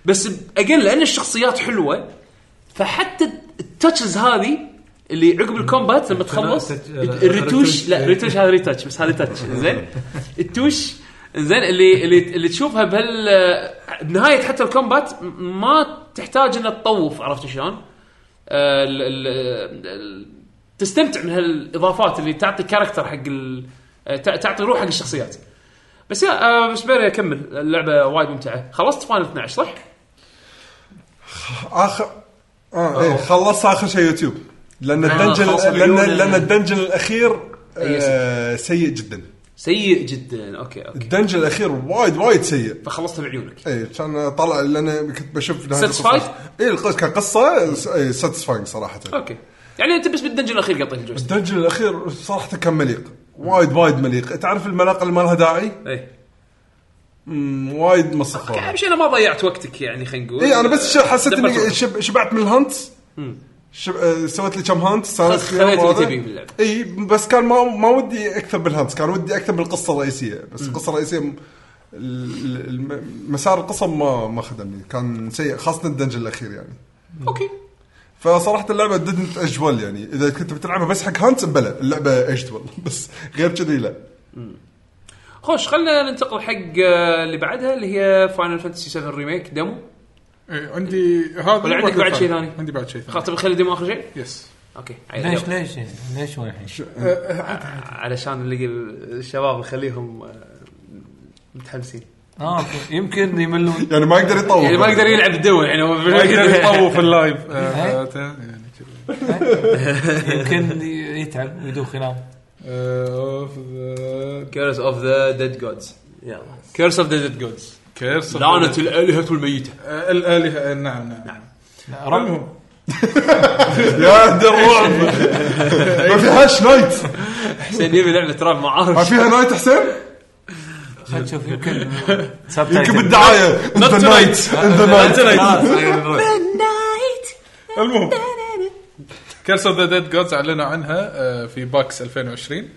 Speaker 3: بس اجين لان الشخصيات حلوه فحتى التاتشز هذه اللي عقب الكومبات لما تخلص
Speaker 5: التاتش-
Speaker 3: الريتوش لا الريتوش هذا ريتاتش بس هذا تاتش زين التوش زين اللي اللي اللي تشوفها بهال بنهايه حتى الكومبات ما تحتاج انك تطوف عرفت شلون؟ آه، ال- ال- ال- تستمتع من هالاضافات اللي تعطي كاركتر حق ال- آه، تع- تعطي روح حق الشخصيات بس يا آه، بس بيري اكمل اللعبه وايد ممتعه خلصت فاينل 12 صح؟
Speaker 4: اخر اه
Speaker 3: آه.
Speaker 4: ايه خلصت اخر شيء يوتيوب لان الدنجن
Speaker 3: خلاص
Speaker 4: لان
Speaker 3: العيون-
Speaker 4: لان الدنجن الاخير
Speaker 3: آه، أي
Speaker 4: آه، سيء جدا
Speaker 3: سيء جدا اوكي اوكي
Speaker 4: الدنجن الاخير وايد وايد سيء
Speaker 3: فخلصتها بعيونك
Speaker 4: اي كان طلع لان كنت بشوف نهاية القصة.
Speaker 3: Satisfied؟
Speaker 4: اي القصة- كقصه ساتسفاينغ صراحه
Speaker 3: اوكي يعني انت بس بالدنجن الاخير قطيت الجوست
Speaker 4: الدنجن الاخير صراحه كان مليق وايد وايد مليق تعرف الملاقه اللي ما لها داعي
Speaker 3: اي
Speaker 4: مم، وايد مسخره
Speaker 3: اهم شيء انا ما ضيعت وقتك يعني خلينا نقول
Speaker 4: اي انا إيه، بس ش- حسيت
Speaker 3: دبرت
Speaker 4: اني
Speaker 3: وقتك.
Speaker 4: شب- شبعت من الهانت شب... آه، سويت لي كم هانت استانست
Speaker 3: خذ- خذيت اللي تبيه باللعب.
Speaker 4: اي بس كان ما ما ودي اكثر بالهانت كان ودي اكثر بالقصه الرئيسيه بس القصه الرئيسيه م- ال- ال- الم- مسار القصه ما ما خدمني كان سيء خاصه الدنجن الاخير يعني
Speaker 3: اوكي
Speaker 4: فصراحه اللعبه ديدنت اجول يعني اذا كنت بتلعبها بس حق هانت بلا اللعبه اجول (laughs) بس غير كذي لا
Speaker 3: خوش خلينا ننتقل حق آه، اللي بعدها اللي هي فاينل فانتسي 7 ريميك ديمو
Speaker 1: إيه، عندي هذا
Speaker 3: ولا عندك
Speaker 1: واحد
Speaker 3: بعد شيء ثاني؟
Speaker 1: عندي بعد شيء ثاني
Speaker 3: خاطر نخلي ديمو اخر شيء
Speaker 1: (laughs) يس
Speaker 3: اوكي
Speaker 5: ليش
Speaker 3: يلا.
Speaker 5: ليش يعني؟ ليش هو الحين؟
Speaker 3: علشان نلاقي الشباب نخليهم آه، متحمسين
Speaker 5: اه اوكي يمكن يملون
Speaker 4: يعني ما يقدر يطور
Speaker 3: يعني ما يقدر يلعب الدول يعني هو
Speaker 1: ما يقدر
Speaker 3: (laughs)
Speaker 1: يطوف طيب، اللايف آه،
Speaker 5: إيه.
Speaker 1: معناته يعني كذي.
Speaker 5: يمكن ي- يتعب ويدوخ ينام
Speaker 1: اوف ذا
Speaker 3: كيرس اوف ذا ديد جودز
Speaker 9: يلا
Speaker 3: كيرس اوف ذا ديد جودز
Speaker 1: كيرس
Speaker 3: لعنه الالهه الميته
Speaker 1: الالهه نعم نعم المهم
Speaker 7: يا دي الرعب
Speaker 4: (laughs)
Speaker 7: ما فيهاش نايت
Speaker 3: حسين يبي لعبه رعب ما
Speaker 7: ما
Speaker 3: عارف
Speaker 7: فيها نايت حسين
Speaker 5: خلينا نشوف (laughs) يمكن
Speaker 7: يمكن بالدعايه
Speaker 1: Not tonight.
Speaker 3: (laughs)
Speaker 1: Not tonight. المهم كيرس اوف ذا ديد جودز اعلنوا عنها آه، في باكس 2020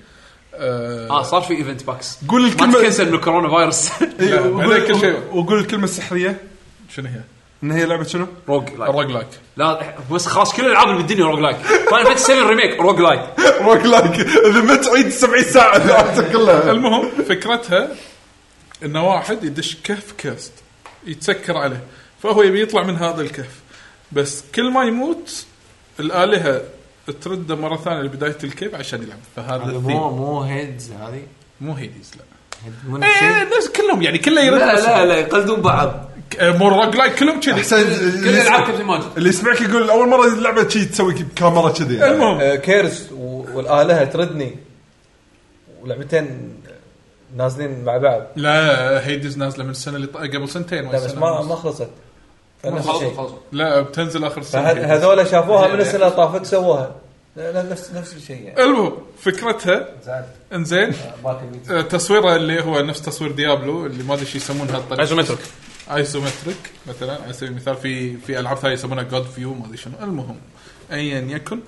Speaker 1: آه،
Speaker 3: اه صار في ايفنت باكس
Speaker 7: قول
Speaker 3: ما
Speaker 7: الكلمه
Speaker 3: تكنسل من الكورونا فايروس (laughs)
Speaker 7: إيه،
Speaker 1: لا،
Speaker 7: وقول-
Speaker 1: بعدين كل شيء.
Speaker 7: وقول الكلمه السحريه
Speaker 1: شنو هي؟
Speaker 7: ان هي لعبه (laughs) شنو؟
Speaker 3: روج لايك
Speaker 1: الروج لايك
Speaker 3: لا بس خلاص كل الالعاب اللي بالدنيا روج لايك فاينل فانتسي 7 ريميك روج لايك
Speaker 7: روك لايك اذا ما تعيد 70 ساعه (laughs) لعبتك كلها
Speaker 1: المهم فكرتها ان واحد يدش كهف كاست يتسكر عليه فهو يبي يطلع من هذا الكهف بس كل ما يموت الالهه ترده مره ثانيه لبدايه الكهف عشان يلعب فهذا
Speaker 5: مو
Speaker 1: الثيم
Speaker 5: مو هيدز هذه
Speaker 1: مو هيديز لا
Speaker 5: مو نفس
Speaker 1: ايه
Speaker 5: الشيء.
Speaker 1: الناس كلهم يعني كله
Speaker 9: لا
Speaker 1: يرد
Speaker 9: لا لا يقلدون بعض
Speaker 1: مورق لايك كلهم كذي
Speaker 7: احسن
Speaker 3: كل
Speaker 7: اللي
Speaker 3: العاب
Speaker 7: يسمع-
Speaker 3: كابتن ماجد
Speaker 7: اللي يسمعك يقول اول مره اللعبه شي تسوي كاميرا كذي يعني.
Speaker 1: المهم
Speaker 9: آه، كيرس و- والالهه تردني ولعبتين نازلين مع بعض
Speaker 1: لا هيديز نازله من السنه اللي ط- قبل سنتين
Speaker 9: لا
Speaker 1: ولا
Speaker 9: بس
Speaker 1: سنة
Speaker 9: ما
Speaker 1: ونص.
Speaker 9: ما خلصت نفس
Speaker 3: خلصوا
Speaker 9: الشيء
Speaker 3: خلصوا
Speaker 1: لا بتنزل اخر السنه
Speaker 9: فهذ-
Speaker 1: هيديز.
Speaker 9: هذول شافوها
Speaker 1: يعني
Speaker 9: من السنه اللي طافت سووها لا لا، نفس نفس الشيء يعني
Speaker 1: المهم فكرتها
Speaker 9: زعلت.
Speaker 1: انزين
Speaker 9: باكر بيت.
Speaker 1: آه، تصويره اللي هو نفس تصوير ديابلو اللي ما ادري شو يسمونها الطريقه
Speaker 3: ايزومتريك
Speaker 1: ايسومتريك مثلا على سبيل المثال في في العاب ثانيه يسمونها جود فيو ما ادري شنو المهم ايا يكن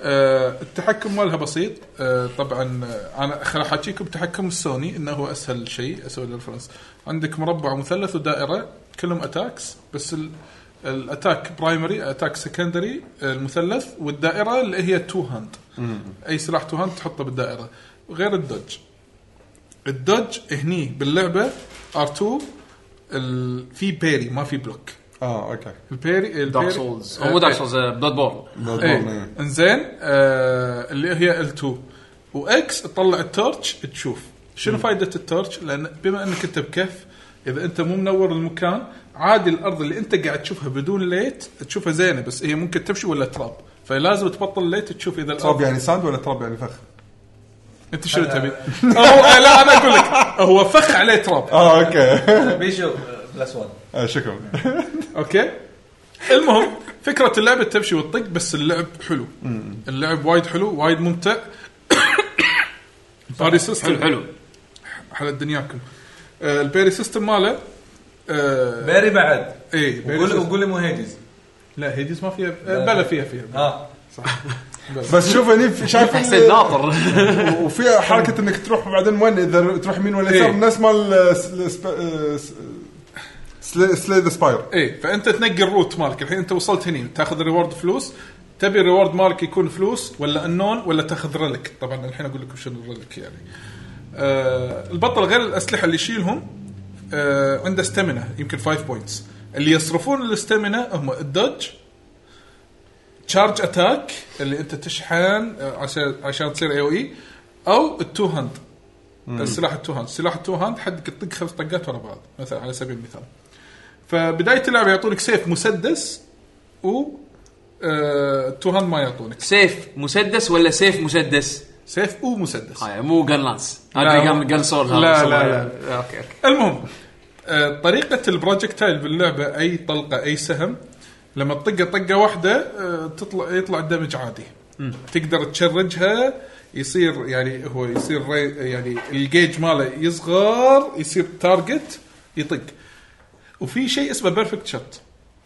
Speaker 1: آه التحكم مالها بسيط آه طبعا آه، انا خل احكيكم تحكم السوني انه هو اسهل شيء اسوي الريفرنس عندك مربع ومثلث ودائره كلهم اتاكس بس ال الاتاك برايمري اتاك سكندري المثلث والدائره اللي هي تو هاند اي سلاح تو هاند تحطه بالدائره غير الدوج الدوج هني باللعبه ار2 ال... في بيري ما في بلوك
Speaker 7: اه اوكي
Speaker 1: البيري
Speaker 3: دارك
Speaker 1: البيري
Speaker 3: سولز
Speaker 1: آه،
Speaker 3: مو دارك
Speaker 1: إيه.
Speaker 3: سولز بلاد بورن
Speaker 1: ايه
Speaker 7: بالضبط.
Speaker 1: انزين آه اللي هي ال2 واكس تطلع التورتش تشوف شنو فائده التورتش؟ لان بما انك انت بكهف اذا انت مو منور المكان عادي الارض اللي انت قاعد تشوفها بدون ليت تشوفها زينه بس هي ممكن تمشي ولا تراب فلازم تبطل ليت تشوف اذا
Speaker 7: تراب
Speaker 1: الارض
Speaker 7: يعني ساند ولا تراب يعني فخ؟
Speaker 1: انت شنو تبي؟ هو آه، لا انا اقول لك هو فخ عليه تراب
Speaker 7: اه اوكي
Speaker 9: بيشو بلس 1
Speaker 7: آه، شكرا
Speaker 1: اوكي المهم فكره اللعبه تمشي وتطق بس اللعب حلو اللعب وايد حلو وايد ممتع باري سيستم
Speaker 3: حلو
Speaker 1: حلت دنياكم آه، البيري سيستم ماله آه
Speaker 9: باري بعد
Speaker 1: اي بيري
Speaker 9: وقول
Speaker 1: سيستم.
Speaker 9: وقول لي مو هيدز
Speaker 1: لا هيديز ما فيها آه، بلا فيها فيها
Speaker 9: ها
Speaker 7: بس شوف هني في- شايف
Speaker 3: حسين ناطر
Speaker 7: (laughs) وفي حركه انك تروح بعدين وين اذا تروح يمين ولا يسار
Speaker 1: إيه.
Speaker 7: الناس مال آه، سل- سب- آه، س- سلي سلي ذا سباير
Speaker 1: اي فانت إيه، تنقي الروت مالك الحين انت وصلت هني تاخذ الريورد فلوس تبي الريورد مالك يكون فلوس ولا النون ولا تاخذ ريلك طبعا الحين اقول لكم شنو الريلك يعني آه البطل غير الاسلحه اللي يشيلهم آه عنده ستامينا يمكن 5 بوينتس اللي يصرفون الاستامينا هم الدج تشارج اتاك اللي انت تشحن آه، عشان عشان تصير E، اي او اي او التو هاند السلاح التو هاند سلاح التو هاند حدك تطق خمس طقات ورا بعض مثلا على سبيل المثال فبدايه اللعبه يعطونك سيف مسدس و آه، تو هاند ما يعطونك
Speaker 3: سيف مسدس ولا سيف مسدس؟
Speaker 1: سيف ومسدس
Speaker 3: هاي آه، يعني مو جن لانس
Speaker 1: لا.
Speaker 3: هذا جن جن سول هذا.
Speaker 1: لا، لا،
Speaker 3: سول.
Speaker 1: لا.
Speaker 3: اوكي اوكي
Speaker 1: المهم آه، طريقه البروجكتايل باللعبه اي طلقه اي سهم لما تطقه طقه واحده آه، تطلع يطلع الدمج عادي تقدر تشرجها يصير يعني هو يصير ري يعني الجيج ماله يصغر يصير تارجت يطق وفي شيء اسمه بيرفكت شوت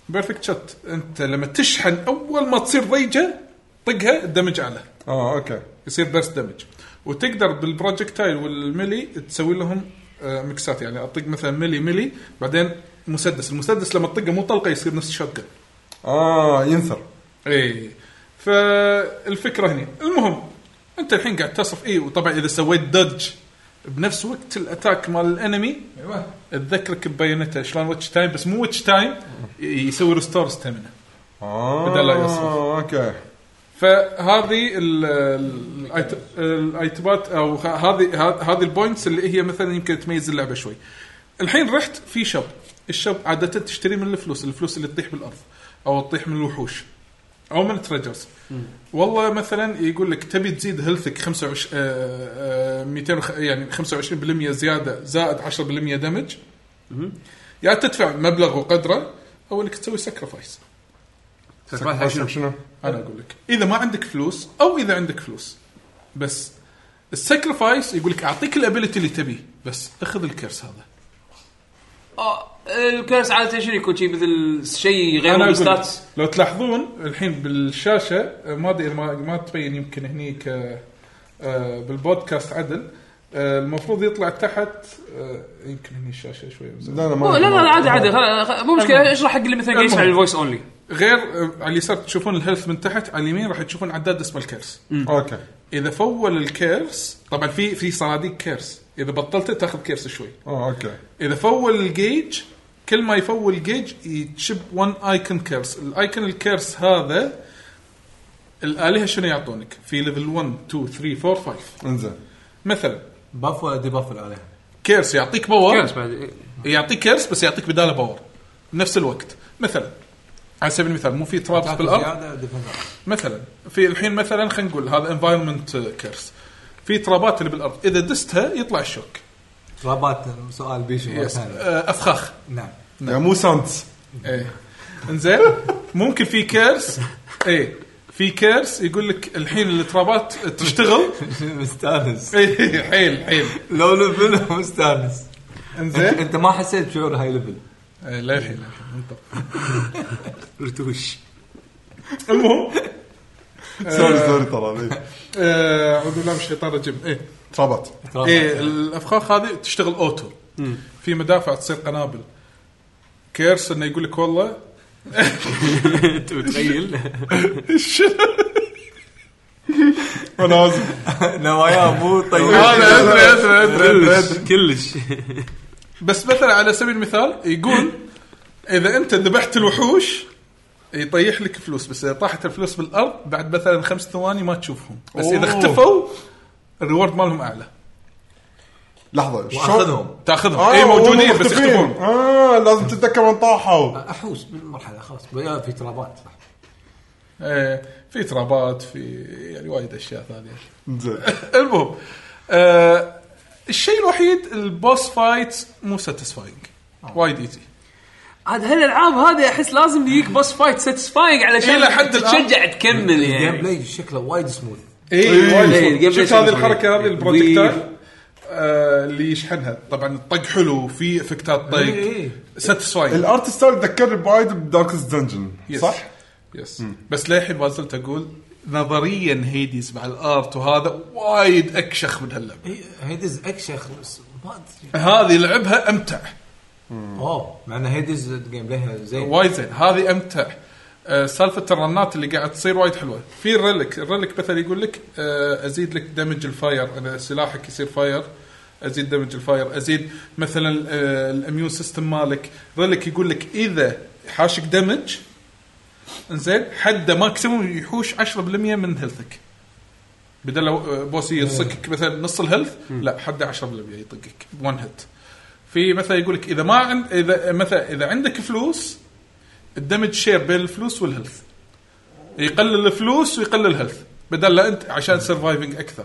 Speaker 1: بيرفكت شوت انت لما تشحن اول ما تصير ريجه طقها الدمج اعلى
Speaker 7: اه اوكي
Speaker 1: يصير بس دمج وتقدر بالبروجكتايل والملي تسوي لهم آه، ميكسات يعني اطق مثلا ملي ملي بعدين مسدس المسدس لما تطقه مو طلقه يصير نفس الشوت جن
Speaker 7: اه ينثر
Speaker 1: اي فالفكره هنا المهم انت الحين قاعد تصف اي وطبعا اذا سويت دج بنفس وقت الاتاك مال الانمي
Speaker 9: ايوه
Speaker 1: تذكرك ببايونتا شلون واتش تايم بس مو واتش تايم ي- يسوي ريستور ستامنا
Speaker 7: اه
Speaker 1: بدل لا يصرف.
Speaker 7: اوكي
Speaker 1: فهذه ال- ال- الأيت- الايتمات او ه- هذه ه- هذه البوينتس اللي هي مثلا يمكن تميز اللعبه شوي. الحين رحت في شب، الشب عاده تشتري من الفلوس، الفلوس اللي تطيح بالارض او تطيح من الوحوش. او من تريجرز والله مثلا يقول لك تبي تزيد هيلثك 25 آه، آه، 200 وخ- يعني 25% زياده زائد 10% دمج يا تدفع مبلغ وقدره او انك تسوي سكرفايس
Speaker 3: شنو؟
Speaker 7: شنو؟
Speaker 1: انا اقول لك اذا ما عندك فلوس او اذا عندك فلوس بس السكرفايس يقول لك اعطيك الابيلتي اللي تبيه بس اخذ الكرس هذا
Speaker 3: آه، الكرس عاده شنو يكون شيء مثل شيء غير
Speaker 1: انا اقول لك،
Speaker 3: الستاتس
Speaker 1: لو تلاحظون الحين بالشاشه آه، ما ادري إذا ما ما تبين يمكن هني ك آه، بالبودكاست عدل آه، المفروض يطلع تحت آه، يمكن هني الشاشه شوي مزعجة.
Speaker 7: لا لا ما
Speaker 3: لا لا لا عادي عادي خل- خل- مو مشكله اشرح حق اللي مثلا قاعد يسمع
Speaker 1: المهم.
Speaker 3: الفويس اونلي
Speaker 1: غير آه، على اليسار تشوفون الهيلث من تحت على اليمين راح تشوفون عداد اسمه الكرس
Speaker 7: اوكي
Speaker 1: اذا فول الكيرس طبعا في في صناديق كيرس اذا بطلته تاخذ كيرس شوي
Speaker 7: اه اوكي
Speaker 1: اذا فول الجيج كل ما يفول جيج يتشب 1 ايكون كيرس الايكون الكيرس هذا الالهه شنو يعطونك في ليفل 1 2 3 4 5
Speaker 7: انزين
Speaker 1: مثلا
Speaker 5: باف ولا ديباف اللي عليها؟
Speaker 1: كيرس يعطيك باور
Speaker 3: كرس بعد
Speaker 1: يعطيك كيرس بس يعطيك بداله باور بنفس الوقت مثلا على سبيل المثال مو في ترابس بالارض
Speaker 5: زيادة ديفنس.
Speaker 1: مثلا في الحين مثلا خلينا نقول هذا انفايرمنت كيرس في ترابات اللي بالارض اذا دستها يطلع الشوك
Speaker 5: رابات سؤال بيشو مرة
Speaker 1: يس
Speaker 5: ثانية.
Speaker 1: آه، افخاخ
Speaker 5: نعم
Speaker 7: يعني مو ساندز
Speaker 1: ايه انزين ممكن في كيرس ايه في كيرس يقول لك الحين الترابات تشتغل
Speaker 5: مستانس
Speaker 1: ايه حيل حيل
Speaker 5: لو ليفل مستانس انت
Speaker 1: انزين
Speaker 5: أنت ما حسيت بشعور هاي ليفل
Speaker 1: إيه، لا الحين لا الحين انطر.
Speaker 5: رتوش
Speaker 1: المهم
Speaker 7: سوري سوري ترى إيه.
Speaker 1: آه، اعوذ بالله من الشيطان الرجيم ايه
Speaker 7: ترابط
Speaker 1: ايه الافخاخ هذه تشتغل اوتو في مدافع تصير قنابل كيرس انه يقول لك
Speaker 5: (laughs)
Speaker 1: والله (laughs)
Speaker 3: تخيل
Speaker 7: ونازل
Speaker 5: نوايا مو طيب
Speaker 1: هذا (laughs) ادري ادري ادري
Speaker 3: كلش
Speaker 1: بس مثلا على سبيل المثال يقول اذا انت ذبحت الوحوش يطيح لك فلوس بس اذا طاحت الفلوس بالارض بعد مثلا خمس ثواني ما تشوفهم بس اذا
Speaker 7: أوه.
Speaker 1: اختفوا الريورد مالهم اعلى (laughs)
Speaker 7: لحظه شلون
Speaker 5: واخذهم
Speaker 1: تاخذهم
Speaker 7: آه،
Speaker 1: اي إيه، موجودين
Speaker 7: وهم
Speaker 1: بس
Speaker 7: مختفين.
Speaker 1: يختفون
Speaker 7: اه لازم تتذكر من طاحوا
Speaker 5: احوس بالمرحله خلاص بقى في ترابات صح
Speaker 1: إيه، في ترابات في يعني وايد اشياء ثانيه
Speaker 7: زين
Speaker 1: المهم آه الشيء الوحيد البوس فايتس مو ساتيسفاينج
Speaker 7: آه.
Speaker 1: وايد ايزي
Speaker 3: عاد هالالعاب هذه احس لازم يجيك بوس فايت ساتسفاينج علشان
Speaker 1: إلى حد الآن.
Speaker 3: تشجع تكمل
Speaker 5: الجيم
Speaker 3: يعني
Speaker 5: بلاي شكله وايد سموث
Speaker 1: اي
Speaker 3: إيه،
Speaker 1: وايد
Speaker 3: الجيم
Speaker 1: شفت
Speaker 3: بلاي
Speaker 1: هذه
Speaker 3: سيستم.
Speaker 1: الحركه
Speaker 5: إيه،
Speaker 1: هذه
Speaker 3: ويل.
Speaker 1: البروجكتايل آه، اللي يشحنها طبعا الطق حلو في افكتات طق
Speaker 5: إيه.
Speaker 1: ساتسفاينج
Speaker 7: الارت ستايل تذكرني بوايد بداركست دنجن صح؟
Speaker 1: يس بس للحين ما زلت اقول نظريا هيديز مع الارت وهذا وايد اكشخ من هاللعبه
Speaker 5: هيدز اكشخ بس ما ادري
Speaker 1: هذه لعبها امتع
Speaker 5: اوه مع ان هيدز الجيم بلايها زين
Speaker 1: وايد زين هذه امتع آه، سالفه الرنات اللي قاعد تصير وايد حلوه في الريلك الريلك مثلا يقول لك آه، ازيد لك دمج الفاير انا سلاحك يصير فاير ازيد دمج الفاير ازيد مثلا آه، الاميون سيستم مالك ريلك يقول لك اذا حاشك دمج انزين حده ماكسيموم يحوش 10% من هيلثك بدل لو آه، بوسي يصكك مثلا نص الهيلث لا حده 10% يطقك بون هيت في مثلا يقول لك اذا ما عند اذا مثلا اذا عندك فلوس الدمج شير بين الفلوس والهيلث يقلل الفلوس ويقلل الهيلث بدل لا انت عشان سرفايفنج اكثر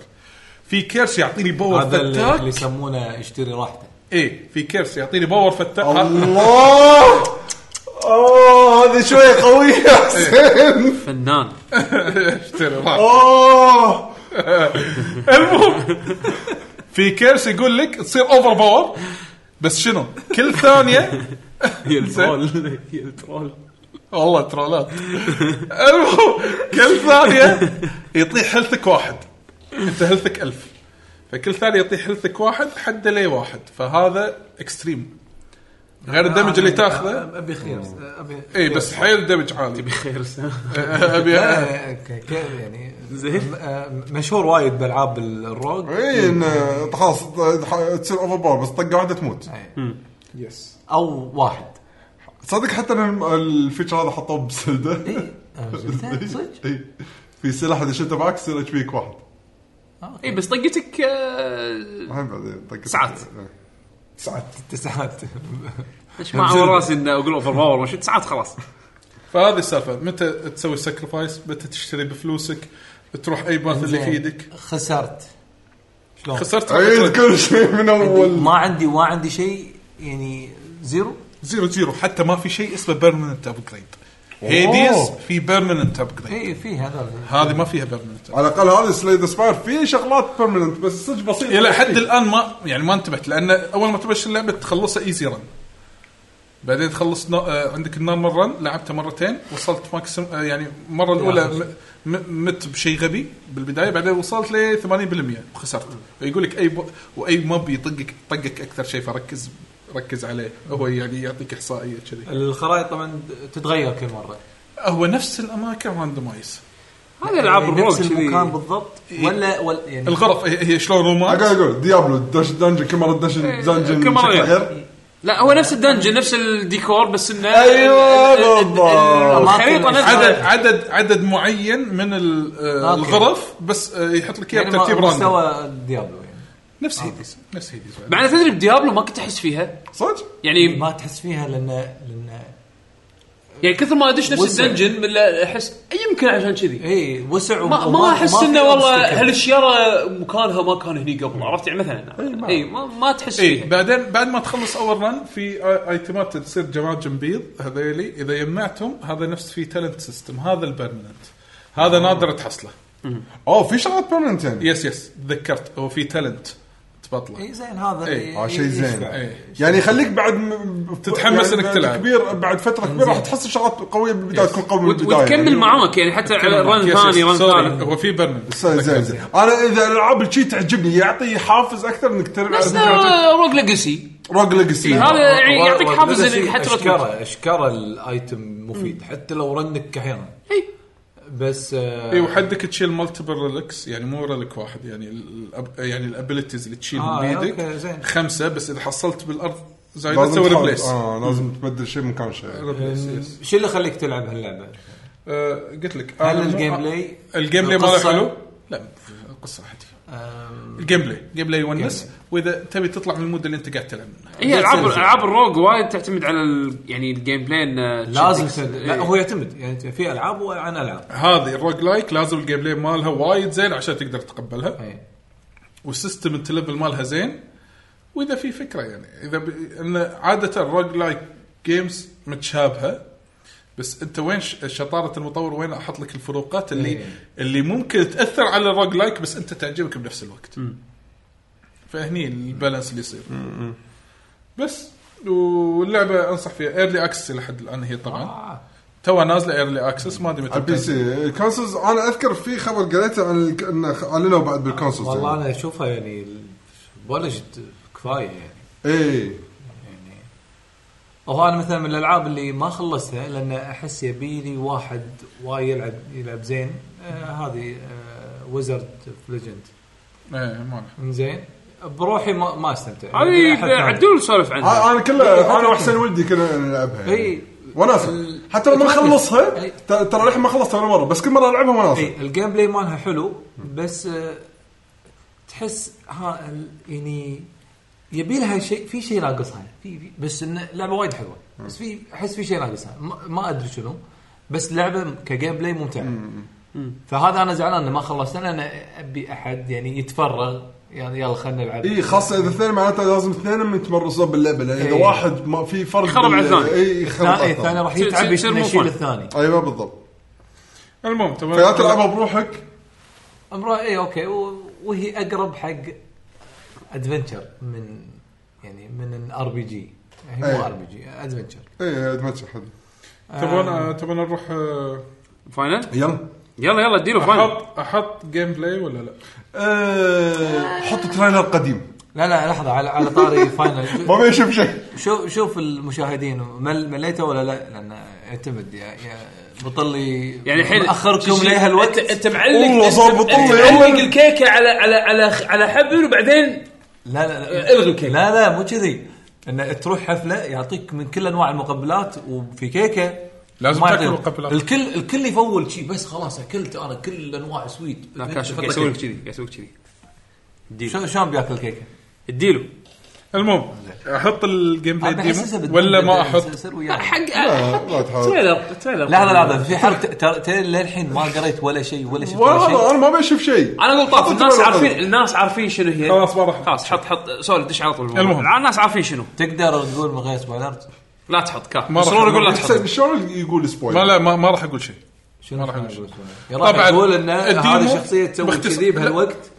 Speaker 1: في كيرس يعطيني باور
Speaker 5: هذا اللي اللي
Speaker 1: فتاك
Speaker 5: يسمونه يشتري راحته
Speaker 1: اي إيه، في كيرس يعطيني باور فتاك ها-
Speaker 7: الله اوه هذه شويه قويه يا حسين
Speaker 3: فنان
Speaker 1: اشتري إيه. راح.
Speaker 7: اوه
Speaker 1: المهم في كيرس يقول لك تصير اوفر باور بس شنو كل ثانيه
Speaker 3: (laughs) الترول الترول
Speaker 1: والله ترولات المهم كل ثانية يطيح هلثك واحد انت هلثك ألف فكل ثانية يطيح هلثك واحد حد لي واحد فهذا اكستريم غير الدمج
Speaker 6: آه،
Speaker 1: اللي تاخذه
Speaker 5: ابي خير ابي
Speaker 1: اي بس حيل دمج عالي أه،
Speaker 3: خير سام.
Speaker 1: ابي
Speaker 6: آه،
Speaker 5: لا، ك- ك- يعني آه. زين مشهور وايد بالعاب الروج
Speaker 7: اي إنه آه، خلاص تصير اوفر باور بس طقه واحده تموت
Speaker 5: او واحد
Speaker 7: صدق حتى إن الفيتشر هذا حطوه بسلده
Speaker 5: اي أنا شفتها، آه، صدق
Speaker 7: اي في سلاح اذا شلته معك يصير اتش بيك واحد
Speaker 3: اي بس طقتك آه،
Speaker 7: الحين بعدين طقه
Speaker 3: ساعات.
Speaker 7: إيه.
Speaker 5: تسعات
Speaker 3: ايش ما على راسي انه اقول اوفر باور مش تسعات خلاص
Speaker 1: فهذه السالفه متى تسوي سكرفايس متى تشتري بفلوسك تروح اي باث اللي في
Speaker 5: إنزين.
Speaker 1: ايدك
Speaker 5: خسرت شلون؟
Speaker 1: خسرت
Speaker 4: عيد
Speaker 1: خسرت.
Speaker 4: كل شيء من اول
Speaker 5: ما عندي ما عندي شيء يعني زيرو
Speaker 1: زيرو زيرو حتى ما في شيء اسمه بيرمننت ابجريد هيديس في بيرمننت ابجريد
Speaker 5: اي إيه، في هذا
Speaker 1: هذه ما فيها بيرمننت
Speaker 4: على الاقل هذا سلايد سباير فيه شغلات بيرمننت بس صدق بسيطه
Speaker 3: إيه،
Speaker 1: الى حد الان ما يعني ما انتبهت لان اول ما تبلش اللعبه تخلصها ايزي رن بعدين تخلص نا... آه، عندك النورمال رن لعبته مرتين وصلت ماكسيم آه، يعني المره الاولى م... م... مت بشيء غبي بالبدايه بعدين وصلت ل 80% وخسرت يقول لك اي ب... واي موب يطقك طقك اكثر شيء فركز ركز عليه هو يعني يعطيك احصائيه كذي
Speaker 5: الخرائط طبعا تتغير كل
Speaker 6: إيه،
Speaker 5: مره
Speaker 1: هو نفس الاماكن راندمايز
Speaker 3: هذه العاب
Speaker 5: يعني
Speaker 3: الرعب
Speaker 5: نفس
Speaker 3: كذي.
Speaker 5: المكان بالضبط ولا ولا يعني
Speaker 1: الغرف هي, هي شلون
Speaker 4: قاعد
Speaker 1: رومانس
Speaker 4: اقول ديابلو دش دنجن كل مره دش دنجن
Speaker 3: كل مرة
Speaker 4: شكله
Speaker 3: إيه، غير.
Speaker 4: غير
Speaker 3: لا هو نفس الدنجن نفس الديكور بس انه
Speaker 4: أيوة،
Speaker 3: ال- ال- ال-
Speaker 4: بالضبط.
Speaker 3: الخريطه
Speaker 1: عدد
Speaker 5: (laughs)
Speaker 3: نفسها
Speaker 1: عدد عدد معين من ال- آه،
Speaker 5: أوكي.
Speaker 1: الغرف بس آه، يحط لك اياها
Speaker 5: يعني
Speaker 1: بترتيب راندوم
Speaker 5: مستوى آه. ديابلو يعني
Speaker 1: نفس هيديز نفس هيديز بعد.
Speaker 3: مع إن تدري بديابلو ما كنت احس فيها
Speaker 4: صدق
Speaker 3: يعني
Speaker 5: ما تحس فيها لان لان
Speaker 3: يعني كثر ما ادش نفس
Speaker 5: وسع.
Speaker 3: الدنجن ولا احس يمكن عشان كذي
Speaker 5: اي إيه، وسع
Speaker 3: إيه، ما
Speaker 5: وما-
Speaker 3: ما احس
Speaker 5: في
Speaker 3: انه والله
Speaker 5: obstacle.
Speaker 3: هالشياره مكانها ما كان هني قبل عرفت يعني مثلا اي ما, إيه، ما تحس
Speaker 1: اي
Speaker 3: فيها
Speaker 1: إيه، بعدين بعد ما تخلص اول رن في آي- ايتمات تصير جماد جنبيض هذيلي اذا جمعتهم هذا نفس في تالنت سيستم هذا البرمننت هذا نادر تحصله
Speaker 4: اوه في شغلات بيرمننت يعني
Speaker 1: يس يس تذكرت هو في تالنت تبطله
Speaker 5: اي إيه، زين هذا
Speaker 9: إيه.
Speaker 1: إي.
Speaker 4: اه شيء زين
Speaker 1: اي
Speaker 4: يعني يخليك بعد م...
Speaker 1: إيه. تتحمس
Speaker 4: يعني
Speaker 1: إنك
Speaker 4: بعد
Speaker 1: تلعب. إيه،
Speaker 4: كبير بعد فتره كبيره راح تحصل شغلات قويه بالبدايه تكون قوي
Speaker 3: وت-
Speaker 4: بالبدايه
Speaker 3: وتكمل معاك يعني حتى على رن ثاني رن ثالث
Speaker 1: هو في برمننت
Speaker 4: زين زين زين انا اذا الالعاب شي تعجبني يعطي حافز اكثر انك
Speaker 3: بس
Speaker 4: تلعب يعني
Speaker 3: روج ليجسي
Speaker 4: روج ليجسي
Speaker 1: إيه،
Speaker 3: هذا يعني يعطيك حافز
Speaker 6: بس
Speaker 3: انك حتى لو تموت.
Speaker 6: اشكره اشكره الايتم مفيد حتى لو رندك احيانا
Speaker 3: إي.
Speaker 6: بس آه،
Speaker 1: اي إيه، وحدك تشيل مالتيبل ريلكس يعني مو ريلك واحد يعني ال الأب- يعني الابيلتيز اللي تشيلهم
Speaker 6: آه،
Speaker 1: بيدك
Speaker 6: أوكي، زين.
Speaker 1: خمسه بس اذا حصلت بالارض زايده
Speaker 4: لازم
Speaker 1: تسوي إيه.
Speaker 4: تحاول-
Speaker 1: ريبليس
Speaker 4: اه لازم تبدل شيء مكان شيء
Speaker 1: ريبليس يس
Speaker 6: شو اللي خليك تلعب هاللعبه؟
Speaker 1: آه، قلت لك
Speaker 5: هل
Speaker 1: أنا مو- آه.
Speaker 5: الجيم بلاي؟
Speaker 1: الجيم بلاي ماله
Speaker 5: القصة؟
Speaker 1: حلو؟ لا القصه عادي الجيم بلاي الجيم بلاي يونس واذا تبي تطلع من المود اللي انت قاعد تلعب منه
Speaker 3: هي العاب العاب الروج وايد تعتمد على ال- يعني الجيم بلاي إنه
Speaker 6: لازم
Speaker 3: تشدك.
Speaker 6: تد- لا هو يعتمد يعني في العاب وعن العاب
Speaker 1: هذه الروج لايك لازم الجيم بلاي مالها وايد زين عشان تقدر تتقبلها
Speaker 6: إي.
Speaker 1: والسيستم انت ليفل مالها زين واذا في فكره يعني اذا ب... ان عاده الروج لايك جيمز متشابهه بس انت وين ش- شطاره المطور وين احط لك الفروقات اللي
Speaker 6: إيه.
Speaker 1: اللي ممكن تاثر على الروج لايك بس انت تعجبك بنفس الوقت فهني البالانس اللي يصير بس واللعبه انصح فيها ايرلي اكسس لحد الان هي طبعا تو نازله ايرلي اكسس ما ادري متى
Speaker 4: على البي
Speaker 1: بتنزل.
Speaker 4: سي الكونسولز انا اذكر في خبر قريته عن الك- انه اعلنوا بعد بالكونسولز
Speaker 6: والله
Speaker 4: يعني.
Speaker 6: انا اشوفها يعني ال- بلشت كفايه يعني
Speaker 4: ايه
Speaker 6: هو انا مثلا من الالعاب اللي ما خلصتها لان احس يبي لي واحد وايد يلعب يلعب زين آه هذه آه ويزرد اوف ليجند
Speaker 1: ايه ما أعرف.
Speaker 6: زين بروحي ما, ما يعني استمتع
Speaker 3: هذه طيب، عدول سولف عنها
Speaker 4: انا
Speaker 6: إيه،
Speaker 4: كله انا واحسن ولدي كنا نلعبها يعني.
Speaker 6: اي
Speaker 4: وناس
Speaker 6: إيه. ال- إيه.
Speaker 4: حتى لو ما
Speaker 6: التركيز.
Speaker 4: نخلصها
Speaker 6: إي.
Speaker 4: ت- ترى للحين ما خلصتها ولا مره بس كل مره العبها وناس
Speaker 6: اي الجيم بلاي مالها حلو بس آه تحس ها ال- يعني يبي لها شيء في شيء ناقصها يعني. في في- بس انه لعبه وايد حلوه بس في احس في شيء ناقصها ما, ما ادري شنو بس لعبه كجيم بلاي ممتعه فهذا انا زعلان انه ما خلصت انا انا ابي احد يعني يتفرغ يعني يلا خلينا نلعب
Speaker 4: اي خاصه اذا إيه، اثنين معناته لازم اثنين من يتمرسون باللعبه لان اذا
Speaker 6: إي.
Speaker 4: واحد ما في فرق
Speaker 3: يخرب على الثاني.
Speaker 4: اي يخرب
Speaker 6: ثاني
Speaker 4: على
Speaker 6: إيه، ثاني
Speaker 4: الثاني
Speaker 6: راح
Speaker 3: تصير-
Speaker 6: يتعب
Speaker 3: تصير- تصير
Speaker 6: إنه
Speaker 3: مو
Speaker 6: يشيل
Speaker 3: fun.
Speaker 6: الثاني
Speaker 4: ايوه بالضبط
Speaker 1: المهم تمام
Speaker 4: فيا تلعبها بروحك
Speaker 6: امراه اي اوكي إيه، و- وهي اقرب حق ادفنتشر من يعني من الار بي جي هي مو
Speaker 4: إيه.
Speaker 6: ار بي جي ادفنتشر
Speaker 4: اي ادمنتشر حد
Speaker 1: تبون تبون نروح آه،
Speaker 3: فاينل
Speaker 4: يلا
Speaker 3: يلا يلا اديله فاينل
Speaker 1: احط احط جيم بلاي ولا لا؟
Speaker 4: أه، حط تريلر قديم
Speaker 6: لا لا لحظه على على طاري (laughs) فاينل
Speaker 4: ما بيشوف شيء
Speaker 6: شوف شوف المشاهدين مل مليتوا ولا لا لان اعتمد يا, يا بطلي
Speaker 3: يعني الحين
Speaker 6: اخركم
Speaker 3: تشيل-
Speaker 6: ليه
Speaker 3: أنت-
Speaker 6: هالوقت
Speaker 3: انت معلق
Speaker 4: والله
Speaker 3: أنت-
Speaker 4: صار بطل
Speaker 3: أنت
Speaker 4: يا
Speaker 3: معلق
Speaker 4: ولد.
Speaker 3: الكيكه على على على على حبل وبعدين
Speaker 6: لا لا لا
Speaker 3: الغي الكيك.
Speaker 6: لا لا مو كذي ان تروح حفله يعطيك من كل انواع المقبلات وفي كيكه
Speaker 1: لازم
Speaker 6: ما
Speaker 1: تاكل
Speaker 6: يدري.
Speaker 1: مقبلات.
Speaker 6: الكل الكل يفول شيء بس خلاص اكلت انا كل انواع سويت
Speaker 3: لا كاش
Speaker 6: شفت
Speaker 3: قاعد يسوي لك
Speaker 6: كيك.
Speaker 3: كذي قاعد يسوي لك كذي
Speaker 6: شلون- شلون بياكل كيكه؟
Speaker 3: اديله
Speaker 1: المهم احط الجيم بلاي
Speaker 6: أنا
Speaker 1: ديمو
Speaker 6: أحسسها بت-
Speaker 1: طيب، ولا ما
Speaker 6: بت-
Speaker 1: احط
Speaker 6: سر وياك.
Speaker 3: حق
Speaker 7: لا لا تحاول
Speaker 3: تريلر تريلر
Speaker 5: لحظه لحظه في حرب ت- ترى ترى للحين ما قريت ولا شيء ولا شفت ولا
Speaker 7: والله
Speaker 5: شيء
Speaker 7: انا ما بشوف شيء
Speaker 3: انا اقول طاف الناس
Speaker 7: تريلر.
Speaker 3: عارفين الناس عارفين شنو هي
Speaker 1: خلاص ما راح
Speaker 3: خلاص حط حط سوري دش على طول
Speaker 1: المهم.
Speaker 3: المهم الناس عارفين شنو
Speaker 5: تقدر تقول من غير سبويلرز
Speaker 3: لا تحط كاف
Speaker 1: ما راح-
Speaker 3: مسرور
Speaker 4: إيه،
Speaker 3: يقول لا
Speaker 7: حسين
Speaker 3: تحط
Speaker 7: شلون يقول
Speaker 1: ما
Speaker 7: سبويلر
Speaker 1: لا ما, ما راح اقول شيء
Speaker 6: شنو
Speaker 1: راح
Speaker 6: راح
Speaker 1: أقول شيء. طبعاً
Speaker 6: طبعا يقول ان هذه
Speaker 1: الديمو
Speaker 6: شخصيه تسوي
Speaker 1: باختصار-
Speaker 6: كذي بهالوقت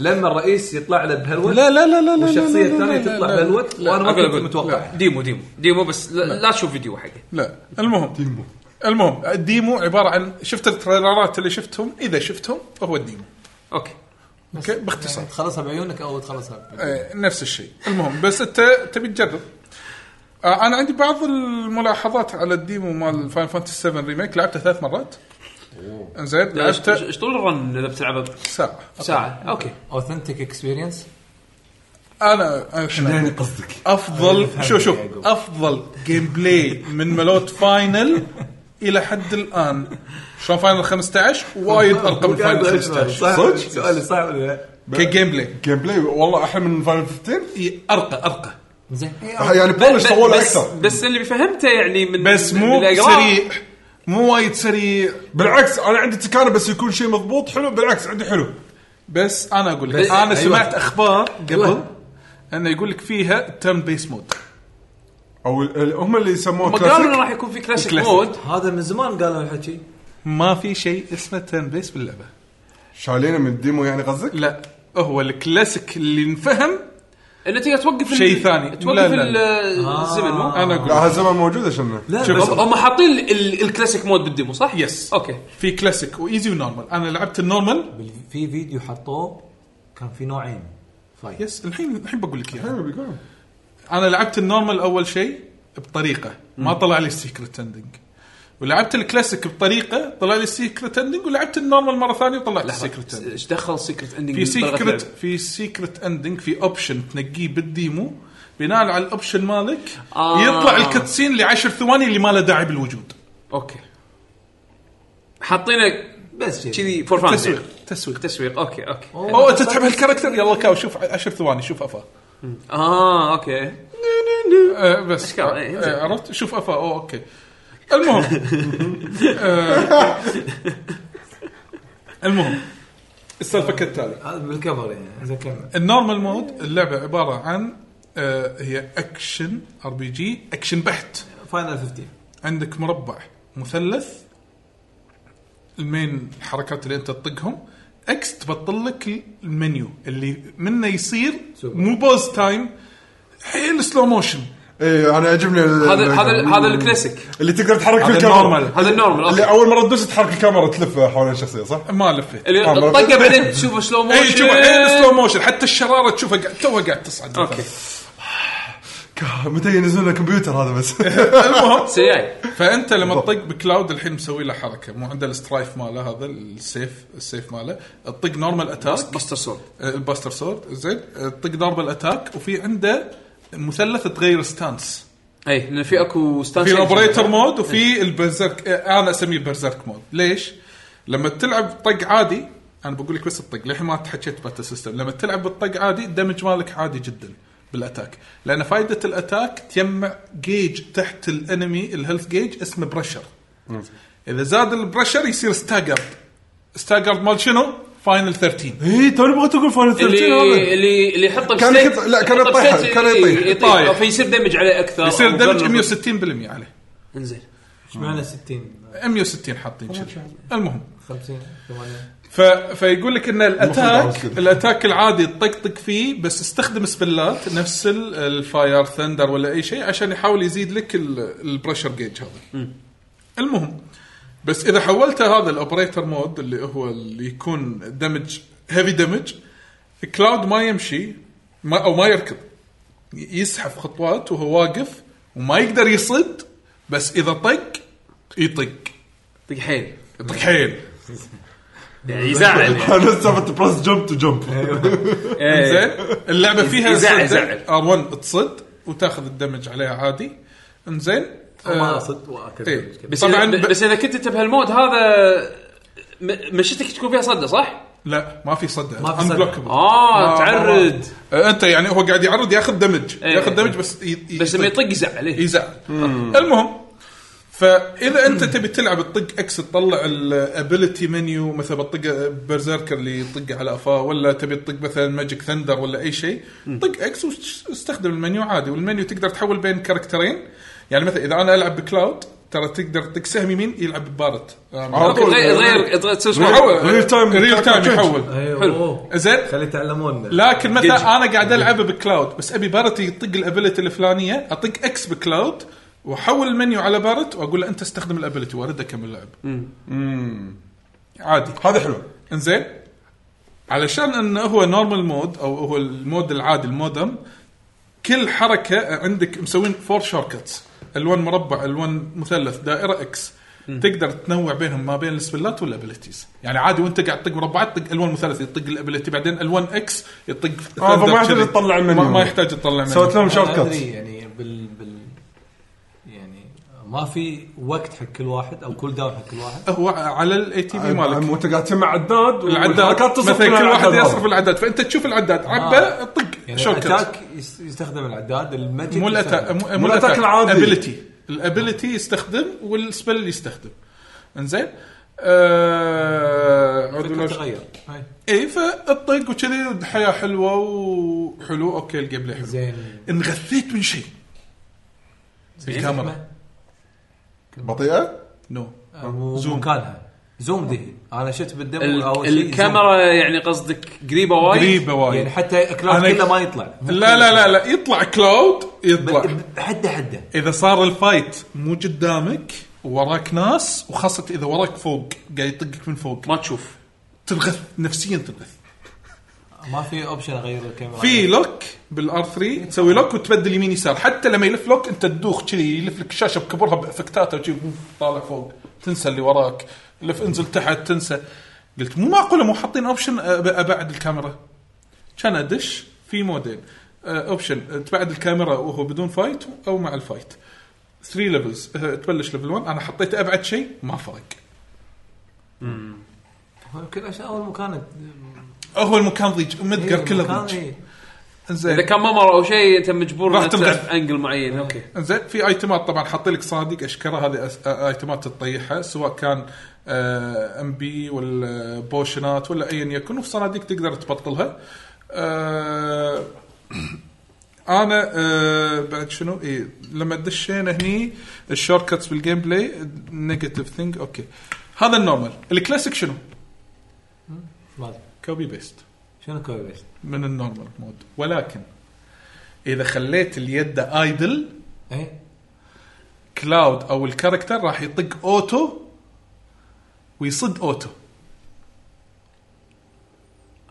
Speaker 6: لما الرئيس يطلع له بهالوقت
Speaker 1: لا لا لا لا لا
Speaker 6: والشخصيه
Speaker 1: لا لا
Speaker 6: الثانيه
Speaker 1: لا لا
Speaker 6: تطلع
Speaker 1: لا.
Speaker 6: بهالوقت وانا ما
Speaker 3: أقول-
Speaker 6: كنت
Speaker 3: أقول.
Speaker 6: متوقع
Speaker 3: ديمو ديمو ديمو بس لا, لا تشوف فيديو حقه
Speaker 1: لا المهم ديمو المهم الديمو عباره عن شفت التريلرات اللي شفتهم اذا شفتهم فهو الديمو
Speaker 3: اوكي
Speaker 1: اوكي باختصار
Speaker 6: تخلصها بعيونك او تخلصها
Speaker 1: آه، نفس الشيء المهم بس انت تبي تجرب آه، انا عندي بعض الملاحظات على الديمو مال فاين فانتسي 7 ريميك لعبته ثلاث مرات انزين
Speaker 3: ايش
Speaker 1: لعبته
Speaker 3: إيش طول الرن اذا بتلعبه
Speaker 1: ساعه
Speaker 3: ساعه اوكي
Speaker 6: اوثنتيك اكسبيرينس
Speaker 1: انا انا شنو يعني قصدك
Speaker 7: أيوة،
Speaker 1: افضل شو شو افضل جيم بلاي من ملوت فاينل الى حد الان شلون فاينل 15 وايد ارقى من فاينل 15
Speaker 6: صح سؤالي صح ولا لا؟
Speaker 1: كجيم بلاي
Speaker 7: جيم بلاي والله احلى من فاينل 15
Speaker 1: إي، ارقى ارقى
Speaker 6: زين
Speaker 7: يعني بولش طول
Speaker 3: بس
Speaker 7: اكثر
Speaker 3: بس اللي فهمته يعني من
Speaker 1: بس
Speaker 3: من
Speaker 1: مو
Speaker 3: الأقرار-
Speaker 1: سريع مو وايد سريع
Speaker 7: بالعكس انا عندي تكانه بس يكون شيء مضبوط حلو بالعكس عندي حلو
Speaker 1: بس انا اقول لك انا سمعت اخبار قبل
Speaker 6: أيوة.
Speaker 1: انه يقول لك فيها ترن بيس مود
Speaker 7: او ال- هم اللي يسموه
Speaker 3: ما قالوا انه
Speaker 7: كلاسيك
Speaker 3: راح يكون في كلاسيك
Speaker 1: كلاسيك.
Speaker 3: مود
Speaker 6: هذا من زمان قالوا الحكي
Speaker 1: ما في شيء اسمه ترن بيس باللعبه
Speaker 7: شالينه من الديمو يعني قصدك؟
Speaker 1: لا هو الكلاسيك اللي نفهم
Speaker 3: انه تقدر توقف ال-
Speaker 1: شيء ثاني.
Speaker 3: توقف
Speaker 1: لا،
Speaker 3: لا
Speaker 1: لا،
Speaker 3: لا. الزمن مو
Speaker 1: انا اقول
Speaker 7: لا هالزمن موجود عشان
Speaker 6: لا
Speaker 1: شوف،
Speaker 6: بس-
Speaker 1: أبو-
Speaker 3: هم حاطين ال- ال- الكلاسيك مود بالديمو صح؟
Speaker 1: يس
Speaker 3: اوكي
Speaker 1: في كلاسيك وايزي ونورمال انا لعبت النورمال
Speaker 6: بال- في فيديو حطوه كان في نوعين فايت
Speaker 1: يس الحين الحين بقول لك اياها انا لعبت النورمال اول شيء بطريقه ما طلع لي السيكرت اندنج ولعبت الكلاسيك بطريقه طلع لي السيكرت اندنج ولعبت النورمال مره ثانيه وطلع لي السيكرت اندنج
Speaker 3: ايش دخل سيكرت اندنج
Speaker 1: في سيكرت في سيكرت اندنج في اوبشن تنقيه بالديمو بناء على الاوبشن مالك
Speaker 3: آه.
Speaker 1: يطلع الكتسين اللي 10 ثواني اللي ما له داعي بالوجود
Speaker 3: اوكي حاطينه
Speaker 6: بس شيء
Speaker 3: كذي فور فان
Speaker 1: يعني. تسويق تسويق
Speaker 3: تسويق اوكي اوكي
Speaker 1: او انت تحب هالكاركتر يلا كاو شوف 10 ثواني شوف افا
Speaker 3: اه اوكي
Speaker 1: آه، بس
Speaker 3: أشكال، إيه، زين.
Speaker 1: آه، عرفت شوف افا أو اوكي المهم آه، المهم السالفه كالتالي
Speaker 6: هذا بالكفر يعني زين كمل
Speaker 1: النورمال مود اللعبه عباره عن آه، هي اكشن ار بي جي اكشن بحت
Speaker 6: فاينل 15
Speaker 1: عندك مربع مثلث المين الحركات اللي انت تطقهم اكس تبطل لك المنيو اللي منه يصير مو بوز تايم حيل سلو موشن
Speaker 7: ايه انا عجبني ال- يعني
Speaker 3: هذا هذا هذا الكلاسيك
Speaker 7: اللي تقدر تحرك في
Speaker 1: هذا
Speaker 7: الكاميرا
Speaker 1: النورمال.
Speaker 3: هذا النورمال
Speaker 7: اللي
Speaker 3: اوكي
Speaker 7: اول مره تدوس تحرك الكاميرا تلف حول الشخصيه صح؟
Speaker 1: ما لفيت
Speaker 3: اللي
Speaker 7: آه، ما-
Speaker 3: طقه بعدين تشوفه سلو موشن
Speaker 1: اي شوف حيل سلو موشن حتى الشراره تشوفها قاعد- توها قاعد تصعد
Speaker 3: اوكي
Speaker 7: كا- متى ينزلون لنا كمبيوتر هذا بس؟ إيه،
Speaker 1: المهم
Speaker 3: سياي
Speaker 1: فانت لما تطق بكلاود الحين مسوي له حركه مو عنده السترايف ماله هذا السيف السيف ماله تطق نورمال اتاك
Speaker 3: باستر سورد
Speaker 1: الباستر سورد زين تطق ضربه الاتاك وفي عنده مثلث تغير ستانس
Speaker 3: اي لان إيه، في اكو ستانس
Speaker 1: في الاوبريتر مود وفي البرزرك آه، انا اسميه برزرك مود ليش؟ لما تلعب طق عادي انا بقول لك بس الطق للحين ما تحكيت باتل سيستم لما تلعب بالطق عادي الدمج مالك عادي جدا بالاتاك لان فائده الاتاك تجمع جيج تحت الانمي الهيلث جيج اسمه بريشر اذا زاد البريشر يصير ستاجرد ستاجرد مال شنو؟ فاينل 13
Speaker 7: اي توني بغيت اقول فاينل 13
Speaker 3: اللي
Speaker 7: هذا.
Speaker 3: اللي اللي يحطه
Speaker 7: كان
Speaker 3: بستيت-
Speaker 7: يحط- لا، كان
Speaker 3: يحطه
Speaker 7: يطيح-
Speaker 3: بستيت
Speaker 7: كان
Speaker 3: ي-
Speaker 7: يطيح.
Speaker 1: طايح.
Speaker 3: فيصير دمج عليه اكثر
Speaker 1: طيب. يصير
Speaker 3: أو
Speaker 1: دمج
Speaker 3: vulnerable.
Speaker 1: 160% عليه
Speaker 3: انزين
Speaker 6: اشمعنى 60
Speaker 1: 160 حاطين كذي المهم
Speaker 6: 50 80
Speaker 1: ف... فيقول لك ان الاتاك
Speaker 7: كده.
Speaker 1: الاتاك العادي تطقطق فيه بس استخدم سبلات نفس ال- الفاير ثندر ولا اي شيء عشان يحاول يزيد لك ال- البريشر جيج هذا المهم بس اذا حولته هذا الاوبريتر مود اللي هو اللي يكون دمج هيفي دمج كلاود ما يمشي ما او ما يركض ي- يسحب خطوات وهو واقف وما يقدر يصد بس اذا طق يطق
Speaker 3: طق حيل
Speaker 1: يطق حيل
Speaker 3: يعني يزعل يعني.
Speaker 7: انا سالفه بريس جمب تو جمب
Speaker 1: زين اللعبه فيها
Speaker 3: يزعل-
Speaker 1: تصد
Speaker 3: يزعل.
Speaker 1: ار 1 تصد وتاخذ الدمج عليها عادي انزين
Speaker 6: ما
Speaker 1: آه،
Speaker 6: اقصد واكد
Speaker 1: إيه.
Speaker 3: بس
Speaker 1: طبعا
Speaker 3: طبعا بس اذا كنت انت بهالمود هذا م- مشيتك تكون فيها صده صح؟
Speaker 1: لا ما في صدع
Speaker 6: ما في صدع.
Speaker 1: Unblockable.
Speaker 3: آه،
Speaker 1: ما- ما-
Speaker 3: تعرض.
Speaker 1: آه، انت يعني هو قاعد يعرض ياخذ دمج
Speaker 3: إيه.
Speaker 1: ياخذ دمج بس ي- ي-
Speaker 3: بس لما يطق يزعل عليه
Speaker 1: يزعل المهم فاذا انت تبي تلعب تطق اكس تطلع الابيلتي منيو مثلا بتطق برزيركر اللي يطق على افاه ولا تبي تطق مثلا ماجيك ثندر ولا اي شيء طق اكس واستخدم المنيو عادي والمنيو تقدر تحول بين كاركترين يعني مثلا اذا انا العب بكلاود ترى تقدر تطق سهم يمين يلعب ببارت
Speaker 4: على طول.
Speaker 3: غير
Speaker 1: يعني
Speaker 3: غير غير- تسوي
Speaker 4: يحول.
Speaker 3: سوالف.
Speaker 4: آه، Real time.
Speaker 1: ريل تايم
Speaker 4: Change.
Speaker 1: يحول
Speaker 6: ايوه
Speaker 1: زين
Speaker 6: خلي تعلمونا
Speaker 1: لكن مثلا انا قاعد العب بكلاود بس ابي بارت يطق الابيلتي الفلانيه اطق اكس بكلاود واحول المنيو على بارت واقول له انت استخدم الابيلتي وارد اكمل لعب. عادي
Speaker 4: هذا حلو
Speaker 1: انزين علشان انه هو نورمال مود او هو المود العادي المودم كل حركه عندك مسوين فور شورتكتس الوان مربع الوان مثلث دائره اكس تقدر تنوع بينهم ما بين السبلات والابيلتيز يعني عادي وانت قاعد تطق مربعات تطق الوان مثلث يطق الابيلتي بعدين الوان اكس يطق
Speaker 4: آه، فما
Speaker 1: ثندر
Speaker 4: يحتاج
Speaker 1: كذي.
Speaker 4: تطلع
Speaker 1: ما-
Speaker 4: المنيو.
Speaker 1: ما يحتاج تطلع
Speaker 4: سويت
Speaker 1: منيو
Speaker 4: لهم شورت
Speaker 5: أنا
Speaker 4: كات
Speaker 5: ادري يعني بال بال يعني ما في وقت حق كل واحد او كول داون حق كل واحد
Speaker 1: هو على الاي تي
Speaker 4: آه،
Speaker 1: بي مالك
Speaker 4: وانت قاعد تجمع عداد
Speaker 1: العداد
Speaker 4: والحركات تصرف
Speaker 1: مثلا
Speaker 4: من
Speaker 1: كل واحد
Speaker 4: العداد
Speaker 1: يصرف
Speaker 4: هذا.
Speaker 1: العداد فانت تشوف العداد عبه طق
Speaker 5: يعني
Speaker 1: شورت كات
Speaker 5: الاتاك يس- يستخدم العداد الماجيك
Speaker 1: مو الاتاك
Speaker 5: يستخدم.
Speaker 1: مو
Speaker 4: مو
Speaker 1: مو
Speaker 4: الأتاك
Speaker 1: الاتاك
Speaker 4: العادي.
Speaker 1: الابيلتي الابيلتي يستخدم والسبل يستخدم انزين آه عود
Speaker 5: فكرة
Speaker 1: ولا-
Speaker 5: تغير هاي.
Speaker 1: اي فالطق وكذي الحياه حلوه وحلو اوكي الجيم بلاي حلو
Speaker 5: زين
Speaker 1: انغثيت من شيء الكاميرا
Speaker 7: بطيئه
Speaker 1: نو زوم.
Speaker 5: زوم مكانها زوم دهي انا شفت بالدم
Speaker 3: ال-
Speaker 5: اول شيء
Speaker 3: الكاميرا يعني قصدك قريبه وايد
Speaker 1: قريبه
Speaker 5: زوم. يعني
Speaker 1: وايد
Speaker 5: حتى اكلاس
Speaker 1: أنا-
Speaker 5: كله ما يطلع
Speaker 1: لا لا لا لا يطلع كلاود يطلع
Speaker 5: حده حده
Speaker 1: اذا صار الفايت مو قدامك وراك ناس وخاصه اذا وراك فوق قاعد يطقك من فوق
Speaker 3: ما تشوف
Speaker 1: تنغث نفسيا تنغث
Speaker 5: ما في اوبشن اغير الكاميرا
Speaker 1: في لوك بالار 3 تسوي لوك وتبدل يمين يسار حتى لما يلف لوك انت تدوخ كذي يلف لك الشاشه بكبرها بافكتاته وشي بوف، طالع فوق تنسى اللي وراك لف انزل تحت تنسى قلت مو معقوله مو حاطين اوبشن أب- ابعد الكاميرا كان ادش في مودين آه، اوبشن آه، تبعد الكاميرا وهو بدون فايت او مع الفايت 3 ليفلز آه، تبلش ليفل 1 انا حطيت ابعد شيء ما فرق
Speaker 5: يمكن عشان اول مكان
Speaker 1: هو المكان ضيج مدقر كله
Speaker 5: مكان
Speaker 1: ضيج
Speaker 5: إيه.
Speaker 1: انزين
Speaker 3: اذا كان ممر او شيء انت مجبور
Speaker 1: راح
Speaker 3: انك
Speaker 1: تمدح.
Speaker 3: تلعب انجل معين اوكي
Speaker 1: زين في ايتمات طبعا حاط لك صادق اشكره هذه أس- ايتمات تطيحها سواء كان ام بي ولا بوشنات ولا ايا يكن وفي صناديق تقدر تبطلها آه، انا آه، بعد شنو اي لما دشينا هني الشورت كاتس بالجيم بلاي نيجاتيف ثينج اوكي هذا النورمال الكلاسيك شنو؟
Speaker 5: ما أدري.
Speaker 1: كوبي بيست
Speaker 5: شنو كوي بيست
Speaker 1: من النورمال مود ولكن اذا خليت اليد ايدل
Speaker 5: اي
Speaker 1: كلاود او الكاركتر راح يطق اوتو ويصد اوتو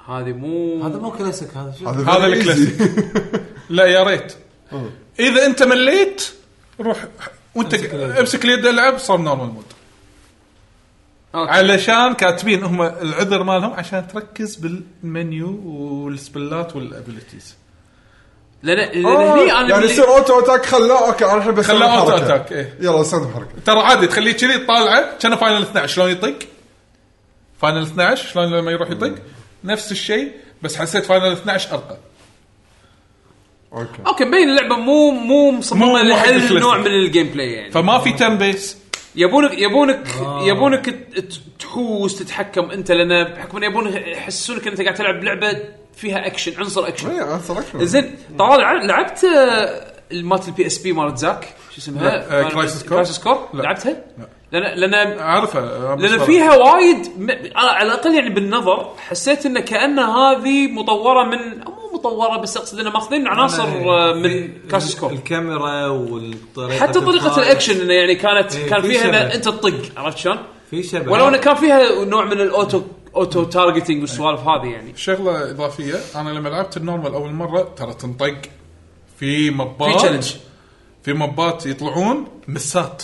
Speaker 3: هذه مو
Speaker 5: هذا مو كلاسيك هذا شو
Speaker 1: هذا
Speaker 7: very easy.
Speaker 1: الكلاسيك لا يا ريت اذا انت مليت روح وانت
Speaker 5: امسك اليد.
Speaker 1: امسك اليد العب صار نورمال مود
Speaker 3: أوكي.
Speaker 1: علشان كاتبين هم العذر مالهم عشان تركز بالمنيو والسبلات والابيلتيز
Speaker 3: لان لان هني انا
Speaker 7: يعني
Speaker 3: اللي-
Speaker 7: يصير اوتو اتاك خلاه اوكي انا الحين بس
Speaker 1: خلاه أوتو أتاك، إيه.
Speaker 7: يلا استخدم حركه
Speaker 1: ترى عادي تخليه كذي طالعه كان فاينل 12 شلون يطق فاينل 12 شلون لما يروح يطق نفس الشيء بس حسيت فاينل 12 ارقى
Speaker 7: اوكي
Speaker 3: اوكي مبين اللعبه مو مو
Speaker 1: مو-
Speaker 3: مصممه
Speaker 1: مو حق
Speaker 3: لحل
Speaker 1: الكلاسيك.
Speaker 3: نوع من الجيم بلاي يعني
Speaker 1: فما في تم بيس
Speaker 3: يبونك يبونك
Speaker 1: آه.
Speaker 3: يبونك ت- ت- تحوس تتحكم انت لان بحكم إن يبون يحسونك انت قاعد تلعب لعبه فيها اكشن عنصر
Speaker 4: آه.
Speaker 3: اكشن
Speaker 7: اي انسر اكشن
Speaker 3: إيه، زين طلال لعبت آه، مالت البي اس بي مالت زاك شو
Speaker 1: لا، آه،
Speaker 3: اسمها؟
Speaker 1: Crisis Core؟
Speaker 3: كرايسس كور
Speaker 1: لا. آه،
Speaker 3: لعبتها؟ لان لان
Speaker 1: عارفه
Speaker 3: لان فيها وايد م... على على الاقل يعني بالنظر حسيت انه كان هذه مطوره من مو مطوره بس اقصد انه ماخذين عناصر آه، من كاس سكور
Speaker 5: الكاميرا والطريقه
Speaker 3: حتى طريقه
Speaker 5: الفايت.
Speaker 3: الاكشن انه يعني كانت
Speaker 5: إيه،
Speaker 3: كان
Speaker 5: في
Speaker 3: فيها
Speaker 5: شبه.
Speaker 3: إنه انت تطق عرفت شلون؟
Speaker 5: في شبه
Speaker 3: ولو انه كان فيها نوع من الاوتو اوتو تارجتنج والسوالف هذه يعني
Speaker 1: شغله اضافيه انا لما لعبت النورمال اول مره ترى تنطق في
Speaker 3: في
Speaker 1: مبات
Speaker 3: (laughs) تشالنج
Speaker 1: في مبات يطلعون مسات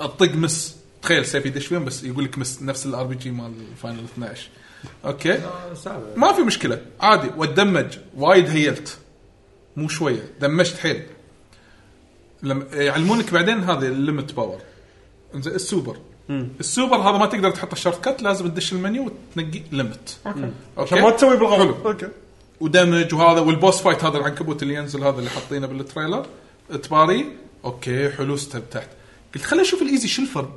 Speaker 1: الطق مس تخيل سيف يدش فيهم بس يقول لك مس نفس الار بي جي مال فاينل 12 اوكي ما في مشكله عادي واتدمج وايد هيلت مو شويه دمجت حيل لما يعلمونك بعدين هذه الليمت باور إنزين، السوبر السوبر هذا ما تقدر تحط الشورت كات لازم تدش المنيو وتنقي ليمت
Speaker 4: عشان ما تسوي بالغلط
Speaker 1: حلو.
Speaker 4: اوكي
Speaker 1: ودمج وهذا والبوس فايت هذا العنكبوت اللي ينزل هذا اللي حاطينه بالتريلر تباري اوكي حلو استمتعت قلت خليني اشوف الايزي شو الفرق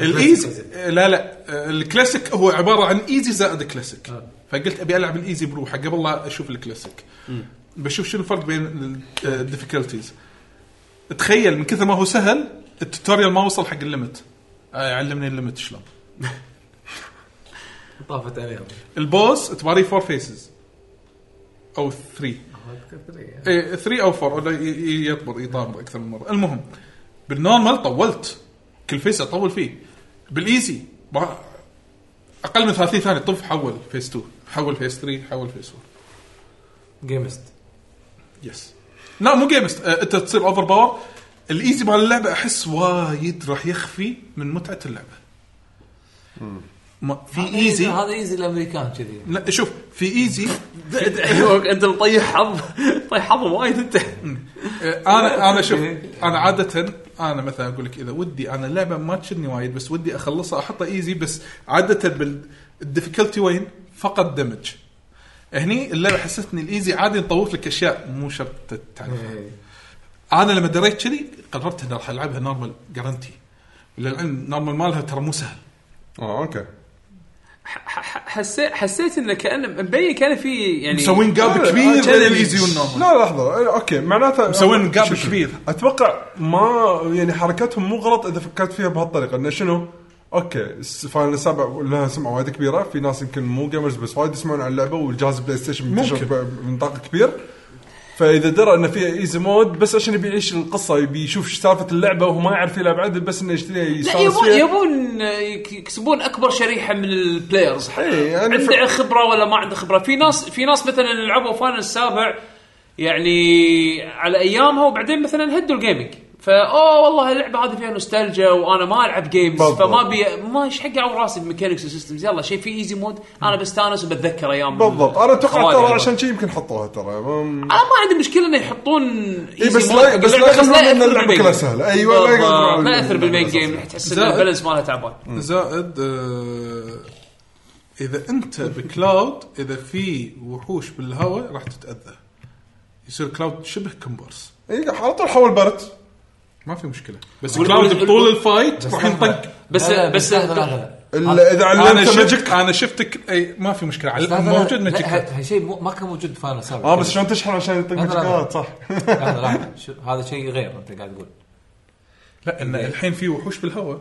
Speaker 1: الايزي لا لا الكلاسيك هو عباره عن ايزي زائد كلاسيك فقلت ابي العب الايزي بروحه قبل لا اشوف الكلاسيك بشوف شنو الفرق بين الديفيكولتيز تخيل من كثر ما هو سهل التوتوريال ما وصل حق الليمت آه، علمني الليمت شلون
Speaker 6: طافت عليهم
Speaker 1: البوس تباري فور فيسز او 3 اي 3 او 4 ولا ي- ي- يطبر يطامر اكثر من مره المهم بالنورمال طولت كل فيس اطول فيه بالايزي ما- اقل من 30 ثانيه طف حول فيس 2 حول فيس 3 حول فيس 1
Speaker 6: جيمست
Speaker 1: يس لا مو جيمست آه، انت تصير اوفر باور الايزي مال اللعبه احس وايد راح يخفي من متعه اللعبه ما في ايزي
Speaker 6: هذا ايزي الامريكان كذي
Speaker 1: لا شوف في ايزي
Speaker 3: انت مطيح حظ مطيح حظ وايد انت
Speaker 1: انا انا إيه، شوف انا عاده انا مثلا اقول لك اذا ودي انا اللعبه ما تشدني وايد بس ودي اخلصها احطها ايزي بس عاده بالديفيكولتي وين؟ فقط دمج. هني اللعبه حسستني الايزي عادي نطوف لك اشياء مو شرط تعرفها. انا لما دريت كذي قررت اني راح العبها نورمال جرانتي. للعلم نورمال مالها ترى مو سهل.
Speaker 7: آه،
Speaker 4: اه اوكي
Speaker 3: (laughs) حسيت حسيت انه كان مبين كان في يعني
Speaker 1: مسوين
Speaker 4: آه،
Speaker 1: جاب كبير بين الايزي والنورمال.
Speaker 4: لا لحظه إيه، اوكي معناته
Speaker 1: مسوين جاب
Speaker 4: شوف، شوف.
Speaker 1: كبير.
Speaker 4: اتوقع ما يعني حركتهم مو غلط اذا فكرت فيها بهالطريقه انه شنو؟ اوكي فاينل سبع لها سمعه وايد كبيره في ناس يمكن مو جيمرز بس وايد يسمعون عن اللعبه والجهاز بلاي ستيشن منتشر ب- بنطاق كبير فاذا درى انه فيها ايزي مود بس عشان يبي يعيش القصه يبي يشوف إيش سالفه اللعبه وهو ما يعرف يلعب عدل بس انه يشتريها
Speaker 3: لا
Speaker 4: يستانس
Speaker 3: يبون
Speaker 4: فيها
Speaker 3: يبون يك- يكسبون اكبر شريحه من البلايرز
Speaker 4: إي، يعني
Speaker 3: عنده خبره ولا ما عنده خبره في ناس في ناس مثلا لعبوا فاينل السابع يعني على ايامها وبعدين مثلا هدوا الجيمنج فا والله اللعبه هذه فيها نوستالجيا وانا ما العب جيمز
Speaker 4: بالضبط.
Speaker 3: فما بي ما ايش حق اعور راسي بميكانكس وسيستمز يلا شيء في ايزي مود انا بستانس وبتذكر ايام
Speaker 4: بالضبط انا اتوقع
Speaker 3: الخوالي
Speaker 4: ترى
Speaker 3: هذول.
Speaker 4: عشان شي يمكن حطوها ترى ما-
Speaker 3: انا ما عندي مشكله انه يحطون
Speaker 4: اي
Speaker 3: easy
Speaker 4: إيه، بس
Speaker 3: mode
Speaker 4: لا بس لا
Speaker 3: باللعبة،
Speaker 4: يخلون ان
Speaker 3: يأثر
Speaker 4: اللعبه
Speaker 3: بالmain
Speaker 4: كلها
Speaker 3: game.
Speaker 4: سهله ايوه لا يقدر
Speaker 3: بالضبط،
Speaker 4: على-
Speaker 3: ما ياثر بالمين جيم راح تحس ان
Speaker 1: زائد-
Speaker 3: البالانس مالها تعبان
Speaker 1: زائد آه، اذا انت بكلاود اذا في وحوش بالهواء راح تتاذى يصير كلاود شبه كومبارس
Speaker 4: اي إيه، على طول حول بارت
Speaker 1: ما في مشكله بس
Speaker 3: وال-
Speaker 1: كلاود
Speaker 3: وال-
Speaker 1: بطول الفايت راح ينطق
Speaker 3: بس بس
Speaker 4: الا اذا
Speaker 1: انا
Speaker 4: علمت
Speaker 1: شفت
Speaker 4: ماجيك
Speaker 1: انا شفتك اي ما في مشكله على- موجود آه، ماجيك كارد.
Speaker 6: هالشيء ما كان موجود فاينل سابع
Speaker 4: اه بس شلون تشحن عشان يطق
Speaker 6: لا، لا، لا.
Speaker 4: ماجيكات
Speaker 6: (laughs)
Speaker 4: صح
Speaker 6: لحظة، لحظة. شو- هذا شيء غير انت قاعد تقول
Speaker 1: لا ان الحين في وحوش بالهواء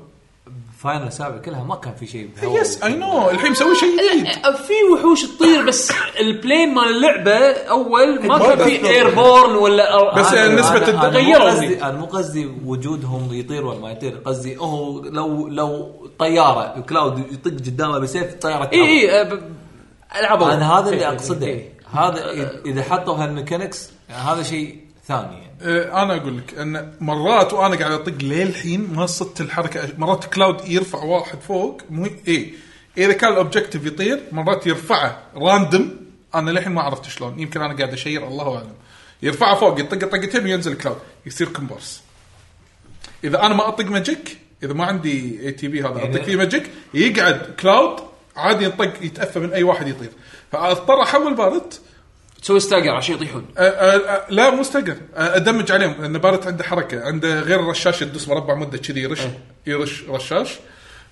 Speaker 6: فاينل سابع كلها ما كان في شيء بهواء.
Speaker 1: يس اي نو الحين مسوي شيء جديد
Speaker 3: أه، في وحوش تطير بس البلين مال اللعبه اول ما
Speaker 4: ما
Speaker 3: كان في
Speaker 4: بس-
Speaker 3: اير بورن ولا
Speaker 1: بس
Speaker 6: أنا-
Speaker 1: نسبة
Speaker 6: أنا- أنا مو
Speaker 3: تغيروا
Speaker 6: قصدي-
Speaker 3: لي.
Speaker 6: انا مو قصدي وجودهم يطير ولا ما يطير قصدي هو لو لو طياره كلاود يطق قدامه بسيف الطياره
Speaker 3: اي
Speaker 1: إيه،
Speaker 6: تعور.
Speaker 3: اي آه، ب- العبوا
Speaker 6: انا هذا
Speaker 3: إي،
Speaker 6: اللي
Speaker 3: إي،
Speaker 6: اقصده
Speaker 3: إي.
Speaker 6: هذا إذا- اذا حطوا هالميكانكس هذا شيء ثاني يعني
Speaker 1: آه، انا اقول لك ان مرات وانا قاعد اطق للحين ما صدت الحركه مرات كلاود يرفع واحد فوق مو اي اذا كان الاوبجكتيف يطير مرات يرفعه راندم انا للحين ما عرفت شلون يمكن انا قاعد اشير الله اعلم يرفعه فوق يطق طقتين وينزل كلاود يصير كومبارس اذا انا ما اطق ماجيك اذا ما عندي اي تي بي هذا اطق فيه ماجيك يقعد كلاود عادي ينطق يتأفى من اي واحد يطير فاضطر احول بارت
Speaker 3: تسوي ستاجر عشان يطيحون
Speaker 1: أ- أ- أ- أه، لا مو استقر ادمج عليهم لان بارت عنده حركه عنده غير الرشاش يدوس مربع مده كذي يرش
Speaker 3: إيه.
Speaker 1: يرش رشاش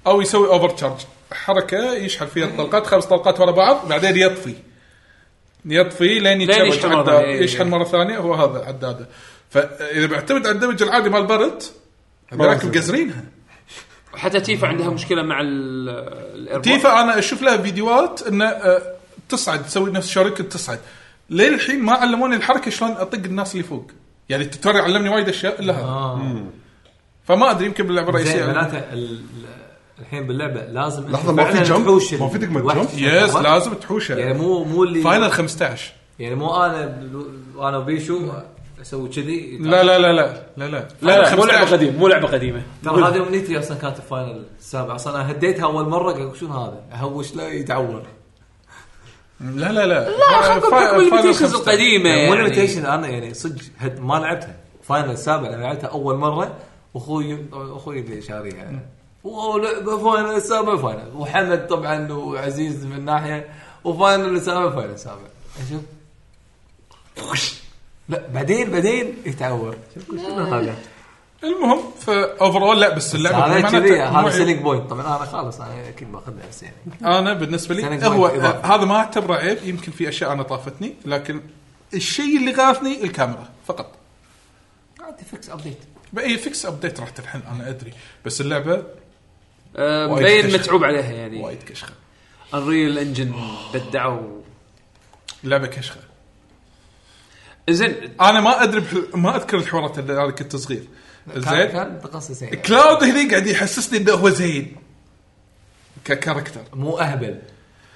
Speaker 1: او يسوي اوفر تشارج حركه يشحن فيها الطلقات خمس طلقات ورا بعض بعدين يطفي يطفي لين يتشرج
Speaker 3: يشحن مرة
Speaker 1: عداد
Speaker 3: ثانية.
Speaker 1: يشحن مره ثانيه هو هذا عداده فاذا بعتمد على الدمج العادي مال بارت راكب قزرينها
Speaker 3: حتى تيفا عندها مشكله مع ال- الاير بورن.
Speaker 1: تيفا انا اشوف لها فيديوهات انه آه، تصعد تسوي نفس شركه تصعد للحين ما علموني الحركه شلون اطق الناس اللي فوق يعني التوتوريال علمني وايد اشياء الا هذا فما ادري يمكن باللعبه
Speaker 6: آه. زين
Speaker 1: الرئيسيه
Speaker 6: معناته ال- الحين باللعبه لازم
Speaker 4: يعني. لحظة، ما في جمب؟ ما في دقمة جمب؟
Speaker 1: يس
Speaker 6: لازم
Speaker 1: لازم تحوشها
Speaker 6: يعني مو مو اللي
Speaker 1: فاينل 15
Speaker 6: يعني مو انا بل- انا وبيشو اسوي كذي
Speaker 1: لا لا لا لا لا لا
Speaker 3: لا لا مو لعبه
Speaker 1: 15.
Speaker 3: قديمه مو لعبه قديمه
Speaker 6: ترى هذه امنيتي اصلا كانت الفاينل السابع اصلا انا هديتها اول مره قلت شنو هذا؟ اهوش لا يتعور
Speaker 1: لا لا لا
Speaker 3: لا آه، خلينا نقول
Speaker 1: فاينل
Speaker 3: حكم الليمتيشنز
Speaker 1: 15.
Speaker 3: القديمه
Speaker 6: مو
Speaker 3: يعني
Speaker 6: ليميتيشن انا يعني صدق هد- ما لعبتها فاينل السابع انا لعبتها اول مره واخوي اخوي اللي شاريها اوه لعبه فاينل سابع فاينل وحمد طبعا وعزيز من ناحيه وفاينل سابع فاينل سابع اشوف لا بعدين بعدين يتعور شوف شنو هذا
Speaker 1: المهم فاوفرول لا بس اللعبه
Speaker 6: هذا
Speaker 1: بأمانة
Speaker 6: كذي هذا
Speaker 1: مو عيب.
Speaker 6: سيلينج بوينت طبعا انا خالص انا اكيد باخذها بس يعني
Speaker 1: انا بالنسبه
Speaker 6: سنة
Speaker 1: لي هو
Speaker 6: جوال إضافي.
Speaker 1: هذا ما اعتبره عيب يمكن في اشياء انا طافتني لكن الشيء اللي غاثني الكاميرا فقط
Speaker 6: عادي فيكس ابديت
Speaker 1: باي فيكس ابديت راح تلحن انا ادري بس اللعبه
Speaker 3: آه،
Speaker 1: وايد
Speaker 3: مبين
Speaker 1: كشخة.
Speaker 3: متعوب عليها يعني
Speaker 1: وايد كشخه
Speaker 3: انريل انجن بدعوا
Speaker 1: اللعبه كشخه
Speaker 3: زين
Speaker 1: انا ما ادري بح- ما اذكر الحوارات اللي انا كنت صغير
Speaker 6: كان
Speaker 1: زين
Speaker 6: كان تقصصين
Speaker 1: كلاود هني قاعد يحسسني انه هو زين ككاركتر
Speaker 6: مو اهبل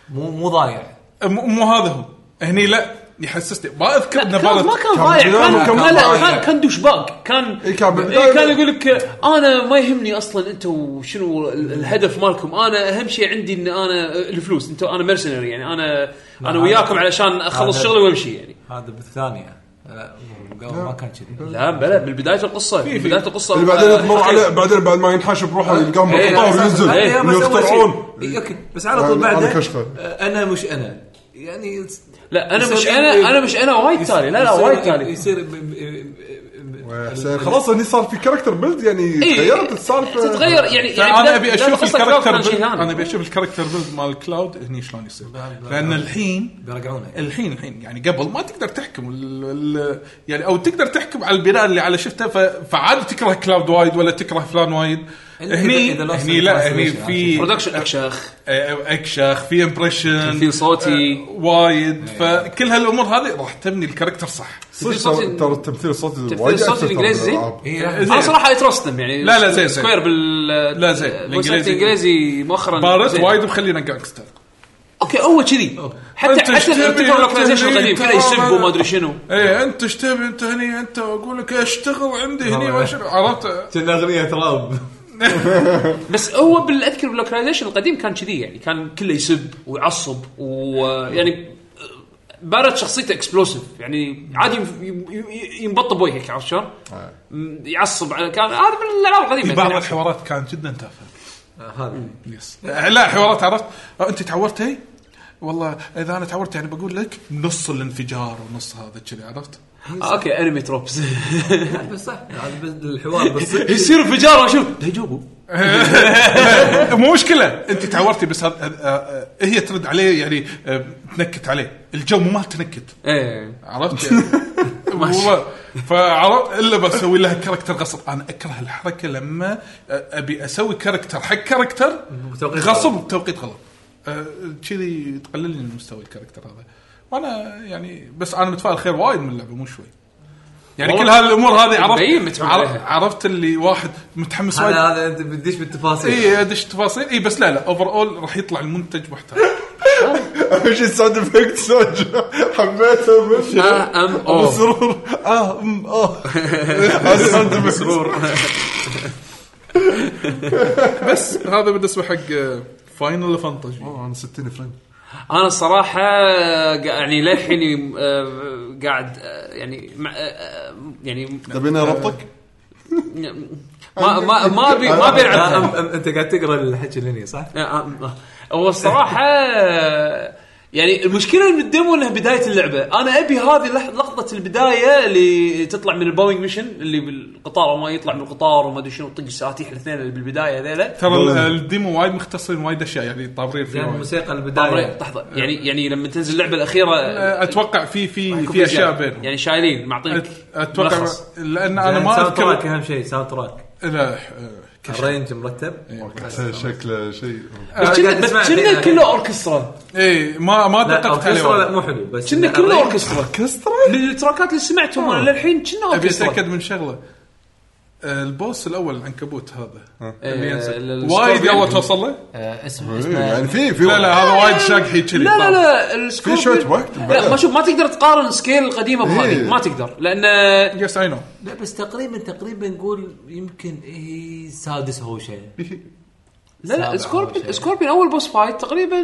Speaker 6: مو مو ضايع
Speaker 1: مو مو هذا هو هني لا يحسسني ما اذكر انه
Speaker 3: كان ما
Speaker 1: بلد
Speaker 3: كان ضايع
Speaker 10: بنام
Speaker 3: كان
Speaker 10: وكان
Speaker 3: لا لا
Speaker 10: ضايع.
Speaker 3: كان كان دشباق كان
Speaker 10: إي كان بال-
Speaker 3: إي كان يقول لك انا ما يهمني اصلا انتم شنو ال- الهدف مالكم انا اهم شيء عندي ان انا الفلوس انتم انا مرسنري يعني انا انا وياكم علشان اخلص
Speaker 6: هذا-
Speaker 3: شغلي وامشي يعني
Speaker 6: هذا بالثانيه لا قبل ما كان كذي
Speaker 3: لا بلا من بدايه القصه من بدايه القصه
Speaker 10: اللي
Speaker 3: آه،
Speaker 10: بعدين تمر
Speaker 3: حقيقة.
Speaker 10: عليه بعدين بعد ما ينحاش بروحه يلقاهم
Speaker 6: إيه،
Speaker 10: بالقطار
Speaker 6: لا،
Speaker 10: وينزل
Speaker 6: إيه، بس أول
Speaker 10: ويقطعون
Speaker 6: شيء. إيه، اوكي بس على طول
Speaker 10: أنا-
Speaker 6: بعده
Speaker 10: أنا كشخة.
Speaker 6: آه، انا مش انا يعني يص-
Speaker 3: لا انا
Speaker 6: يصير
Speaker 3: مش
Speaker 6: يصير-
Speaker 3: انا انا مش انا وايد تالي لا لا
Speaker 6: يصير-
Speaker 3: وايد تالي
Speaker 6: يصير ب- ب- ب-
Speaker 4: وحسين، خلاص هني صار في كاركتر بيلد يعني
Speaker 3: إي،
Speaker 4: تغيرت السالفه
Speaker 3: إيه. تتغير يعني يعني
Speaker 1: انا
Speaker 3: بداية-
Speaker 1: ابي
Speaker 3: بداية
Speaker 1: اشوف
Speaker 3: القصة كلاود كان
Speaker 1: الكاركتر
Speaker 3: شيء
Speaker 1: بيلد
Speaker 3: ثاني.
Speaker 1: انا ابي اشوف الكاركتر بيلد مال كلاود هني شلون يصير
Speaker 6: لا،
Speaker 1: لان الحين
Speaker 6: بيرجعونه
Speaker 1: الحين الحين يعني قبل ما تقدر تحكم ال ال يعني او تقدر تحكم على البناء اللي على شفته ف- فعادي تكره كلاود وايد ولا تكره فلان وايد
Speaker 6: إلا إذا-
Speaker 1: هني
Speaker 6: إذا lost
Speaker 1: هني لا هني
Speaker 6: translation
Speaker 1: في
Speaker 3: برودكشن اكشخ
Speaker 1: آه، اكشخ في امبريشن
Speaker 3: تمثيل صوتي.
Speaker 1: وايد فكل هالامور هذه راح تبني الكاركتر صح
Speaker 3: تمثيل
Speaker 4: صدق
Speaker 3: صوتي-
Speaker 4: ترى- ترى التمثيل الصوتي
Speaker 3: تمثيل
Speaker 4: وايد
Speaker 3: الصوتي
Speaker 4: أثر ترى
Speaker 3: الإنجليزي زين.
Speaker 4: بالألعاب. (laughs)
Speaker 6: إيه،
Speaker 3: انا صراحه يترستم يعني
Speaker 1: لا، لا، زين، زين.
Speaker 3: سكوير بال
Speaker 1: لا، زين. الإنجليزي-
Speaker 3: الانجليزي الانجليزي مؤخرا
Speaker 1: بارت
Speaker 3: زين.
Speaker 1: وايد مخلينا جانكستر
Speaker 3: اوكي هو كذي حتى
Speaker 1: أنت
Speaker 3: حتى
Speaker 1: إيش تبي؟
Speaker 3: الارتكار لوكلايزيشن
Speaker 1: أنت
Speaker 3: القديم
Speaker 1: تبي
Speaker 3: كذا يسب
Speaker 1: ترى-
Speaker 3: وما ادري شنو
Speaker 1: ايه انت ايش تبي انت هني انت اقول لك اشتغل عندي هني وش- عرفت
Speaker 6: كنا اغنيه تراب
Speaker 3: بس هو بال- اذكر باللوكلايزيشن القديم كان كذي يعني كان كله يسب ويعصب ويعني بارت شخصيته اكسبلوسيف يعني عادي ينف- يم- ي- ينبط بوجهك عرفت شلون؟
Speaker 1: آه.
Speaker 3: م- يعصب على كان هذا من الالعاب القديمه
Speaker 1: في بعض
Speaker 3: يعني.
Speaker 1: الحوارات كانت جدا تافهه
Speaker 6: هذا
Speaker 1: يس لا حوارات عرفت آه، انت تعورت هي والله اذا انا تعورت يعني بقول لك نص الانفجار ونص هذا كذي عرفت (laughs)
Speaker 3: آه، اوكي انمي تروبس
Speaker 6: بس صح هذا بس
Speaker 3: (laughs)
Speaker 6: الحوار بالصدق
Speaker 3: يصير انفجار واشوف دايجوبو
Speaker 1: مو مشكله انت تعورتي بس هذا- آه، آه، هي ترد عليه يعني آه، تنكت عليه الجو مو مال تنكت
Speaker 3: ايه
Speaker 1: عرفت يعني والله فعرفت الا بسوي لها كاركتر غصب انا اكره الحركه لما آه، ابي اسوي كاركتر حق كاركتر
Speaker 6: بتوقيت
Speaker 1: غصب بتوقيت غلط آه، كذي تقلل لي من مستوى الكاركتر هذا وانا يعني بس انا متفائل خير وايد من اللعبه مو شوي يعني كل
Speaker 3: والله
Speaker 1: هالامور هذه
Speaker 3: مبين
Speaker 1: عرفت
Speaker 3: متعوب
Speaker 1: عرف-
Speaker 3: عليها.
Speaker 1: عرفت اللي واحد متحمس
Speaker 6: هذا
Speaker 1: وايد
Speaker 6: هذا انت بديش
Speaker 3: إيه،
Speaker 6: بالتفاصيل
Speaker 1: اي ادش تفاصيل اي بس لا لا اوفر اول راح يطلع المنتج محترم
Speaker 4: ايش الساوند افكت حبيته بس
Speaker 3: ام او
Speaker 4: مسرور
Speaker 3: آه،
Speaker 4: اه ام اه الساوند مسرور
Speaker 1: بس هذا بالنسبه حق آه، فاينل فانتجي
Speaker 4: انا 60 فريم
Speaker 3: انا الصراحه آه، يعني للحين آه، قاعد آه، يعني مع- آه، آه، يعني
Speaker 4: تبيني اربطك؟
Speaker 3: ما ما ما ابي ما ابي
Speaker 6: لا، (laughs)
Speaker 3: العب
Speaker 6: أم- أم- انت قاعد تقرا الحكي اللي هني، صح؟
Speaker 3: آه، هو الصراحه يعني المشكله من الديمو انها بدايه اللعبه، انا ابي هذه لح- لقطه البدايه اللي تطلع من البوينج ميشن اللي بالقطار وما يطلع من القطار وما ادري شنو طق الساتيح الاثنين اللي بالبدايه هذيلا
Speaker 1: ترى ال- الديمو وايد مختصرين وايد اشياء يعني طابرين فيه
Speaker 6: يعني
Speaker 1: وايد.
Speaker 6: الموسيقى البدايه
Speaker 3: لحظه يعني يعني لما تنزل اللعبه الاخيره
Speaker 1: اتوقع أه، في في
Speaker 3: يكون
Speaker 1: في اشياء
Speaker 3: زيادة.
Speaker 1: بينهم
Speaker 3: يعني شايلين معطينك
Speaker 1: أت- اتوقع
Speaker 3: ملخص.
Speaker 1: لان انا ما
Speaker 6: ساوند تراك
Speaker 1: اذكر
Speaker 6: اهم شيء ساوند تراك
Speaker 1: لا آه، كش-
Speaker 6: الرينج مرتب
Speaker 4: شكله شيء
Speaker 1: أه،
Speaker 3: بس
Speaker 6: قاعد
Speaker 3: كنا- بس
Speaker 6: أسمع
Speaker 3: كنا
Speaker 6: الحين.
Speaker 3: كله اوركسترا
Speaker 1: اي إيه، ما ما
Speaker 6: لا
Speaker 1: دققت عليه
Speaker 6: اوركسترا لا
Speaker 1: وايد.
Speaker 6: مو حلو بس
Speaker 3: كنا
Speaker 6: إن
Speaker 3: كله
Speaker 6: الرينج-
Speaker 3: اوركسترا اوركسترا من التراكات اللي سمعتهم
Speaker 4: آه.
Speaker 3: انا للحين كنا
Speaker 1: ابي
Speaker 3: اوركسترا
Speaker 1: اتاكد من شغله آه، البوس الاول العنكبوت هذا اللي
Speaker 3: آه،
Speaker 1: ينزل
Speaker 3: ال-
Speaker 1: وايد
Speaker 3: السكوربيون.
Speaker 1: اول توصل له
Speaker 5: اسمه
Speaker 4: يعني
Speaker 5: اسمه
Speaker 4: في في
Speaker 1: لا لا هذا وايد شاقحي كذي
Speaker 3: لا لا لا السكور
Speaker 4: في شوية وقت
Speaker 3: لا
Speaker 4: بعد.
Speaker 3: ما شوف ما تقدر تقارن سكيل القديمه بهذه
Speaker 4: إيه.
Speaker 3: ما تقدر لان
Speaker 1: يس اي نو
Speaker 6: لا بس تقريبا تقريبا نقول يمكن
Speaker 5: إيه،
Speaker 6: هي سادس هوشه
Speaker 3: لا لا
Speaker 5: سابع
Speaker 3: سكوربين
Speaker 5: أول شيء.
Speaker 3: سكوربين اول بوس فايت تقريبا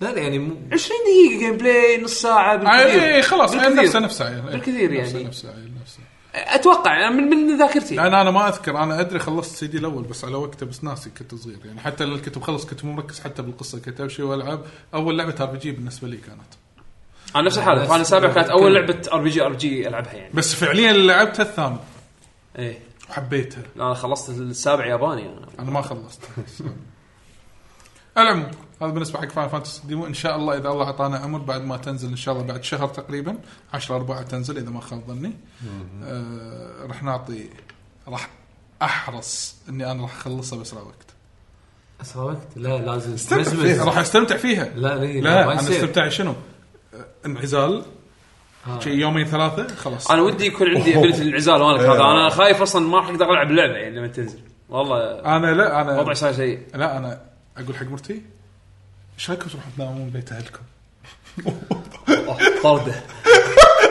Speaker 6: لا لا يعني مو
Speaker 3: 20
Speaker 4: آه،
Speaker 3: دقيقه جيم بلاي نص ساعه بالكثير
Speaker 4: إيه،
Speaker 1: اي خلاص يعني
Speaker 3: بالكثير.
Speaker 1: نفسه نفسه يعني
Speaker 3: بالكثير
Speaker 1: نفسه
Speaker 3: يعني.
Speaker 1: نفسه يعني نفسه
Speaker 3: اتوقع يعني من من ذاكرتي
Speaker 1: لان انا ما اذكر انا ادري خلصت السي دي الاول بس على وقته بس ناسي كنت صغير يعني حتى لو كنت مخلص كنت مو مركز حتى بالقصه كنت امشي والعب اول لعبه ار بي جي بالنسبه لي كانت
Speaker 3: انا نفس الحاله انا سابع كانت اول لعبه ار بي جي ار جي العبها يعني
Speaker 1: بس فعليا لعبتها الثامن
Speaker 3: ايه
Speaker 1: وحبيتها
Speaker 3: انا خلصت السابع ياباني انا
Speaker 1: انا ما خلصت (laughs) على العموم هذا بالنسبه حق فاين فانتسي ديمو ان شاء الله اذا الله اعطانا عمر بعد ما تنزل ان شاء الله بعد شهر تقريبا 10 4 تنزل اذا ما خاب ظني آه راح نعطي راح احرص اني انا راح اخلصها باسرع وقت
Speaker 5: اسرع وقت لا لازم
Speaker 1: استمتع
Speaker 3: إيه،
Speaker 1: فيها راح استمتع فيها
Speaker 5: لا، لا، لا،
Speaker 1: لا
Speaker 5: ما
Speaker 1: انا
Speaker 5: يصير.
Speaker 1: استمتع شنو؟ آه، انعزال
Speaker 3: آه.
Speaker 1: شي يومين ثلاثه خلاص
Speaker 3: انا ودي يكون عندي ابيلتي الانعزال وانا هذا
Speaker 4: إيه.
Speaker 3: انا خايف اصلا ما راح اقدر العب اللعبه يعني لما تنزل والله
Speaker 1: انا لا انا
Speaker 3: وضع صار سيء
Speaker 1: لا انا اقول حق مرتي ايش رايكم تروحون تنامون بيت اهلكم؟
Speaker 3: طرده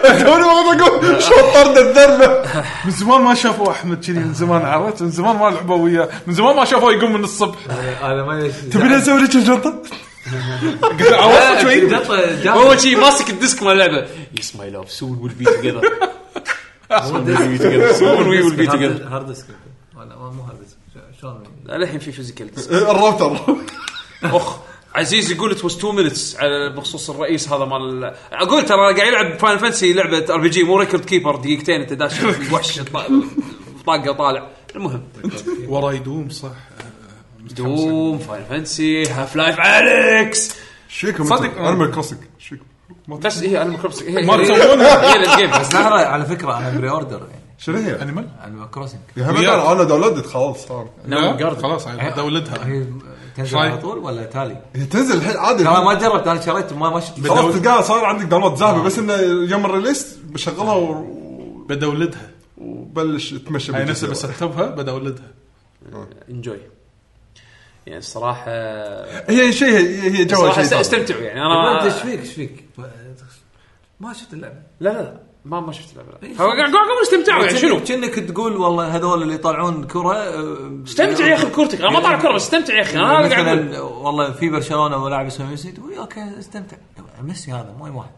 Speaker 4: توني ما اقول شو طرد الذربه
Speaker 1: من زمان ما شافوا احمد كذي من زمان عرفت من زمان ما لعبوا وياه من زمان ما شافوه يقوم من الصبح
Speaker 5: انا ما ليش
Speaker 4: تبي اسوي لك الجنطه؟
Speaker 1: قلت له عوضت شوي
Speaker 5: جطه جطه
Speaker 3: هو شي ماسك الديسك مال اللعبه يس ماي لاف سون ويل بي توجذر سون وي ويل بي توجذر
Speaker 5: هارد ديسك ولا مو هارد ديسك شلون
Speaker 3: للحين في فيزيكال
Speaker 4: الراوتر
Speaker 3: اخ عزيز يقول ات واز 2 minutes على بخصوص الرئيس هذا مال اقول ترى قاعد يلعب فاين فانسي لعبه ار بي جي مو ريكورد كيبر دقيقتين انت داش وحش طا- طاقه طالع المهم
Speaker 1: ورا يدوم صح
Speaker 3: دوم فاين فانسي هاف لايف اليكس
Speaker 4: ايش فيكم؟
Speaker 1: صدق.
Speaker 4: انيمال كروسنج ايش فيكم؟
Speaker 3: بس هي انا مكروبس
Speaker 1: ما تسوونها
Speaker 5: بس
Speaker 6: (laughs)
Speaker 5: لحظه على فكره انا بري اوردر يعني
Speaker 4: شنو هي؟
Speaker 1: انيمال
Speaker 5: على كروسنج
Speaker 4: يا هبل، انا داونلودد خلاص صار.
Speaker 3: نعم،
Speaker 1: لا خلاص عاد
Speaker 3: آه.
Speaker 1: بدولدها
Speaker 5: هي تنزل
Speaker 1: شايف؟
Speaker 5: على طول ولا تالي؟
Speaker 4: هي تنزل الحين عادي
Speaker 5: ترى ما جربت انا شريت ما ما شفت
Speaker 4: خلاص تلقاها صار عندك داونلود ذهبي بس انه يوم الريليس بشغلها و-
Speaker 1: بدولدها
Speaker 4: وبلش تمشى
Speaker 1: هاي نفسها
Speaker 4: بالجزء.
Speaker 1: بس اكتبها بدولدها
Speaker 3: انجوي يعني الصراحه
Speaker 4: هي شيء هي هي جوا
Speaker 3: صراحه
Speaker 4: شيء
Speaker 3: است-
Speaker 4: ثاني.
Speaker 3: استمتعوا يعني
Speaker 5: ما
Speaker 3: انا
Speaker 5: أدري ايش فيك ايش فيك ما شفت اللعبه
Speaker 3: لا لا لا ما ما شفت اللعبه لا. هو قاعد قاعد استمتعوا يعني شنو
Speaker 5: كأنك تقول والله هذول اللي يطلعون كره آه،
Speaker 3: استمتع يا آه، يعني. اخي بكورتك انا ما طالع كره بس استمتع يا اخي انا قاعد أقول.
Speaker 5: مثلا والله في برشلونه ولاعب اسمه ميسي تقول اوكي استمتع ميسي هذا مو اي واحد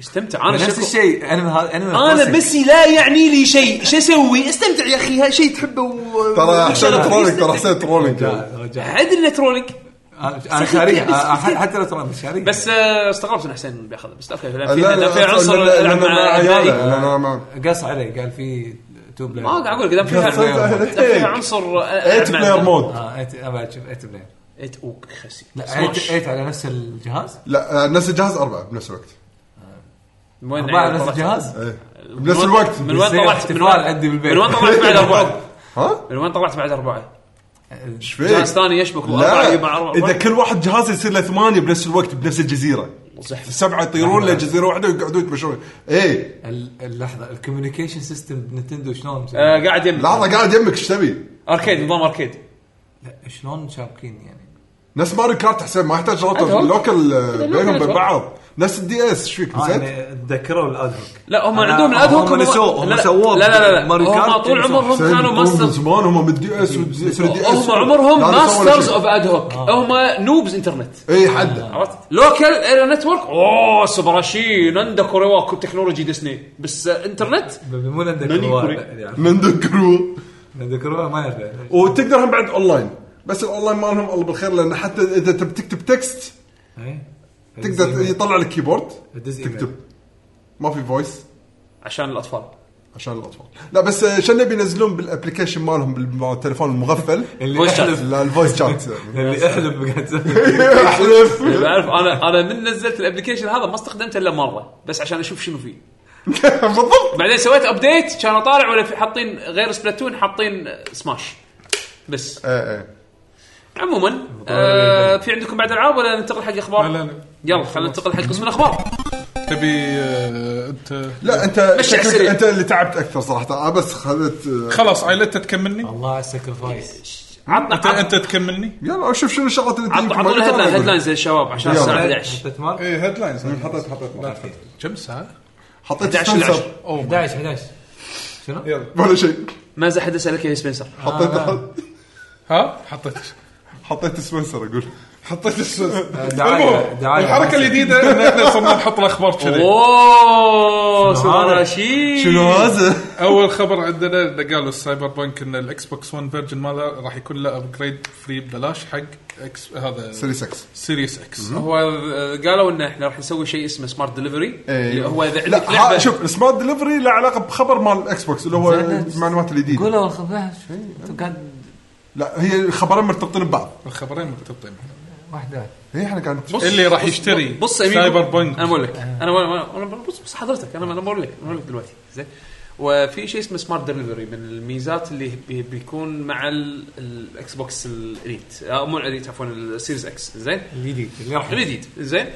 Speaker 3: استمتع انا
Speaker 5: نفس
Speaker 3: شكو-
Speaker 5: الشيء انا هذا
Speaker 3: انا ميسي لا يعني لي شيء شو اسوي استمتع يا اخي هذا شيء تحبه و...
Speaker 4: ترى حسين
Speaker 3: وشغلك
Speaker 4: ترولينج
Speaker 3: يستمتع.
Speaker 4: ترى حسين ترولينج يعني.
Speaker 3: عدل انه ترولينج
Speaker 5: انا شاريه آه، حتى حتى لو ترى مش شاريه
Speaker 3: يعني، بس آه، استغربت ان حسين بياخذها بس اوكي لان
Speaker 4: لا
Speaker 3: في
Speaker 4: لا
Speaker 3: لأن في
Speaker 4: لا،
Speaker 3: عنصر
Speaker 4: لا، لا،
Speaker 3: العب
Speaker 4: لا، لا،
Speaker 3: مع
Speaker 4: عيالة.
Speaker 3: أبنائي.
Speaker 4: لا لا ما
Speaker 5: قص عليه قال في تو بلاير
Speaker 3: ما قاعد اقول قدام في
Speaker 4: قصيت
Speaker 3: قدام في
Speaker 4: عليك.
Speaker 3: عنصر
Speaker 4: ايت بلاير مود
Speaker 5: اه ايت ابى اشوف ايت بلاير
Speaker 3: ايت اوك خسي
Speaker 5: لا
Speaker 3: سماش.
Speaker 5: ايت ايت على نفس الجهاز
Speaker 4: لا آه، نفس الجهاز اربعه بنفس الوقت
Speaker 3: وين
Speaker 5: اربعه على نفس
Speaker 3: طلعت؟
Speaker 5: الجهاز
Speaker 4: إيه. بنفس الوقت
Speaker 3: من وين
Speaker 5: يصير
Speaker 3: طلعت من
Speaker 5: احتفال
Speaker 3: وين
Speaker 5: عندي بالبيت
Speaker 3: من وين طلعت بعد اربعه؟
Speaker 4: ها
Speaker 3: من وين طلعت بعد اربعه؟
Speaker 4: ايش
Speaker 3: جهاز
Speaker 4: فيك؟
Speaker 3: ثاني يشبك واربعه
Speaker 4: إيه. لا
Speaker 3: يجيب مع اربعه
Speaker 4: اذا كل واحد جهازه يصير له ثمانيه بنفس الوقت بنفس الجزيره
Speaker 3: زحمة.
Speaker 4: السبعه يطيرون لجزيره واحده ويقعدون يتمشون ايه
Speaker 5: ال- اللحظه الكوميونيكيشن سيستم بنتندو شلون مسوي؟
Speaker 3: آه، قاعد يم
Speaker 4: لحظه قاعد يمك ايش تبي؟
Speaker 3: اركيد نظام اركيد
Speaker 5: لا، شلون شابكين يعني
Speaker 4: نفس ماريو كارت حسين ما يحتاج
Speaker 3: أدوك.
Speaker 4: راوتر لوكل آه،
Speaker 3: أدوك
Speaker 4: بينهم
Speaker 3: أدوك.
Speaker 4: بين بعض نفس الدي اس ايش فيك
Speaker 6: آه،
Speaker 4: نسيت؟
Speaker 6: يعني تذكروا الادهوك
Speaker 3: لا هم
Speaker 5: أنا-
Speaker 3: عندهم
Speaker 5: هم-
Speaker 3: الادهوك
Speaker 5: هم نسوه، هم
Speaker 3: لا-
Speaker 5: سووه
Speaker 3: لا لا لا, لا.
Speaker 5: ماريو كارت
Speaker 3: هم طول
Speaker 5: كان
Speaker 3: عمرهم
Speaker 4: حسين
Speaker 3: كانوا
Speaker 4: يقول من
Speaker 3: ماسترز
Speaker 4: زمان هم بالدي اس والدي اس
Speaker 3: هم عمرهم
Speaker 4: لا، آه. لا، يعني سووا ولا
Speaker 3: ماسترز
Speaker 4: شيء.
Speaker 3: اوف ادهوك هم نوبز انترنت
Speaker 4: اي حد
Speaker 3: عرفت لوكال ايريا نتورك اوه سوبراشي ناندا كوريواكو تكنولوجي ديسني بس آه، انترنت
Speaker 5: مو
Speaker 3: ناني كوري.
Speaker 6: يعني
Speaker 5: نذكروها
Speaker 4: نندو كرو
Speaker 5: نذكروها ما يرفع
Speaker 4: وتقدر هم بعد اونلاين بس الاونلاين مالهم الله بالخير لان حتى اذا تبي تكتب تكست تقدر يطلع لك كيبورد
Speaker 5: دز إيميل.
Speaker 4: تكتب ما في فويس
Speaker 3: عشان
Speaker 4: (laughs)
Speaker 3: الاطفال
Speaker 4: عشان الاطفال لا بس عشان يبي ينزلون بالابلكيشن مالهم بالتليفون المغفل
Speaker 5: اللي
Speaker 3: Voice chat.
Speaker 5: احلف
Speaker 3: (laughs)
Speaker 4: لا الفويس شات
Speaker 5: اللي احلف قاعد تسوي.
Speaker 4: احلف
Speaker 3: بعرف انا انا من نزلت الابلكيشن هذا ما استخدمته الا مره بس عشان اشوف شنو فيه
Speaker 4: (laughs) بالضبط
Speaker 3: بعدين سويت ابديت كانوا طالع ولا في حاطين غير سبلاتون حاطين آه، سماش بس
Speaker 4: ايه ايه
Speaker 3: عموما آه في عندكم بعد العاب ولا ننتقل حق اخبار؟
Speaker 1: لا لا لا
Speaker 3: يلا خلينا ننتقل حق قسم الاخبار
Speaker 1: تبي آه، انت
Speaker 4: لا انت
Speaker 3: مشي على
Speaker 4: شكلك
Speaker 3: السريع.
Speaker 4: انت اللي تعبت اكثر صراحه انا بس خذت آه،
Speaker 1: خلاص عائلتها تكملني
Speaker 5: الله على السكرفايس
Speaker 3: عطنا
Speaker 1: انت
Speaker 3: عطنا
Speaker 1: انت تكملني
Speaker 4: يلا شوف شنو الشغلات اللي تجيك في
Speaker 3: عطونا
Speaker 4: مالك، أنا
Speaker 3: هيدلاين
Speaker 4: أقول.
Speaker 3: هيدلاين زي الشباب عشان
Speaker 4: يلا.
Speaker 3: الساعه 11
Speaker 5: حطيت مارك
Speaker 1: ايه هيدلاينز
Speaker 4: حطيت حطيت حطيت.
Speaker 1: كم ساعه؟
Speaker 4: حطيت
Speaker 3: 11
Speaker 4: سبنسر
Speaker 3: 11
Speaker 5: 11 11
Speaker 4: ولا شيء
Speaker 3: ما زال حد آه. يسالك يا سبنسر
Speaker 4: حطيت
Speaker 1: ها حطيت
Speaker 4: حطيت سبنسر اقول
Speaker 1: حطيت السوس
Speaker 6: دعاية-
Speaker 1: المهم،
Speaker 6: دعاية.
Speaker 1: الحركه الجديده ان احنا صرنا نحط الاخبار كذي
Speaker 3: اوه سوبر شيء
Speaker 4: (laughs) طيب. شنو هذا؟
Speaker 1: اول خبر عندنا إنه قالوا السايبر بانك ان الاكس بوكس 1 فيرجن ماله راح يكون له ابجريد فري ببلاش حق اكس هذا
Speaker 4: سيري 6
Speaker 1: سيريس اكس
Speaker 3: هو آه، قالوا ان احنا راح نسوي شيء اسمه سمارت دليفري اللي هو اذا
Speaker 4: إيه. لا
Speaker 3: عندك
Speaker 4: ها-
Speaker 3: لعبه
Speaker 4: شوف السمارت دليفري له علاقه بخبر مال الاكس بوكس اللي هو
Speaker 6: زين.
Speaker 4: المعلومات الجديده
Speaker 6: قولوا الخبر شوي انتم قاعد
Speaker 4: لا هي خبرين مرتبطين ببعض
Speaker 1: الخبرين مرتبطين
Speaker 6: واحده
Speaker 4: هي احنا قاعد
Speaker 3: بص-
Speaker 1: اللي راح
Speaker 3: بص-
Speaker 1: يشتري
Speaker 3: بص أميجو،
Speaker 1: سايبر بانك.
Speaker 3: انا بقول لك انا وأنا- وأنا- بص بص حضرتك انا انا بقول لك أنا بقول لك دلوقتي زين وفي شيء اسمه سمارت دليفري من الميزات اللي بي- بيكون مع ال- الاكس بوكس الاليت آه، مو الاليت عفوا السيريز اكس زين
Speaker 6: الجديد اللي راح
Speaker 3: الجديد زين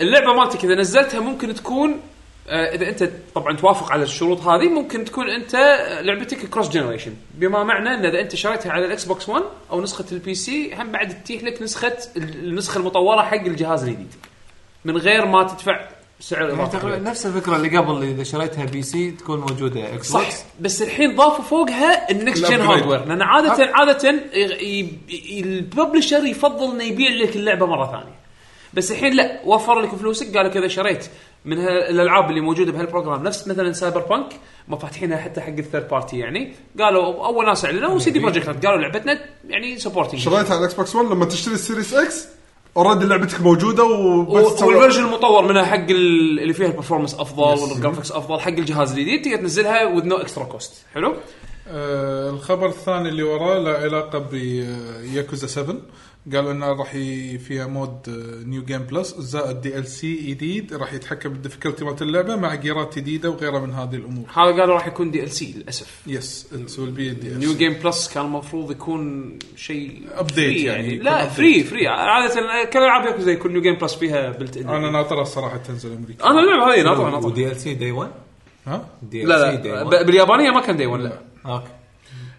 Speaker 3: اللعبه مالتك اذا نزلتها ممكن تكون آه، اذا انت طبعا توافق على الشروط هذه ممكن تكون انت آه، لعبتك كروس جنريشن بما معنى ان اذا انت شريتها على الاكس بوكس 1 او نسخه البي سي هم بعد تتيح لك نسخه ال- النسخه المطوره حق الجهاز الجديد من غير ما تدفع سعر
Speaker 6: يعني
Speaker 3: اضافي
Speaker 6: تقريبا
Speaker 3: عليه.
Speaker 6: نفس الفكره اللي قبل اللي اذا شريتها بي سي تكون موجوده اكس
Speaker 3: صح
Speaker 6: بوكس
Speaker 3: بس الحين ضافوا فوقها النكست جن
Speaker 1: الأبجريد.
Speaker 3: هاردوير لان عاده عاده يغ- ي- ي- الببلشر يفضل انه يبيع لك اللعبه مره ثانيه بس الحين لا وفر لك فلوسك قال لك اذا شريت من ها- الالعاب اللي موجوده بهالبروجرام نفس مثلا سايبر بانك ما فاتحينها حتى حق الثيرد بارتي يعني قالوا اول ناس اعلنوا سيدي بروجكت ريد قالوا لعبتنا يعني سبورتنج
Speaker 4: شريتها على الاكس بوكس 1 لما تشتري السيريس اكس اوريدي لعبتك موجوده وبس تسوي-
Speaker 3: والفيرجن المطور منها حق ال- اللي فيها البرفورمانس افضل والجرافكس افضل حق الجهاز الجديد تقدر تنزلها وذ نو اكسترا كوست حلو
Speaker 1: آه، الخبر الثاني اللي وراه له علاقه بياكوزا 7 آه، قالوا انه راح ي- فيها مود آه، نيو جيم بلس زائد دي ال سي جديد راح يتحكم بالديفيكولتي مالت اللعبه مع جيرات جديده وغيرها من هذه الامور
Speaker 3: هذا قالوا راح يكون دي ال سي للاسف
Speaker 1: يس السلبيه دي ال
Speaker 3: نيو
Speaker 1: سي
Speaker 3: جيم بلس كان المفروض يكون شيء
Speaker 1: Update
Speaker 3: فري
Speaker 1: يعني، يكون
Speaker 3: لا
Speaker 1: update.
Speaker 3: فري فري عاده كل العاب ياكوزا يكون نيو جيم بلس فيها بلت ان
Speaker 1: انا ناطرها الصراحه تنزل امريكا
Speaker 3: انا اللعبه هذه ناطرها ناطرها
Speaker 6: ودي ال سي دي 1
Speaker 1: ها
Speaker 6: دي
Speaker 3: لا
Speaker 6: ال سي دي
Speaker 3: لا
Speaker 6: 1
Speaker 3: ب- باليابانيه ما كان دي 1 لا
Speaker 6: اوكي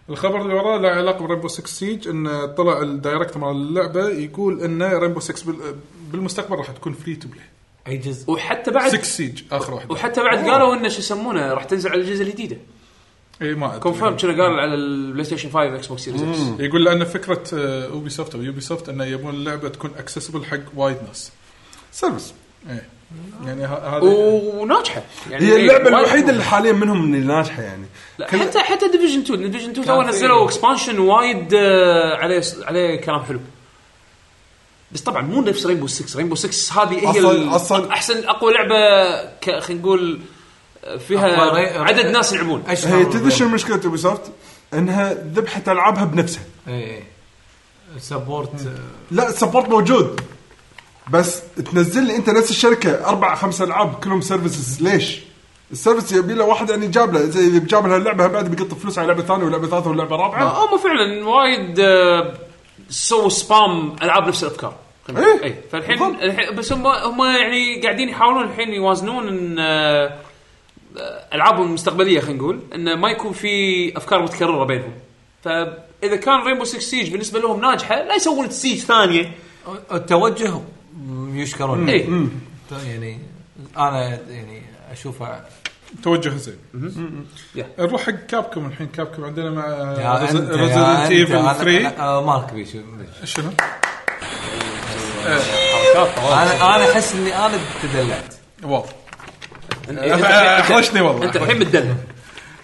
Speaker 1: الخبر اللي وراه له علاقه بريمبو 6 سيج ان طلع الدايركتور مال اللعبه يقول ان ريمبو 6 بال- آه، بالمستقبل راح تكون فري تو بلاي
Speaker 6: اي جزء
Speaker 3: وحتى بعد
Speaker 1: 6 سيج اخر واحده
Speaker 3: وحتى بعد
Speaker 1: آه.
Speaker 3: قالوا انه شو يسمونه راح تنزل على الجزء الجديده
Speaker 1: اي إيه، ما أدري.
Speaker 3: كونفيرم كانوا قالوا على البلاي ستيشن 5 اكس بوكس سيريز اكس
Speaker 1: يقول لان فكره آه، اوبي سوفت او يوبي سوفت انه يبون اللعبه تكون اكسسبل حق وايد ناس
Speaker 4: سيرفس
Speaker 1: ايه يعني ه- هذا
Speaker 3: وناجحه يعني
Speaker 4: هي اللعبه
Speaker 3: وايد
Speaker 4: الوحيده اللي حاليا منهم اللي ناجحه يعني
Speaker 3: لا،
Speaker 4: كل-
Speaker 3: حتى حتى ديفيجن 2 ديفيجن 2 تو
Speaker 6: في-
Speaker 3: نزلوا اكسبانشن وايد آه، عليه عليه كلام حلو بس طبعا مو نفس رينبو 6 رينبو 6 هذه هي
Speaker 4: أصلاً-
Speaker 3: ال-
Speaker 4: أصلاً-
Speaker 3: احسن اقوى لعبه ك- خلينا نقول آه، فيها
Speaker 6: أقوى ري-
Speaker 3: عدد ناس يلعبون
Speaker 6: اشهر
Speaker 4: هي تدري شنو مشكله اوبي سوفت؟ انها ذبحت العابها بنفسها
Speaker 6: اي سبورت
Speaker 4: لا السبورت موجود بس تنزل لي انت نفس الشركه اربع خمس العاب كلهم سيرفيسز ليش؟ السيرفيس يبي له واحد يعني جاب له زي اذا جاب لها اللعبه بعد بيقط فلوس على لعبه ثانيه ولعبه ثالثه ولعبه رابعه
Speaker 3: آه، هم فعلا وايد آه، سووا سبام العاب نفس الافكار خلينا نقول.
Speaker 4: إيه.
Speaker 3: اي فالحين
Speaker 4: بالضبط.
Speaker 3: الحين- بس هم هم يعني قاعدين يحاولون الحين يوازنون ان آه، آه، العابهم المستقبليه خلينا نقول انه ما يكون في افكار متكرره بينهم فاذا كان ريمبو 6 سيج بالنسبه لهم ناجحه لا يسوون سيج ثانيه
Speaker 6: آه، التوجه يشكرون
Speaker 3: اي
Speaker 6: يعني انا يعني اشوفه
Speaker 1: توجه زين
Speaker 3: يا.
Speaker 1: نروح حق كابكم الحين كابكم عندنا مع
Speaker 6: يا أنت- يا
Speaker 1: ريزدنت
Speaker 6: أنت،
Speaker 1: ايفل
Speaker 6: أنا-
Speaker 1: 3
Speaker 6: أنا- أنا مالك بيش بيش.
Speaker 1: شنو؟
Speaker 6: انا انا احس اني انا تدلعت
Speaker 1: واو آه. احرجتني والله
Speaker 3: انت الحين متدلع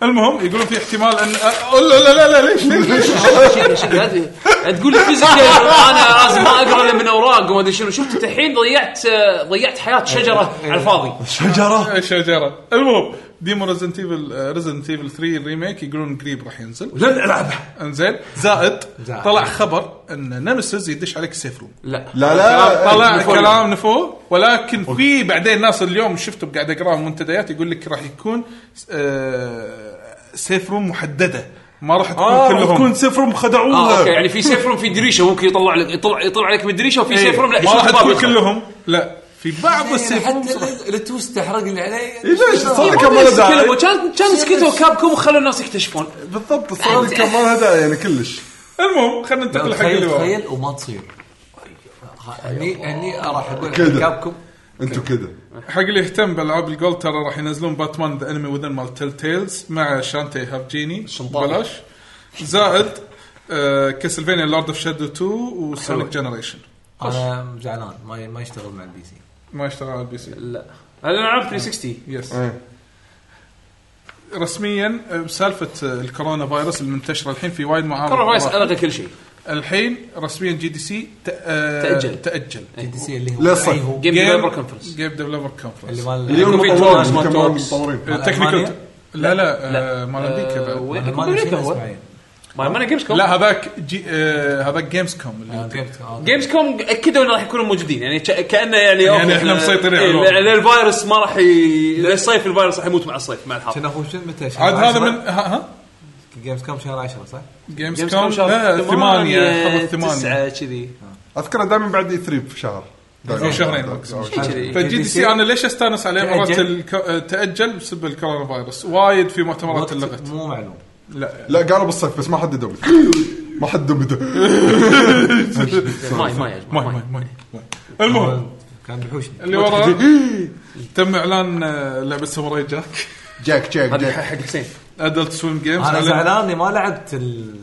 Speaker 1: المهم يقولون في احتمال ان أه، لا لا لا لا ليش
Speaker 6: (laughs)
Speaker 1: ليش ليش
Speaker 3: شيل- شيل هذه. تقول لي فيزيكال انا لازم ما اقرا الا من اوراق وما ادري شنو شفت انت الحين ضيعت آه، ضيعت حياه شجره على الفاضي
Speaker 4: شجره
Speaker 1: شجره إيه، المهم ديمو آه، ريزدنت ايفل ريزدنت ايفل 3 الريميك يقولون قريب راح ينزل
Speaker 4: لن العبها
Speaker 1: انزين زائد
Speaker 6: زائد.
Speaker 1: طلع خبر ان نمسز يدش عليك السيف روم
Speaker 3: لا
Speaker 4: لا لا
Speaker 1: آه، طلع
Speaker 3: نفو
Speaker 1: كلام نفو ولكن في بعدين ناس اليوم شفته قاعد اقراه منتديات يقول لك راح يكون آه، سيف روم محدده ما راح تكون
Speaker 4: اه
Speaker 1: كلهم
Speaker 4: تكون سفرهم
Speaker 3: اه
Speaker 6: آه،
Speaker 4: خدعوها
Speaker 3: اوكي يعني في سيف روم في دريشه ممكن يطلع لك يطلع يطلع عليك من دريشه وفي سيف روم لا
Speaker 1: إيه. ما
Speaker 3: يشوف
Speaker 1: راح
Speaker 3: الباب
Speaker 1: تكون
Speaker 3: يدخل.
Speaker 1: كلهم لا في بعض السيف روم
Speaker 6: إيه، يعني حتى التوست احرق اللي علي
Speaker 4: إيه، ليش تصدق
Speaker 3: ما
Speaker 4: كان ما له
Speaker 3: يسكلوا.
Speaker 4: داعي
Speaker 3: كان كان سكتوا كاب كوم وخلوا الناس يكتشفون
Speaker 4: بالضبط الصراحه كان ما له داعي يعني كلش
Speaker 1: المهم خلينا ننتقل حق اللي
Speaker 6: تخيل
Speaker 1: ورا
Speaker 6: تخيل وما تصير هني هني راح اقول
Speaker 4: كده.
Speaker 6: كابكم
Speaker 4: انتم كذا
Speaker 1: حق اللي يهتم بالعاب الجولد ترى راح ينزلون باتمان ذا انمي وذن مال تيل تيلز مع شانتي هافجيني بلاش زائد آه كاسلفينيا لورد اوف شادو 2 وسونيك جنريشن
Speaker 6: انا زعلان ما ما يشتغل مع البي سي
Speaker 1: ما يشتغل على البي سي
Speaker 3: لا انا لعبت 360
Speaker 1: يس
Speaker 4: إيه.
Speaker 1: رسميا آه، سالفه آه، الكورونا فايروس المنتشره الحين في وايد معارض
Speaker 3: كورونا
Speaker 1: راح.
Speaker 3: فايروس الغى كل شيء
Speaker 1: الحين رسميا جي دي سي آه،
Speaker 3: تأجل.
Speaker 1: تاجل تاجل
Speaker 6: جي دي سي اللي هو
Speaker 4: للصيف.
Speaker 6: أي هو
Speaker 3: جيم ديفلوبر كونفرنس
Speaker 1: جيم ديفلوبر كونفرنس
Speaker 6: اللي مال
Speaker 4: اليوم
Speaker 3: يكون في
Speaker 4: مطورين،
Speaker 3: تورز، ما
Speaker 4: كمان
Speaker 3: تورز.
Speaker 4: مطورين.
Speaker 1: آه، تكنيكال
Speaker 6: ألمانيا؟
Speaker 1: لا لا,
Speaker 3: لا.
Speaker 1: آه، مال امريكا
Speaker 3: آه،
Speaker 1: بعد.
Speaker 3: وين؟
Speaker 6: اللي مال
Speaker 3: أمريكا
Speaker 6: شنو
Speaker 3: هو.
Speaker 6: اسمه يعني؟
Speaker 3: ما ما انا جيمز كوم
Speaker 1: لا هذاك جي آه، هذاك جيمز كوم اللي
Speaker 6: آه، جيمز- آه،
Speaker 3: جيمز كوم اكدوا انه راح يكونوا موجودين يعني ك- كانه يعني
Speaker 1: يعني
Speaker 3: أوكي،
Speaker 1: إحنا
Speaker 3: ل-
Speaker 1: مسيطرين على
Speaker 3: إيه،
Speaker 1: الوضع.
Speaker 3: لأن الفيروس ما راح ي... للصيف الفيروس راح يموت مع الصيف مع الحر
Speaker 6: كان هو شنو متى شهر
Speaker 1: عاد هذا
Speaker 6: 10
Speaker 1: من ها ها
Speaker 6: جيمز كوم شهر 10 صح؟
Speaker 1: جيمز
Speaker 3: جيمز
Speaker 1: كوم لا ثمانية خبر ثمانية
Speaker 3: تسعة كذي
Speaker 4: اذكر دائما بعد اي 3 بشهر
Speaker 1: أو شهرين فجي دي سي انا ليش استانس عليه مرات
Speaker 6: تأجل.
Speaker 1: الك- تاجل بسبب الكورونا فايروس وايد في مؤتمرات
Speaker 6: وقت
Speaker 1: اللغت
Speaker 6: مو معلوم
Speaker 1: لا
Speaker 7: لا قالوا بالصيف بس ما حددوا ما حددوا متى
Speaker 3: ما ما يا
Speaker 1: ما
Speaker 3: جماعه
Speaker 1: ما ما المهم
Speaker 6: كان بيحوشني
Speaker 1: اللي وراه (laughs) تم اعلان آه، لعبه ساموراي جاك (laughs)
Speaker 7: جاك جاك
Speaker 3: هذا
Speaker 7: جاك
Speaker 3: حق حسين
Speaker 1: ادلت سويم جيمز
Speaker 6: انا زعلان اني ما لعبت ال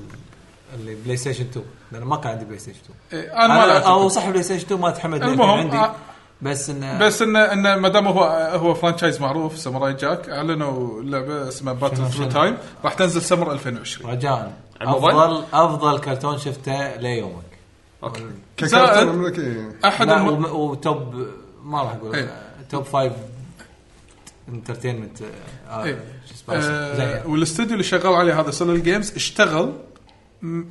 Speaker 6: اللي بلاي ستيشن 2 لان ما كان عندي بلاي ستيشن 2
Speaker 1: انا إيه، ما
Speaker 6: انا او
Speaker 1: لعبت
Speaker 6: صح بلاي ستيشن 2 ما تحمد لأن
Speaker 1: (laughs) المهم،
Speaker 6: كان
Speaker 1: آه.
Speaker 6: عندي بس انه
Speaker 1: بس انه انه ما دام هو هو فرانشايز معروف ساموراي جاك اعلنوا لعبه اسمها باتل ثرو
Speaker 6: شنو؟
Speaker 1: تايم راح تنزل سمر 2020
Speaker 6: رجاء
Speaker 3: الموبايل؟
Speaker 6: افضل افضل كرتون شفته ليومك
Speaker 1: زائد-
Speaker 7: أمريكي.
Speaker 1: احد
Speaker 6: لا
Speaker 1: الم...
Speaker 6: وم- وتوب ما راح اقول
Speaker 1: إيه.
Speaker 6: توب فايف انترتينمنت آه،
Speaker 1: إيه.
Speaker 6: شو اسمه
Speaker 1: آه
Speaker 6: زي-
Speaker 1: والاستوديو اللي شغال عليه هذا سولار جيمز اشتغل م-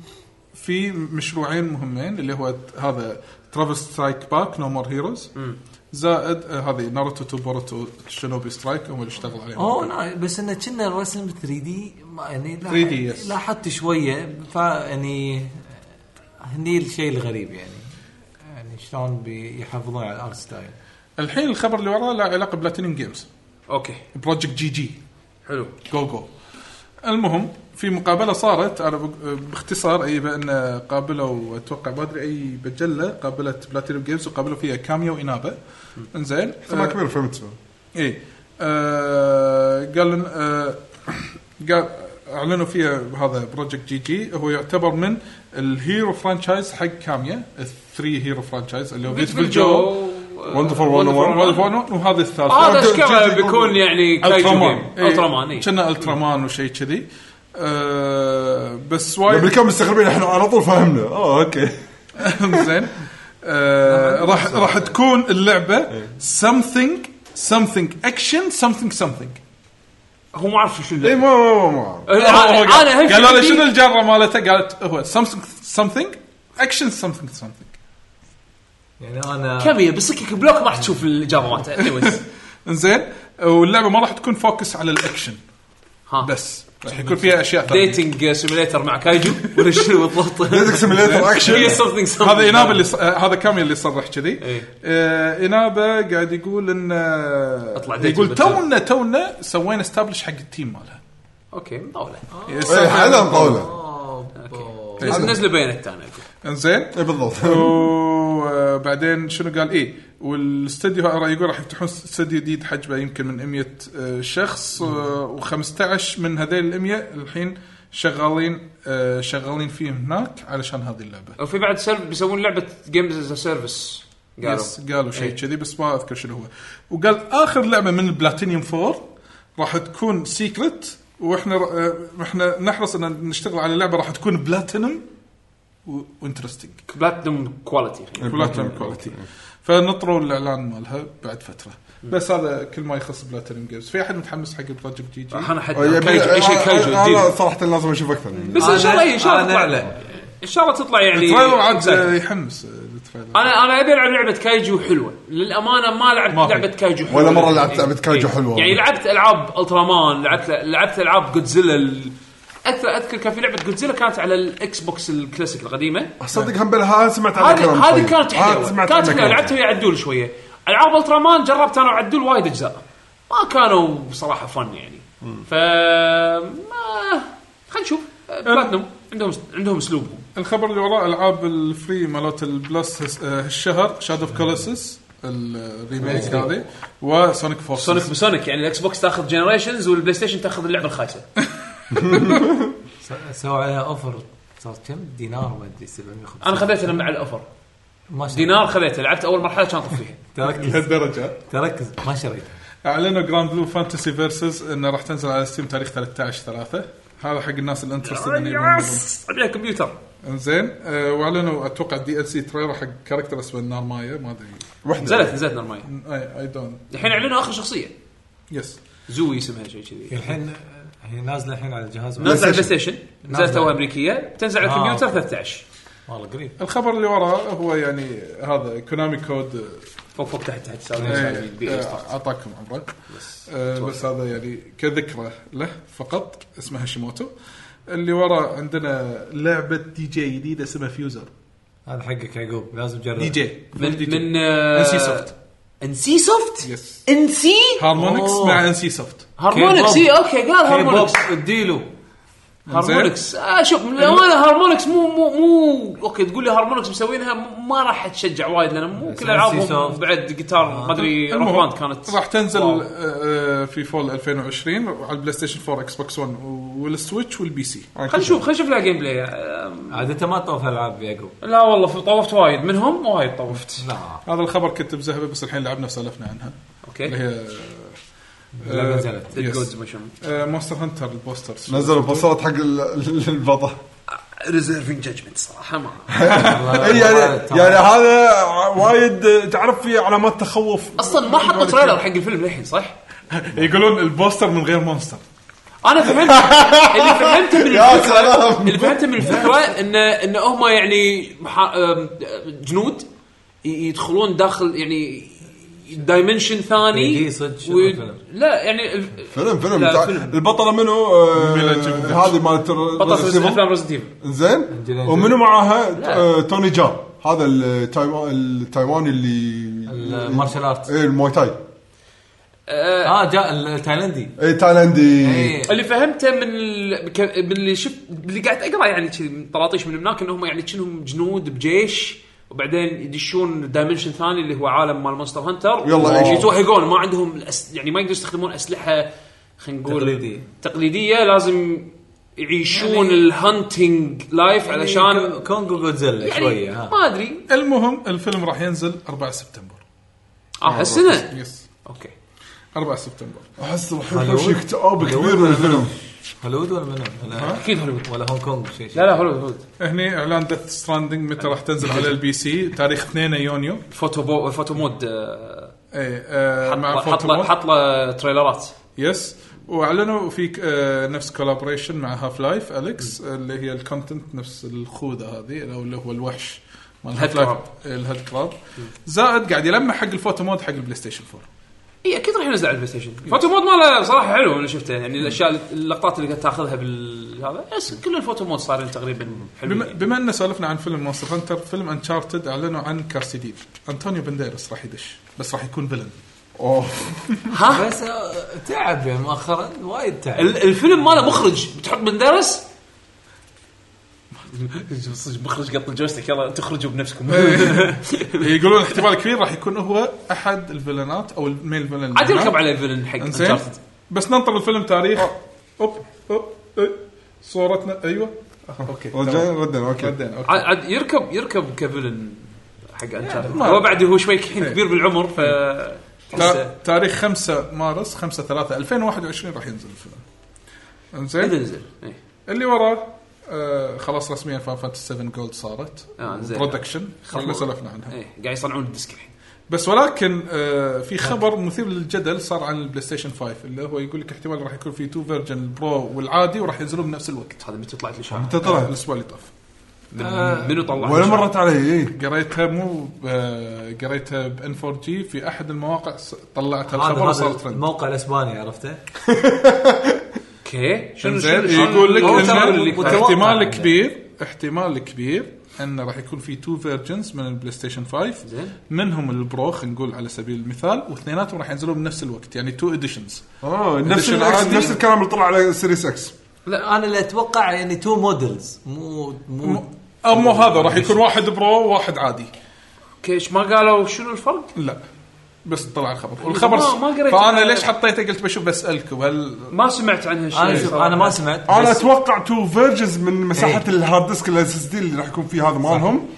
Speaker 1: في مشروعين مهمين اللي هو ت- هذا ترافل سترايك باك نو مور هيروز زائد آه هذه ناروتو تو بوروتو شنوبي سترايك هم اللي اشتغل عليهم
Speaker 6: اوه نا- بس انه كنا الرسم 3 دي يعني لاح-
Speaker 1: 3D يس.
Speaker 6: لاحظت شويه
Speaker 5: يعني
Speaker 6: فيعني هني الشيء الغريب يعني يعني شلون بيحافظون على الارت ستايل
Speaker 1: الحين الخبر اللي وراه له علاقه بلاتينيوم جيمز
Speaker 3: اوكي
Speaker 1: بروجكت جي جي
Speaker 3: حلو
Speaker 1: جو جو المهم في مقابله صارت انا بق- باختصار اي بان قابلوا اتوقع ما ادري اي مجله قابلت بلاتينيوم جيمز وقابلوا فيها كاميا وانابه انزين
Speaker 7: ما
Speaker 1: آه،
Speaker 7: كبير فهمت شو.
Speaker 1: اي آه قال إن- آه قال اعلنوا فيها هذا بروجكت جي جي هو يعتبر من الهيرو فرانشايز حق كاميا الثري هيرو فرانشايز اللي هو بيوتفل جو
Speaker 4: وندفول
Speaker 1: وندفل ون وهذا الثالث
Speaker 3: هذا اشكاله بيكون يعني كايجو
Speaker 1: الترامان
Speaker 3: جيم. الترامان إيه.
Speaker 1: كنا الترامان وشيء كذي آه بس
Speaker 7: قبل
Speaker 1: وايد
Speaker 7: كم مستغربين احنا على طول فهمنا اه
Speaker 4: آه،
Speaker 7: اوكي
Speaker 1: (laughs) زين آه، راح راح تكون اللعبه something something action something something
Speaker 3: هو ما عارف شو
Speaker 7: اي
Speaker 1: إيه،
Speaker 3: اللعبة.
Speaker 7: إيه، ما ما ما- ما
Speaker 1: آه،
Speaker 3: انا آه، أنا أهم شيء
Speaker 1: قالوا لي
Speaker 3: عندي-
Speaker 1: شنو الجره مالته قالت هو something something اكشن something something
Speaker 6: يعني انا
Speaker 3: كمية بسكك بلوك ما راح تشوف الاجابه
Speaker 1: (laughs)
Speaker 3: مالته anyways.
Speaker 1: انزين واللعبه ما راح تكون فوكس على الاكشن
Speaker 3: ها.
Speaker 1: بس راح يكون فيها اشياء ثانيه
Speaker 3: ديتنج سيميليتر مع كايجو ولا شنو بالضبط؟
Speaker 1: (laughs)
Speaker 7: ديتك
Speaker 3: (laughs)
Speaker 7: سيميليتر
Speaker 3: هي
Speaker 7: اكشن
Speaker 3: something something.
Speaker 1: هذا اينابا اللي ص... آه، هذا كامي اللي صرح كذي
Speaker 3: إيه.
Speaker 1: آه اينابا قاعد يقول ان
Speaker 3: أطلع
Speaker 1: اطلع
Speaker 3: ديتنج
Speaker 1: يقول
Speaker 3: بالتالي.
Speaker 1: تونا تونا سوينا استابلش حق التيم مالها يعني
Speaker 3: اوكي مطوله
Speaker 7: إيه، هذا مطاوله
Speaker 3: لازم نزله بينت انا أقول.
Speaker 1: انزين
Speaker 7: اي إيه،
Speaker 4: (laughs)
Speaker 7: بالضبط
Speaker 1: وبعدين آه، شنو قال ايه والاستديو ها- يقول راح يفتحون استديو جديد حجمه يمكن من 100 آه، شخص و15 من هذيل ال 100 الحين شغالين آه، شغالين فيه هناك علشان هذه اللعبه
Speaker 3: وفي بعد سيرف بيسوون لعبه جيمز از سيرفيس قالوا
Speaker 1: يس قالوا شيء كذي بس ما اذكر شنو هو وقال اخر لعبه من البلاتينيوم 4 راح تكون سيكرت واحنا آه، احنا نحرص ان نشتغل على لعبه راح تكون بلاتينوم وانترستنج
Speaker 3: بلاتنم كواليتي
Speaker 1: بلاتينوم كواليتي فنطروا الاعلان مالها بعد فتره بس هذا كل ما يخص بلاتينوم جيمز في احد متحمس حق البروجكت جي جي
Speaker 3: انا حد
Speaker 7: يبي-
Speaker 3: كايجو اي شيء كايجو
Speaker 7: أنا- أنا
Speaker 3: جديد
Speaker 7: صراحه لازم اشوف اكثر يعني.
Speaker 3: بس ان شاء الله
Speaker 6: أنا-
Speaker 3: ان شاء الله
Speaker 6: أنا
Speaker 3: تطلع
Speaker 6: لا.
Speaker 3: لعبة. ان شاء الله تطلع يعني
Speaker 1: التريلر عاد
Speaker 3: زين.
Speaker 1: آه، يحمس آه، التريلر
Speaker 3: انا انا ابي العب لعبه كايجو حلوه للامانه ما لعبت
Speaker 1: ما في.
Speaker 3: لعبه كايجو حلوه
Speaker 7: ولا مرة لعبت لعبة كايجو حلوة.
Speaker 3: يعني لعبت العاب الترامان لعبت لعبت العاب جودزيلا ال- اكثر اذكر كان في لعبه جودزيلا كانت على الاكس بوكس الكلاسيك القديمه
Speaker 7: صدق هم بلها سمعت عنها
Speaker 3: هذه
Speaker 7: كلام
Speaker 3: هذه
Speaker 7: طيب.
Speaker 3: كانت
Speaker 7: آه،
Speaker 3: حلوه
Speaker 7: سمعت
Speaker 3: كانت
Speaker 7: عنها
Speaker 3: حلوه
Speaker 7: كلام.
Speaker 3: لعبت ويا عدول شويه العاب الترامان جربت انا وعدول وايد اجزاء ما كانوا بصراحه فن يعني ف ما خلينا نشوف بلاتنم عندهم عندهم اسلوبهم
Speaker 1: الخبر اللي وراه العاب الفري مالت البلس هس- آه، هالشهر شاد اوف كولوسس الريميك هذه وسونيك فورس (laughs)
Speaker 3: سونيك بسونيك يعني الاكس بوكس تاخذ جنريشنز والبلاي ستيشن تاخذ اللعبه الخايسه
Speaker 6: س- سووا عليها اوفر صار كم دينار ما ادري 750
Speaker 3: انا خذيتها مع الاوفر
Speaker 5: ما شريت
Speaker 3: دينار خذيته لعبت اول مرحله كان طفيها
Speaker 5: تركز
Speaker 1: لهالدرجه
Speaker 4: (laughs)
Speaker 5: تركز ما شريت
Speaker 1: اعلنوا جراند بلو فانتسي فيرسز انه راح تنزل على ستيم تاريخ 13 3 هذا حق الناس الانترستد انه يبون
Speaker 3: يس عليها كمبيوتر
Speaker 1: انزين آه، واعلنوا اتوقع دي ال سي تريلر حق كاركتر اسمه النار مايا ما ادري
Speaker 3: نزلت نزلت نرماية
Speaker 1: اي اي دونت
Speaker 3: الحين اعلنوا اخر شخصيه
Speaker 1: يس
Speaker 3: زوي اسمها شيء كذي
Speaker 6: الحين هي نازله الحين على الجهاز
Speaker 3: نزلت على بلاي ستيشن نزلت
Speaker 6: نازلة.
Speaker 3: توها امريكيه تنزل على
Speaker 6: آه،
Speaker 3: الكمبيوتر
Speaker 6: أوكي.
Speaker 3: 13
Speaker 6: والله قريب
Speaker 1: الخبر اللي وراه هو يعني هذا كونامي كود
Speaker 3: فوق فوق تحت تحت
Speaker 1: آه،
Speaker 3: ساوند
Speaker 1: آه،
Speaker 3: بي إيه ستارت.
Speaker 1: اعطاكم عمره آه، بس هذا يعني كذكرى له فقط اسمها هاشيموتو اللي ورا عندنا لعبه دي جي جديده اسمها فيوزر
Speaker 6: هذا حقك يعقوب لازم تجرب
Speaker 1: دي جي
Speaker 3: من من آه،
Speaker 1: ان سي سوفت
Speaker 3: ان سي سوفت
Speaker 1: يس
Speaker 3: ان سي
Speaker 1: هارمونكس مع ان سي سوفت
Speaker 3: هارمونكس اي اوكي إيه، قال هارمونكس
Speaker 6: اديله
Speaker 3: هارمونكس آه شوف من الامانه هارمونكس مو مو مو اوكي تقول لي هارمونكس مسوينها م- ما راح تشجع وايد لان مو كل العابهم
Speaker 6: سوفت.
Speaker 3: بعد جيتار ما ادري روك
Speaker 1: المهم،
Speaker 3: باند كانت
Speaker 1: راح تنزل
Speaker 3: واو.
Speaker 1: آه، في فول 2020 على البلاي ستيشن 4 اكس بوكس 1 والسويتش والبي سي
Speaker 3: خلينا نشوف خلينا نشوف لها جيم بلاي آه،
Speaker 6: عاد انت ما تطوف العاب يعقوب
Speaker 3: لا والله ف- طوفت وايد منهم وايد طوفت
Speaker 6: لا
Speaker 1: هذا الخبر كنت بزهبه بس الحين لعبنا وسولفنا عنها اللي
Speaker 3: اوكي
Speaker 1: هي
Speaker 3: آه.
Speaker 6: لما نزلت
Speaker 3: ديد جودز ما شنو
Speaker 1: مونستر هانتر آه، البوسترز
Speaker 4: نزلوا بوسترات حق ال- ال- البطل
Speaker 3: ريزيرفينج جادجمنت صراحه ما
Speaker 4: اي يعني يعني هذا وايد تعرف في علامات تخوف
Speaker 3: اصلا ما حطوا تريلر حق الفيلم للحين صح؟
Speaker 1: يقولون البوستر من غير مونستر
Speaker 3: انا فهمت اللي فهمته من
Speaker 4: (laughs) يا
Speaker 3: الفكره
Speaker 4: سلام.
Speaker 3: اللي فهمته من الفكره ان ان هم يعني محا- أم- جنود ي- يدخلون داخل يعني دايمنشن ثاني
Speaker 6: 3D إيه، صدق شنو
Speaker 3: وي-
Speaker 6: الفيلم؟
Speaker 3: لا يعني ال-
Speaker 4: فيلم فيلم
Speaker 3: لا،
Speaker 4: تع-
Speaker 3: فيلم.
Speaker 4: البطله منو آه،
Speaker 1: ميلا جوفوفيتش.
Speaker 4: هذه مالت ر-
Speaker 3: بطل
Speaker 4: Resident Evil.
Speaker 3: افلام ريزنت ايفل
Speaker 4: زين
Speaker 6: Angelina Jolie.
Speaker 4: ومنو معاها آه، توني جان هذا التايوا- التايواني
Speaker 3: آه.
Speaker 4: اللي
Speaker 6: المارشال ارت
Speaker 4: ايه المواي تاي
Speaker 6: اه جاء التايلندي
Speaker 4: ايه تايلاندي
Speaker 6: إيه.
Speaker 3: اللي فهمته من ال... ك- من اللي شفت اللي قاعد اقرا يعني كذي من طراطيش من هناك انهم يعني كأنهم جنود بجيش وبعدين يدشون دايمنشن ثاني اللي هو عالم مال مونستر هانتر
Speaker 4: يلا
Speaker 3: يعني
Speaker 4: عيش.
Speaker 3: يتوهقون ما عندهم الأس... يعني ما يقدرون يستخدمون اسلحه خلينا نقول
Speaker 6: تقليدية.
Speaker 3: تقليديه لازم يعيشون
Speaker 6: يعني-
Speaker 3: الهانتنج لايف علشان
Speaker 6: كو- كونغو جودزيلا
Speaker 3: آه، يعني
Speaker 6: شويه ها
Speaker 3: ما ادري
Speaker 1: المهم الفيلم راح ينزل 4 سبتمبر
Speaker 3: اه هالسنه
Speaker 1: يس
Speaker 3: اوكي
Speaker 1: 4 سبتمبر
Speaker 4: احس راح
Speaker 6: هوليوود.
Speaker 4: يكون شيء اكتئاب كبير من الفيلم
Speaker 6: هوليوود ولا منو؟ ولا
Speaker 3: اكيد هوليوود
Speaker 6: ولا هونغ كونغ شيء شيء
Speaker 3: لا لا هوليوود هوليوود
Speaker 1: هني اعلان ديث ستراندنج متى راح تنزل على البي سي تاريخ 2 يونيو
Speaker 3: الفوتو بو... الفوتو مود آه،
Speaker 1: اي آه، مع
Speaker 3: حط حط
Speaker 1: فوتو
Speaker 3: له-
Speaker 1: مود.
Speaker 3: حط له تريلرات
Speaker 1: يس واعلنوا في ك- آه، نفس كولابريشن مع هاف لايف اليكس اللي هي الكونتنت نفس الخوذه هذه او اللي هو الوحش مال
Speaker 3: الهيد
Speaker 1: هاف لايف
Speaker 3: كراب.
Speaker 1: الهيد كراب زائد قاعد يلمح حق الفوتو مود حق البلاي ستيشن 4
Speaker 3: اي اكيد إيه، راح ينزل على البلاي ستيشن فوتو مود ماله صراحه حلو انا شفته يعني الاشياء اللقطات اللي قاعد تاخذها بالهذا بس كل الفوتو مود صار تقريبا حلوين
Speaker 1: بما,
Speaker 3: يعني.
Speaker 1: بما ان سولفنا عن فيلم مونستر هانتر فيلم انشارتد اعلنوا عن كاست جديد انطونيو بنديرس راح يدش بس راح يكون فيلن
Speaker 4: اوه
Speaker 6: بس آه، تعب يعني مؤخرا وايد تعب
Speaker 3: ال- الفيلم ماله مخرج بتحط بندرس صدق مخرج قط الجويستيك يلا تخرجوا بنفسكم
Speaker 1: يقولون احتمال كبير راح يكون هو احد الفيلنات او المين فيلن
Speaker 3: (laughs) عاد يركب على الفيلن حق
Speaker 1: انزين
Speaker 3: Uncharted.
Speaker 1: بس ننطر الفيلم تاريخ اوب اوب إيه. صورتنا ايوه اوكي
Speaker 4: رجعنا
Speaker 1: تمام.
Speaker 4: ردنا اوكي
Speaker 1: ردينا اوكي
Speaker 3: عاد عاد يركب يركب كفيلن حق انشارتد
Speaker 1: ما-
Speaker 3: هو بعد هو شوي الحين
Speaker 1: إيه.
Speaker 3: كبير بالعمر ف
Speaker 1: تا- تاريخ 5 مارس 5 3 2021 راح ينزل الفيلم
Speaker 3: إذا
Speaker 1: انزين
Speaker 3: نزل إيه.
Speaker 1: اللي وراه آه خلاص رسميا فان فانتسي 7 جولد صارت
Speaker 3: آه، إنزين.
Speaker 1: برودكشن خلينا سولفنا عنها
Speaker 3: إيه، قاعد يصنعون الديسك الحين
Speaker 1: بس ولكن آه، في خبر مثير للجدل صار عن البلاي ستيشن 5 اللي هو يقول لك احتمال راح يكون في تو فيرجن البرو والعادي وراح ينزلون بنفس الوقت
Speaker 3: هذا متى طلعت الاشاعه؟
Speaker 4: انت
Speaker 1: آه،
Speaker 4: طلعت
Speaker 1: الاسبوع اللي طاف
Speaker 3: منو طلع
Speaker 4: ولا
Speaker 3: الإشاعة؟
Speaker 4: مرت علي إيه. اي
Speaker 1: قريتها مو آه، قريتها بان 4 جي في احد المواقع س- طلعت
Speaker 6: هذا
Speaker 1: الخبر وصار
Speaker 6: هذا
Speaker 1: ترند
Speaker 6: الموقع الاسباني عرفته؟
Speaker 3: اوكي شنو
Speaker 1: زين
Speaker 3: شنو شنو-
Speaker 1: يقول لك
Speaker 3: هو
Speaker 1: إن
Speaker 3: ترى يعني. اللي
Speaker 6: متوقع
Speaker 1: احتمال
Speaker 6: عنده.
Speaker 1: كبير احتمال كبير ان راح يكون في تو فيرجنز من البلاي ستيشن 5
Speaker 3: زين.
Speaker 1: منهم البرو خلينا نقول على سبيل المثال واثنيناتهم راح ينزلون بنفس الوقت يعني تو اديشنز
Speaker 4: اه نفس
Speaker 1: الدش
Speaker 4: العكس-
Speaker 1: العادي.
Speaker 4: نفس الكلام اللي طلع على سيريس اكس
Speaker 6: لا انا اللي اتوقع يعني تو مودلز مو مو
Speaker 1: او مو هذا راح يكون واحد برو وواحد عادي
Speaker 3: اوكي إيش ما قالوا شنو الفرق؟
Speaker 1: لا بس طلع الخبر والخبر
Speaker 3: ما- ما قريت
Speaker 1: فانا
Speaker 3: أنا-
Speaker 1: ليش حطيته قلت بشوف بسالكم هل
Speaker 3: ما سمعت عن
Speaker 5: انا شوف
Speaker 3: هالشيء
Speaker 5: انا ما سمعت
Speaker 4: انا
Speaker 5: بس-
Speaker 4: اتوقع إيه، تو فيرجز من مساحه الهارد ديسك الاس اس دي اللي راح يكون فيه هذا مالهم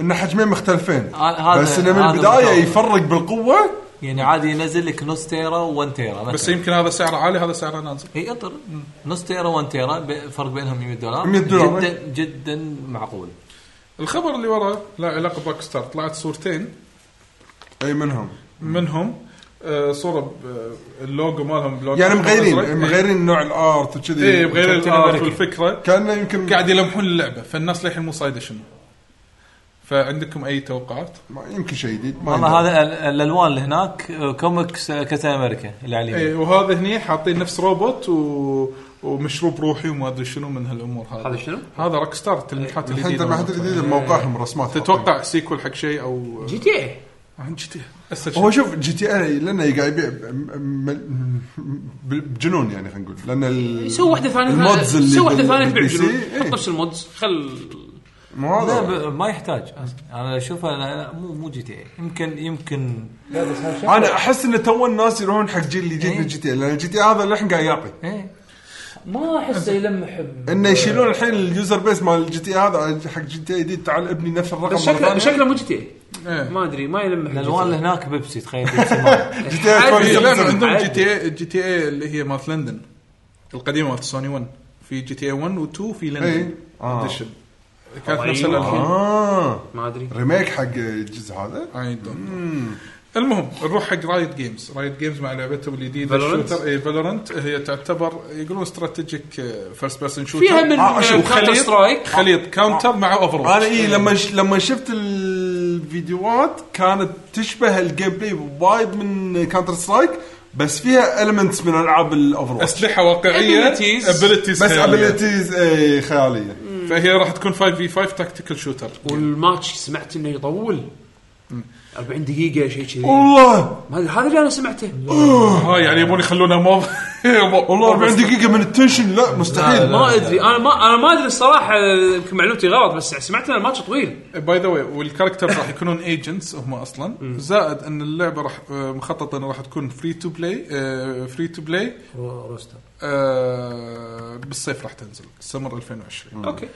Speaker 4: ان حجمين مختلفين
Speaker 5: آه، هذا-
Speaker 4: بس انه من
Speaker 5: هذا
Speaker 4: البدايه
Speaker 5: المطلوب.
Speaker 4: يفرق بالقوه
Speaker 5: يعني عادي ينزل لك نص تيرا و1 تيرا مثلا
Speaker 1: بس يمكن هذا سعره عالي هذا سعره نازل
Speaker 5: اي اطر نص تيرا 1 تيرا ب- فرق بينهم 100 دولار
Speaker 4: 100 دولار.
Speaker 5: جدا جدا معقول
Speaker 1: الخبر اللي وراه له علاقه بروك ستار طلعت صورتين
Speaker 4: اي منهم
Speaker 1: منهم آه، صوره ب- آه، اللوجو مالهم لوجو
Speaker 4: يعني
Speaker 1: أزرق.
Speaker 4: مغيرين مغيرين نوع الارت وكذي
Speaker 1: ايه مغيرين
Speaker 4: كابتن
Speaker 1: الارت
Speaker 4: أمريكا.
Speaker 1: والفكره
Speaker 4: كانه يمكن
Speaker 1: قاعد يلمحون اللعبه فالناس للحين مو صايده شنو فعندكم اي توقعات؟
Speaker 4: ما- يمكن شيء جديد ما
Speaker 5: والله
Speaker 4: يندرى.
Speaker 5: هذا ال- الالوان اللي هناك آه، كوميكس آه، كابتن امريكا اللي عليه
Speaker 3: إيه.
Speaker 1: اي إيه، وهذا هني حاطين نفس روبوت و... ومشروب روحي وما ادري شنو من هالامور هذه
Speaker 3: هذا شنو؟
Speaker 1: هذا روك ستار التلميحات
Speaker 4: الحين ما حد
Speaker 1: الجديده
Speaker 4: جديد موقعهم رسمات
Speaker 1: تتوقع سيكول حق شيء او
Speaker 3: جي تي إيه. اي
Speaker 1: عن جي تي اسهل
Speaker 4: هو
Speaker 1: شيء
Speaker 4: شوف جي تي اي لانه قاعد يبيع ب- م- م- بجنون يعني خلينا نقول لان ال-
Speaker 3: سوي واحده ثانيه
Speaker 4: المودز اللي
Speaker 3: سوي واحده
Speaker 4: بال-
Speaker 3: ثانيه تبيع
Speaker 4: بالبي سي،
Speaker 3: جنود
Speaker 4: إيه.
Speaker 3: حط نفس المودز خل
Speaker 4: مو
Speaker 5: لا
Speaker 4: هذا
Speaker 5: ب- ما يحتاج أصلاً. انا اشوفها لا- لا، مو مو جي تي اي يمكن يمكن
Speaker 4: انا احس ان تو الناس يروحون حق جيل اللي جديد
Speaker 5: إيه.
Speaker 4: من جي تي اي لان جي تي اي هذا للحين قاعد يعطي
Speaker 5: ايه
Speaker 3: ما احسه يلمح ب-
Speaker 4: انه يشيلون الحين اليوزر بيس مال الجي تي هذا حق جي تي اي جديد تعال ابني نفس الرقم
Speaker 3: بس شكله شكله مو جي تي اي
Speaker 4: إيه.
Speaker 3: ما ادري ما يلمح إيه.
Speaker 5: الالوان اللي هناك بيبسي تخيل بيبسي ما-
Speaker 4: جي تي اي
Speaker 1: في لعبه
Speaker 4: 2007.
Speaker 1: عندهم جي تي اي جي تي اي اللي هي مالت لندن القديمه مالت سوني 1 في جي تي إيه اي 1 و2 في لندن
Speaker 4: إيه. آه.
Speaker 1: اديشن كانت نفس
Speaker 3: أيوة.
Speaker 1: الالحان
Speaker 4: اه
Speaker 3: ما ادري
Speaker 4: ريميك حق الجزء هذا
Speaker 1: I don't know. المهم نروح حق رايت جيمز رايت جيمز مع لعبتهم الجديده
Speaker 3: Valorant.
Speaker 1: الشوتر اي فالورنت إيه، هي تعتبر يقولون آه، استراتيجيك فيرست بيرسون شوتر
Speaker 3: فيها من
Speaker 4: آه، شوف،
Speaker 3: كاونتر
Speaker 1: خليط
Speaker 3: سترايك
Speaker 1: خليط كاونتر مع اوفر
Speaker 4: انا اي إيه، لما ش... لما شفت الفيديوهات كانت تشبه الجيم بلاي وايد من كانتر سترايك بس فيها المنتس من العاب الاوفر واتش
Speaker 1: اسلحه واقعيه
Speaker 3: Abilities.
Speaker 1: ابيلتيز
Speaker 4: بس إيه، ابيلتيز اي خياليه
Speaker 1: فهي راح تكون 5 في 5 تاكتيكال شوتر
Speaker 3: والماتش سمعت انه يطول 40 دقيقة شيء كذي
Speaker 4: والله
Speaker 3: ما أدري، هذا اللي انا سمعته
Speaker 1: ها يعني يبون يخلونها موب (laughs)
Speaker 4: والله 40 دقيقه من التنشن لا مستحيل
Speaker 3: ما ادري انا ما انا ما ادري الصراحة يمكن معلومتي غلط بس سمعت ان الماتش طويل
Speaker 1: باي ذا واي والكاركتر راح يكونون ايجنتس هم اصلا زائد ان اللعبه راح آه، مخططه انها راح تكون فري تو بلاي فري تو بلاي
Speaker 5: روستر
Speaker 1: Uh, بالصيف راح تنزل سمر 2020
Speaker 3: اوكي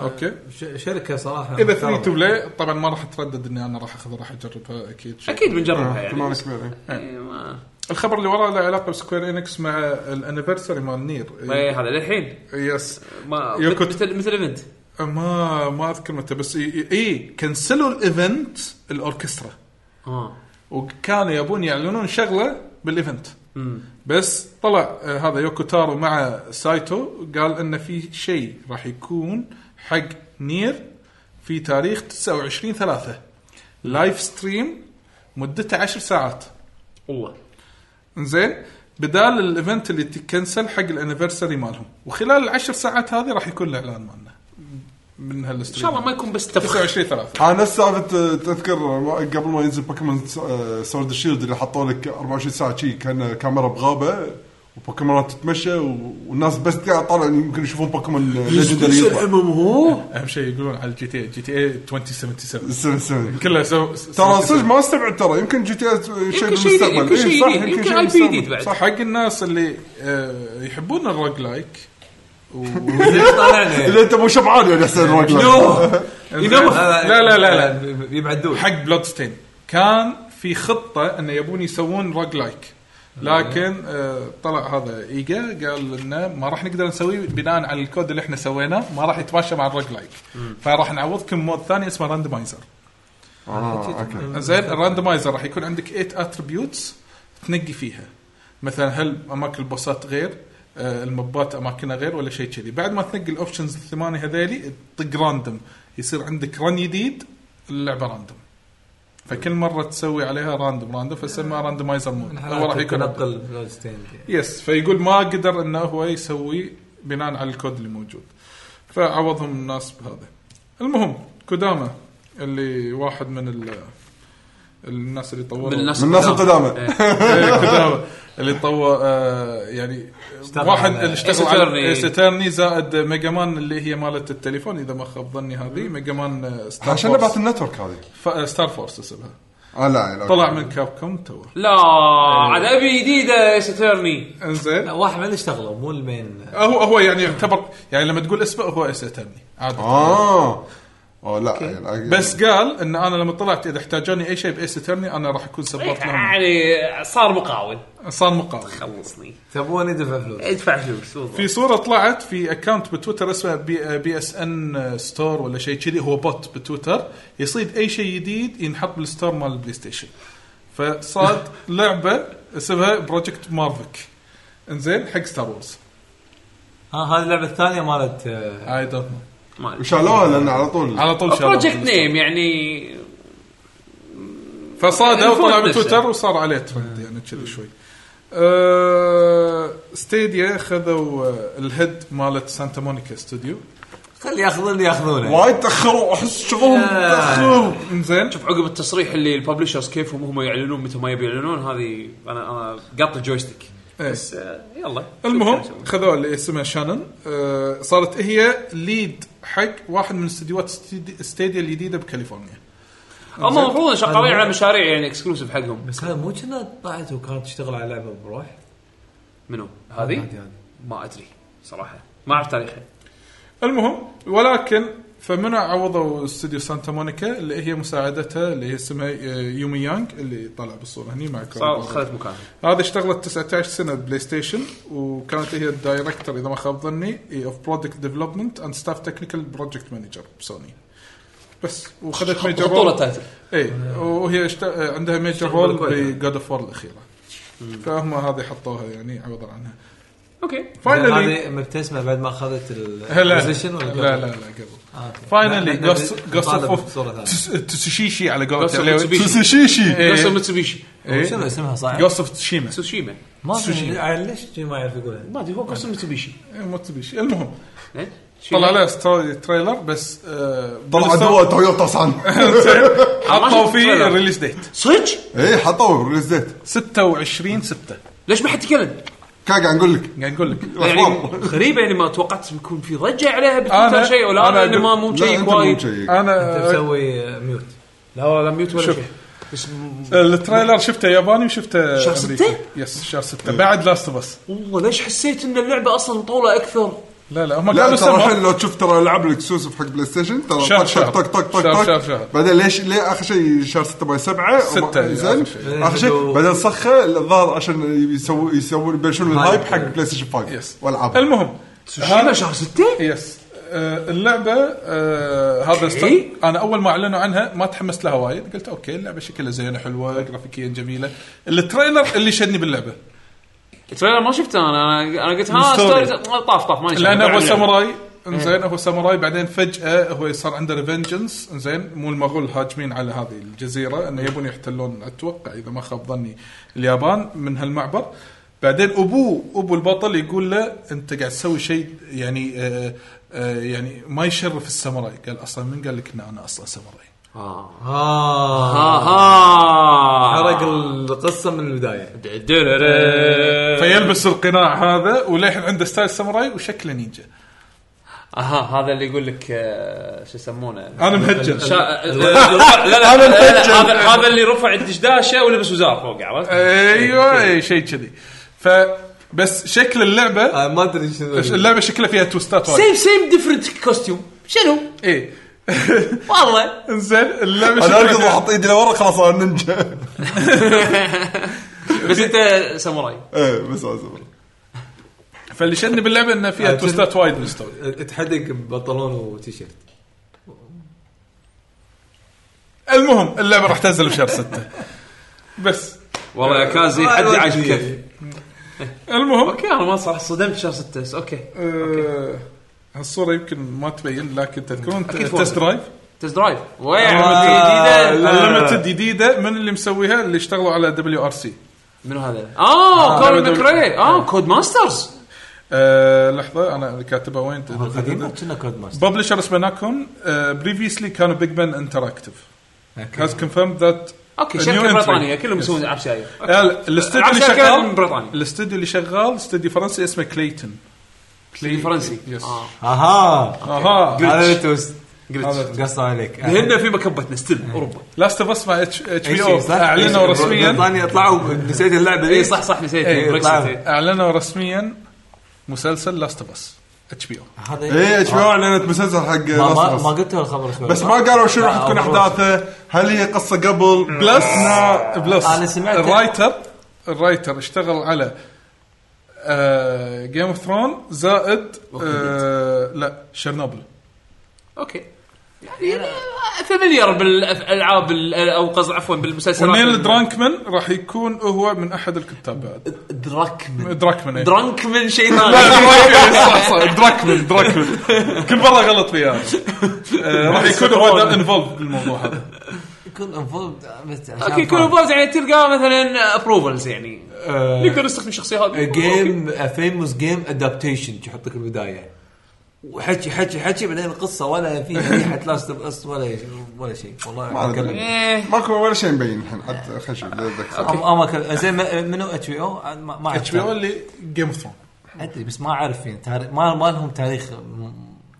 Speaker 1: اوكي
Speaker 5: (laughs) ش- شركه صراحه
Speaker 1: اذا فري إيه، تو
Speaker 5: محترمة.
Speaker 1: بلاي طبعا ما راح اتردد اني انا راح اخذها راح اجربها اكيد شيء.
Speaker 3: اكيد
Speaker 1: آه،
Speaker 3: بنجربها يعني
Speaker 4: احتمال
Speaker 3: بس-
Speaker 4: كبير إيه.
Speaker 3: إيه، ما-
Speaker 1: الخبر اللي وراه له علاقه بسكوير انكس مع الانيفرساري مال نير
Speaker 3: إيه، هذا للحين
Speaker 1: يس
Speaker 3: ما
Speaker 1: يوكو-
Speaker 3: مثل مثل ايفنت
Speaker 1: ما ما اذكر متى بس إيه، اي إي، كنسلوا الايفنت الاوركسترا
Speaker 3: اه
Speaker 1: وكانوا يبون يعلنون شغله بالايفنت بس طلع آه، هذا يوكو تارو مع سايتو قال انه في شيء راح يكون حق نير في تاريخ 29 3 لايف ستريم مدته 10 ساعات
Speaker 3: والله
Speaker 1: زين بدال الايفنت اللي تكنسل حق الانيفرساري مالهم وخلال العشر ساعات هذه راح يكون الاعلان مالنا من
Speaker 3: ان
Speaker 1: هالستريم
Speaker 3: شاء الله ما يكون بس تفخ
Speaker 1: 29 3
Speaker 4: انا نفس سالفه تذكر قبل ما ينزل آه، بوكيمون سورد شيلد اللي حطوا لك 24 ساعه شي كان كاميرا بغابه وبوكيمونات تتمشى و- والناس بس قاعد طالع يمكن يشوفون بوكيمون ليجندري يطلع
Speaker 1: اهم شيء يقولون على الجي تي إيه اي جي تي اي 2077
Speaker 4: سن- سن.
Speaker 1: كلها سو سو-
Speaker 4: ترى
Speaker 1: سو-
Speaker 4: صدق ما استبعد ترى يمكن جي تي شيء
Speaker 3: يمكن شيء جديد،
Speaker 4: بالمستقبل
Speaker 3: يمكن
Speaker 4: إيه،
Speaker 3: شيء
Speaker 4: صح،
Speaker 3: جديد، يمكن
Speaker 4: شيء
Speaker 3: IP
Speaker 4: بالمستقبل.
Speaker 3: جديد بعد.
Speaker 1: صح حق الناس اللي آه، يحبون الروج لايك
Speaker 4: اذا انت مو شبعان يعني احسن راجل
Speaker 5: يوه.
Speaker 1: لا لا لا لا
Speaker 5: يبعدون
Speaker 1: حق بلود ستين كان في خطه انه يبون يسوون روج لايك لكن آه، طلع هذا ايجا قال لنا ما راح نقدر نسويه بناء على الكود اللي احنا سويناه ما راح يتماشى مع الروج لايك فراح نعوضكم مود ثاني اسمه راندمايزر
Speaker 4: اه اوكي
Speaker 1: زين الراندمايزر راح يكون عندك 8 اتربيوتس تنقي فيها مثلا هل اماكن البوسات غير آه، المبات اماكنها غير ولا شيء كذي بعد ما تنقي الاوبشنز الثمانيه هذيلي تطق راندوم يصير عندك رن جديد اللعبه راندوم فكل مره تسوي عليها راندوم راندوم فسمى راندمايزر مود هو راح يكون
Speaker 5: تنقل بلوستين.
Speaker 1: يس فيقول ما قدر انه هو يسوي بناء على الكود اللي موجود فعوضهم الناس بهذا المهم كوداما اللي واحد من ال الناس اللي طوروا
Speaker 3: من الناس
Speaker 4: من الناس
Speaker 3: القدام.
Speaker 4: القدامى
Speaker 1: (laughs) إيه، كوداما اللي طور آه يعني واحد
Speaker 5: على
Speaker 1: اللي اشتغل
Speaker 3: Ace Attorney.
Speaker 1: على ستيرني زائد ميجا مان اللي هي مالت التليفون اذا ما خاب ظني هذه ميجا مان آه، ستار
Speaker 4: عشان
Speaker 1: فورس.
Speaker 4: لعبه النتورك هذه
Speaker 1: ف- آه، ستار فورس اسمها
Speaker 4: اه لا لا
Speaker 1: طلع من كاب كوم تو
Speaker 3: لا
Speaker 1: إيه.
Speaker 3: عاد ابي جديده ساترني
Speaker 1: انزين
Speaker 5: واحد من اشتغله مو المين
Speaker 1: هو هو يعني يعتبر يعني لما تقول اسمه هو اس اترني عادي
Speaker 4: اه اه لا يعني-
Speaker 1: بس قال ان انا لما طلعت اذا احتاجوني اي شيء بايس اترني انا راح اكون سبورت لهم
Speaker 3: يعني صار مقاول
Speaker 1: صار مقابل
Speaker 3: خلصني
Speaker 5: تبون يدفع فلوس
Speaker 3: ادفع فلوس والله.
Speaker 1: في صوره طلعت في اكونت بتويتر اسمه بي, بي اس ان ستور ولا شيء كذي هو بوت بتويتر يصيد اي شيء جديد ينحط بالستور مال البلاي ستيشن فصاد لعبه اسمها بروجكت مارفك انزين حق ستار وورز
Speaker 5: ها هذه اللعبه الثانيه مالت آه،
Speaker 1: اي دونت نو
Speaker 4: وشالوها لان على طول
Speaker 3: آه.
Speaker 1: على طول شالوها
Speaker 3: بروجكت
Speaker 1: من
Speaker 3: نيم يعني
Speaker 1: فصاد هو طلع
Speaker 3: الفوت
Speaker 1: بتويتر
Speaker 3: نفسه.
Speaker 1: وصار عليه
Speaker 3: آه.
Speaker 1: ترند يعني كذي شوي أه ستيديا خذوا آه، الهيد مالت سانتا مونيكا ستوديو
Speaker 5: خلي ياخذون ياخذونه
Speaker 4: وايد تاخروا احس شغلهم
Speaker 1: آه،
Speaker 4: تاخروا
Speaker 1: انزين
Speaker 3: شوف عقب التصريح اللي الببلشرز كيفهم هم يعلنون متى ما يبي يعلنون هذه انا انا قط الجويستيك
Speaker 1: إيه.
Speaker 3: بس آه، يلا
Speaker 1: المهم خذوا اللي اسمها شانن آه صارت هي ليد حق واحد من استديوهات ستيدي- ستيديا الجديده بكاليفورنيا
Speaker 3: هم المفروض شغالين على مشاريع يعني اكسكلوسيف حقهم
Speaker 5: بس هذا مو كنا طلعت وكانت تشتغل على لعبه بروح
Speaker 3: منو آه، هذه طيب، ما ادري صراحه ما اعرف تاريخها
Speaker 1: المهم ولكن فمنع عوضوا استوديو سانتا مونيكا اللي هي مساعدتها اللي هي اسمها آه، يومي يانج اللي طلع بالصوره هني مع
Speaker 3: صار
Speaker 1: كوري.
Speaker 3: خذت مكانها
Speaker 1: هذه اشتغلت 19 سنه بلاي ستيشن وكانت هي الدايركتور اذا ما خاب ظني إيه، اوف برودكت ديفلوبمنت اند ستاف تكنيكال بروجكت مانجر بسوني بس وخذت ميجر
Speaker 3: بطولة
Speaker 1: رول
Speaker 3: تايتل
Speaker 1: اي وهي اشت... عندها ميجر رول بجود اوف وور الاخيره فهم هذه حطوها يعني عوضا عنها
Speaker 3: اوكي
Speaker 1: فاينلي
Speaker 5: هذه مبتسمه بعد ما اخذت ال-
Speaker 1: هلا
Speaker 5: position ولا آه،
Speaker 1: لا لا لا قبل فاينلي
Speaker 5: لا، لا،
Speaker 1: جوست
Speaker 5: نطالب
Speaker 1: اوف
Speaker 5: بصورة ثانية.
Speaker 1: تسوشيشي على إيه. قولة
Speaker 3: Ghost of Mitsubishi.
Speaker 1: تسوشيشي
Speaker 3: نفس متسوبيشي
Speaker 5: شنو اسمها صح؟
Speaker 1: جوست اوف تشيما
Speaker 3: تسوشيما
Speaker 5: ما أدري ليش ما يعرف يقولها
Speaker 3: ما ادري هو قصه متسوبيشي
Speaker 1: متسوشي إيه، المهم
Speaker 3: زين؟
Speaker 1: طلع له ستوري تريلر بس آه،
Speaker 4: طلع
Speaker 1: بالستوري-
Speaker 4: دوا تويوتا سان
Speaker 3: (laughs)
Speaker 1: حطوا فيه
Speaker 3: تريلر.
Speaker 1: الريليز ديت
Speaker 3: يعني- صدق
Speaker 4: اي حطوا ريليز ديت
Speaker 1: 26 6
Speaker 3: ليش ما حد تكلم؟
Speaker 4: كان قاعد نقول لك
Speaker 1: قاعد اقول لك
Speaker 3: يعني غريبه يعني ما توقعت بيكون في ضجه عليها
Speaker 1: أنا-
Speaker 3: بتويتر شيء ولا
Speaker 1: أنا
Speaker 3: انا اللي ما مو
Speaker 4: لا
Speaker 3: مشيك
Speaker 4: انت مو
Speaker 3: وايد
Speaker 4: مشيك
Speaker 5: انت
Speaker 1: انا
Speaker 5: مسوي آه، ميوت
Speaker 3: لا ولا ميوت ولا
Speaker 1: شوف.
Speaker 3: شيء بس
Speaker 1: التريلر شفته ياباني وشفته
Speaker 3: شهر
Speaker 1: أمريكي.
Speaker 3: ستة؟
Speaker 1: يس شهر 6 بعد لاست اوف اس
Speaker 3: والله ليش حسيت ان اللعبه اصلا مطوله اكثر؟
Speaker 1: لا لا هم
Speaker 4: لا
Speaker 1: قالوا
Speaker 4: ترى الحين
Speaker 1: سمر
Speaker 4: لو تشوف ترى العاب الاكسوسيف حق بلاي ستيشن ترى
Speaker 1: شهر-
Speaker 4: طق-
Speaker 1: شهر.
Speaker 4: طق طق طق
Speaker 1: شهر-
Speaker 4: طق
Speaker 1: شهر-
Speaker 4: طق
Speaker 1: شهر.
Speaker 4: بعدين ليش ليه اخر شيء شهر 6 باي 7
Speaker 1: ستة
Speaker 4: زين
Speaker 1: آخر شيء.
Speaker 4: اخر شيء بعدين صخه الظاهر عشان يسوون يسوون يبلشون الهايب حق بلاي ستيشن 5
Speaker 1: يس.
Speaker 4: والعاب
Speaker 1: المهم
Speaker 3: تسوشيما شهر 6
Speaker 1: يس آه، اللعبه آه، هذا
Speaker 3: أوكي.
Speaker 1: است- انا اول ما اعلنوا عنها ما تحمست لها وايد قلت اوكي اللعبه شكلها زينه حلوه جرافيكيا جميله التريلر اللي شدني باللعبه
Speaker 3: التريلر ما شفته انا انا قلت ها
Speaker 1: الستوري.
Speaker 3: ستوري طاف طاف ماني شايف.
Speaker 1: لانه هو
Speaker 3: بعد اللعبة.
Speaker 1: ساموراي انزين هو ساموراي بعدين فجاه هو صار عنده ريفنجنس انزين مو المغول هاجمين على هذه الجزيره انه يبون يحتلون اتوقع اذا ما خاب ظني اليابان من هالمعبر بعدين ابوه ابو البطل يقول له انت قاعد تسوي شيء يعني آه آه يعني ما يشرف الساموراي قال اصلا من قال لك ان انا اصلا ساموراي
Speaker 5: اه
Speaker 6: آه.
Speaker 3: اها
Speaker 5: حرق القصه من البدايه
Speaker 1: آه.
Speaker 3: دررر.
Speaker 1: فيلبس القناع هذا وللحين عنده ستايل ساموراي وشكله نينجا
Speaker 3: اها هذا اللي يقول لك آه، شو يسمونه
Speaker 1: انا مهجر
Speaker 3: شا- (laughs) آه، رفع- لا لا لا، لا، هذا هذا اللي رفع الدشداشه ولبس وزار فوق عرفت؟
Speaker 1: ايوه أي شيء كذي ف بس شكل اللعبه
Speaker 5: آه، ما ادري شنو
Speaker 1: اللعبه شكلها فيها توستات وايد
Speaker 3: سيم سيم ديفرنت كوستيوم شنو؟
Speaker 1: ايه
Speaker 3: والله
Speaker 1: انزين اللعبه
Speaker 4: انا
Speaker 1: شكلها
Speaker 4: اركض
Speaker 1: فيها-
Speaker 4: واحط ايدي لورا خلاص انا (laughs) نينجا
Speaker 3: بس انت ساموراي
Speaker 4: ايه بس أصبر.
Speaker 1: فاللي شدني باللعبه انها فيها
Speaker 5: عشان-
Speaker 1: توستات وايد بالستوري
Speaker 5: تحدق ببنطلون وتيشيرت
Speaker 1: المهم اللعبه راح تنزل بشهر 6 بس
Speaker 3: والله يا كازي حدي عايش بكيف
Speaker 1: المهم
Speaker 3: اوكي انا ما صح صدمت شهر 6 بس اوكي
Speaker 1: آه، هالصوره يمكن ما تبين لكن تذكرون
Speaker 3: أكيد
Speaker 1: تست
Speaker 3: فوق. آه،
Speaker 1: درايف
Speaker 3: تست درايف وين جديده
Speaker 1: الليمتد جديده من اللي مسويها اللي اشتغلوا على دبليو ار سي
Speaker 3: منو هذا؟ اه
Speaker 1: هذا
Speaker 3: كولن
Speaker 1: دول-
Speaker 3: ماكري اه كود ماسترز
Speaker 1: لحظه انا آه، كاتبها وين
Speaker 5: قديمه كنا كود ماستر
Speaker 1: ببلشر اسمه ناكون بريفيسلي كانوا بيج مان انتراكتيف هاز كونفيرم ذات
Speaker 3: اوكي شركه بريطانيه كلهم يسوون العاب شايب
Speaker 1: لا لا، الاستديو اللي
Speaker 3: عشان كان من
Speaker 1: شغال
Speaker 3: بريطانيا.
Speaker 1: الاستديو اللي شغال استديو فرنسي اسمه كليتون
Speaker 3: بالفرنسي
Speaker 1: يس
Speaker 3: اه
Speaker 5: اها
Speaker 1: اها
Speaker 5: هذا التوست
Speaker 6: قص عليك
Speaker 3: لان في مكبتنا ستيل اوروبا
Speaker 1: لاست اوف اس مع اتش بي
Speaker 6: شيء،
Speaker 1: او
Speaker 6: صح؟
Speaker 1: اعلنوا رسميا
Speaker 6: بريطانيا طلعوا نسيت اللعبه
Speaker 3: اي صح صح نسيت
Speaker 1: إيه،
Speaker 3: بريكسيت،
Speaker 6: طبعاً.
Speaker 3: إيه.
Speaker 1: اعلنوا رسميا مسلسل لاست اوف اس اتش بي او
Speaker 6: هذا
Speaker 4: اي اتش بي او اعلنت مسلسل حق
Speaker 5: إيه. ما
Speaker 4: Last
Speaker 5: ما,
Speaker 4: of Us.
Speaker 5: ما قلت الخبر شوي
Speaker 4: بس ما قالوا شنو راح
Speaker 5: لا،
Speaker 4: تكون
Speaker 5: أول.
Speaker 4: احداثه هل هي قصه قبل
Speaker 1: بلس بلس
Speaker 5: أنا سمعت-
Speaker 1: الرايتر الرايتر اشتغل على آه، جيم اوف ثرون زائد آه لا شرنوبل
Speaker 3: اوكي يعني فاميليار بالالعاب ال- او قصد عفوا بالمسلسلات
Speaker 1: ونيل درانكمان راح يكون هو من احد الكتاب بعد
Speaker 3: دراكمن
Speaker 1: دراكمان إيه.
Speaker 3: درانكمن شيء
Speaker 1: (laughs) لا،
Speaker 3: ثاني
Speaker 1: دراكمان، صح صح دراكمان
Speaker 4: (laughs)
Speaker 1: دراكمان كل مره غلط فيها آه، راح يكون هو انفولف بالموضوع هذا
Speaker 5: يكون انفولد بس عشان
Speaker 3: اوكي كل
Speaker 5: فان.
Speaker 3: فوز يعني تلقى مثلا ابروفلز يعني
Speaker 1: آه،
Speaker 3: نقدر نستخدم الشخصيه هذه
Speaker 6: جيم فيموس جيم ادابتيشن يحط لك البدايه
Speaker 5: وحكي حكي حكي بعدين القصه ولا في ريحه لاست اوف اس ولا ولا شيء والله
Speaker 4: أدري.
Speaker 5: أتكلم.
Speaker 3: إيه.
Speaker 4: ماكو ولا شيء مبين الحين حتى خلينا نشوف لا أتذكر.
Speaker 5: أم- أما كل- زين ما- منو اتش بي او ما ما
Speaker 1: اتش بي او
Speaker 5: أعرف.
Speaker 1: اللي جيم اوف ثرون
Speaker 5: ادري بس ما اعرف يعني تاريخ ما ما لهم تاريخ م-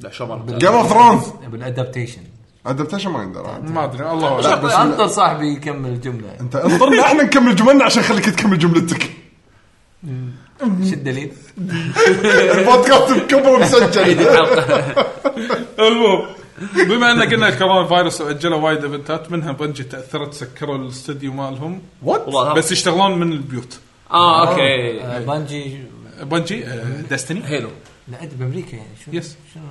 Speaker 3: لا شو مرة.
Speaker 4: جيم اوف ثرونز
Speaker 5: بالادابتيشن
Speaker 4: ادابتيشن ما يندر عاد.
Speaker 1: ما ادري الله اعلم
Speaker 4: لا، بس-
Speaker 5: انطر صاحبي يكمل الجمله
Speaker 4: انت اضطرنا احنا نكمل جملنا عشان خليك تكمل جملتك
Speaker 5: شو
Speaker 4: (laughs)
Speaker 5: الدليل؟
Speaker 4: البودكاست
Speaker 1: (laughs)
Speaker 4: مكبر إيه مسجل
Speaker 1: (laughs) المهم بما ان قلنا الكورونا فايروس اجلوا وايد ايفنتات منها بنجي تاثرت سكروا الاستديو مالهم
Speaker 3: والله.
Speaker 1: بس يشتغلون من البيوت
Speaker 3: اه اوكي
Speaker 5: آه، بانجي
Speaker 1: بنجي آه، ديستني
Speaker 3: هيلو
Speaker 5: لا ادري بامريكا يعني شو
Speaker 1: يس.
Speaker 5: شنو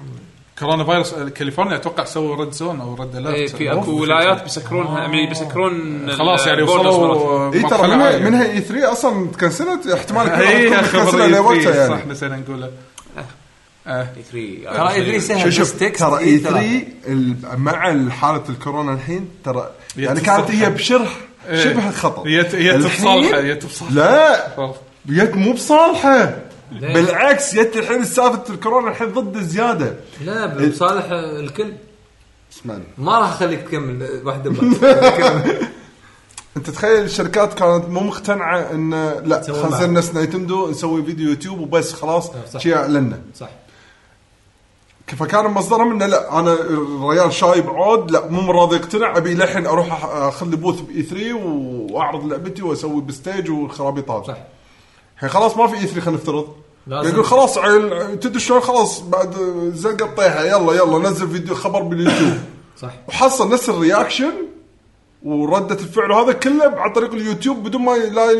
Speaker 1: كورونا فايروس آه، كاليفورنيا اتوقع سووا ريد زون او ريد
Speaker 3: إيه،
Speaker 1: اليرت
Speaker 3: في اكو ولايات بيسكرونها يعني بيسكرون
Speaker 1: آه. خلاص يعني
Speaker 3: ال- borders
Speaker 1: وصلوا
Speaker 3: مرات.
Speaker 1: آه،
Speaker 4: اي إيه، ترى
Speaker 1: مرحلة
Speaker 4: منها
Speaker 1: عالية.
Speaker 4: منها اي 3 اصلا تكنسلت احتمال كبير (laughs)
Speaker 1: هي
Speaker 4: راح تكون
Speaker 1: خبر
Speaker 4: متكنسلة لوقتها
Speaker 1: E3 صح
Speaker 4: يعني
Speaker 1: نسينا نقوله
Speaker 3: E3 إيه،
Speaker 5: ترى
Speaker 1: يعني
Speaker 5: ادري
Speaker 4: شوف
Speaker 5: سهل
Speaker 4: شوف
Speaker 5: تكست
Speaker 4: ترى E
Speaker 5: إيه
Speaker 1: E
Speaker 4: اي 3 ال- مع ال- حاله الكورونا الحين ترى يعني
Speaker 1: تفصل.
Speaker 4: كانت هي بشرح
Speaker 1: إيه.
Speaker 4: شبه خطر
Speaker 1: هي ت- هي
Speaker 4: الحين-
Speaker 1: تبصالحه هي تبصالحه
Speaker 4: لا جت مو بصالحه بالعكس جت الحين سالفه الكورونا الحين ضد زياده
Speaker 5: لا بصالح الكل
Speaker 4: اسمعني
Speaker 5: ما راح اخليك تكمل واحده
Speaker 4: انت تخيل الشركات كانت مو مقتنعه ان لا خلينا نصير نفس نايتندو نسوي فيديو يوتيوب وبس خلاص شي اعلنا
Speaker 5: نعم، صح.
Speaker 4: فكان مصدرهم انه لا انا الريال شايب عود لا مو راضي يقتنع ابي للحين اروح أح- اخذ لي بوث باي 3 واعرض لعبتي واسوي بستيج وخرابيط هذه
Speaker 5: صح.
Speaker 4: الحين خلاص ما في اي 3 خلينا نفترض
Speaker 5: لازم.
Speaker 4: يقول خلاص عيل- تدري شلون خلاص بعد زقه طيحه يلا يلا نزل فيديو خبر باليوتيوب
Speaker 5: صح
Speaker 4: وحصل نفس الرياكشن ورده الفعل هذا كله عن طريق اليوتيوب بدون ما لا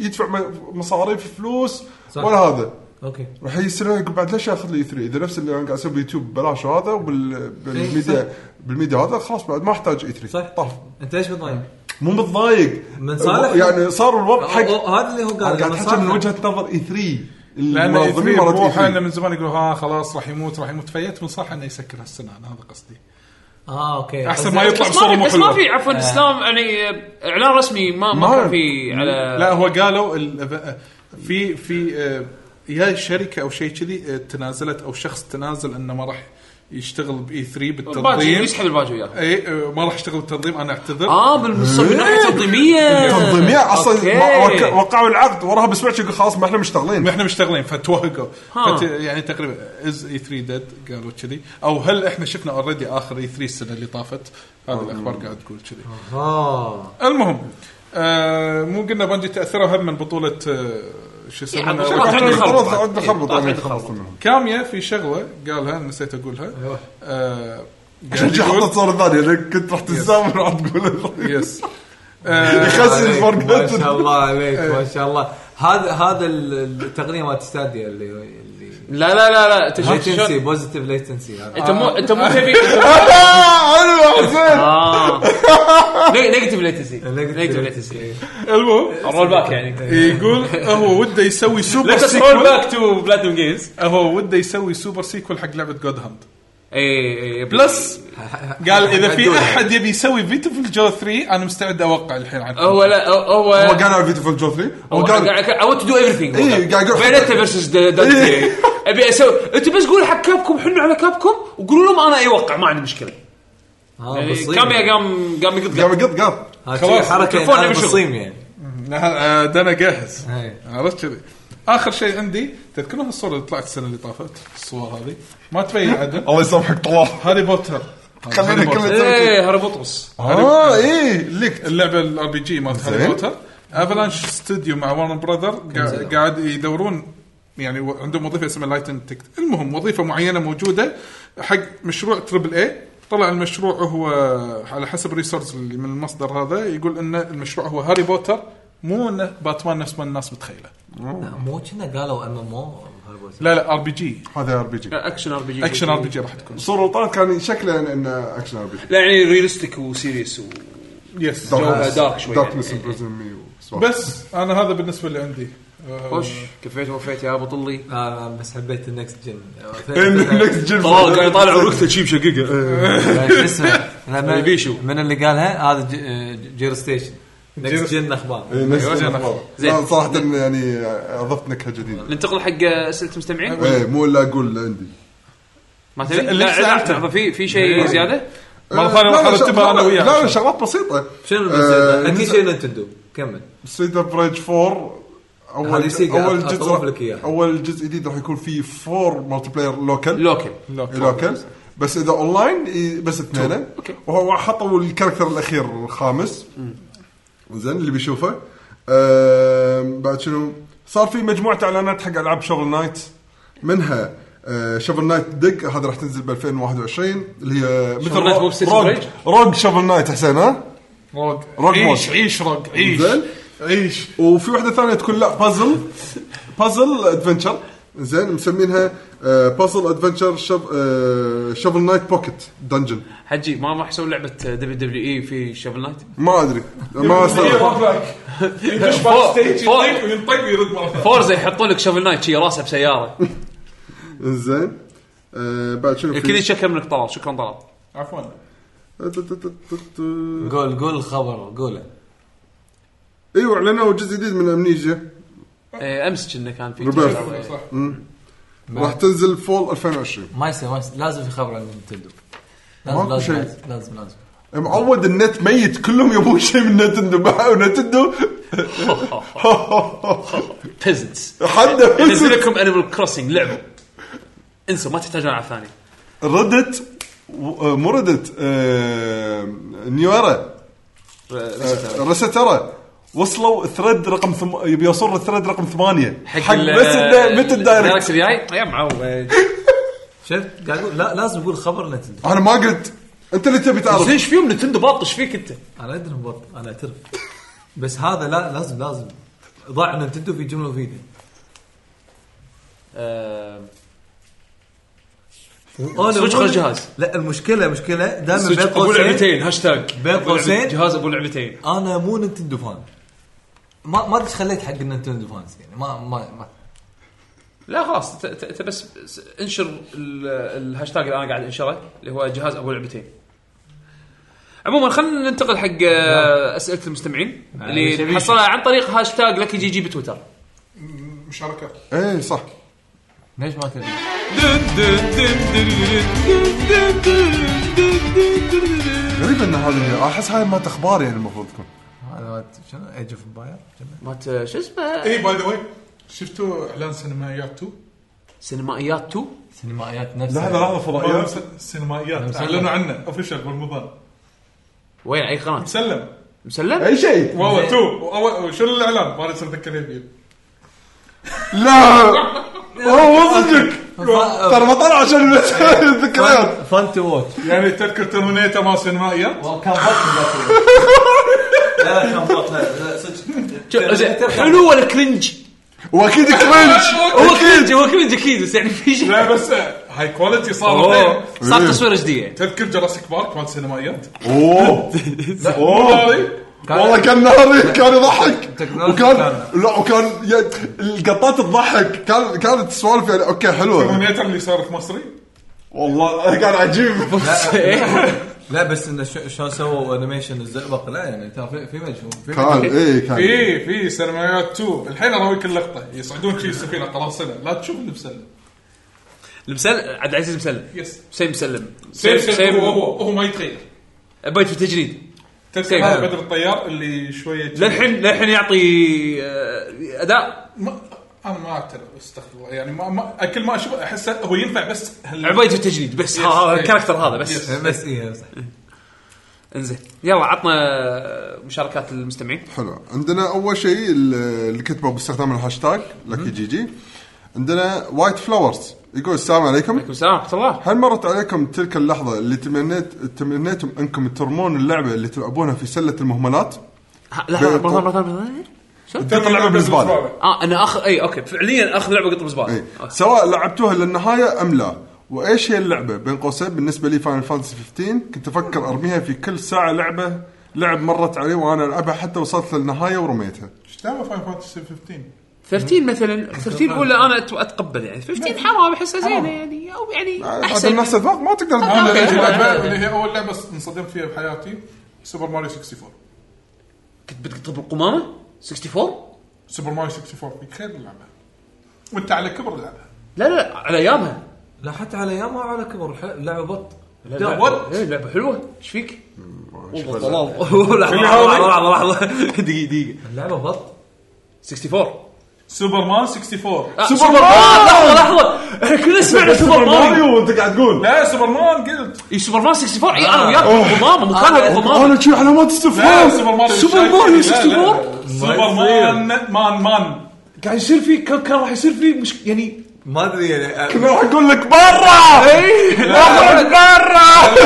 Speaker 4: يدفع م- مصاريف فلوس
Speaker 5: صح.
Speaker 4: ولا هذا
Speaker 5: اوكي
Speaker 4: راح يصير يقول بعد ليش اخذ لي 3 اذا نفس اللي انا قاعد اسوي باليوتيوب ببلاش هذا وبال بالميديا بالميديا هذا خلاص بعد ما احتاج اي 3
Speaker 5: صح.
Speaker 4: طف
Speaker 5: انت ليش متضايق؟
Speaker 4: مو متضايق
Speaker 5: من صالح؟
Speaker 4: يعني صار الوضع حق
Speaker 5: أو- أو- هذا اللي هو
Speaker 4: انا
Speaker 5: قال
Speaker 4: قاعد
Speaker 5: من
Speaker 4: احكي من
Speaker 5: صالح.
Speaker 4: وجهه نظر اي 3
Speaker 1: لان E3
Speaker 4: المنظمين مالت
Speaker 1: بروحه
Speaker 4: اي
Speaker 1: انه
Speaker 4: 3
Speaker 1: من زمان يقولوا ها خلاص راح يموت راح يموت فيت من صح انه يسكر هالسنه انا هذا قصدي
Speaker 5: اه اوكي
Speaker 1: احسن ما يطلع
Speaker 3: بس ما
Speaker 1: بصوره
Speaker 3: في
Speaker 1: مو
Speaker 3: بس ما
Speaker 1: حلوه
Speaker 3: في عفوا اسلام يعني اعلان رسمي ما ما
Speaker 4: ما-
Speaker 3: كان في على
Speaker 1: لا هو قالوا ال- آه، في في آه، يا شركه او شيء كذي آه، تنازلت او شخص تنازل انه ما راح يشتغل باي 3
Speaker 3: باجي
Speaker 1: بالتنظيم
Speaker 3: يسحب الباجي وياه
Speaker 1: اي آه، ما راح يشتغل بالتنظيم انا اعتذر
Speaker 3: اه بالمص-
Speaker 1: إيه.
Speaker 3: من ناحيه
Speaker 1: (laughs)
Speaker 3: تنظيميه
Speaker 4: تنظيميا اصلا
Speaker 3: أوكي.
Speaker 4: ما- وك- وقعوا العقد وراها باسبوع يقول خلاص ما احنا مشتغلين
Speaker 1: ما احنا مشتغلين فتوهقوا
Speaker 3: ها.
Speaker 1: فت يعني تقريبا از اي 3 ديد قالوا كذي او هل احنا شفنا اوريدي اخر اي 3 السنه اللي طافت هذه الاخبار قاعد تقول كذي
Speaker 5: اه
Speaker 1: المهم آه مو قلنا بنجي تاثرها هم من بطوله آه شو
Speaker 3: يعني شغلة
Speaker 1: يسمونها
Speaker 3: عندي خربط.
Speaker 4: خلط عندنا خربط
Speaker 3: عندي
Speaker 4: يعني
Speaker 3: خربط.
Speaker 4: خلصت منهم
Speaker 1: كاميا في شغله قالها نسيت اقولها آه قاعد
Speaker 4: عشان حطت
Speaker 1: يقول
Speaker 4: صورة ثانية لأن كنت راح تتسامر راح تقول
Speaker 1: يس آه
Speaker 4: يخسر
Speaker 5: ما
Speaker 4: الفرق
Speaker 5: شاء الله عليك ما شاء الله هذا هذا ال- التقنيه مالت ستاديا اللي اللي
Speaker 3: لا لا لا لا انت شفت
Speaker 5: ليتنسي
Speaker 3: شلون؟
Speaker 5: بوزيتيف ليتنسي هذا
Speaker 3: انت مو انت مو تبي
Speaker 4: حلو حسين
Speaker 3: اه نيجاتيف ليتنسي نيجاتيف ليتنسي
Speaker 1: المهم
Speaker 3: رول باك يعني
Speaker 1: يقول هو وده يسوي سوبر
Speaker 3: ليت رول
Speaker 1: سيكول
Speaker 3: باك تو بلاتينوم جيمز
Speaker 1: هو وده يسوي سوبر سيكول حق لعبه جود هاند
Speaker 3: Eh, اي
Speaker 1: بلس قال اذا
Speaker 4: (laughs)
Speaker 1: في احد يبي يسوي بيوتيفل جو 3 انا مستعد اوقع الحين عنه
Speaker 3: هو لا هو
Speaker 4: هو قال على فيديو فول جو 3 هو
Speaker 3: هو
Speaker 4: قال
Speaker 3: قاعد- I want to do everything
Speaker 4: Oh إيه، قاعد يقول-
Speaker 3: بينتا فيرسس دانتي ابي اسوي انت بس قولوا حق كابكم حنوا على كابكم وقولوا لهم انا اي وقع ما عندي مشكله
Speaker 5: اه
Speaker 3: يعني
Speaker 5: بالصين
Speaker 3: كاميا قام قام يقط
Speaker 4: قام قط قط
Speaker 5: خلاص
Speaker 1: خلاص،
Speaker 5: حركه
Speaker 3: التلفون
Speaker 5: إنها
Speaker 3: يبي شغل.
Speaker 5: بالصين يعني
Speaker 1: لا، آه، ده انا جاهز
Speaker 5: إيه.
Speaker 1: عرفت كذي اخر شيء عندي تذكرون
Speaker 4: (laughs)
Speaker 1: الصوره اللي طلعت السنه اللي طافت الصور هذه ما تبين عدل
Speaker 4: الله يسامحك طلال
Speaker 1: هاري بوتر
Speaker 4: خلينا
Speaker 1: هاري بوتر.
Speaker 4: نكمل
Speaker 3: ايه هربطرس
Speaker 1: آه،
Speaker 4: اه
Speaker 1: إيه.
Speaker 4: اي ليكت
Speaker 1: اللعبه الار بي جي مالت هاري
Speaker 4: زين.
Speaker 1: بوتر افلانش ستوديو مع وارن براذر قا- قاعد يدورون يعني و- عندهم وظيفه اسمها لايتن تكت المهم وظيفه معينه موجوده حق مشروع تربل اي طلع المشروع هو على حسب ريسورس اللي من المصدر هذا يقول ان المشروع هو هاري بوتر مو إنه باتمان نفس ما الناس متخيله
Speaker 5: مو كنا قالوا ام ام او
Speaker 1: لا لا ار بي جي
Speaker 4: هذا ار بي جي
Speaker 3: اكشن ار بي جي
Speaker 1: اكشن ار بي جي راح تكون
Speaker 4: الصورة اللي طلعت كان شكله إن- انه اكشن ار بي جي
Speaker 3: لا يعني ريالستيك وسيريس و
Speaker 1: يس
Speaker 3: جو دارك شوي
Speaker 4: داركنس
Speaker 3: يعني.
Speaker 1: بس انا هذا بالنسبه اللي عندي آه،
Speaker 3: خوش كفيت وفيت يا بطلي
Speaker 5: آه بس حبيت النكست جن
Speaker 4: النكست جن
Speaker 3: طلال آه، قاعد يطالع ركته شي مشققه
Speaker 5: شو (laughs) اسمه لما-
Speaker 3: اللي بيشو.
Speaker 5: من اللي قالها هذا ج- آه، جير ستيشن إيه. نكست جن اخبار
Speaker 4: إيه،
Speaker 1: أيوة،
Speaker 4: زين صراحة يعني اضفت نكهة جديدة
Speaker 3: ننتقل حق اسئله المستمعين
Speaker 4: ايه مو الا اقول اللي عندي
Speaker 3: ما تبي
Speaker 1: اللي
Speaker 3: لا، لا
Speaker 1: سألته. إيه.
Speaker 3: لحظة، في في شيء زياده
Speaker 1: مرة
Speaker 4: آه،
Speaker 1: ثانية
Speaker 4: لا، لا،
Speaker 1: راح
Speaker 4: شا-
Speaker 1: أرتبها أنا
Speaker 4: لا،
Speaker 1: وياك.
Speaker 4: لا لا شغلات بسيطة
Speaker 5: شنو
Speaker 4: آه،
Speaker 5: بس- اكيد شيء نتندو كمل
Speaker 4: ستريت اوف ريج 4
Speaker 5: هذه
Speaker 4: اول
Speaker 5: سيجا،
Speaker 4: اول
Speaker 5: أطلب
Speaker 4: جزء
Speaker 5: لك إياها.
Speaker 4: اول جزء جديد راح يكون فيه 4 مالتي بلاير لوكال
Speaker 3: لوكل
Speaker 4: لوكال إيه، بس اذا اونلاين ي- بس اثنين وهو حطوا الكاركتر الاخير الخامس
Speaker 3: Mm.
Speaker 4: زين اللي بيشوفه آم، بعد شنو صار في مجموعه اعلانات حق العاب شغل نايت منها آه، شوفل نايت دق هذا راح تنزل ب 2021 اللي هي مثل
Speaker 3: Shovel Knight مو بسيس
Speaker 4: روج
Speaker 3: بريج؟
Speaker 4: روج شوفل نايت حسين ها
Speaker 1: روج
Speaker 4: روج
Speaker 1: عيش
Speaker 4: مود.
Speaker 1: عيش روج عيش
Speaker 4: زين
Speaker 1: عيش
Speaker 4: وفي واحده ثانيه تكون لا بازل بازل ادفنشر زين مسمينها آه، بازل ادفنشر شب- آه، شوفل نايت بوكيت دنجن
Speaker 3: حجي ما راح يسوي لعبه دبليو دبليو اي في شافل نايت
Speaker 4: ما ادري
Speaker 1: إيوه.
Speaker 4: ما استوعب
Speaker 3: فور-
Speaker 1: وينطق ويرد مره ثانيه
Speaker 3: فورزا يحطون لك شافل نايت شي راسه بسياره
Speaker 4: (laughs) زين آه، بعد شنو في؟ آه،
Speaker 3: كل يتشكر منك طلال شكرا طلال
Speaker 1: عفوا
Speaker 5: قول قول الخبر قوله
Speaker 4: ايوه اعلنوا جزء جديد من امنيجيا
Speaker 3: إيه، امس كنا كان في
Speaker 4: Rebirth.
Speaker 3: تجربة.
Speaker 1: صح
Speaker 4: راح تنزل فول 2020
Speaker 5: ما يصير ما يصير لازم في خبر عن نتندو لازم
Speaker 4: ماكو
Speaker 5: لازم
Speaker 4: شيء.
Speaker 5: لازم لازم, لازم.
Speaker 4: معود النت ميت كلهم يبون شيء من نتندو (laughs) معاه ونتندو
Speaker 3: peasants
Speaker 4: حد
Speaker 3: ينزل لكم انيمال كروسنج لعبه انسوا ما تحتاجون على ثاني
Speaker 4: ردت و- آه، مو ردت آه، نيورا رسترة وصلوا الثريد رقم ثم... يبي يوصل الثريد رقم ثمانية حق,
Speaker 3: ال-
Speaker 4: بس انه متى الدايركت
Speaker 3: الدايركت الجاي يا معود
Speaker 5: شفت قاعد اقول لا لازم اقول خبر نتندو
Speaker 4: انا ما قلت انت اللي تبي تعرف
Speaker 3: ايش فيهم نتندو باطش فيك انت
Speaker 5: انا ادري إنه بط انا اعترف بس هذا لا لازم لازم ضاع نتندو في جمله مفيده أنا
Speaker 3: سويتش
Speaker 5: أقول-
Speaker 3: خرج جهاز.
Speaker 5: لا المشكله مشكله دائما بين
Speaker 3: ابو
Speaker 5: قوسين
Speaker 3: لعبتين هاشتاج
Speaker 5: بين
Speaker 3: أبو لعبة-
Speaker 5: قوسين.
Speaker 3: جهاز ابو لعبتين
Speaker 5: انا مو نتندو فان ما ما ادري إيش خليت حق النتندو فانز يعني ما ما, ما.
Speaker 3: لا خلاص ت- ت- انت بس بس انشر ال- الهاشتاج اللي انا قاعد انشره اللي هو جهاز ابو لعبتين عموما خلينا ننتقل حق آه، اسئله المستمعين اللي حصلها عن طريق هاشتاج لكي جي جي بتويتر
Speaker 1: مشاركه
Speaker 4: ايه صح
Speaker 5: ليش ما تدري؟
Speaker 4: غريب ان هذه احس هاي مالت اخبار يعني المفروض تكون
Speaker 5: هذا مالت شنو ايج اوف امباير
Speaker 3: مات آه، شو اسمه
Speaker 1: اي باي ذا واي شفتوا اعلان سينمائيات 2
Speaker 3: سينمائيات 2
Speaker 5: سينمائيات نفسها
Speaker 4: لحظة لحظة فضائيات
Speaker 1: سينمائيات اعلنوا عنه اوفيشال برمضان
Speaker 3: وين اي قناه
Speaker 1: مسلم
Speaker 3: مسلم
Speaker 4: اي شيء
Speaker 1: إيه. واو 2 وأول- شنو الاعلان؟ فارس اتذكر يبي
Speaker 4: لا هو مو صدق ترى ما طلع عشان الذكريات (laughs)
Speaker 5: فان تو واتش
Speaker 1: يعني تذكر ترمينيتا ما سينمائيات
Speaker 5: كان لا كان بط لا
Speaker 3: شو- زين، حلو ولا كرنج؟
Speaker 4: واكيد كرنج (laughs)
Speaker 3: هو كرنج هو كرنج اكيد بس يعني في شيء
Speaker 1: لا بس هاي كواليتي صار
Speaker 3: أوه،
Speaker 1: زين.
Speaker 3: صار تصوير اتش دي
Speaker 1: تذكر جراسيك بارك مال سينمائيات
Speaker 4: اوه (laughs) اوه
Speaker 1: هذه؟
Speaker 4: والله كان نهاري كان يضحك وكان لا وكان ي- القطات تضحك كان كانت السوالف يعني اوكي حلوه
Speaker 1: ترمينيتا اللي صارت مصري
Speaker 4: والله كان عجيب
Speaker 3: (laughs) إيه.
Speaker 5: لا بس انه شو- شلون سووا انيميشن الزئبق لا يعني ترى في- في مجهود في
Speaker 4: كان اي كان
Speaker 1: في في سينمائيات 2 الحين اراويك اللقطه يصعدون شي السفينه قراصنه لا تشوف اللي مسلم
Speaker 3: المسلم عبد العزيز مسلم
Speaker 1: يس
Speaker 3: سيم مسلم
Speaker 1: سيم
Speaker 3: سيم
Speaker 1: سيم هو
Speaker 3: سيم
Speaker 1: هو هو ما يتغير
Speaker 3: بيت في التجريد
Speaker 1: تذكر
Speaker 3: سيم.
Speaker 1: هذا بدر الطيار اللي شويه
Speaker 3: للحين للحين يعطي آه، اداء
Speaker 1: ما- انا ما أعترف- استغفر الله يعني ما, ما كل ما اشوف احسه هو ينفع بس هال-
Speaker 3: عبيد التجليد بس ها- ها- الكاركتر هذا بس
Speaker 5: بس اي صح
Speaker 3: انزين يلا عطنا مشاركات المستمعين
Speaker 4: حلو عندنا اول شيء ال- اللي كتبه باستخدام الهاشتاج لكي جي جي عندنا وايت فلاورز يقول السلام عليكم
Speaker 3: عليكم السلام ورحمه الله
Speaker 4: هل مرت عليكم تلك اللحظة اللي تمنيت تمنيتم انكم ترمون اللعبة اللي تلعبونها في سلة المهملات؟
Speaker 3: ها- لحظه مره ثانيه مره ثانيه
Speaker 4: تلقى اللعبة بالزبالة
Speaker 3: اه انا اخذ اي اوكي فعليا اخذ لعبه قط
Speaker 4: اي
Speaker 3: بالزباله أوكي.
Speaker 4: إيه. سواء لعبتوها للنهايه ام لا وايش هي اللعبه بين قوسين بالنسبه لي فاينل فانتسي 15 كنت افكر ارميها في كل ساعه لعبه لعب مرت علي وانا العبها حتى وصلت للنهايه ورميتها
Speaker 1: ايش دعوه فاين فانتسي 15 (laughs)
Speaker 3: 13 مثلا 13 الاولى انا أت- اتقبل يعني 15 حرام احسها زينه يعني او يعني
Speaker 4: هذا
Speaker 3: احسن
Speaker 4: نفس الفرق ما تقدر
Speaker 1: انا
Speaker 4: تقول.
Speaker 1: اللي- اللعبة- اللي هي اول لعبه انصدمت فيها بحياتي سوبر ماريو 64
Speaker 3: كنت بتقطب القمامه 64
Speaker 1: سوبر ماريو 64 في خير اللعبه وانت على كبر اللعبه
Speaker 3: لا لا لا، على ايامها
Speaker 5: لا حتى على ايامها على كبر ح- لعبه بط
Speaker 1: وات
Speaker 3: ايه لعبه حلوه ايش فيك؟ (laughs) والله طلال. لحظه لحظه لحظه لحظه دقيقه دقيقه
Speaker 5: اللعبه بط
Speaker 3: 64
Speaker 1: سوبر مان 64
Speaker 3: آه، سوبر مان لحظه لحظه إحنا كلنا سمعنا سوبر ماريو
Speaker 4: وانت أيوه، قاعد تقول
Speaker 1: لا سوبر مان قلت
Speaker 3: اي سوبر مان 64 اي انا وياك قمامه مكانها بالقمامه
Speaker 4: انا شي علامات
Speaker 1: لا
Speaker 4: استفهام
Speaker 1: سوبر ماريو
Speaker 3: سوبر
Speaker 1: الشايب. لا، لا،
Speaker 3: ماريو 64
Speaker 1: سوبر مان مان مان
Speaker 3: قاعد يصير في كان كان راح يصير في مش يعني
Speaker 5: ما ادري يعني
Speaker 4: انا راح اقول لك برا اخرج برا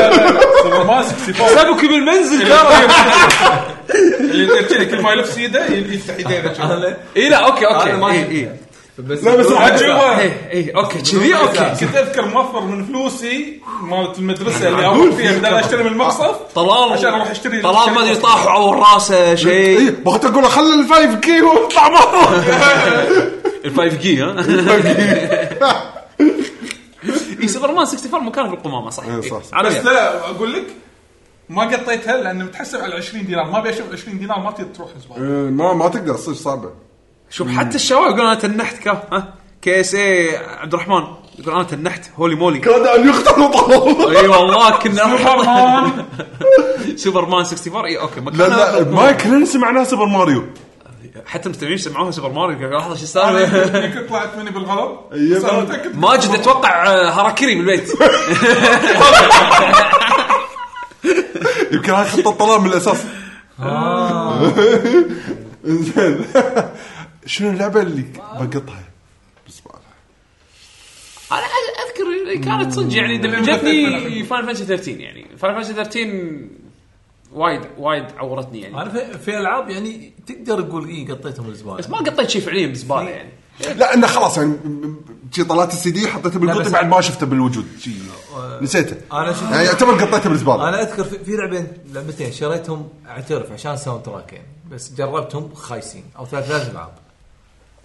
Speaker 1: سوبر مان 64
Speaker 3: سابك بالمنزل
Speaker 1: اللي ترتدي كل ما يلف ايده يفتح ايدينه شوف.
Speaker 3: اي إيه، لا اوكي اوكي
Speaker 5: أنا ما
Speaker 3: إي،
Speaker 5: شفت.
Speaker 3: إي.
Speaker 4: لا بس
Speaker 1: عجيبه
Speaker 3: اي اي اوكي كذي
Speaker 1: آه،
Speaker 3: اوكي
Speaker 1: كنت اذكر موفر من فلوسي مالت المدرسه اللي اروح فيها بدل اشتري من المقصف
Speaker 3: طلال
Speaker 1: عشان اروح اشتري
Speaker 3: طلال ما ادري طاح وعور راسه شيء
Speaker 4: اي إيه، بغيت اقول له خلي الفايف كي واطلع برا
Speaker 3: الفايف جي ها اي إيه، سوبر مان 64 مكانه بالقمامه صح
Speaker 4: إيه، صح، صح.
Speaker 3: على
Speaker 1: بس
Speaker 3: وياك.
Speaker 1: لا اقول لك ما قطيتها لان متحسب على 20 دينار ما ابي اشوف 20 دينار ما تقدر تروح زباله
Speaker 4: إيه، ما ما تقدر صدق صعبه
Speaker 3: شوف حتى الشباب يقولون انا تنحت كا ها كي اس اي عبد الرحمن يقول انا تنحت هولي مولي
Speaker 4: كاد ان يختلط
Speaker 3: اي والله كنا (laughs)
Speaker 1: سوبر مان
Speaker 3: سوبر مان 64 اي اوكي
Speaker 4: لا لا (laughs)
Speaker 3: مكانها
Speaker 4: ما كلنا سمعناه سوبر ماريو
Speaker 3: حتى المستمعين سمعوها سوبر ماريو قالوا لحظه شو السالفه
Speaker 1: أنا يمكن طلعت مني بالغلط
Speaker 4: إيه،
Speaker 1: بس أنا متأكد.
Speaker 3: ماجد اتوقع آه، هراكيري بالبيت
Speaker 4: يمكن هاي خطه طلال من الاساس
Speaker 3: آه.
Speaker 4: (laughs) زين شنو اللعبه اللي بقطها بس بعرف.
Speaker 3: انا أ- اذكر كانت صدق يعني دمجتني فاين فانسي 13 يعني فاين فانسي 13 وايد وايد عورتني يعني
Speaker 5: انا في, في العاب يعني تقدر تقول اي قطيتهم الزباله
Speaker 3: بس ما قطيت شيء فعليا بزباله يعني
Speaker 4: لا انه خلاص يعني شي طلعت السي دي حطيته
Speaker 5: بس-
Speaker 4: بالقطي بعد ما شفته بالوجود شي
Speaker 3: آه.
Speaker 4: نسيته
Speaker 5: انا شفت
Speaker 4: يعني يعتبر قطيته بالزباله
Speaker 5: انا اذكر في, في لعبين لعبتين شريتهم اعترف عشان الساوند تراكين بس جربتهم خايسين او ثلاث ثلاث العاب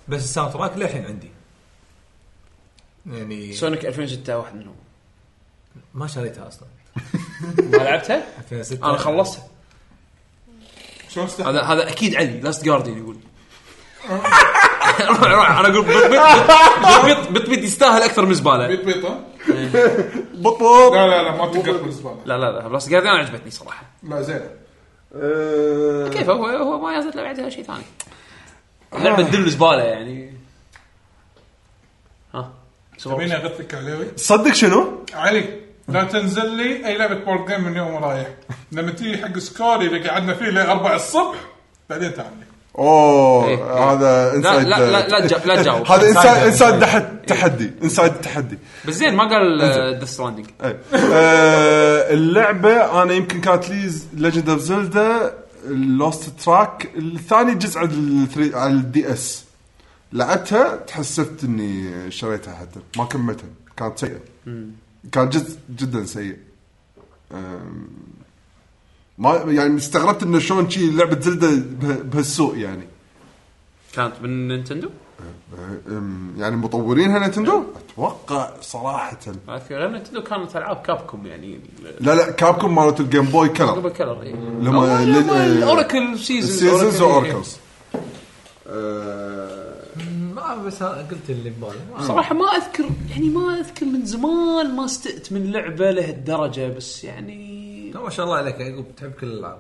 Speaker 5: بس الساوند تراك للحين عندي يعني
Speaker 3: سونيك 2006 واحد منهم
Speaker 5: ما شريتها اصلا
Speaker 3: ما لعبتها
Speaker 5: 2006
Speaker 3: انا خلصتها
Speaker 1: شلون استحق
Speaker 3: هذا هذا اكيد علي لاست جارديان يقول روح روح انا اقول بط- بط- بط- بط بط يستاهل اكثر من زباله
Speaker 1: بيت بيطه
Speaker 4: بطل
Speaker 1: لا لا لا ما تقدر بالزباله
Speaker 3: لا لا لا لاست جارديان أنا عجبتني صراحه
Speaker 1: لا زين
Speaker 3: كيف هو هو ما يزال لعبتها شيء ثاني لعبه تدل زباله يعني ها
Speaker 1: تبيني اغثك عليوي
Speaker 4: تصدق شنو؟
Speaker 1: علي لا تنزل لي اي لعبه بورد جيم من يوم رايح لما تيجي حق سكوري اللي قعدنا فيه لأربع الصبح بعدين تعال لي
Speaker 4: اوه
Speaker 3: إيه، إيه.
Speaker 4: هذا
Speaker 3: لا
Speaker 4: انسايد
Speaker 3: لا لا لا تجاوب- لا تجاوب
Speaker 4: هذا انسايد انسايد تحد- تحدي انسايد تحدي
Speaker 3: بس زين ما قال ديث ستراندنج
Speaker 4: أي. إيه. آه، اللعبه انا يمكن كانت لي ليجند اوف زلدا لوست تراك الثاني جزء على الثري- على الدي اس لعبتها تحسفت اني شريتها حتى ما كملتها كانت سيئه كان جزء جدا سيء آم، ما يعني استغربت انه شلون شي لعبه زلدا به- بهالسوء يعني
Speaker 3: كانت من نينتندو
Speaker 4: آم، يعني مطورينها نتندو اتوقع صراحه
Speaker 3: اذكر غير نينتندو كانت العاب كابكوم يعني
Speaker 4: لا لا كابكم مالت الجيم بوي كلر
Speaker 3: قبل كلر إيه.
Speaker 4: لما- آه،
Speaker 3: أو لا، ما-
Speaker 4: لج-
Speaker 3: الاوراكل سيزونز
Speaker 4: سيزونز
Speaker 3: أوراكل،
Speaker 4: واوركلز
Speaker 11: آه،
Speaker 4: (laughs)
Speaker 5: ما بس أنا قلت اللي ببالي
Speaker 3: إيه. صراحه ما اذكر يعني ما اذكر من زمان ما استئت من لعبه لهالدرجه بس يعني إيه،
Speaker 5: ما شاء الله عليك يعقوب تحب كل الالعاب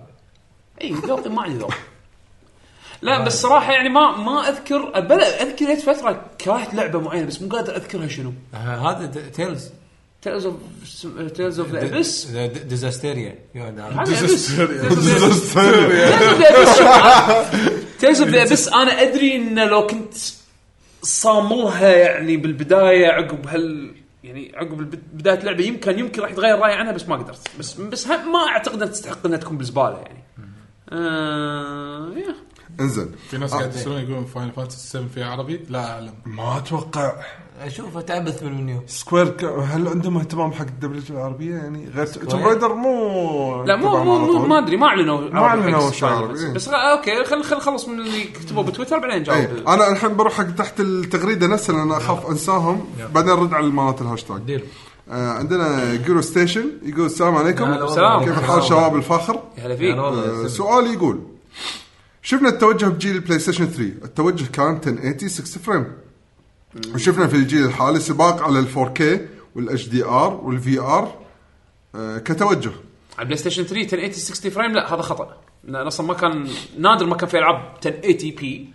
Speaker 3: اي ذوقي ما عندي ذوق لا بس صراحه يعني ما ما اذكر بلا اذكر جت فتره كرهت لعبه معينه بس مو قادر اذكرها شنو
Speaker 6: آه، هذا تيلز
Speaker 3: تيلز اوف تيلز اوف ذا ابس
Speaker 6: ديزاستيريا
Speaker 3: تيلز اوف ذا ابس انا ادري انه لو كنت صاملها يعني بالبدايه عقب هال يعني عقب الب- بدايه اللعبه يمكن يمكن راح يتغير رايي عنها بس ما قدرت بس بس ها- ما اعتقد انها تستحق انها تكون بالزباله يعني. آه يا.
Speaker 4: انزين
Speaker 1: في ناس قاعد يسالون يقولون فاينل فانتسي 7 فيها عربي لا اعلم
Speaker 11: ما اتوقع
Speaker 5: اشوف اتعبث بالمنيو
Speaker 11: سكوير ك... هل عندهم اهتمام حق الدبليو العربيه يعني غير توم رايدر مو
Speaker 3: لا مو
Speaker 11: طبعاً
Speaker 3: مو,
Speaker 11: على
Speaker 3: مو
Speaker 11: طول.
Speaker 3: ما ادري ما اعلنوا ما
Speaker 11: أعلنوا شيء
Speaker 4: عربي، إيه.
Speaker 3: بس غ- اوكي خل خل خلص من اللي كتبوه بتويتر بعدين
Speaker 4: اي
Speaker 3: نجاوب
Speaker 4: انا إيه، الحين بروح حق تحت التغريده نفسها لان اخاف
Speaker 3: آه.
Speaker 4: انساهم بعدين ارد على مالات الهاشتاج
Speaker 6: ديل.
Speaker 4: آه عندنا جيرو ستيشن يقول السلام عليكم
Speaker 3: والله.
Speaker 4: كيف الحال شباب الفاخر
Speaker 3: يا هلا فيك
Speaker 4: آه، سؤال يقول شفنا التوجه بجيل البلاي ستيشن 3 التوجه كان 1080 60 فريم وشفنا في الجيل الحالي سباق على ال 4K والاتش دي ار والفي ار آه، كتوجه
Speaker 3: على البلاي ستيشن 3 1080 60 فريم لا هذا خطا لان اصلا ما كان نادر ما كان في العاب 1080 بي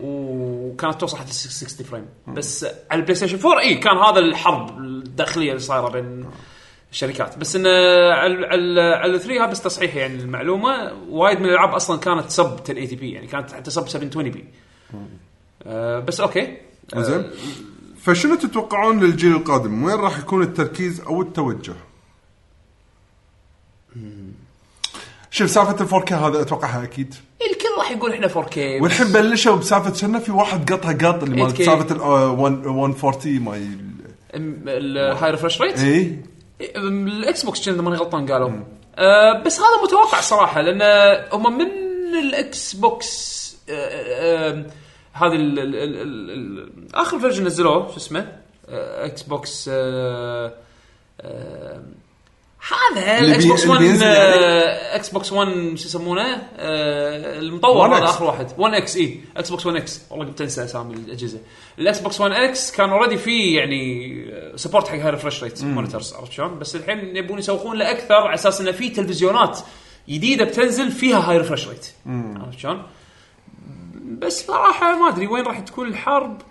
Speaker 3: وكانت توصل حتى 60 فريم بس على البلاي ستيشن 4 اي كان هذا الحرب الداخليه اللي صايره بين الشركات بس انه على على على 3 هذا بس تصحيح يعني المعلومه وايد من الالعاب اصلا كانت سب 1080 بي يعني كانت حتى سب 720 بي آه بس اوكي
Speaker 4: زين فشنو تتوقعون للجيل القادم وين راح يكون التركيز او التوجه
Speaker 11: شوف سالفه ال 4K هذا اتوقعها اكيد
Speaker 3: الكل راح يقول احنا 4K
Speaker 11: والحين بلشوا بسالفه شنو في واحد قطها قط اللي مال
Speaker 3: 8K.
Speaker 11: سالفه ال آه، 140 ماي إيه،
Speaker 3: الهاي ريفرش ريت
Speaker 4: إيه.
Speaker 11: اي
Speaker 3: الاكس بوكس كان إذا ماني غلطان قالوا آه بس هذا متوقع صراحه لان هم من الاكس بوكس آه، آه، هذه ال- ال- ال- ال- ال- اخر فيرجن نزلوه شو اسمه آه، اكس بوكس آه، آه، هذا
Speaker 11: اللي
Speaker 3: الاكس
Speaker 11: بي-
Speaker 3: بوكس
Speaker 11: اللي
Speaker 3: 1
Speaker 11: بينزل يعني.
Speaker 3: آه، اكس بوكس 1 شو يسمونه آه، المطور
Speaker 11: 1X.
Speaker 3: هذا اخر واحد إيه. 1 اكس اي اكس بوكس 1 اكس والله قمت انسى اسامي الاجهزه الاكس بوكس 1 اكس كان اوريدي فيه يعني سبورت حق هاي ريفرش ريت مونيتورز عرفت شلون؟ بس الحين يبون يسوقون له اكثر على اساس انه في تلفزيونات جديده بتنزل فيها هاي ريفرش ريت عرفت شلون؟ بس صراحه ما ادري وين راح تكون الحرب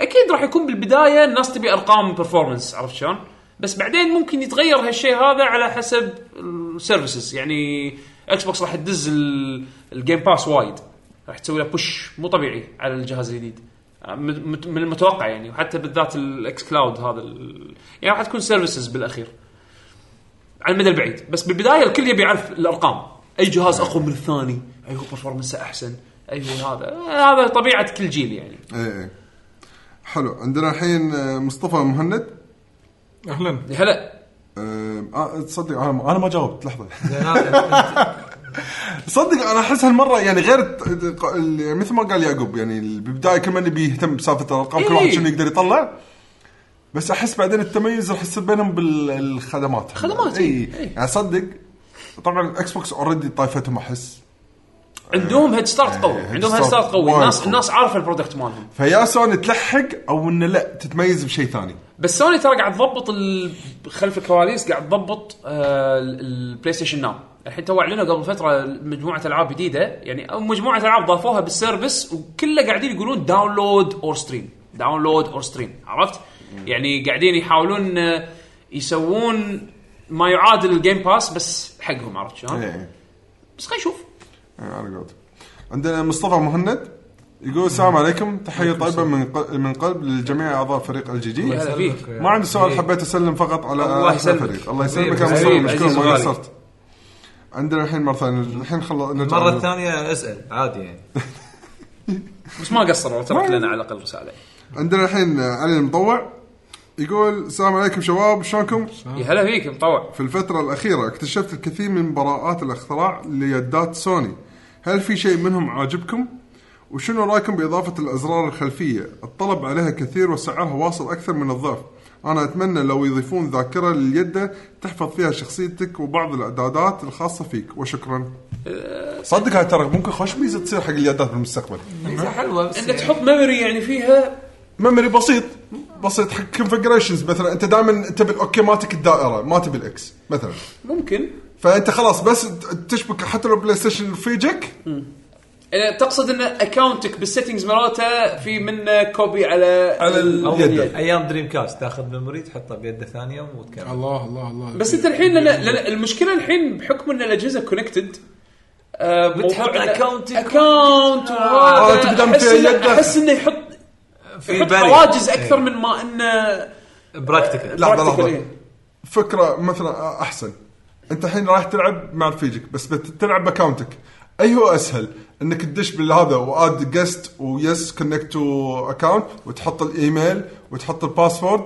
Speaker 3: اكيد راح يكون بالبدايه الناس تبي ارقام برفورمنس عرفت شلون؟ بس بعدين ممكن يتغير هالشيء هذا على حسب السيرفيسز يعني اكس بوكس راح تدز ال- الجيم باس وايد راح تسوي له بوش مو طبيعي على الجهاز الجديد م- مت- من المتوقع يعني وحتى بالذات الاكس كلاود هذا ال- يعني راح تكون سيرفيسز بالاخير على المدى البعيد بس بالبدايه الكل يبي يعرف الارقام اي جهاز اقوى من الثاني أيوه، اي هو برفورمنسه احسن اي هو أيوه، هذا آه، هذا طبيعه كل جيل يعني
Speaker 4: اي
Speaker 11: إيه.
Speaker 4: اي حلو عندنا الحين آه، مصطفى مهند
Speaker 1: اهلا
Speaker 3: هلا
Speaker 4: آه، آه، تصدق
Speaker 11: انا
Speaker 4: انا
Speaker 11: أنا ما جاوبت لحظه صدق انا احس هالمره يعني غير الت- الق- ال- مثل ما قال يعقوب يعني ال- بالبدايه كل من بيهتم بسالفه الارقام كل واحد
Speaker 3: إيه.
Speaker 11: شنو يقدر يطلع بس احس بعدين التميز راح يصير بينهم بالخدمات
Speaker 3: خدمات،
Speaker 11: اي
Speaker 3: إيه.
Speaker 11: يعني صدق طبعا الاكس بوكس اوريدي طايفتهم احس
Speaker 3: عندهم هيد ستارت قوي
Speaker 11: هيد
Speaker 3: عندهم هيد
Speaker 11: ستارت
Speaker 3: ستارت قوي
Speaker 11: وايد
Speaker 3: الناس
Speaker 11: قوي.
Speaker 3: الناس عارفه البرودكت مالهم
Speaker 11: فيا سوني تلحق او انه لا تتميز بشيء ثاني
Speaker 3: بس سوني ترى قاعد تضبط ال- خلف الكواليس قاعد تضبط آه، ال- البلاي ستيشن ناو الحين تو اعلنوا قبل فتره مجموعه العاب جديده يعني او مجموعه العاب ضافوها بالسيرفس وكله قاعدين يقولون داونلود اور ستريم داونلود اور ستريم عرفت؟ يعني قاعدين يحاولون آه، يسوون ما يعادل الجيم باس بس حقهم عرفت شلون؟
Speaker 4: إيه.
Speaker 3: بس خلينا نشوف
Speaker 4: آه، انا قلت عندنا مصطفى مهند يقول
Speaker 3: نعم.
Speaker 4: السلام عليكم تحيه طيبه من ق- من قلب لجميع اعضاء فريق الجي جي
Speaker 3: هلا فيك
Speaker 4: ما عندي سؤال حبيت اسلم فقط على
Speaker 3: إيه. الله
Speaker 4: أحلى
Speaker 3: يسلمك.
Speaker 4: فريق الله يسلمك يا
Speaker 3: حبيب،
Speaker 4: مصطفى
Speaker 3: حبيب،
Speaker 4: مشكور
Speaker 3: عزيز
Speaker 4: ما
Speaker 3: وغالي.
Speaker 4: قصرت عندنا الحين مره ثانيه الحين خلص نرجع
Speaker 6: المره
Speaker 4: لنا.
Speaker 6: الثانيه اسال عادي يعني
Speaker 3: بس ما قصروا ترك لنا على الاقل رساله
Speaker 4: عندنا الحين علي المطوع يقول السلام عليكم شباب شلونكم؟
Speaker 3: يا هلا فيك مطوع
Speaker 4: في الفترة الأخيرة اكتشفت الكثير من براءات الاختراع ليدات سوني هل في شيء منهم عاجبكم؟ وشنو رايكم بإضافة الأزرار الخلفية؟ الطلب عليها كثير وسعرها واصل أكثر من الضعف أنا أتمنى لو يضيفون ذاكرة لليدة تحفظ فيها شخصيتك وبعض الإعدادات الخاصة فيك وشكرا
Speaker 11: صدق هاي ترى ممكن خوش ميزه تصير حق اليادات بالمستقبل
Speaker 6: ميزه حلوه بس
Speaker 3: انك تحط ميموري يعني فيها
Speaker 11: ميموري بسيط بسيط حق كونفجريشنز مثلا انت دائما تبي الاوكي مالتك الدائره ما تبي الاكس مثلا
Speaker 3: ممكن
Speaker 11: فانت خلاص بس ت- تشبك حتى لو بلاي ستيشن في جيك
Speaker 3: يعني تقصد ان اكونتك بالسيتنجز مالته في منه كوبي على
Speaker 4: على اليد
Speaker 5: ايام دريم كاست تاخذ ميموري تحطه بيده ثانيه وتكمل
Speaker 1: الله الله الله
Speaker 3: بس انت الحين لأن لأن المشكله الحين بحكم ان الاجهزه كونكتد آه،
Speaker 5: بتحط أكاونتك.
Speaker 3: اكونت
Speaker 4: آه، تقدم
Speaker 3: احس
Speaker 4: فيها
Speaker 3: إنه-
Speaker 4: يده.
Speaker 3: احس انه يحط
Speaker 5: في
Speaker 3: يحط
Speaker 5: barrier.
Speaker 3: حواجز
Speaker 4: إيه.
Speaker 3: اكثر من ما انه
Speaker 5: براكتيكال
Speaker 4: لحظه
Speaker 3: إيه. practical
Speaker 4: لحظه
Speaker 3: إيه.
Speaker 4: فكره مثلا احسن انت الحين رايح تلعب مع رفيجك بس بتلعب باكونتك اي هو اسهل انك تدش بالهذا واد جست ويس كونكت تو اكونت وتحط الايميل وتحط الباسورد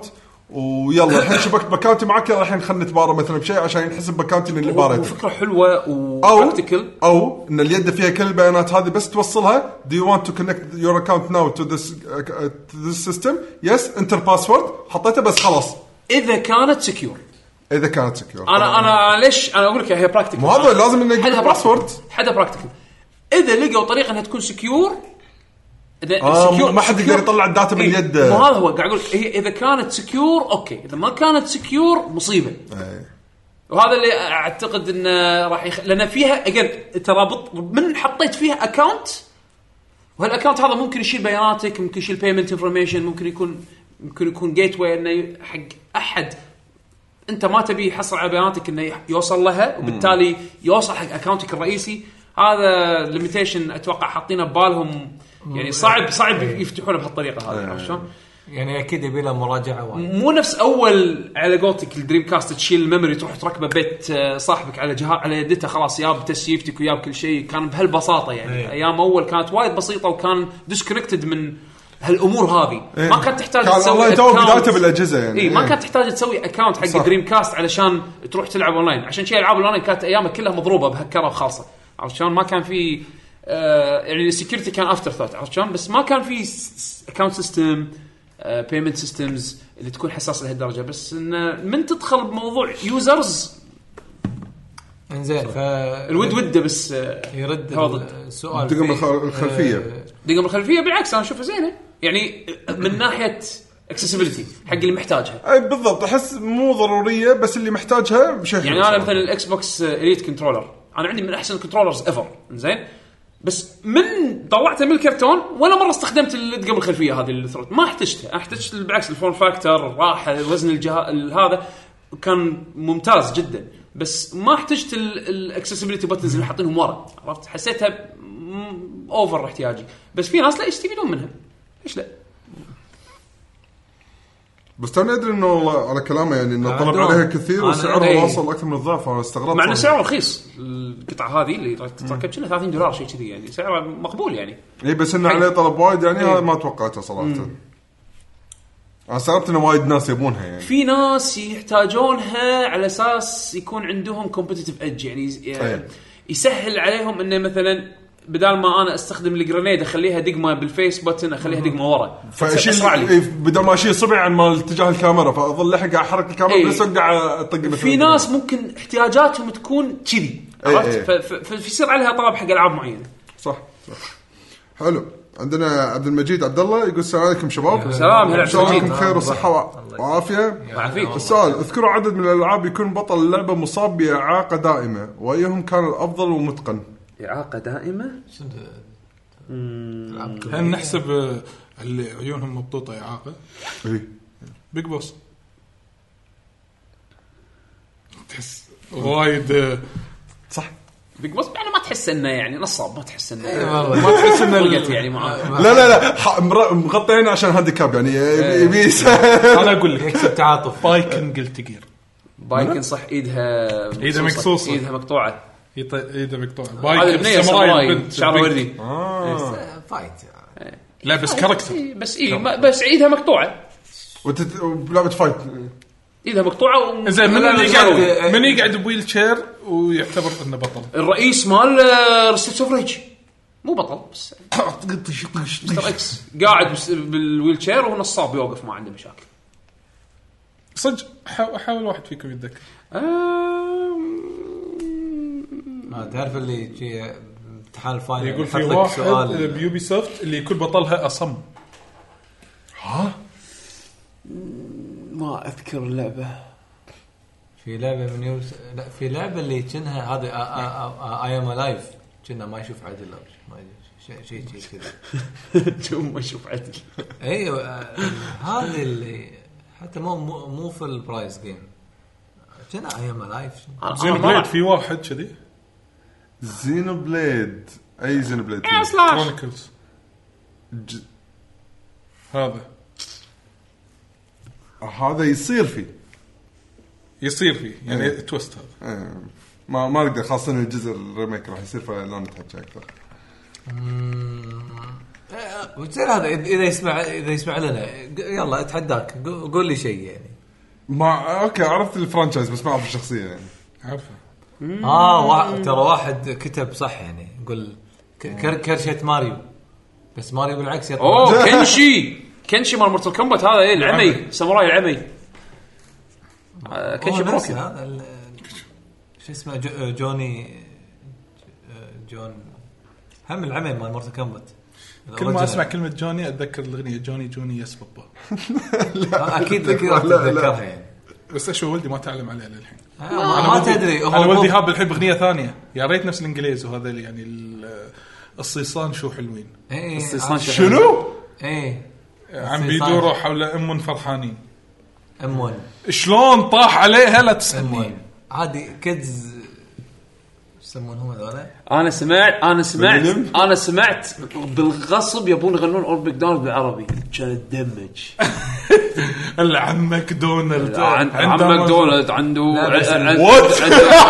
Speaker 4: ويلا الحين شبكت باكونتي معك يلا الحين خلينا نتبارى مثلا بشيء عشان ينحسب باكونتي من اللي باريته
Speaker 3: وفكره حلوه
Speaker 4: او
Speaker 3: وبراكتيكال
Speaker 4: او ان اليد فيها كل البيانات هذه بس توصلها do you want to connect your account now to this uh, to this system yes enter password حطيته بس خلاص
Speaker 3: اذا كانت سكيور
Speaker 4: اذا كانت سكيور
Speaker 3: انا انا ليش انا اقول لك هي براكتيكال
Speaker 4: مو هذا لازم انه
Speaker 3: حدها
Speaker 4: يقول
Speaker 3: باسورد
Speaker 4: باسورد
Speaker 3: حدها براكتيكال اذا لقوا طريقه انها تكون سكيور اذا
Speaker 4: آه،
Speaker 3: secure-
Speaker 4: ما حد
Speaker 3: secure-
Speaker 4: يقدر يطلع الداتا من
Speaker 3: إيه،
Speaker 4: اليد.
Speaker 3: مو هذا هو قاعد اقول لك، هي اذا كانت سكيور اوكي اذا ما كانت سكيور مصيبه
Speaker 4: إيه.
Speaker 3: وهذا اللي اعتقد انه راح يخ... لان فيها اجين ترابط من حطيت فيها اكونت وهالاكونت هذا ممكن يشيل بياناتك ممكن يشيل بيمنت انفورميشن ممكن يكون ممكن يكون جيت واي انه ي- حق احد انت ما تبي يحصل على بياناتك انه يح- يوصل لها وبالتالي يوصل حق اكونتك الرئيسي هذا ليميتيشن اتوقع حاطينه ببالهم يعني صعب صعب يفتحونه بهالطريقه هذه عرفت شلون؟
Speaker 5: يعني اكيد يبي له مراجعه وايد
Speaker 3: مو نفس اول على قولتك الدريم كاست تشيل الميموري تروح تركبه بيت آه، صاحبك على جهاز على يدته خلاص ياب تسييفتك وياب كل شيء كان بهالبساطه يعني
Speaker 4: إيه.
Speaker 5: أي.
Speaker 3: ايام اول كانت وايد بسيطه وكان ديسكونكتد من هالامور هذه ما كانت تحتاج
Speaker 4: إيه. كان
Speaker 3: تسوي
Speaker 4: الله يتوه
Speaker 3: account.
Speaker 4: بدايته بالاجهزه يعني
Speaker 3: اي ما
Speaker 4: إيه.
Speaker 3: كانت تحتاج تسوي اكونت حق
Speaker 4: صح.
Speaker 3: دريم كاست علشان تروح تلعب اونلاين عشان شي العاب الاونلاين كانت ايامها كلها مضروبه بهكره وخالصه عرفت شلون ما كان في آه يعني السكيورتي كان افتر ثوت عرفت شلون بس ما كان في اكونت سيستم بيمنت سيستمز آه، اللي تكون حساسه لهالدرجه بس انه من تدخل بموضوع يوزرز
Speaker 5: انزين ف
Speaker 3: الود وده بس آه،
Speaker 5: يرد
Speaker 3: هو
Speaker 5: ال-
Speaker 3: ضد.
Speaker 5: السؤال
Speaker 4: الدقم
Speaker 5: في-
Speaker 4: الخ- الخلفية.
Speaker 5: آه،
Speaker 3: دقم الخلفيه بالعكس انا اشوفها زينه يعني من ناحيه اكسسبيلتي حق اللي محتاجها
Speaker 4: اي إيه، بالضبط احس مو ضروريه بس اللي محتاجها بشيء
Speaker 3: يعني
Speaker 4: حلو
Speaker 3: انا
Speaker 4: صراحة.
Speaker 3: مثلا الاكس بوكس اليت كنترولر انا عندي من احسن الكنترولرز ايفر زين بس من طلعته من الكرتون ولا مره استخدمت الادقم الخلفيه هذه الثروت ما احتجتها احتجت بالعكس الفورم فاكتور راحه وزن الجها... ال- هذا كان ممتاز جدا بس ما احتجت الاكسسبيلتي بتنز اللي حاطينهم ورا عرفت حسيتها اوفر احتياجي بس في ناس لا يستفيدون منها ليش لا؟
Speaker 4: بس توني ادري انه والله على كلامه يعني انه طلب
Speaker 5: عندهم.
Speaker 4: عليها كثير
Speaker 5: أنا-
Speaker 4: وسعرها
Speaker 3: إيه.
Speaker 4: واصل اكثر من الضعف انا استغربت
Speaker 3: مع انه
Speaker 4: صراحة.
Speaker 3: سعره رخيص القطعه هذه اللي تركب كنا 30 دولار شيء كذي يعني سعره مقبول يعني
Speaker 4: اي إيه، بس انه عليه طلب وايد يعني
Speaker 3: إيه.
Speaker 4: هذا ما توقعته صراحه انا استغربت انه وايد ناس يبونها يعني
Speaker 3: في ناس يحتاجونها على اساس يكون عندهم كومبتيتيف ايدج يعني يز-
Speaker 4: طيب.
Speaker 3: يسهل عليهم انه مثلا بدال ما انا استخدم الجرينيد اخليها دقمه بالفيس بتن اخليها دقمه ورا
Speaker 4: فاشيل
Speaker 3: أسرع لي.
Speaker 4: إيه، بدل ما اشيل صبعي عن مال اتجاه الكاميرا فاظل الحين قاعد احرك
Speaker 3: إيه.
Speaker 4: الكاميرا بس اقعد اطق مثل
Speaker 3: في ناس ممكن احتياجاتهم تكون كذي
Speaker 4: إيه
Speaker 3: عرفت
Speaker 4: إيه.
Speaker 3: ف- ف- ف- فيصير عليها طلب حق العاب معينه
Speaker 4: صح صح حلو عندنا عبد المجيد عبد الله يقول السلام عليكم شباب
Speaker 3: سلام، هلا
Speaker 4: ان شاء الله
Speaker 3: عبد المجيد.
Speaker 4: عليكم خير وصحه وع- وعافيه
Speaker 3: يعافيك.
Speaker 4: السؤال اذكروا عدد من الالعاب يكون بطل اللعبه مصاب باعاقه دائمه وايهم كان الافضل ومتقن
Speaker 3: اعاقه دائمه
Speaker 1: هل نحسب آه، اللي عيونهم مبطوطه اعاقه
Speaker 4: إيه.
Speaker 1: بيج بوس تحس وايد آه،
Speaker 4: صح
Speaker 3: بيج بوس يعني ما تحس انه يعني نصاب ما تحس انه
Speaker 5: والله.
Speaker 3: ما تحس انه لقت يعني معاه
Speaker 4: لا لا لا ح- مر- مغطيين عشان هانديكاب يعني يبي-
Speaker 3: إيه.
Speaker 4: يبي
Speaker 1: انا اقول لك
Speaker 5: يكسب تعاطف
Speaker 1: بايكن قلت جير
Speaker 3: بايكن صح ايدها
Speaker 1: إيدها مقصوصة.
Speaker 3: ايدها مقطوعه
Speaker 1: يط- إيه، ايده مقطوعه
Speaker 3: هذه
Speaker 1: بايكن
Speaker 3: بنيه
Speaker 1: ساموراي
Speaker 3: ساموراي
Speaker 1: البنت
Speaker 3: شعرها
Speaker 1: البنت.
Speaker 3: وردي
Speaker 12: فايت
Speaker 1: لا بس كاركتر
Speaker 3: إيه، بس اي ما- بس ايدها مقطوعه
Speaker 4: (laughs) وتت- ولعبه فايت
Speaker 3: ايدها مقطوعه و...
Speaker 1: زين من
Speaker 3: لا، لا،
Speaker 1: اللي
Speaker 3: لا، لا.
Speaker 1: قاعد من يقعد بويل شير ويعتبر انه بطل
Speaker 3: الرئيس مال آه، ريست اوف ريج مو بطل
Speaker 1: (coughs)
Speaker 3: بس مستر اكس قاعد بس- بالويل تشير وهو نصاب يوقف ما عنده مشاكل
Speaker 1: صدق حا- حاول واحد فيكم يتذكر
Speaker 3: (laughs)
Speaker 5: آه، تعرف اللي شي امتحان الفاينل
Speaker 1: يقول
Speaker 5: يحط
Speaker 1: في
Speaker 5: لك
Speaker 1: واحد
Speaker 5: سؤال آه،
Speaker 1: بيوبي سوفت اللي يكون بطلها اصم
Speaker 3: ما اذكر اللعبه
Speaker 5: في لعبه من يوم لا في لعبه اللي كأنها هذه اي ام الايف كنا ما يشوف عدل أو شيء- ما أدري شيء شيء شيء كذا
Speaker 3: جم اشوف عدل
Speaker 5: ايوه آه، هذا اللي حتى مو مو, مو في البرايس جيم كان ايام لايف
Speaker 3: آه.
Speaker 1: زين بليد في واحد كذي
Speaker 4: زينو بليد اي زينو بليد
Speaker 3: إيه،
Speaker 1: كرونيكلز
Speaker 4: ج-
Speaker 1: هذا
Speaker 4: هذا يصير فيه
Speaker 1: يصير فيه يعني
Speaker 5: إيه.
Speaker 1: تويست هذا
Speaker 4: آه، ما ما اقدر خاصه إن الجزء الريميك راح يصير فلا نتحكى اكثر
Speaker 5: وتصير هذا إذ- اذا يسمع اذا يسمع لنا ق- يلا اتحداك ق- قول لي شيء يعني
Speaker 4: ما اوكي عرفت الفرانشايز بس ما اعرف الشخصيه يعني
Speaker 1: عارفه
Speaker 5: اه وا- ترى واحد كتب صح يعني يقول ك- كر- كرشه ماريو بس ماريو بالعكس يطلع (laughs)
Speaker 3: اوه كنشي كنشي مال مورتال كومبات هذا ايه العمي ساموراي العمي آه، كنشي
Speaker 5: هو نفسه
Speaker 3: بروكن
Speaker 5: هذا ال- شو اسمه جو- آه، جوني ج- جون هم العمل مال مورتال كومبات
Speaker 1: كل ما اسمع كلمه جوني اتذكر الاغنيه جوني جوني يس بابا (laughs)
Speaker 5: اكيد اكيد راح تتذكرها يعني
Speaker 1: بس اشوف ولدي ما تعلم عليه للحين
Speaker 5: آه، ما ما تدري
Speaker 1: انا
Speaker 5: هو
Speaker 1: ولدي
Speaker 5: مو-
Speaker 1: هاب الحين باغنيه ثانيه يا ريت نفس الانجليز وهذا اللي يعني ال- الصيصان شو حلوين
Speaker 5: إيه،
Speaker 1: شنو؟
Speaker 5: ايه
Speaker 1: عم
Speaker 5: الصيصان.
Speaker 1: بيدوروا حول ام فرحانين
Speaker 5: ام 1
Speaker 1: شلون طاح عليها لا
Speaker 5: ام
Speaker 1: تسالني
Speaker 5: 1 عادي كيدز يسمونهم هذول
Speaker 3: انا سمعت انا سمعت انا سمعت بالغصب يبون يغنون اول ماكدونالد بالعربي كان تدمج
Speaker 1: العم ماكدونالد
Speaker 3: عن- عم
Speaker 1: عنده
Speaker 3: ماكدونالد عنده
Speaker 5: لا، بس-
Speaker 3: عن- عنده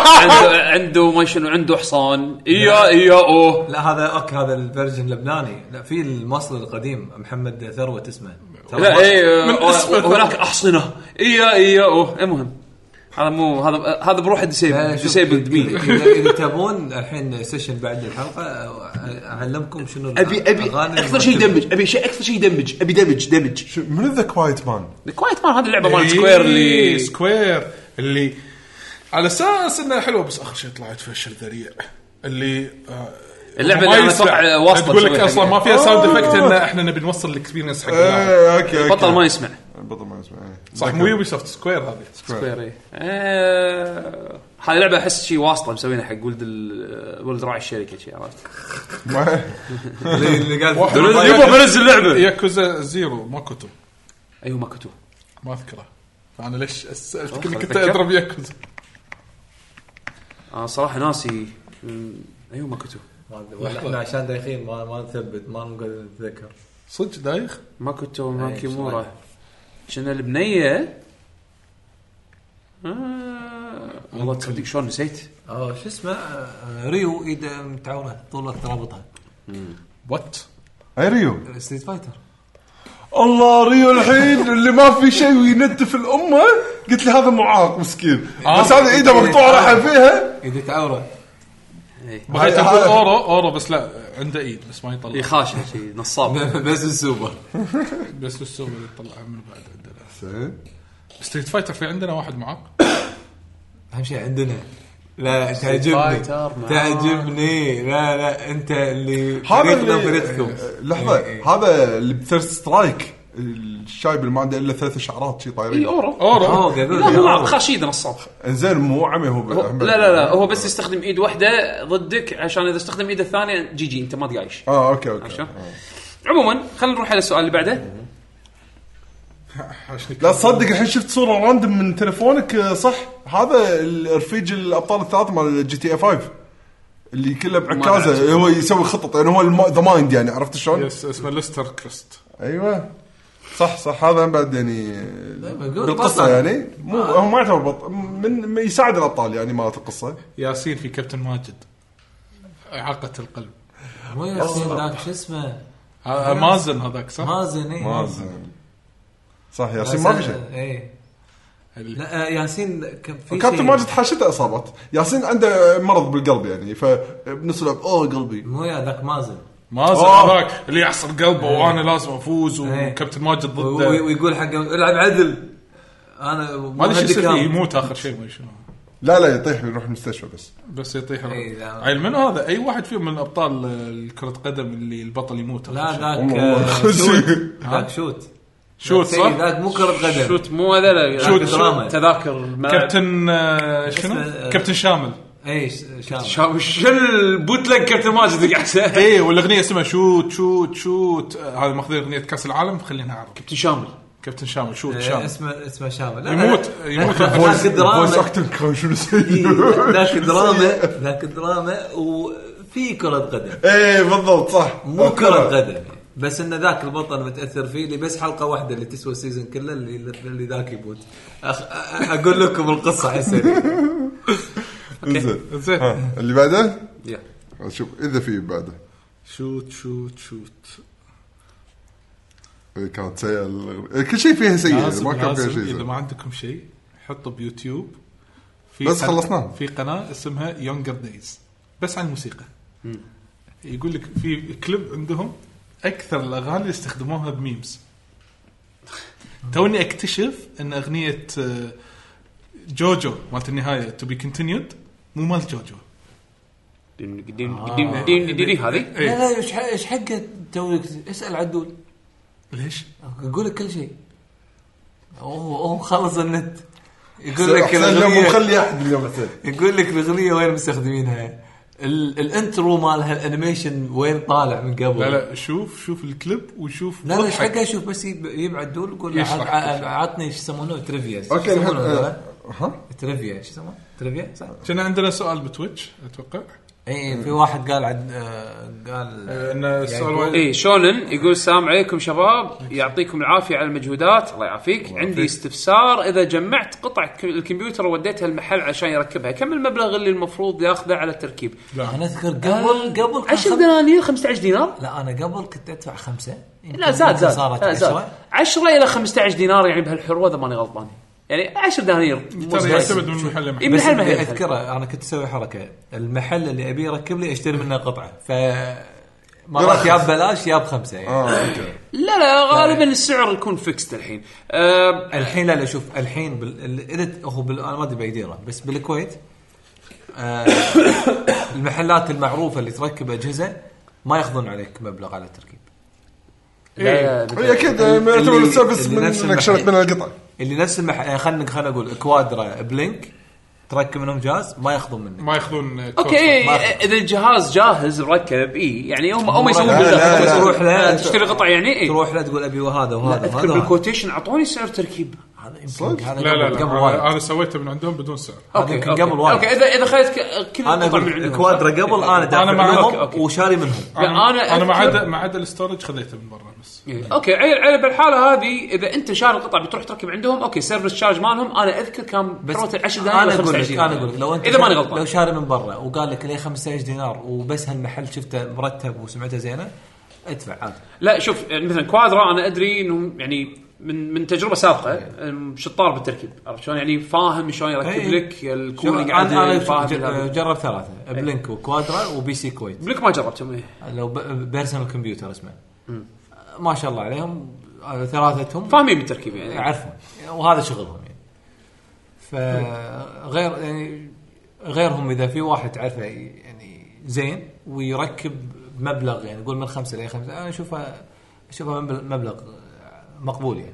Speaker 3: عنده- عنده ما شنو عنده حصان ايا ايا اوه
Speaker 5: لا هذا اوك هذا الفيرجن اللبناني لا في المصري القديم محمد ثروت اسمه
Speaker 3: لا إيه، اي
Speaker 1: من اسمه
Speaker 3: هناك احصنه ايا ايا اوه المهم إيه، هذا مو هذا هذا بروحه ديسيبل ديسيبل
Speaker 5: دميري
Speaker 6: (laughs)
Speaker 3: دميري
Speaker 5: اذا (laughs) تبون الحين سيشن بعد الحلقه أ- اعلمكم شنو
Speaker 3: ابي ابي
Speaker 5: الأغاني
Speaker 3: اكثر شيء
Speaker 5: المرتبة.
Speaker 3: يدمج ابي شيء اكثر شيء يدمج ابي دمج دمج
Speaker 4: شو- من ذا كوايت مان
Speaker 3: كوايت مان هذه اللعبه مال
Speaker 1: إيه،
Speaker 3: سكوير اللي
Speaker 1: سكوير اللي على اساس انها حلوه بس اخر شيء طلعت فشل ذريع اللي آه،
Speaker 3: اللعبة
Speaker 1: ما
Speaker 3: اللي أنا
Speaker 1: يسمع.
Speaker 3: أتوقع واصلة
Speaker 1: تقول لك
Speaker 3: شوي آه.
Speaker 1: اصلا
Speaker 3: حقها.
Speaker 1: ما فيها ساوند افكت ان احنا نبي نوصل الاكسبيرينس حق
Speaker 3: آه.
Speaker 1: اللاعب
Speaker 4: ايه اوكي أوكي.
Speaker 3: بطل ما يسمع
Speaker 4: بطل ما يسمع إيه.
Speaker 1: صح مو يوبي سوفت سكوير هذه
Speaker 3: سكوير اي آه، هذه لعبه احس شيء واسطه مسوينها حق ولد ال- ولد راعي الشركه شي عرفت
Speaker 4: ما-
Speaker 5: اللي- اللي قاعد
Speaker 3: يبا بنزل لعبه
Speaker 1: ياكوزا زيرو ما كتب
Speaker 3: ايوه ما كتب
Speaker 1: ما اذكره فانا ليش سالتك
Speaker 3: أوه،
Speaker 1: اني كنت
Speaker 3: أتذكر.
Speaker 1: اضرب ياكوزا
Speaker 3: انا صراحه ناسي م، ايوه ما كتب
Speaker 5: ولا احنا عشان دايخين ما ما نثبت ما نقدر نتذكر
Speaker 1: صدق دايخ
Speaker 3: ما كتب ما
Speaker 5: أي،
Speaker 3: كيمورا
Speaker 5: صراحة.
Speaker 3: كنا البنيه آه، والله تصدق شلون نسيت
Speaker 5: اه شو اسمه آه، ريو ايده متعوره طولة رابطها
Speaker 1: وات
Speaker 4: اي ريو
Speaker 5: ستريت فايتر
Speaker 4: الله ريو الحين اللي ما في شيء وينتف الامه قلت لي هذا معاق مسكين بس هذا ايده مقطوعه راح فيها
Speaker 5: ايده تعوره
Speaker 1: بغيت
Speaker 4: هاي-
Speaker 1: اقول
Speaker 4: هاي-
Speaker 1: اورو اورو بس لا عنده ايد بس ما يطلع
Speaker 3: اللي خاشه شي نصاب
Speaker 5: (laughs) بس السوبر
Speaker 1: بس السوبر اللي يطلع من بعد عندنا ستريت فايتر في عندنا واحد معاق
Speaker 5: اهم شيء عندنا لا تعجبني
Speaker 3: فايتر معاك.
Speaker 5: تعجبني لا لا انت اللي
Speaker 4: هذا
Speaker 5: فريقنا
Speaker 4: اللي
Speaker 5: فريقكم
Speaker 4: لحظه هذا اللي بثيرد سترايك الشايب اللي ما عنده الا ثلاث شعرات شي
Speaker 3: اي
Speaker 4: طايرين
Speaker 3: اورو
Speaker 5: اوه
Speaker 1: اورو
Speaker 5: قاعد
Speaker 3: لا هو ما-
Speaker 5: اقول لك.
Speaker 3: خاش ايده نصاب
Speaker 4: انزين مو عمي هو
Speaker 3: هو- لا لا لا هو بس يستخدم ايد واحده ضدك عشان اذا استخدم ايده الثانيه جي جي انت ما تقايش
Speaker 4: اه اوكي اوكي
Speaker 3: عشان عموما خلينا نروح على السؤال اللي بعده
Speaker 4: لا تصدق الحين شفت صوره راندم من تليفونك آه، صح هذا الرفيج الابطال الثلاثه مال جي تي اي 5 اللي كله بعكازه هو يسوي خطط يعني هو ذا مايند يعني عرفت شلون؟
Speaker 1: يس اسمه ليستر كريست
Speaker 4: ايوه صح صح هذا بعد يعني
Speaker 5: قول
Speaker 4: بالقصه
Speaker 5: بطل.
Speaker 4: يعني مو هو ما يعتبر بط من من- يساعد الابطال يعني مالت القصه
Speaker 1: ياسين في كابتن ماجد اعاقه القلب
Speaker 5: مو ياسين ذاك شو اسمه
Speaker 1: هذا مازن هذاك صح؟
Speaker 5: مازن إيه. اي
Speaker 4: مازن. صح ياسين ما في شيء
Speaker 5: اي
Speaker 1: اللي-
Speaker 5: إيه. لا آه، ياسين كان في
Speaker 4: كابتن
Speaker 5: شيء-
Speaker 4: ماجد حاشته اصابات ياسين عنده مرض بالقلب يعني فبنفس الوقت اوه قلبي
Speaker 5: مو يا ذاك مازن
Speaker 1: مازن
Speaker 4: آه.
Speaker 1: هذاك اللي يحصر قلبه وانا لازم افوز
Speaker 5: إيه.
Speaker 1: وكابتن ماجد
Speaker 5: و- و-
Speaker 1: ضده
Speaker 5: ويقول حق العب عدل انا
Speaker 1: ما ادري شو يصير فيه يموت اخر شيء ما أدري شنو
Speaker 4: لا لا يطيح يروح المستشفى بس
Speaker 1: بس يطيح
Speaker 5: إيه، لا.
Speaker 1: عيل منو هذا اي واحد فيهم من ابطال الكرة قدم اللي البطل يموت آخر
Speaker 5: لا
Speaker 1: شيء.
Speaker 5: ذاك
Speaker 4: والله
Speaker 5: آه،
Speaker 4: (laughs) والله.
Speaker 5: شوت ذاك شوت
Speaker 1: شوت
Speaker 5: ذاك سيء،
Speaker 1: صح؟
Speaker 5: ذاك مو كرة قدم
Speaker 3: شوت مو هذا لا
Speaker 5: شوت،
Speaker 3: شوت
Speaker 5: شوت.
Speaker 3: تذاكر الملعب.
Speaker 1: كابتن آه، شنو؟
Speaker 5: اسمه-
Speaker 1: كابتن شامل
Speaker 5: إيه،
Speaker 6: اي ش- شام
Speaker 13: شا- شو البوتلق كابتن ماجد قاعد يسوي؟
Speaker 1: اي والاغنيه إيه، اسمها شوت شوت شوت آه، هذا ماخذين اغنيه كاس العالم خلينا عرب
Speaker 13: كابتن شامل
Speaker 1: كابتن شامل شوت
Speaker 6: إيه،
Speaker 1: شامل
Speaker 6: اسمه اسمه شامل لا، لا،
Speaker 1: يموت
Speaker 6: لا.
Speaker 1: (laughs) يموت
Speaker 6: ذاك
Speaker 4: فويس
Speaker 6: الدراما
Speaker 4: اكتنج كان شنو
Speaker 6: إي،
Speaker 4: سيء
Speaker 6: إيه، ذاك الدراما ذاك الدراما وفي كرة قدم
Speaker 4: اي إيه، بالضبط صح
Speaker 6: مو كرة قدم بس ان ذاك البطل متاثر فيه اللي بس حلقه واحده اللي تسوى السيزون كله اللي, اللي ذاك يموت أخ... أ- اقول لكم القصه حسين
Speaker 4: زين
Speaker 1: زين
Speaker 4: اللي بعده
Speaker 6: يلا.
Speaker 4: شوف اذا في بعده
Speaker 1: شوت شوت شوت
Speaker 4: إيه، كانت سيئه الأغنية. إيه، كل شيء فيها سيء
Speaker 1: لازم
Speaker 4: ما كان فيها
Speaker 1: لازم
Speaker 4: شيء
Speaker 1: اذا
Speaker 4: زين.
Speaker 1: ما عندكم شيء حطوا بيوتيوب في
Speaker 4: بس
Speaker 1: قناة-
Speaker 4: خلصناه.
Speaker 1: في قناه اسمها يونجر دايز بس عن الموسيقى يقول لك في كليب عندهم اكثر الاغاني اللي استخدموها بميمز توني اكتشف ان اغنيه آه، جوجو مالت النهايه تو بي كونتينيود مو مال جوجو
Speaker 3: قديم قديم قديم قديم قديم هذه
Speaker 1: (laughs) إيه.
Speaker 5: لا لا ايش ح- ايش حقه توك اسال عدول
Speaker 1: ليش؟
Speaker 5: اقول لك كل شيء هو هو مخلص النت يقول لك
Speaker 4: احسن لو مو
Speaker 5: الاغنيه
Speaker 4: مخلي احد اليوم حسين
Speaker 5: يقول لك الاغنيه وين مستخدمينها ال- الانترو مالها الانيميشن وين طالع من قبل
Speaker 1: لا لا شوف شوف الكليب وشوف
Speaker 5: لا لا ايش
Speaker 1: واضحك.
Speaker 5: حقه اشوف بس يب- يبعد دول يقول
Speaker 1: يشرح
Speaker 5: عط- ع- عطني ايش يسمونه تريفيا إيش
Speaker 4: اوكي الحين
Speaker 5: يسمونه هذول؟
Speaker 4: آه، ها
Speaker 5: تريفيا ايش يسمونه؟ تريفيا صح؟
Speaker 1: كان عندنا سؤال بتويتش اتوقع
Speaker 5: اي إيه، في واحد قال عد آه، يعني إيه، قال
Speaker 1: آه، ان السؤال وايد-
Speaker 3: اي إيه، شونن يقول السلام عليكم شباب يعطيكم العافيه على المجهودات الله يعافيك عندي استفسار اذا جمعت قطع ك- الكمبيوتر ووديتها المحل عشان يركبها كم المبلغ اللي المفروض ياخذه على التركيب
Speaker 5: انا اذكر قبل قبل كان
Speaker 3: 10
Speaker 5: خم-
Speaker 3: دنانير 15 دينار
Speaker 5: لا انا قبل كنت ادفع خمسه
Speaker 3: لا زاد زاد
Speaker 5: صارت
Speaker 3: لا زاد
Speaker 5: عشرة.
Speaker 3: 10 الى 15 دينار يعني بهالحروه اذا ماني غلطان يعني 10 دنانير
Speaker 1: ترى يعتمد من محل لمحل
Speaker 3: إيه، من
Speaker 5: بس
Speaker 3: محل
Speaker 5: اللي
Speaker 3: محل.
Speaker 5: اذكره انا كنت اسوي حركه المحل اللي ابي يركب لي اشتري منه قطعه ف مرات
Speaker 4: برخص.
Speaker 5: يا ببلاش يا بخمسه يعني
Speaker 4: اه اوكي
Speaker 3: لا لا غالبا
Speaker 5: طيب.
Speaker 3: السعر يكون فيكست الحين أه
Speaker 5: الحين لا لا شوف الحين بال... ال- اذا هو بال... انا ما ادري بيديره بس بالكويت آه المحلات المعروفه اللي تركب اجهزه ما ياخذون عليك مبلغ على التركيب
Speaker 3: لا
Speaker 4: إيه،
Speaker 3: لا
Speaker 4: اكيد آه، ما يعتبر
Speaker 5: اللي-
Speaker 4: السيرفس
Speaker 5: اللي
Speaker 4: من
Speaker 5: نفس
Speaker 4: انك شريت
Speaker 5: المحل.
Speaker 4: منها القطع
Speaker 5: اللي نفس المح... آه، خلينا خلينا اقول كوادرا بلينك تركب منهم جهاز ما ياخذون منك
Speaker 1: ما ياخذون كورس.
Speaker 3: اوكي إيه،
Speaker 5: ما-
Speaker 3: اذا الجهاز جاهز مركب اي يعني هم هم
Speaker 5: مركب.
Speaker 3: يسوون
Speaker 5: لا،
Speaker 3: بالله.
Speaker 4: لا، لا.
Speaker 5: تروح لا.
Speaker 3: آه، تشتري قطع يعني اي
Speaker 5: تروح لا تقول ابي وهذا وهذا
Speaker 3: اذكر
Speaker 5: وهذا وهذا.
Speaker 3: بالكوتيشن اعطوني سعر تركيب
Speaker 5: هذا
Speaker 4: صدق؟
Speaker 5: يمكن هذا
Speaker 1: لا لا
Speaker 5: قبل-
Speaker 1: لا
Speaker 5: قبل
Speaker 1: أنا-
Speaker 5: وايد
Speaker 1: انا سويته من عندهم بدون سعر
Speaker 3: اوكي
Speaker 5: يمكن
Speaker 3: أوكي.
Speaker 5: قبل وايد.
Speaker 3: اوكي اذا اذا خذيت ك- كل
Speaker 5: انا
Speaker 3: القطع من
Speaker 5: اقول
Speaker 3: عندهم
Speaker 5: الكوادرا
Speaker 3: صح؟
Speaker 5: قبل انا
Speaker 1: أنا مع- أوكي،
Speaker 5: دافع
Speaker 3: أوكي.
Speaker 5: لهم وشاري منهم
Speaker 3: لا، أنا
Speaker 1: انا ما
Speaker 3: أذكر-
Speaker 1: عدا ما عدا الاستورج خذيته من برا بس
Speaker 3: إيه. اوكي عيل عيل بالحاله هذه اذا انت شاري القطع بتروح تركب عندهم اوكي سيرفس شارج مالهم انا اذكر كان
Speaker 5: بس
Speaker 3: بس 10 دنانير
Speaker 5: انا
Speaker 3: ولا
Speaker 5: اقول
Speaker 3: 15
Speaker 5: لك
Speaker 3: دينار.
Speaker 5: انا اقول لك لو انت
Speaker 3: اذا ماني
Speaker 5: شا-
Speaker 3: غلطان
Speaker 5: لو شاري من برا وقال لك ليه 15 دينار وبس هالمحل شفته مرتب وسمعته زينه ادفع عادي
Speaker 3: لا شوف يعني مثلا كوادرا انا ادري انهم يعني من من تجربه سابقه أم، شطار بالتركيب عرفت شلون يعني فاهم شلون يركب
Speaker 5: إي.
Speaker 3: لك
Speaker 5: شوف،
Speaker 3: الكولينج
Speaker 5: انا
Speaker 3: عدل
Speaker 5: انا شوف،
Speaker 3: فاهم
Speaker 5: ج-
Speaker 3: ال-
Speaker 5: جرب
Speaker 3: إيه.
Speaker 5: ثلاثه بلينك وكوادرا وبي سي كويت
Speaker 3: لك ما جربتهم إيه.
Speaker 5: لو ب- بيرسونال كمبيوتر اسمه ما شاء الله عليهم آه، ثلاثتهم
Speaker 3: فاهمين بالتركيب يعني
Speaker 5: يعرفون وهذا شغلهم يعني فغير يعني غيرهم اذا في واحد تعرفه يعني زين ويركب مبلغ يعني نقول من خمسه ل خمسه انا اشوفها اشوفها مبل- مبلغ مقبول يعني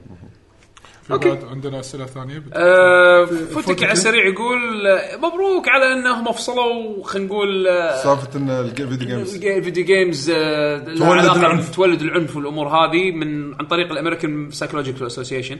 Speaker 1: في بعد عندنا اسئله ثانيه بت...
Speaker 3: أه، فوتك على السريع يقول أه، مبروك على انهم فصلوا خلينا نقول أه،
Speaker 4: سالفه ان الفيديو جيمز
Speaker 3: الفيديو جيمز آه، لها
Speaker 4: تولد
Speaker 3: علاقة-
Speaker 4: العنف.
Speaker 3: تولد العنف والامور هذه من عن طريق الامريكان سايكولوجيكال اسوسيشن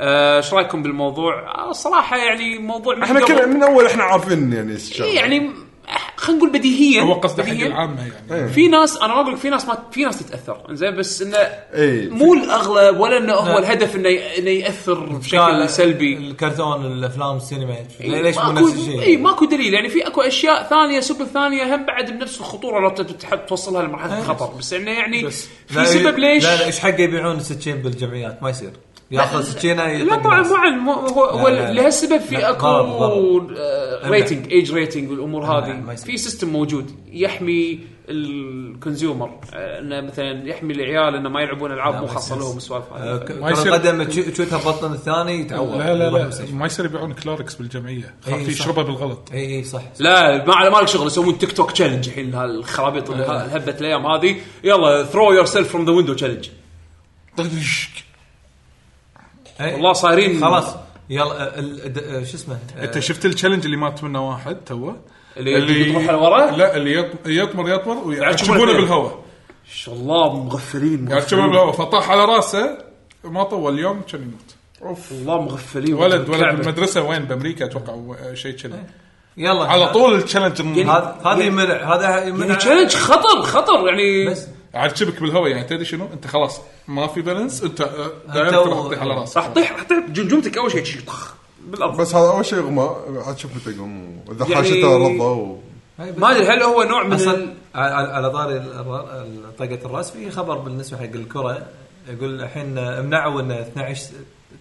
Speaker 3: ايش رايكم آه، بالموضوع؟ آه، الصراحه يعني موضوع من
Speaker 4: احنا
Speaker 3: قبل-
Speaker 4: كنا من اول احنا عارفين يعني إيش الشغلة.
Speaker 3: إيه يعني أح- خلينا نقول بديهيا
Speaker 1: هو قصده حق
Speaker 3: بديهياً.
Speaker 1: العامه يعني
Speaker 4: إيه.
Speaker 3: في ناس انا ما اقول لك في ناس ما في ناس تتاثر زين بس انه
Speaker 4: اي
Speaker 3: مو الاغلب ولا انه هو
Speaker 5: لا.
Speaker 3: الهدف انه ي- انه ياثر
Speaker 5: كان
Speaker 3: بشكل سلبي
Speaker 5: الكرتون الافلام السينما
Speaker 3: إيه،
Speaker 5: ليش مو
Speaker 3: ماكو-
Speaker 5: نفس الشيء
Speaker 3: اي ماكو دليل يعني في اكو اشياء ثانيه سبل ثانيه هم بعد بنفس الخطوره لو تت- تحب توصلها لمرحله الخطر بس انه يعني
Speaker 5: لا
Speaker 3: في سبب ليش
Speaker 5: لا لا ايش حقه يبيعون سكين بالجمعيات ما يصير ياخذ سكينه
Speaker 3: لا
Speaker 5: يطق
Speaker 3: طبعا
Speaker 5: ناس.
Speaker 3: مو عن- مو- هو هو
Speaker 5: لا، لا.
Speaker 3: لهالسبب في
Speaker 5: لا،
Speaker 3: اكو
Speaker 5: ضرر، ضرر.
Speaker 3: آه،
Speaker 5: لا.
Speaker 3: ريتنج ايج ريتنج والامور
Speaker 5: لا،
Speaker 3: هذه
Speaker 5: ما يصير.
Speaker 3: في سيستم موجود يحمي الكونسيومر انه مثلا يحمي العيال انه ما يلعبون العاب
Speaker 5: لا،
Speaker 3: مو
Speaker 5: ما
Speaker 3: خاصه
Speaker 5: يصير.
Speaker 3: لهم السوالف
Speaker 5: آه،
Speaker 3: هذه
Speaker 5: ك-
Speaker 1: ما يصير-
Speaker 5: كرة قدم تشو- تشوتها ببطن الثاني يتعور
Speaker 1: لا لا
Speaker 5: يروح
Speaker 1: لا
Speaker 5: المستشفى.
Speaker 1: ما يصير يبيعون كلاركس بالجمعيه
Speaker 5: إيه،
Speaker 1: خاف
Speaker 5: صح.
Speaker 1: يشربها بالغلط
Speaker 5: اي اي صح
Speaker 3: لا ما على مالك شغل يسوون تيك توك تشالنج الحين هالخرابيط اللي هبت الايام هذه يلا ثرو يور سيلف فروم ذا ويندو تشالنج
Speaker 5: إي.
Speaker 3: والله صايرين
Speaker 5: إيه. خلاص يلا ال- د- آه، شو اسمه آه،
Speaker 1: انت شفت التشالنج اللي مات منه واحد توه
Speaker 3: اللي- اللي يطمح لورا؟
Speaker 1: لا اللي يط- يطمر يطمر ويعجبونه
Speaker 3: يعجبونه
Speaker 1: بالهواء
Speaker 3: ان شاء الله مغفلين
Speaker 1: يعجبونه
Speaker 3: مغفلين
Speaker 1: بالهواء فطاح على راسه ما طول يوم كان يموت
Speaker 3: والله مغفلين
Speaker 1: ولد ولد
Speaker 3: كعبة.
Speaker 1: المدرسه وين بامريكا اتوقع و- شيء كذي
Speaker 5: يلا
Speaker 1: على طول التشالنج
Speaker 5: هذا هذا يمنع هذا
Speaker 3: يعني
Speaker 5: يمنع
Speaker 3: تشالنج خطر خطر يعني
Speaker 5: بس
Speaker 1: عجبك بالهواء يعني تدري شنو انت خلاص ما في بالانس انت آه،
Speaker 5: أنت
Speaker 1: دايركت راح
Speaker 5: و-
Speaker 1: تطيح على راسك
Speaker 3: راح تطيح راح تطيح جمجمتك اول شيء شي طخ بالارض
Speaker 4: بس هذا اول شيء غماء عاد شوف متى يقوم اذا
Speaker 3: يعني-
Speaker 4: حاشته رضه و...
Speaker 3: ما ادري هل هو نوع من
Speaker 5: اصلا
Speaker 3: ال-
Speaker 5: على- على على طاري الر- ال- طاقه الراس في خبر بالنسبه حق الكره يقول الحين منعوا ان 12 س-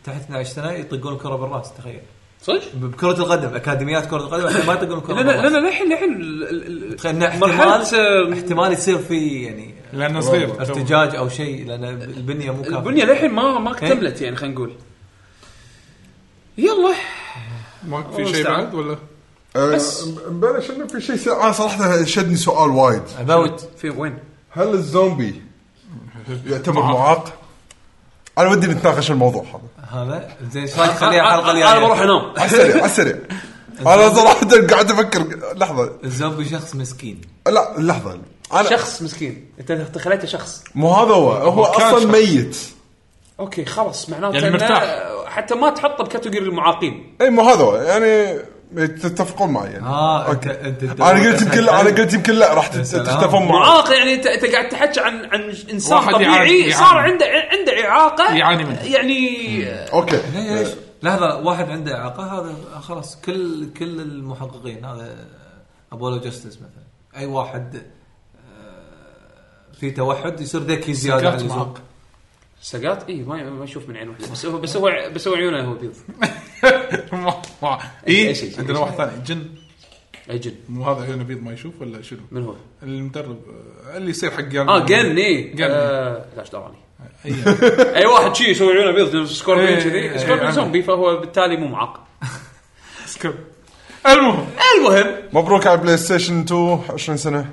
Speaker 5: تحت 12 سنه يطقون الكره بالراس تخيل
Speaker 3: صدق؟
Speaker 5: ب- بكره القدم اكاديميات كره القدم الحين ما يطقون الكره
Speaker 3: لا
Speaker 5: بالراس
Speaker 3: لا لا للحين للحين ال- ال- ال-
Speaker 5: تخيل إن
Speaker 3: مرحلة،
Speaker 5: احتمال
Speaker 3: آه،
Speaker 5: احتمال يصير في يعني
Speaker 1: لانه صغير
Speaker 5: ارتجاج او شيء لان البنيه مو كافيه
Speaker 3: البنيه للحين ما ما اكتملت يعني خلينا نقول يلا
Speaker 1: ما في
Speaker 3: والله
Speaker 1: شيء
Speaker 3: مستعد.
Speaker 1: بعد ولا (laughs)
Speaker 4: آه، بلش انه في شيء س- انا صراحه شدني سؤال وايد
Speaker 5: اباوت
Speaker 3: في وين؟
Speaker 4: هل الزومبي يعتبر
Speaker 3: نعم.
Speaker 4: معاق؟ انا ودي نتناقش الموضوع هذا
Speaker 5: هذا زين ايش
Speaker 1: طيب،
Speaker 5: رايك نخليها الحلقه الجايه
Speaker 3: انا بروح انام
Speaker 4: على السريع على السريع انا صراحه قاعد افكر لحظه
Speaker 5: الزومبي شخص مسكين
Speaker 4: لا لحظه انا
Speaker 3: شخص مسكين انت تخليته شخص
Speaker 4: مو هذا هو هو
Speaker 1: كان
Speaker 4: اصلا
Speaker 1: شخص.
Speaker 4: ميت
Speaker 3: اوكي خلاص معناته
Speaker 1: يعني
Speaker 3: إنه-
Speaker 1: مرتاح.
Speaker 3: حتى ما تحطه بكاتيجوري المعاقين
Speaker 4: اي مو هذا هو يعني تتفقون معي يعني
Speaker 5: اه انت
Speaker 4: أوكي.
Speaker 5: انت
Speaker 4: انا قلت يمكن لا، انا قلت يمكن لا راح تت-
Speaker 5: سلام.
Speaker 4: تتفقون معي
Speaker 3: معاق يعني انت انت قاعد تحكي عن عن انسان
Speaker 1: واحد
Speaker 3: طبيعي
Speaker 1: يعاني- يعاني.
Speaker 3: صار عنده عنده اعاقه
Speaker 1: يعاني منها.
Speaker 3: يعني
Speaker 4: اوكي
Speaker 5: ليش؟ لحظة واحد عنده إعاقة هذا خلاص كل كل المحققين هذا أبولو جاستس مثلا أي واحد آه، في توحد يصير ذكي زيادة عن
Speaker 1: سكرت
Speaker 5: اللزوم
Speaker 1: معاق.
Speaker 3: سقاط اي ما ما يشوف من عين واحده بس هو بس هو بس هو عيونه هو بيض
Speaker 1: ما- ما-
Speaker 3: أي
Speaker 1: اي
Speaker 3: شيء.
Speaker 1: عندنا واحد ثاني جن
Speaker 3: اجن
Speaker 1: مو هذا عيونه بيض ما يشوف ولا شنو؟
Speaker 3: من هو؟
Speaker 1: المدرب آه، اللي يصير حق يعني
Speaker 3: اه جن
Speaker 1: (laughs)
Speaker 3: اي
Speaker 1: جن.
Speaker 3: آه، لا ايش دراني اي واحد شي يسوي عيونه بيض سكوربين
Speaker 1: إيه، إيه،
Speaker 3: كذي
Speaker 1: إيه،
Speaker 3: سكوربين
Speaker 1: عمي.
Speaker 3: زومبي فهو بالتالي مو معاق
Speaker 1: سكيب. المهم
Speaker 3: المهم
Speaker 4: مبروك على بلاي ستيشن 2 20 سنه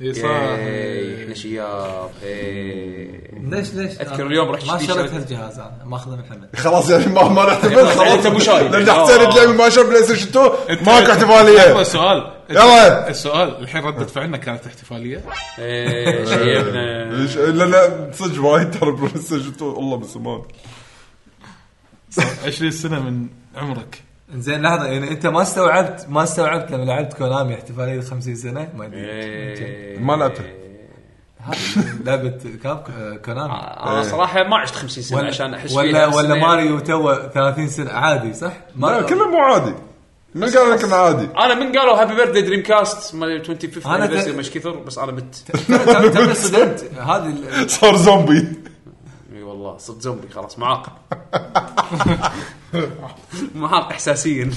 Speaker 1: اي إيه، صح
Speaker 3: إيه، احنا شياب إيه.
Speaker 5: ليش ليش؟
Speaker 3: أذكر
Speaker 5: أنا
Speaker 3: اليوم رحت
Speaker 5: ما
Speaker 3: شريت-
Speaker 5: شريت هالجهاز أنا ماخذه من حمد
Speaker 4: خلاص يعني ما ما نعتبر خلاص
Speaker 3: إيه، أنت مو شايف. آه.
Speaker 4: لان حسين تلاقي ما شاف بلاي ستيشن 2 ماكو احتفاليه
Speaker 1: السؤال
Speaker 4: يلا.
Speaker 1: السؤال الحين ردة فعلنا كانت احتفاليه
Speaker 3: إيه، شيبنا
Speaker 4: ليش- لا لا صدق وايد ترى بلاي ستيشن 2 والله من زمان
Speaker 1: 20 سنه من عمرك
Speaker 5: زين لحظة يعني أنت ما استوعبت ما استوعبت لما لعبت كونامي احتفالية 50 سنة ما أدري
Speaker 3: إيه،
Speaker 4: ما لعبته
Speaker 5: هذه لعبة كاب كونامي
Speaker 3: انا صراحه آه، ما عشت 50 سنه عشان احس
Speaker 5: ولا
Speaker 3: فيها بس
Speaker 5: ولا
Speaker 3: يعني-
Speaker 5: ماريو تو 30 سنة عادي صح؟
Speaker 4: لا
Speaker 3: آه.
Speaker 5: ما
Speaker 4: كله مو عادي من قال لك انه عادي
Speaker 3: انا من قالوا هابي بيرثدي دريم كاست مال 25
Speaker 5: أنا
Speaker 3: انيفرسري
Speaker 5: ت-
Speaker 3: مش كثر بس انا مت
Speaker 5: (laughs) ترى- ترى صدمت هذه ال-
Speaker 4: صار زومبي
Speaker 3: اي والله صرت زومبي خلاص (laughs) معاق معاق احساسيا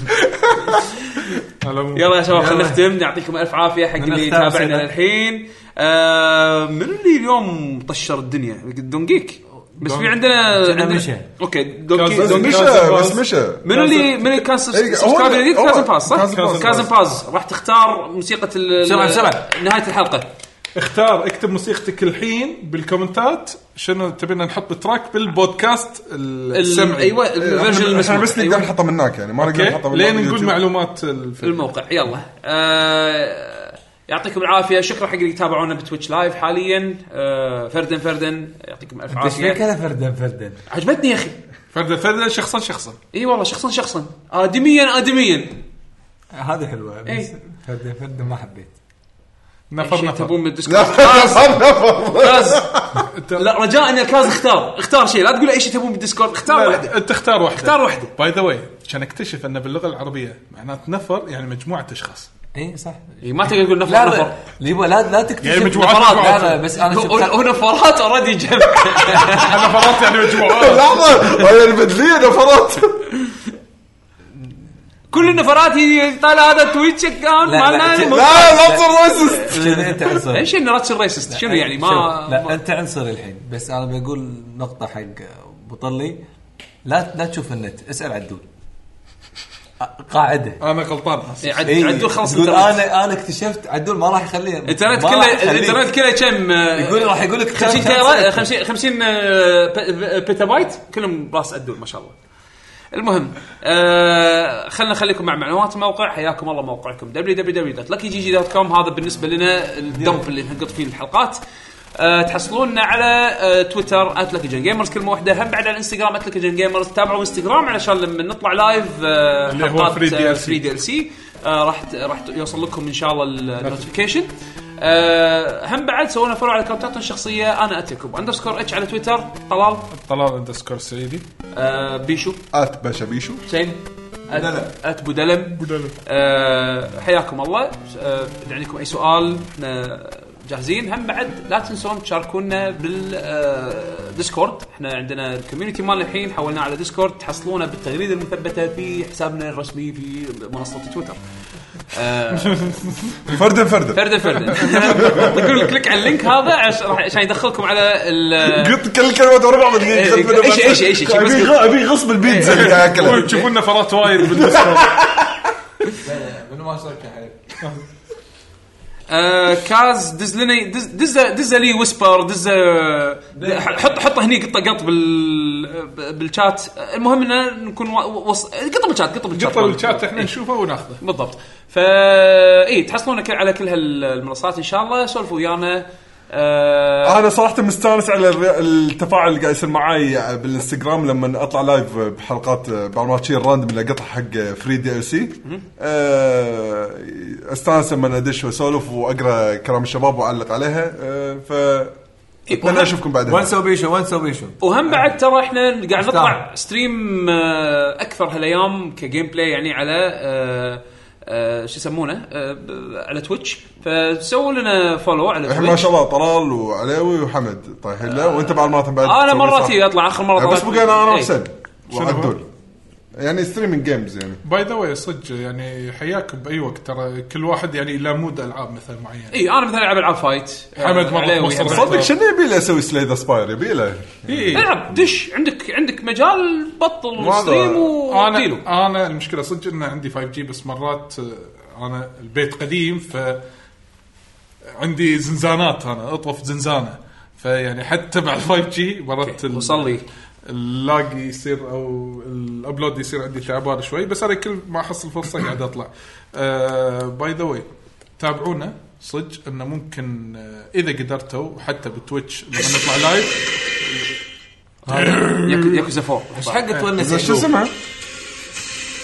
Speaker 3: يلا يا شباب خلينا نختم يعطيكم الف عافيه حق اللي
Speaker 5: نختار
Speaker 3: تابعنا
Speaker 5: سنة.
Speaker 3: للحين آه من اللي اليوم طشر الدنيا دونجيك بس في عندنا
Speaker 5: عندنا
Speaker 3: عندنا-
Speaker 5: مشى.
Speaker 3: اوكي دونجيك
Speaker 4: بس
Speaker 3: دونجيك
Speaker 4: مشى بس مشى
Speaker 3: من اللي من اللي كان
Speaker 4: إيه، هو-
Speaker 3: سبسكرايب جديد
Speaker 4: هو-
Speaker 3: كازن باز صح؟
Speaker 4: كازم باز.
Speaker 3: كازن باز راح تختار موسيقى ال-
Speaker 5: بسرعة، بسرعة.
Speaker 3: نهايه الحلقه
Speaker 1: اختار اكتب موسيقتك الحين بالكومنتات شنو تبينا نحط تراك بالبودكاست ال-
Speaker 3: ال-
Speaker 1: السمعي إيه،
Speaker 3: ايوه الفيرجن
Speaker 4: احنا إحنا
Speaker 3: المسموع
Speaker 4: بس نقدر
Speaker 3: أيوة.
Speaker 4: نحطه من هناك يعني ما نقدر
Speaker 1: اوكي
Speaker 4: نحطه من
Speaker 1: لين
Speaker 4: هناك
Speaker 1: نقول
Speaker 4: يوتيوب.
Speaker 3: (laughs)
Speaker 1: معلومات الفيلم
Speaker 3: الموقع يلا آه يعطيكم العافيه شكرا حق اللي تابعونا بتويتش لايف حاليا آه فردا فردا يعطيكم الف
Speaker 5: ايش فيك
Speaker 3: عافيه
Speaker 5: انا فردا فردا
Speaker 3: عجبتني يا اخي
Speaker 1: فردا فردا شخصا شخصا
Speaker 3: اي والله شخصا شخصا ادميا ادميا
Speaker 5: هذه حلوه بس
Speaker 3: إي.
Speaker 5: فردا فردا ما حبيت
Speaker 1: نفر
Speaker 3: شيء
Speaker 1: نفر
Speaker 3: تبون من
Speaker 4: لا،
Speaker 3: الديسكورد
Speaker 4: لا، لا، لا.
Speaker 1: (laughs)
Speaker 3: كاز لا رجاء ان كاز اختار اختار شيء لا تقول اي شيء تبون بالديسكورد اختار
Speaker 1: لا، لا،
Speaker 3: واحده
Speaker 1: انت اختار واحده
Speaker 3: اختار واحده.
Speaker 1: باي ذا واي عشان اكتشف ان باللغه العربيه معنات نفر يعني مجموعه اشخاص
Speaker 5: اي صح
Speaker 3: إي، ما تقدر تقول
Speaker 5: لا
Speaker 3: نفر
Speaker 5: لا
Speaker 3: نفر
Speaker 5: ليبا لا لا تكتشف
Speaker 1: يعني مجموعات-
Speaker 5: نفرات.
Speaker 1: مجموعات.
Speaker 5: لا لا بس
Speaker 3: (laughs)
Speaker 5: انا
Speaker 3: هو-
Speaker 5: شفت
Speaker 3: هو نفرات اوريدي جنب
Speaker 1: نفرات يعني
Speaker 3: (laughs)
Speaker 1: مجموعات
Speaker 4: لحظه هاي البدليه نفرات
Speaker 3: كل النفرات هي طالع هذا تويتش اكونت
Speaker 5: لا، لا، ت-
Speaker 3: مالنا
Speaker 4: لا لا تصير راسست
Speaker 5: شنو انت عنصري
Speaker 3: ايش النراتش الريسست شنو يعني ما
Speaker 5: شوف، لا انت عنصري الحين بس انا بقول نقطه حق بطلي لا لا تشوف النت اسال عدول أ- قاعده
Speaker 1: انا غلطان اسف
Speaker 3: عد-
Speaker 5: إي.
Speaker 3: عدول خلص
Speaker 5: تقول
Speaker 3: الانترنت.
Speaker 5: انا انا اكتشفت عدول ما راح يخليه
Speaker 3: الانترنت
Speaker 5: ما راح
Speaker 3: كله
Speaker 5: يخليه.
Speaker 3: الانترنت كله كم آه،
Speaker 5: يقول راح يقول لك
Speaker 3: 50 تيرا 50 50 آه، ب- ب- بيتا بايت كلهم راس عدول ما شاء الله المهم آه خلينا نخليكم مع معلومات الموقع حياكم الله موقعكم www.luckygg.com هذا بالنسبه لنا الدمب اللي نحقط فيه الحلقات آه تحصلوننا على آه تويتر @luckygengamers كلمه واحده هم بعد على الانستغرام @luckygengamers تابعوا انستغرام علشان لما نطلع لايف آه
Speaker 1: اللي هو
Speaker 3: حلقات
Speaker 1: free
Speaker 3: آه،
Speaker 1: DLC.
Speaker 3: free DLC آه راح راح يوصل لكم ان شاء الله النوتيفيكيشن آه هم بعد سوينا فولو على كونتاتنا الشخصيه انا اتيكم اندرسكور اتش على تويتر طلال
Speaker 1: طلال اندرسكور سعيدي
Speaker 3: آه بيشو
Speaker 4: ات باشا بيشو
Speaker 3: حسين ات بودلم آه حياكم الله آه اذا عندكم اي سؤال احنا جاهزين هم بعد لا تنسون تشاركونا بالديسكورد احنا عندنا الكوميونتي مالنا الحين حولناه على ديسكورد تحصلونا بالتغريده المثبته في حسابنا الرسمي في منصه تويتر
Speaker 4: فردا
Speaker 1: (laughs)
Speaker 4: فردا
Speaker 3: فردا فردا تقول كليك على اللينك هذا عش- راح- عشان يدخلك على ال-
Speaker 4: قلت كل كلمه ورا بعض
Speaker 3: آه. إيه، إيه، إيش- إيش- إيش- إيش، بس إيه.
Speaker 4: ابي غ- أبي غصب البيتزا اللي قاعد اكلها
Speaker 1: تشوفون نفرات وايد بالديسكورد
Speaker 14: منو ما شارك عليك
Speaker 3: آه، كاز دز لنا دز دز, دز لي ويسبر دز حط حط هني قطه قط بال بالشات المهم ان نكون وا- وص... قطه بالشات قطه بالشات
Speaker 1: قطه الشات احنا نشوفه وناخذه
Speaker 3: بالضبط فا اي تحصلون كل- على كل هالمنصات ان شاء الله سولفوا ويانا آه،
Speaker 4: انا صراحه مستانس على الري- التفاعل اللي قاعد يصير معاي بالانستغرام لما اطلع لايف بحلقات بعض شيء راندم اللي اقطع حق فري دي ال سي استانس آه، لما ادش واسولف واقرا كلام الشباب واعلق عليها أه، ف اتمنى اشوفكم
Speaker 5: وين
Speaker 4: بعدها
Speaker 5: سوبيشن وين سوبيشن
Speaker 3: وهم بعد ترى احنا قاعد نطلع ستريم آه، اكثر هالايام كجيم بلاي يعني على آه، آه، شو يسمونه آه، ب- على تويتش فسووا لنا فولو على
Speaker 4: الحين ما
Speaker 3: تويتش
Speaker 4: شاء الله طلال وعليوي وحمد طايحين له
Speaker 1: آه،
Speaker 4: وانت بعد مرات بعد
Speaker 3: انا
Speaker 4: تسوي
Speaker 3: مرات
Speaker 4: صح.
Speaker 3: إيه اطلع اخر مره
Speaker 4: يعني
Speaker 3: طلعت
Speaker 4: بس بقى انا انا
Speaker 3: إيه.
Speaker 4: وحسين
Speaker 1: شنو هو؟
Speaker 4: وعدول يعني ستريمينج جيمز يعني
Speaker 1: باي ذا واي صدق يعني حياك باي وقت ترى كل واحد يعني له مود العاب مثلا معين
Speaker 3: اي انا مثلا العب العاب فايت
Speaker 1: حمد مرة
Speaker 3: عليوي
Speaker 1: مصر
Speaker 3: ألعب.
Speaker 4: صدق شنو يبي له اسوي سلاي ذا سباير يبي له
Speaker 1: اي
Speaker 3: العب دش عندك عندك مجال بطل
Speaker 4: والله.
Speaker 3: ستريم واديله
Speaker 1: انا انا المشكله صدق ان عندي 5 جي بس مرات آه، انا البيت قديم ف عندي زنزانات انا اطوف زنزانه فيعني حتى مع 5 جي مرات ال-
Speaker 3: وصل لي.
Speaker 1: اللاج يصير او الابلود يصير عندي تعبان شوي بس انا كل ما احصل فرصه قاعد آه، اطلع باي ذا واي تابعونا صدق انه ممكن آه، اذا قدرتوا حتى بالتويتش لما نطلع لايف
Speaker 3: ياك- ياكوزا 4
Speaker 5: ايش حق تونس
Speaker 4: شو اسمها؟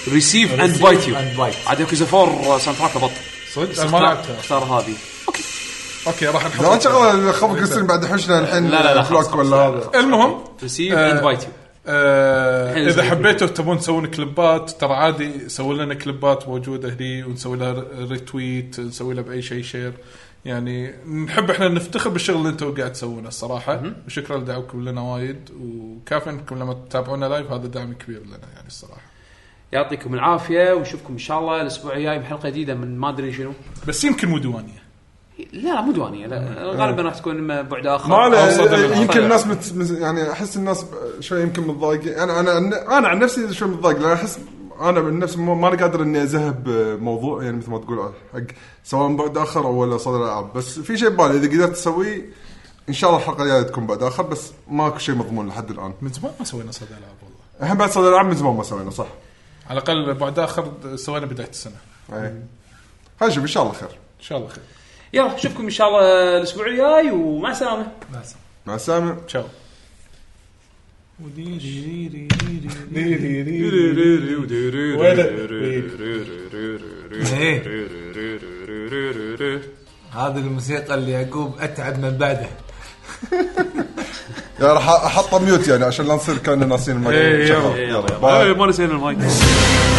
Speaker 3: ريسيف اند بايت يو
Speaker 5: and bite.
Speaker 3: عاد ياكوزا 4 ساوند تراك بطل
Speaker 1: صدق انا ما لعبتها
Speaker 3: صار هذه
Speaker 1: اوكي راح نحط
Speaker 4: لا ما شغله خبرك يصير بعد حشنا الحين
Speaker 3: لا، لا، لا، خلاص،
Speaker 4: فلوك ولا هذا
Speaker 1: المهم
Speaker 3: ريسيف
Speaker 1: آه.
Speaker 3: اند بايت يو
Speaker 1: آه
Speaker 3: حلو.
Speaker 1: اذا حبيتوا تبون تسوون كليبات ترى عادي سووا لنا كليبات موجوده هني ونسوي لها ريتويت نسوي لها باي شيء شير يعني نحب احنا نفتخر بالشغل اللي انتم قاعد تسوونه الصراحه وشكرا لدعمكم لنا وايد وكافي انكم لما تتابعونا لايف هذا دعم كبير لنا يعني الصراحه
Speaker 3: يعطيكم العافيه ونشوفكم ان شاء الله الاسبوع الجاي بحلقه جديده من ما ادري شنو
Speaker 1: بس يمكن مو ديوانيه
Speaker 3: لا لا مو ديوانيه لا
Speaker 1: آه.
Speaker 3: غالبا راح تكون اما بعد طيب. اخر
Speaker 4: ما
Speaker 1: أوصل
Speaker 4: عليه،
Speaker 1: للعقل.
Speaker 4: أه، يمكن الناس مت مت- يعني احس الناس شوي يمكن متضايقين انا انا انا عن نفسي شوي متضايق لان احس انا من نفسي ما ما أنا قادر اني اذهب موضوع يعني مثل ما تقول حق سواء بعد اخر او ولا صدر الالعاب بس في شيء ببالي اذا قدرت اسويه ان شاء الله الحلقه الجايه تكون بعد اخر بس ماكو شيء مضمون لحد الان
Speaker 1: من زمان ما سوينا صدى العاب والله
Speaker 4: الحين بعد صدر الالعاب من زمان ما سوينا صح
Speaker 1: على الاقل بعد اخر سوينا بدايه السنه
Speaker 4: اي خلينا نشوف ان إيه. شاء الله خير
Speaker 1: ان شاء الله خير
Speaker 3: يلا نشوفكم ان شاء الله الاسبوع الجاي ومع السلامه
Speaker 4: مع السلامه
Speaker 1: تشاو
Speaker 5: هذه الموسيقى اللي يعقوب اتعب من بعده
Speaker 4: يا راح احطه ميوت يعني عشان لا نصير كاننا ناسين المايك
Speaker 1: إيه، يلا،
Speaker 4: شغل. يلا باي
Speaker 3: ما نسينا المايك